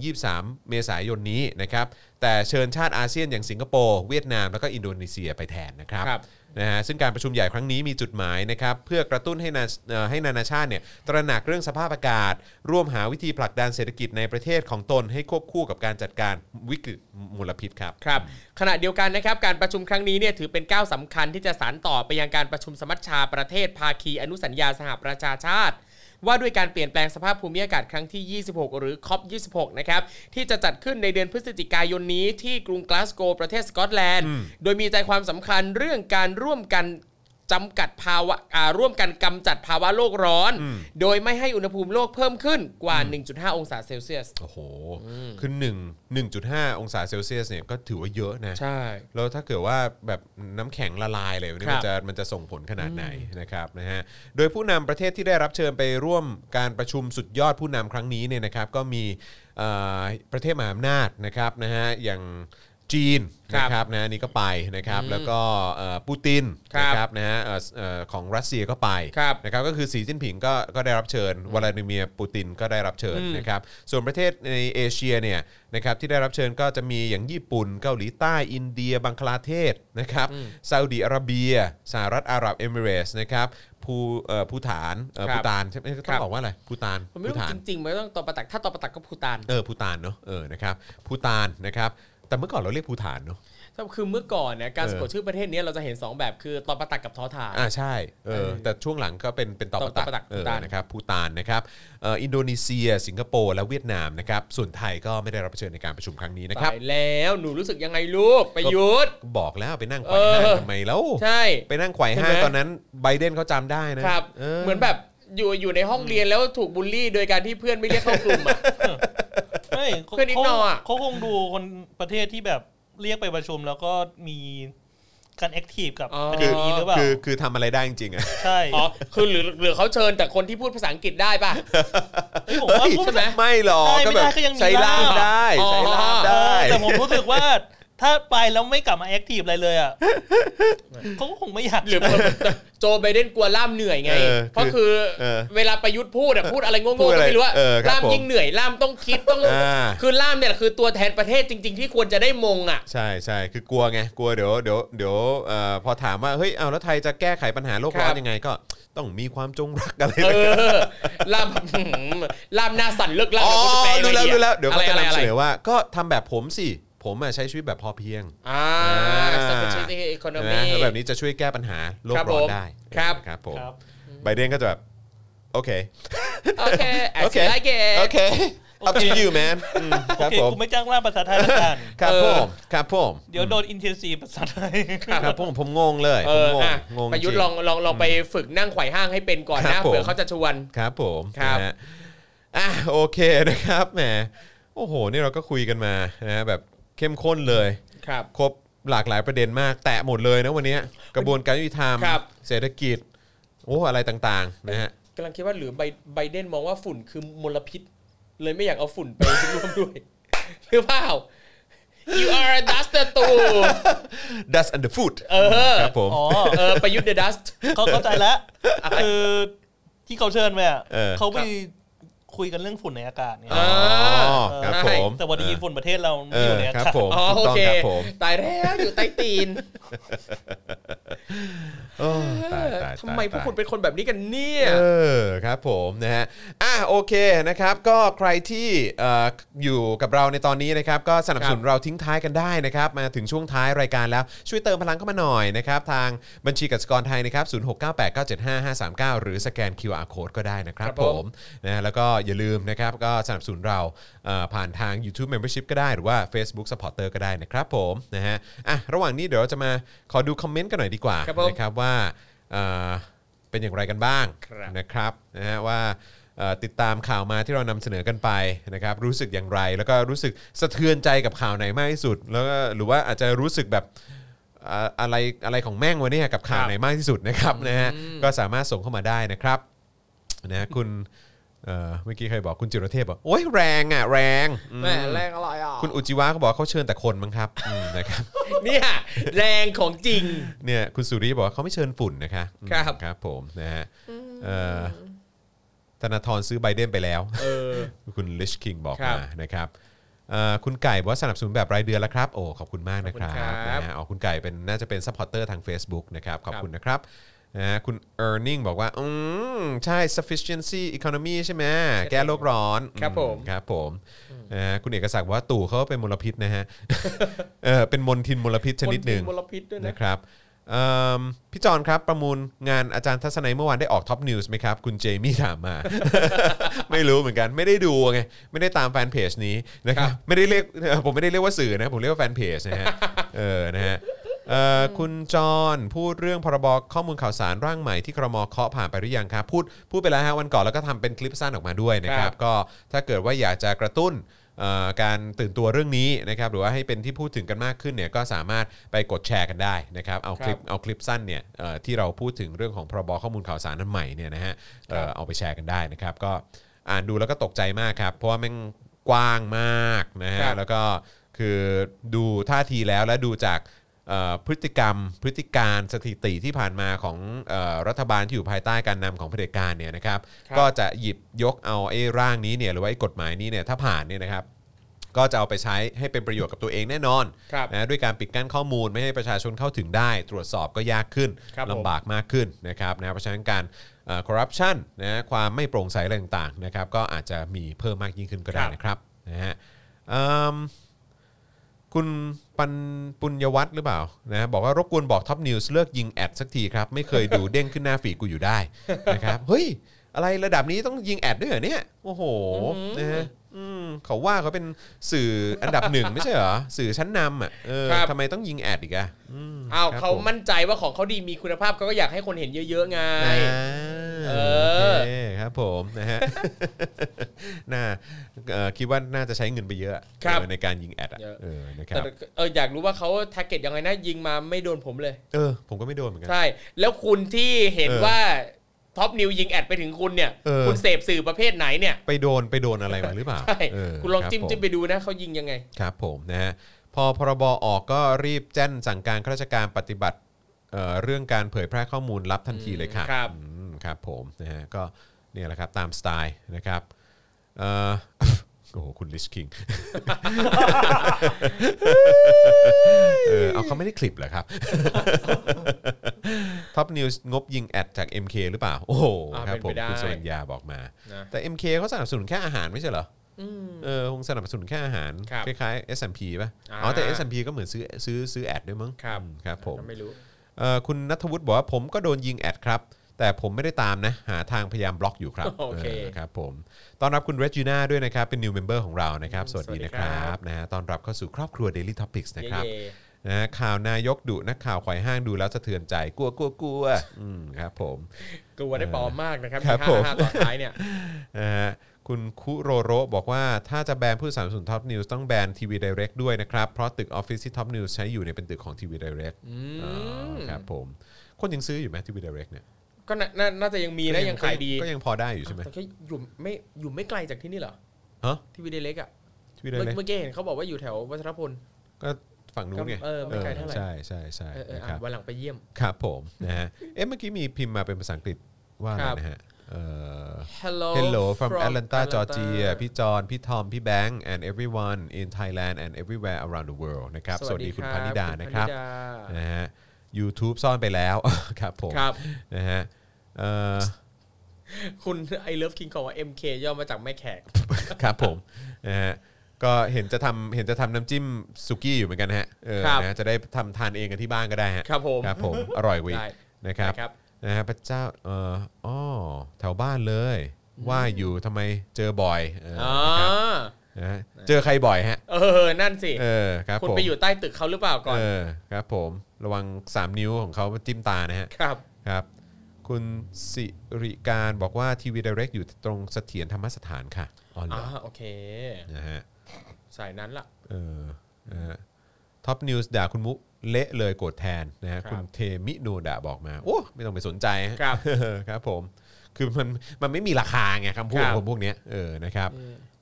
[SPEAKER 2] 22-23 เมษายนนี้นะครับแต่เชิญชาติอาเซียนอย่างสิงคโปร์เวียดนามแล้วก็อินโดนีเซียไปแทนนะครับ
[SPEAKER 3] ครับ
[SPEAKER 2] นะฮะซึ่งการประชุมใหญ่ครั้งนี้มีจุดหมายนะครับเพื่อกระตุ้นให้นาเอ่อให้นานาชาติเนี่ยตระหนักเรื่องสภาพอากาศ ร่วมหาวิธีผลักดันเศรษฐกิจในประเทศของตนให้ควบคู่กับการจัดการวิกฤตมลพิษครับ
[SPEAKER 3] ครับขณะเดียวกันนะครับการประชุมครั้งนี้เนี่ยถือเป็นก้าวสำคัญที่จะสานต่อไปยังการประชุมสมัชชาประเทศภาคีอนุสัญญาสหประชาชาติ ว่าด้วยการเปลี่ยนแปลงสภาพภูมิอากาศครั้งที่ 26 หรือ COP26 นะครับที่จะจัดขึ้นในเดือนพฤศจิกายนนี้ที่กรุงกลาสโกว์ประเทศสกอตแลนด์ โดยมีใจความสำคัญเรื่องการร่วมกันจำกัดภาวะอ่าร่วมกันกำจัดภาวะโลกร้อน โดยไม่ให้อุณหภูมิโลกเพิ่มขึ้นกว่า 1.5 องศาเซลเซียส
[SPEAKER 2] โอ้โห คือ1 1.5 องศาเซลเซียสเนี่ยก็ถือว่าเยอะนะ
[SPEAKER 3] ใช่
[SPEAKER 2] แล้วถ้าเกิดว่าแบบน้ำแข็งละลายเลยเนี่ย
[SPEAKER 3] ครั
[SPEAKER 2] มั
[SPEAKER 3] บ
[SPEAKER 2] นจะมันจะส่งผลขนาดไหนนะครับนะฮะโดยผู้นำประเทศที่ได้รับเชิญไปร่วมการประชุมสุดยอดผู้นำครั้งนี้เนี่ยนะครับก็มีเอ่อประเทศมหาอำนาจนะครับนะฮะอย่างจีน
[SPEAKER 3] ครับ
[SPEAKER 2] นะครับนะนี่ก็ไปนะครับแล้วก็เอ่อปูติน
[SPEAKER 3] ครับ
[SPEAKER 2] นะครับนะฮะเอ่อเอ่อของรัสเซียก็ไป
[SPEAKER 3] ครับ
[SPEAKER 2] นะครับก็คือสีจิ้นผิงก็ก็ได้รับเชิญวลาดิเมียร์ปูตินก็ได้รับเชิญ
[SPEAKER 3] อืม
[SPEAKER 2] นะครับส่วนประเทศในเอเชียเนี่ยนะครับที่ได้รับเชิญก็จะมีอย่างญี่ปุ่นเกาหลีใต้อินเดียบังคลาเทศนะครับ นะครับซาอุดีอาระเบีย สหรัฐอาหรับเอมิเรตสนะครับภูเอ่อภูฐานเอ่อ
[SPEAKER 3] ครับ
[SPEAKER 2] ภูตานใช่ไหม
[SPEAKER 3] ค
[SPEAKER 2] ต้
[SPEAKER 3] รั
[SPEAKER 2] อบ งบอกว่าอะไรภูตาน
[SPEAKER 3] ผมไม่
[SPEAKER 2] ภู
[SPEAKER 3] รู้
[SPEAKER 2] ฐาน
[SPEAKER 3] จริงๆมันต้องตอประตักถ้าตอประตักก็พูตาน
[SPEAKER 2] เออภูตานเนาะเออนะครับภูตานนะครับแต่เมื่อก่อนเราเรียกภูฐานเนาะ
[SPEAKER 3] ก็คือเมื่อก่อนเนี่ยการ
[SPEAKER 2] เออ
[SPEAKER 3] สะกดชื่อประเทศเนี้ยเราจะเห็น 2 แบบคือตอปตักกับทอฐาน
[SPEAKER 2] อ่าใช่เออแต่ช่วงหลังก็เป็นเป็นตอ
[SPEAKER 3] ตอ
[SPEAKER 2] บบประตัก
[SPEAKER 3] ตอบประตัก
[SPEAKER 2] เออ
[SPEAKER 3] ภูตาน
[SPEAKER 2] นะครับภูตานนะครับเอ่ออินโดนีเซีย สิงคโปร์และเวียดนามนะครับส่วนไทยก็ไม่ได้รับเชิญในการประชุมครั้งนี้นะครับ
[SPEAKER 3] ตายแล้วหนูรู้สึกยังไงลูกไประยุทธ
[SPEAKER 2] บอกแล้วไปนั่งไขว่ห้าง
[SPEAKER 3] เออ
[SPEAKER 2] ทำไมแล้ว
[SPEAKER 3] ใช่
[SPEAKER 2] ไปนั่งไขว่ห้า
[SPEAKER 3] ใช่
[SPEAKER 2] ง
[SPEAKER 3] ไหม
[SPEAKER 2] ตอนนั้นไบเดนเขาจำได้นะครับ
[SPEAKER 3] เหมือนแบบอยู่อยู่ในห้องเรียนแล้วถูกบูลลี่ โดยการที่เพื่อนไม่เรียกเข้ากลุ่มอะ
[SPEAKER 4] ไม่
[SPEAKER 3] เพื่อนนิดหน่อยอะ
[SPEAKER 4] เขาคงดูคนประเทศที่แบบเรียกไปประชุมแล้วก็มีการแอคทีฟกับ
[SPEAKER 3] อ๋อ
[SPEAKER 4] ประเด็นนี้หรือเปล่า
[SPEAKER 2] คือคือทำอะไรได้จริงๆอะ
[SPEAKER 4] ใช่
[SPEAKER 3] อ๋อคือหรือหรือเขาเชิญแต่คนที่พูดภาษาอังกฤษได้ป่ะ
[SPEAKER 4] เฮ้ยผมว่าพูด
[SPEAKER 3] ใช่ไหม
[SPEAKER 2] ไม่หรอก
[SPEAKER 4] ได้
[SPEAKER 2] ก็
[SPEAKER 4] ไม่
[SPEAKER 2] แบ
[SPEAKER 4] ได้
[SPEAKER 2] บ
[SPEAKER 4] ก็ยังมี
[SPEAKER 2] ใช้ล่าม
[SPEAKER 4] ล่าม
[SPEAKER 2] ได้
[SPEAKER 3] อ๋อ
[SPEAKER 2] ใช้ล่าม
[SPEAKER 4] เอ
[SPEAKER 2] ได้
[SPEAKER 4] อแต่ผมรู้สึกว่า ถ้าไปแล้วไม่กลับมาแอคทีฟอะไรเลยอ่ะ เขาก็คงไม่อยาก
[SPEAKER 3] หรือแบบโจไบเดนกลัวล่ามเหนื่อยไง
[SPEAKER 2] เออ
[SPEAKER 3] เพราะคือ
[SPEAKER 2] เออ
[SPEAKER 3] เวลาประยุทธ์พูดอะพูดอะไรโง่ๆ
[SPEAKER 2] พูด
[SPEAKER 3] ก็
[SPEAKER 2] อะไร
[SPEAKER 3] ไม่รู้อะ
[SPEAKER 2] เออครับ
[SPEAKER 3] ล่าม
[SPEAKER 2] ผม
[SPEAKER 3] ยิ่งเหนื่อยล่ามต้องคิดต้อง
[SPEAKER 2] อ่า
[SPEAKER 3] คือล่ามเนี่ยแหละคือตัวแทนประเทศจริง ๆ ที่ควรจะได้มงอะ
[SPEAKER 2] ใช่ใช่คือกลัวไงกลัวเดี๋ยวเดี๋ยวเดี๋ยวเอ่อพอถามว่าเฮ้ยเอาแล้วไทยจะแก้ไขปัญหาโลกร้อ
[SPEAKER 3] คน รับ
[SPEAKER 2] ยังไงก็ต้องมีความจงรักอะไร
[SPEAKER 3] เอ
[SPEAKER 2] นะ
[SPEAKER 3] อล่ามแบบหืมล่ามหน้าสั่นเลิกล่าม
[SPEAKER 2] อ๋อ
[SPEAKER 3] เดี๋ย
[SPEAKER 2] รู้แล้ว
[SPEAKER 3] วกูจะป
[SPEAKER 2] รู้แล้วเดี๋ยว
[SPEAKER 3] อะ
[SPEAKER 2] ก็
[SPEAKER 3] ไร
[SPEAKER 2] จะนำ
[SPEAKER 3] อะไรอะ
[SPEAKER 2] เสน
[SPEAKER 3] ไร
[SPEAKER 2] อว่าก็ทำแบบผมสิ ผมอะใช้ชีวิตแบบพอเพียง
[SPEAKER 3] อ่า
[SPEAKER 2] อ่า
[SPEAKER 3] sustainability
[SPEAKER 2] นะ
[SPEAKER 3] economy
[SPEAKER 2] แล้วแบบนี้จะช่วยแก้ปัญหาโลก
[SPEAKER 3] ครับ
[SPEAKER 2] ร้อ
[SPEAKER 3] ผ
[SPEAKER 2] น
[SPEAKER 3] ม
[SPEAKER 2] ได้
[SPEAKER 3] ครับ
[SPEAKER 2] ครับผม
[SPEAKER 4] ครับ
[SPEAKER 2] ไบเดนก็จะแบบโอเค
[SPEAKER 3] โอเค as
[SPEAKER 2] โอเค
[SPEAKER 3] you like it
[SPEAKER 2] โอเค up to you man อืม
[SPEAKER 4] โอ
[SPEAKER 2] ครับ
[SPEAKER 4] เค
[SPEAKER 2] ผม
[SPEAKER 4] กูไม่จ้างล่ามภาษาไทยแล้วกัน
[SPEAKER 2] ครับ
[SPEAKER 3] เอ
[SPEAKER 2] ผ
[SPEAKER 3] อ
[SPEAKER 2] มครับผม
[SPEAKER 4] เดี๋ยวโดนอินเทนซีภาษาไทย
[SPEAKER 2] ครับผมผมงงเลย
[SPEAKER 3] เอ
[SPEAKER 2] ผม
[SPEAKER 3] อง
[SPEAKER 2] ง
[SPEAKER 3] อ่ะ
[SPEAKER 2] งง
[SPEAKER 3] ประยุทธ์
[SPEAKER 2] จ
[SPEAKER 3] ล
[SPEAKER 2] ริ
[SPEAKER 3] อง งลองลองไปฝึกนั่งไขว่ห้างให้เป็นก่อน
[SPEAKER 2] ครั
[SPEAKER 3] นะ
[SPEAKER 2] บผม
[SPEAKER 3] เผื่อเขาจะชวน
[SPEAKER 2] ครับผม
[SPEAKER 3] ครับ
[SPEAKER 2] นะฮะอ่ะโอเคนะครับแหมโอ้โหนี่เราก็คุยกันมานะฮะแบบเข้มข้นเลย
[SPEAKER 3] ครับ
[SPEAKER 2] ครบหลากหลายประเด็นมาก แตะหมดเลยนะวันเนี้ยกระบวนการยุติธรรม
[SPEAKER 3] ครับ
[SPEAKER 2] เศรษฐกิจโอ้อะไรต่างๆนะฮะ
[SPEAKER 3] กำลังคิดว่าหรือไบไบเดนมองว่าฝุ่นคือมลพิษ เลยไม่อยากเอาฝุ่นไปร่วม ด้วย หรือเปล่า you are a duster too
[SPEAKER 2] ดัสอันเดอร์ฟูด
[SPEAKER 3] เออ
[SPEAKER 2] ครับผม
[SPEAKER 4] อ๋อ
[SPEAKER 3] เออประยุทธ์ the dust
[SPEAKER 4] เขาเข้าใจแล้วคือที่เขาเชิญมาอะ
[SPEAKER 2] เออ
[SPEAKER 4] เขาไปคุยกันเรื่องฝุ่นในอากาศเนี่ย
[SPEAKER 3] อ๋อ
[SPEAKER 2] ครับ
[SPEAKER 3] ใช่
[SPEAKER 2] ผม
[SPEAKER 4] แต่วันนี้ฝุ่นประเทศเรา
[SPEAKER 2] เอ
[SPEAKER 4] ไม่อยู่
[SPEAKER 2] อ
[SPEAKER 4] ในอา
[SPEAKER 2] ครับ
[SPEAKER 4] กาศ
[SPEAKER 2] ผม
[SPEAKER 3] อ๋อ
[SPEAKER 2] ถู
[SPEAKER 3] โอก
[SPEAKER 2] ต้อง
[SPEAKER 3] เค
[SPEAKER 2] ครับผม
[SPEAKER 3] ตายแล้วอยู่ใต้ตีน
[SPEAKER 2] โอ้ตายตาย
[SPEAKER 3] ทำไม
[SPEAKER 2] ตายตาย
[SPEAKER 3] พวกคุณเป็นคนแบบนี้กันเนี่ย
[SPEAKER 2] เออครับผมนะฮะอ่ะโอเคนะครับก็ใครที่เอ่ออยู่กับเราในตอนนี้นะครับก็สนับสนุนเราทิ้งท้ายกันได้นะครับมาถึงช่วงท้ายรายการแล้วช่วยเติมพลังเข้ามาหน่อยนะครับทางบัญชีกสิกรไทยนะครับศูนย์หกเก้หรือสแกน QR Code ก็ได้นะครับ
[SPEAKER 3] ครับ
[SPEAKER 2] ผ
[SPEAKER 3] ผม
[SPEAKER 2] มนะแล้วก็อย่าลืมนะครับก็สนับสนุนเราเอ่อผ่านทาง YouTube Membership ก็ได้หรือว่า Facebook Supporter ก็ได้นะครับผมนะฮะอ่ะระหว่างนี้เดี๋ยวเราจะมาขอดูคอมเมนต์กันหน่อยดีกว่า
[SPEAKER 3] ครับผม
[SPEAKER 2] นะครับว่าเอ่อ เป็นอย่างไรกันบ้าง
[SPEAKER 3] ครับ
[SPEAKER 2] นะครับนะฮะว่าเอ่อติดตามข่าวมาที่เรานำเสนอกันไปนะครับรู้สึกอย่างไร แล้วก็รู้สึกสะเทือนใจกับข่าวไหนมากที่สุด แล้วก็หรือว่าอาจจะรู้สึกแบบอ่าอะไรอะไรของแม่งวะเนี่ยกับข่าว
[SPEAKER 3] ครับ
[SPEAKER 2] ไหนมากที่สุดนะครับนะฮะก็สามารถส่งเข้ามาได้นะครับนะฮะคุณเอ่อเมื่อกี้ใครบอกคุณจิรเทพบอกโอ้ยแรงอ่ะแรงอืม
[SPEAKER 3] แม่แรงอร่อยอ่ะ
[SPEAKER 2] คุณอุจิวะเขาบอกเขาเชิญแต่คนมั้งครับอืมนะครับ
[SPEAKER 3] เนี่ยแรงของจริง
[SPEAKER 2] เนี่ยคุณสุริบอกว่าเขาไม่เชิญฝุ่นนะคะอืม
[SPEAKER 3] ครับ
[SPEAKER 2] ครับผมนะฮะเอ่อธนาธรซื้อไบเดนไปแล้ว
[SPEAKER 3] เออ
[SPEAKER 2] คุณลิชคิงบอก
[SPEAKER 3] ครั
[SPEAKER 2] มา
[SPEAKER 3] บ
[SPEAKER 2] นะครับเอ่อคุณไก่บอกว่าสนับสนุนแบบรายเดือนแล้วครับ โอ้ขอบคุณมากนะครับ
[SPEAKER 3] ขอบคุณครับ
[SPEAKER 2] นะฮะอ๋อคุณไก่เป็นน่าจะเป็นซัพพอร์ตเตอร์ทาง Facebook นะครับ ขอบ
[SPEAKER 3] ครับ
[SPEAKER 2] คุณนะครับนะฮะคุณ e a r n i n g บอกว่า อืม ใช่ sufficiency economy ใช่ไหมแก้โลกร้อน
[SPEAKER 3] ครับ
[SPEAKER 2] อื
[SPEAKER 3] ผม
[SPEAKER 2] ครับผมนะฮะคุณเอกศักดิ์บอกว่าตู่เขาเป็นมลพิษนะฮ ะ เออเป็นมลทินมลพิษชนิดหนึ่ง
[SPEAKER 3] คที่มลพิษด้วยนะ
[SPEAKER 2] นะครับเอิ่มพี่จอนครับประมูลงานอาจารย์ทัศนัยเมื่อวานได้ออกท็อปนิวส์ไหมครับ คุณเจมี่ถามมา ไม่รู้เหมือนกันไม่ได้ดูไงไม่ได้ตามแฟนเพจนี้นะครับไม่ได้เรียกเอ่อผมไม่ได้เรียกว่าสื่อนะผมเรียกว่าแฟนเพจนะ ฮะ เออนะฮะเอ่อคุณจอนพูดเรื่องพรบข้อมูลข่าวสารร่างใหม่ที่ครมเคาะผ่านไปหรือยังครับพูดพูดไปแล้วฮะวันก่อนแล้วก็ทำเป็นคลิปสั้นออกมาด้วยนะค
[SPEAKER 3] ค
[SPEAKER 2] รั
[SPEAKER 3] รับ บ
[SPEAKER 2] ก็ถ้าเกิดว่าอยากจะกระตุ้นเอ่อการตื่นตัวเรื่องนี้นะครับหรือว่าให้เป็นที่พูดถึงกันมากขึ้นเนี่ยก็สามารถไปกดแชร์กันได้นะครับเอาคลิปเอาคลิปสั้นเนี่ยเอ่อที่เราพูดถึงเรื่องของพรบข้อมูลข่าวสารนั้นใหม่เนี่ยนะฮะเอ่อเอาไปแชร์กันได้นะครับก็อ่านดูแล้วก็ตกใจมากครับเพราะว่าแม่งกว้างมากนะฮะ
[SPEAKER 3] ครับ
[SPEAKER 2] แล้วก็คือดูท่าทีแล้วและดูจากเอ่อพฤติกรรม พฤติการสถิติที่ผ่านมาของเออรัฐบาลที่อยู่ภายใต้การนำของเผด็จการเนี่ยนะครับ
[SPEAKER 3] ครับ
[SPEAKER 2] ก็จะหยิบยกเอาไอ้ร่างนี้เนี่ยหรือว่าไอ้กฎหมายนี้เนี่ยถ้าผ่านเนี่ยนะครับ ก็จะเอาไปใช้ให้เป็นประโยชน์กับตัวเองแน่นอน
[SPEAKER 3] ครับ
[SPEAKER 2] นะด้วยการปิดกั้นข้อมูลไม่ให้ประชาชนเข้าถึงได้ ตรวจสอบก็ยากขึ้น
[SPEAKER 3] ครับผม
[SPEAKER 2] ลำบากมากขึ้นนะครับนะเพราะฉะนั้นการคอร์รัปชันนะความไม่โปร่งใสอะไรต่างๆนะครับก็อาจจะมีเพิ่มมากยิ่งขึ้นก็ได้
[SPEAKER 3] ครับ
[SPEAKER 2] นะครับนะฮะเอิ่ม คุณปันปุญญวัฒน์หรือเปล่านะบอกว่ารบกวนบอกท็อปนิวส์เลิกยิงแอดสักทีครับ ไม่เคย ดู เด้งขึ้นหน้าฝีดกูอยู่ได้ นะครับเฮ้ย อะไรระดับนี้ต้องยิงแอดด้วยเหรอเนี่ย โอ้โหนะฮะอืมเขาว่าเขาเป็นสื่ออันดับหนึ่ง ไม่ใช่เหรอ สื่อชั้นนำอ่ะเออ
[SPEAKER 3] ครับ
[SPEAKER 2] ทำไมต้องยิงแอดอีกอะอืม
[SPEAKER 3] เอา
[SPEAKER 2] ครับ
[SPEAKER 3] เขา
[SPEAKER 2] ผม
[SPEAKER 3] มั่นใจว่าของเขาดีมีคุณภาพเขาก็อยากให้คนเห็นเยอะๆไง
[SPEAKER 2] อ่า
[SPEAKER 3] เออ
[SPEAKER 2] โอเคครับผมนะฮะ น่าเอ่อคิดว่าน่าจะใช้เงินไปเยอะอะ
[SPEAKER 3] ครับ
[SPEAKER 2] เออในการยิงแอดอะ
[SPEAKER 3] เยอะ
[SPEAKER 2] เออนะครับ
[SPEAKER 3] แต่เอออยากรู้ว่าเขาแท็กเก็ตยังไงนะยิงมาไม่โดนผมเลย
[SPEAKER 2] เออผมก็ไม่โดนเหมือนกัน
[SPEAKER 3] ใช่ แล้วคุณที่เห็น
[SPEAKER 2] เออ
[SPEAKER 3] ว่าท็อปนิวยิงแอดไปถึงคุณเนี่ย
[SPEAKER 2] เออ
[SPEAKER 3] คุณเสพสื่อประเภทไหนเนี่ย
[SPEAKER 2] ไปโดนไปโดนอะไรมาหรือเปล่า
[SPEAKER 3] ใช่
[SPEAKER 2] เ
[SPEAKER 3] คุณลอง
[SPEAKER 2] รับ
[SPEAKER 3] จิ้ม
[SPEAKER 2] ผ
[SPEAKER 3] จิ้มไปดูนะเขายิงยังไง
[SPEAKER 2] ครับผมนะฮะ พอพรบออกก็รีบแจ้นสั่งการข้าราชการปฏิบัติเอ่อเรื่องการเผยแพร่ข้อมูลลับทันทีเลยค่ะ
[SPEAKER 3] อืมครับ
[SPEAKER 2] อืมครับผมนะฮะก็เนี่ยแหละครับตามสไตล์นะครับเอ่ อ โอ้โหคุณลิชคิง เออเอาเขาไม่ได้คลิปเหรอครับ ท็อปนิวส์งบยิงแอดจาก MK หรือเปล่า โอ้โห
[SPEAKER 3] อ่า
[SPEAKER 2] ครับผม
[SPEAKER 3] เป็นไปได้
[SPEAKER 2] คุณสรัญญาบอกมา
[SPEAKER 3] นะ
[SPEAKER 2] แต่ MK เขาสนับสนุนแค่อาหารไม่ใช่เหรออเออคงสนับสนุนแค่อาหาร
[SPEAKER 3] ครับ
[SPEAKER 2] คล้ายๆ S&P ป่ะ
[SPEAKER 3] อ่า
[SPEAKER 2] อ๋อแต่ S&P ก็เหมือนซื้อซื้อซื้อแอดด้วยมั้ง
[SPEAKER 3] ครับ
[SPEAKER 2] อืมครับผม
[SPEAKER 3] ก็ไม่รู้
[SPEAKER 2] เอ่อคุณนัทวุฒิบอกว่าผมก็โดนยิงแอดครับ แต่ผมไม่ได้ตามนะ หาทางพยายามบล็อกอยู่ครับ
[SPEAKER 3] โอเค
[SPEAKER 2] ครับผมต้อนรับคุณเรจิน่าด้วยนะครับ เป็น new member ของเรานะครับ สวัสดี
[SPEAKER 3] สวัสดี
[SPEAKER 2] นะค
[SPEAKER 3] ครั
[SPEAKER 2] รับ บนะฮะต้อนรับเข้าสู่ครอบครัว Daily Topics นะครับ
[SPEAKER 3] เย่
[SPEAKER 2] นะฮะข่าวนายกดุนักข่าวไขว่ห้างดูแล้วสะเทือนใจกลัวกลัวกลัวอืมครับผม
[SPEAKER 3] ๆกลัวได้ปลอมมากนะครับ
[SPEAKER 2] ครับ
[SPEAKER 3] มี
[SPEAKER 2] ผ
[SPEAKER 3] ห้าม ห้าตอนท้ายเนี่ย
[SPEAKER 2] นะฮะคุณคุโรโรบอกว่าถ้าจะแบนผู้สนับสนุนท็อปนิวส์ต้องแบนทีวีไดเรกด้วยนะครับ เพราะตึกออฟฟิศที่ท็อปนิวส์ใช้อยู่เนี่ยเป็นตึกของทีวีไดเรกครับผม คนยังซื้ออยู่ไหมทีวีไดเรกเนี่ย
[SPEAKER 3] ก็น่าน่าน่าจะยังมีนะยังขายดี
[SPEAKER 2] ก็ยังพอได้อยู่ใช่ไหม
[SPEAKER 3] แต่แค่อยู่ไม่อยู่ไม่ไกลจากที่นี่เหรอ
[SPEAKER 2] ฮะ
[SPEAKER 3] ที่วีเดเล็กอ่ะ
[SPEAKER 2] ทีวีได
[SPEAKER 3] เมื่อ
[SPEAKER 2] เรก
[SPEAKER 3] เมื่อกี้เห็นเขาบอกว่าอยู่แถววัชรพล
[SPEAKER 2] ก็ฝั่งนู้นไง
[SPEAKER 3] ก็เออไม่ไกลเท่าไหร่
[SPEAKER 2] ใช่ใช่ใช่
[SPEAKER 3] เออเออ
[SPEAKER 2] นะ
[SPEAKER 3] อ่ะ
[SPEAKER 2] ครับ
[SPEAKER 3] วันหลังไปเยี่ยม
[SPEAKER 2] ครับผมนะฮะเอ๊ะเมื่อกี้มีพิมพ์มาเป็นภาษาอังกฤษว่าอะไร
[SPEAKER 3] ครับ
[SPEAKER 2] นะฮะเอ่อ
[SPEAKER 3] Hello
[SPEAKER 2] Hello from Atlanta
[SPEAKER 3] Atlanta
[SPEAKER 2] Georgia พี่จอน พี่ทอม พี่แบงค์ and everyone in Thailand and everywhere around the world นะครับ สวัสดีคุณพนิดา นะครับ
[SPEAKER 3] ณพนิดา
[SPEAKER 2] นะฮะ YouTube ซ่อนไปแล้ว ครับผม
[SPEAKER 3] ครับ
[SPEAKER 2] นะฮะเอ่อ
[SPEAKER 3] คุณไอเลิฟคิงของว่า MK ย่อมาจากแม่แขก
[SPEAKER 2] ครับผม นะฮะ ก็เห็นจะทำเห็นจะทำน้ำจิ้มสุกี้อยู่เหมือนกันนะฮะ เออ
[SPEAKER 3] ครับ
[SPEAKER 2] นะจะได้ทำทานเองกันที่บ้านก็ได้ฮะ
[SPEAKER 3] ครับผม
[SPEAKER 2] ครับผม อร่อยเว้ย
[SPEAKER 3] ได้
[SPEAKER 2] นะครับ
[SPEAKER 3] ได้ครับ
[SPEAKER 2] นะฮะพระเจ้า เอ่ออ๋อแถวบ้านเลย ว่าอยู่ทำไมเจอบ่อยเอออ
[SPEAKER 3] อ๋อ
[SPEAKER 2] นะครับ นะฮะเจอใครบ่อยฮะ
[SPEAKER 3] เออ นั่นสิ
[SPEAKER 2] เออครับ
[SPEAKER 3] คุณ
[SPEAKER 2] ผม
[SPEAKER 3] ไปอยู่ใต้ตึกเขาหรือเปล่าก่อน
[SPEAKER 2] เออครับผม ระวัง 3 นิ้วของเขาจิ้มตานะฮะ
[SPEAKER 3] ครับ
[SPEAKER 2] ครับ คุณสิริการบอกว่าทีวีด r เรกอยู่ตรงเสถียรธรรมสถานค่ะ อ๋อเหร
[SPEAKER 3] อ่า
[SPEAKER 2] อ
[SPEAKER 3] โอเค
[SPEAKER 2] นะฮะ
[SPEAKER 3] สายนั้นล่ะ
[SPEAKER 2] เออนะฮะท็อปนิวส์ด่าคุณมุเละเลยโกรธแทนนะฮะ
[SPEAKER 3] ครับ
[SPEAKER 2] คุณเทมิโนดะบอกมา โอ้ ไม่ต้องไปสนใจฮะ
[SPEAKER 3] ครับ
[SPEAKER 2] เออ ครับผม คือมันมันไม่มีราคาไงคำพูดข
[SPEAKER 3] ครั
[SPEAKER 2] อบ งคนพวกเนี้ยเออนะครับ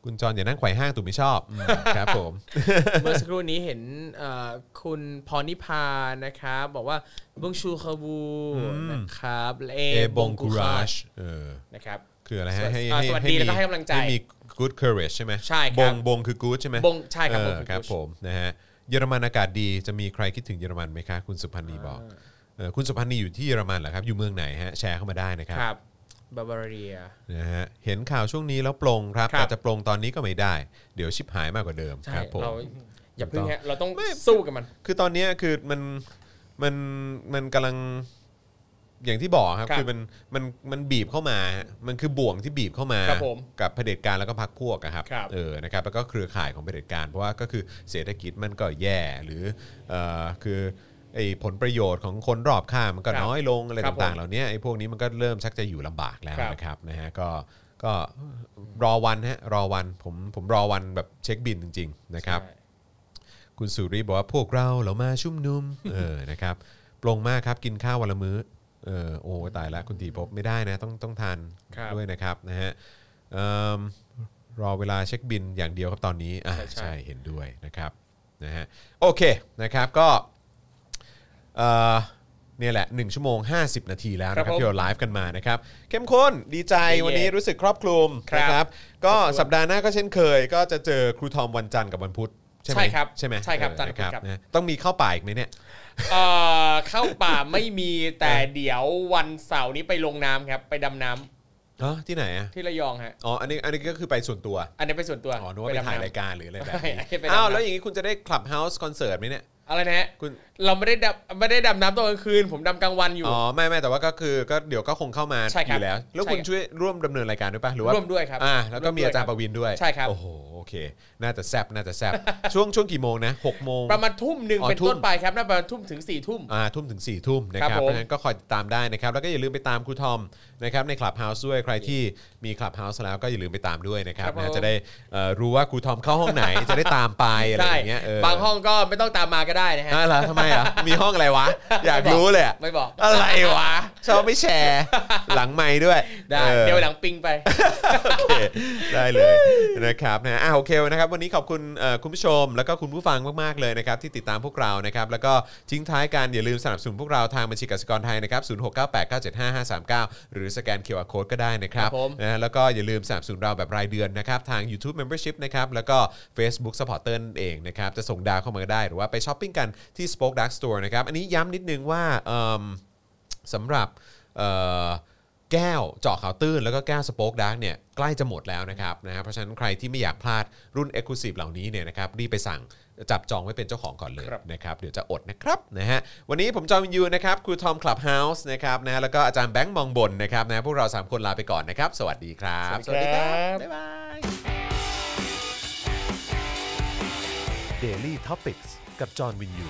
[SPEAKER 2] คุณจอนอย่านั่งไขว่ห้างตู่ไม่ชอบอืมครับผม
[SPEAKER 3] เมื่อสักครู่นี้เห็นเอ่อคุณพรนิพานะครับ บอกว่าบงชูคาบูนะครับและ
[SPEAKER 2] เอบงกูราชเออ
[SPEAKER 3] นะครับ
[SPEAKER 2] คืออะไร
[SPEAKER 3] ส
[SPEAKER 2] ฮะ
[SPEAKER 3] วัส
[SPEAKER 2] ให้
[SPEAKER 3] อ่า
[SPEAKER 2] ให้
[SPEAKER 3] สวัสดี
[SPEAKER 2] ให้
[SPEAKER 3] แล้วก็ให้กำลังใจ
[SPEAKER 2] ให้มี good courage ใช่ไหม
[SPEAKER 3] ใช่ครับ
[SPEAKER 2] งบงคือ good ใช่ไหม
[SPEAKER 3] บงใช่ครับ
[SPEAKER 2] เออบ
[SPEAKER 3] งคือ good
[SPEAKER 2] ครับผมนะฮะเยอรมันอากาศดีจะมีใครคิดถึงเยอรมันไหมคะคุณสุพันธ์นีบอกเออคุณสุพันธ์นีอยู่ที่เยอรมันเหรอครับอยู่เมืองไหนฮะแชร์เข้ามาได้นะครับ
[SPEAKER 3] ครับบาบาเรีย
[SPEAKER 2] นะฮะเห็นข่าวช่วงนี้แล้วปลงครับ
[SPEAKER 3] ครับ
[SPEAKER 2] แต่จะปลงตอนนี้ก็ไม่ได้ เดี๋ยวชิบหายมากกว่าเดิม
[SPEAKER 3] ใช่
[SPEAKER 2] ครับผม
[SPEAKER 3] เราอย่า
[SPEAKER 2] ถู
[SPEAKER 3] เพึ่ง
[SPEAKER 2] กต้อง
[SPEAKER 3] ฮะเราต้อง
[SPEAKER 2] ไม่
[SPEAKER 3] สู้กับมัน
[SPEAKER 2] คือตอนเนี้ยคือมันมันมันกำลังอย่างที่บอกครับ
[SPEAKER 3] ครับ
[SPEAKER 2] คือมันมันมันบีบเข้ามาฮะมันคือบ่วงที่บีบเข้ามา
[SPEAKER 3] ครับผม
[SPEAKER 2] กับเผด็จการแล้วก็พรรคพวกอะครับ
[SPEAKER 3] ครับ
[SPEAKER 2] เออนะครับแล้วก็เครือข่ายของเผด็จการเพราะว่าก็คือเศรษฐกิจมันก็แย่หรือเอ่อคือไอ้ผลประโยชน์ของคนรอบข้างมันก็
[SPEAKER 3] ครับ
[SPEAKER 2] น้อยลงอะไร
[SPEAKER 3] ครับผม
[SPEAKER 2] ต่างๆเหล่านี้ไอ้พวกนี้มันก็เริ่มชักจะอยู่ลำบากแล้ว
[SPEAKER 3] ครับ
[SPEAKER 2] นะครับนะฮะก็ก็รอวันฮะรอวันผมผมรอวันแบบเช็คบินจริง ๆ นะครับ
[SPEAKER 3] ใช่
[SPEAKER 2] คุณสุริบอกว่าพวกเราเหรามาชุมนุม เออนะครับปลงมากครับกินข้าววันละมื้อเออโอ้ตายละคุณตีภพบไม่ได้นะต้องต้องทาน
[SPEAKER 3] ครับ
[SPEAKER 2] ด้วยนะครับนะฮะเอิ่มรอเวลาเช็คบินอย่างเดียวครับตอนนี้อ่าใช่เห็นด้วยนะครับนะฮะโอเคนะครับก็เอ่อเนี่ยแหละ 1 ชั่วโมง 50 นาทีแล้วนะครับ
[SPEAKER 3] ครับผม
[SPEAKER 2] ที่เราไลฟ์กันมานะครับเข้มข้นดีใจ
[SPEAKER 3] เย่
[SPEAKER 2] วันนี้รู้สึกครอบคลุม
[SPEAKER 3] ครับ
[SPEAKER 2] นะครับ ก็
[SPEAKER 3] ขอบคุณ
[SPEAKER 2] สัปดาห์หน้าก็เช่นเคย ก็จะเจอครูทอมวันจันทร์กับวันพุธ ใช่ไหม
[SPEAKER 3] ใช่ครับ
[SPEAKER 2] ใช่ไหม
[SPEAKER 3] ใช่ครับ
[SPEAKER 2] เออ
[SPEAKER 3] จันทร์
[SPEAKER 2] นะครับ
[SPEAKER 3] ครับ
[SPEAKER 2] นะต้องมีเข้าป่าอีกไหมเนี่ย
[SPEAKER 3] เอ่อเข้าป่าไม่มีแต่เดี๋ยววันเสาร์นี้ไปลงน้ำครับไปดำน้
[SPEAKER 2] เออที่ไหนอ่ะ
[SPEAKER 3] ำที่ระยองฮะ
[SPEAKER 2] อ๋อ อันนี้ อันนี้ก็คือไปส่วนตัว
[SPEAKER 3] อันนี้ไปนส่วนตัว
[SPEAKER 2] อ๋อ นึกว่าไป
[SPEAKER 3] ดำน้ำ
[SPEAKER 2] ถ่ายรายการหรืออะไรแบบนี้
[SPEAKER 3] ไม่ ไปดำน้ำ
[SPEAKER 2] อ้าว แล้วอย่างนี้คุณจะได้คลับเฮาส์คอนเสิร์ตไหมเนี่ย
[SPEAKER 3] อะไรนะฮะ
[SPEAKER 2] คุณ
[SPEAKER 3] เราไม่ได้ดำไม่ได้ดำน้ำตอนกลางคืน ผมดำกลางวันอยู่
[SPEAKER 2] อ๋อ ไม่ไม่แต่ว่าก็คือ ก็เดี๋ยวก็คงเข้ามา
[SPEAKER 3] ใช่
[SPEAKER 2] อ
[SPEAKER 3] ครับ
[SPEAKER 2] ยู่แล้ว แล้ว
[SPEAKER 3] ใช่
[SPEAKER 2] คุณ
[SPEAKER 3] ครับ
[SPEAKER 2] ช่วยร่วมดำเนินรายการด้วยป่ะ หรือว่า
[SPEAKER 3] ร่วมด้วยครับ
[SPEAKER 2] อ่า แล้วก็มี
[SPEAKER 3] ร่วมด้วย
[SPEAKER 2] อาจารย์ประวินด้วย
[SPEAKER 3] ใช่ครับ
[SPEAKER 2] โอ้โห โอเค น่าจะแซบน่าจะแซบ ช่วง ช่วงกี่โมงนะหกโมง
[SPEAKER 3] ประมาณทุ่มหนึ่ง
[SPEAKER 2] อ๋อ
[SPEAKER 3] เป็น
[SPEAKER 2] ทุ่ม
[SPEAKER 3] ต้นไปครับน่าประมาณทุ่มถึงสี่ทุ่ม
[SPEAKER 2] อ่าทุ่มถึง4ี่ทุ่มนะค
[SPEAKER 3] ค
[SPEAKER 2] รั
[SPEAKER 3] รั
[SPEAKER 2] บบ
[SPEAKER 3] ผม
[SPEAKER 2] เพราะฉะนั้นก็คอยติดตามได้นะครับ แล้วก็อย่าลืมไปตามครูทอมนะครับในคลับเฮาส์ด้วยใครที่มีคลับเฮาส์แล้วก็อย่าลืมไปตามด้วยนะครับ
[SPEAKER 3] ครับผม
[SPEAKER 2] นะจะได้เอ่อรู้ว่าครูทอมเข้าห้องไหน จะได้ตามไปอะไรอย่างเงี้ยเออบ
[SPEAKER 3] างห้องก็ไม่ต้องตามมาก็ได้นะฮะ
[SPEAKER 2] อ่าเหรอทำไมอ่ะ มีห้องอะไรวะ อยากรู้เลยอะ
[SPEAKER 3] ไม่บอก
[SPEAKER 2] อะไรวะชอบไม่แชร์ หลังไม้ด้วย
[SPEAKER 3] ได้
[SPEAKER 2] ออ
[SPEAKER 3] เดี๋ยวหลังปิงไป
[SPEAKER 2] โอเคได้เลยนะครับนะอ่ะ วเคลนะครับวันนี้ขอบคุณเอ่อคุณผู้ชม แล้วก็คุณผู้ฟังมากๆเลยนะครับที่ติดตามพวกเรานะครับแล้วก็ทิ้งท้ายการอย่าลืมสนับสนุนพวกเราทางบัญชีกสิกรไทยนะครับศูนย์หกเก้าแปดเก้าเจ็ดห้าห้าสามเก้าหรือสแกนเคอร์โค้ดก็ได้นะครับ
[SPEAKER 3] ครับผม
[SPEAKER 2] นะฮะแล้วก็อย่าลืมสนับสนุนเราแบบรายเดือนนะครับทาง YouTube Membership นะครับแล้วก็ Facebook Supporter นั่นเองนะครับจะส่งดาวเข้ามาก็ได้หรือว่าไปช้อปปิ้งกันที่ Spoke Dark Store นะครับอันนี้ย้ำนิดนึงว่าเอิ่ม สำหรับเอ่อแก้วเจาะข่าวตื้น แล้วก็แก้วสป็อกดาร์กเนี่ยใกล้จะหมดแล้วนะครับนะฮะเพราะฉะนั้นใครที่ไม่อยากพลาดรุ่น e x c l u s i v e เหล่านี้เนี่ยนะครับรีบไปสั่งจับจองไว้เป็นเจ้าของก่อนเลยนะครับเดี๋ยวจะอดนะครับนะฮะวันนี้ผมจอมยูนะครับครูทอมคลับเฮาส์นะครับนะฮะแล้วก็อาจารย์แบงค์มองบนนะครับนะฮะพวกเรา 3 คนลาไปก่อนนะครับ สวัสดีครับ
[SPEAKER 3] สวัสดีครับ
[SPEAKER 2] บ๊ายบาย
[SPEAKER 1] Daily t o p i c กกับจอห์นวินยู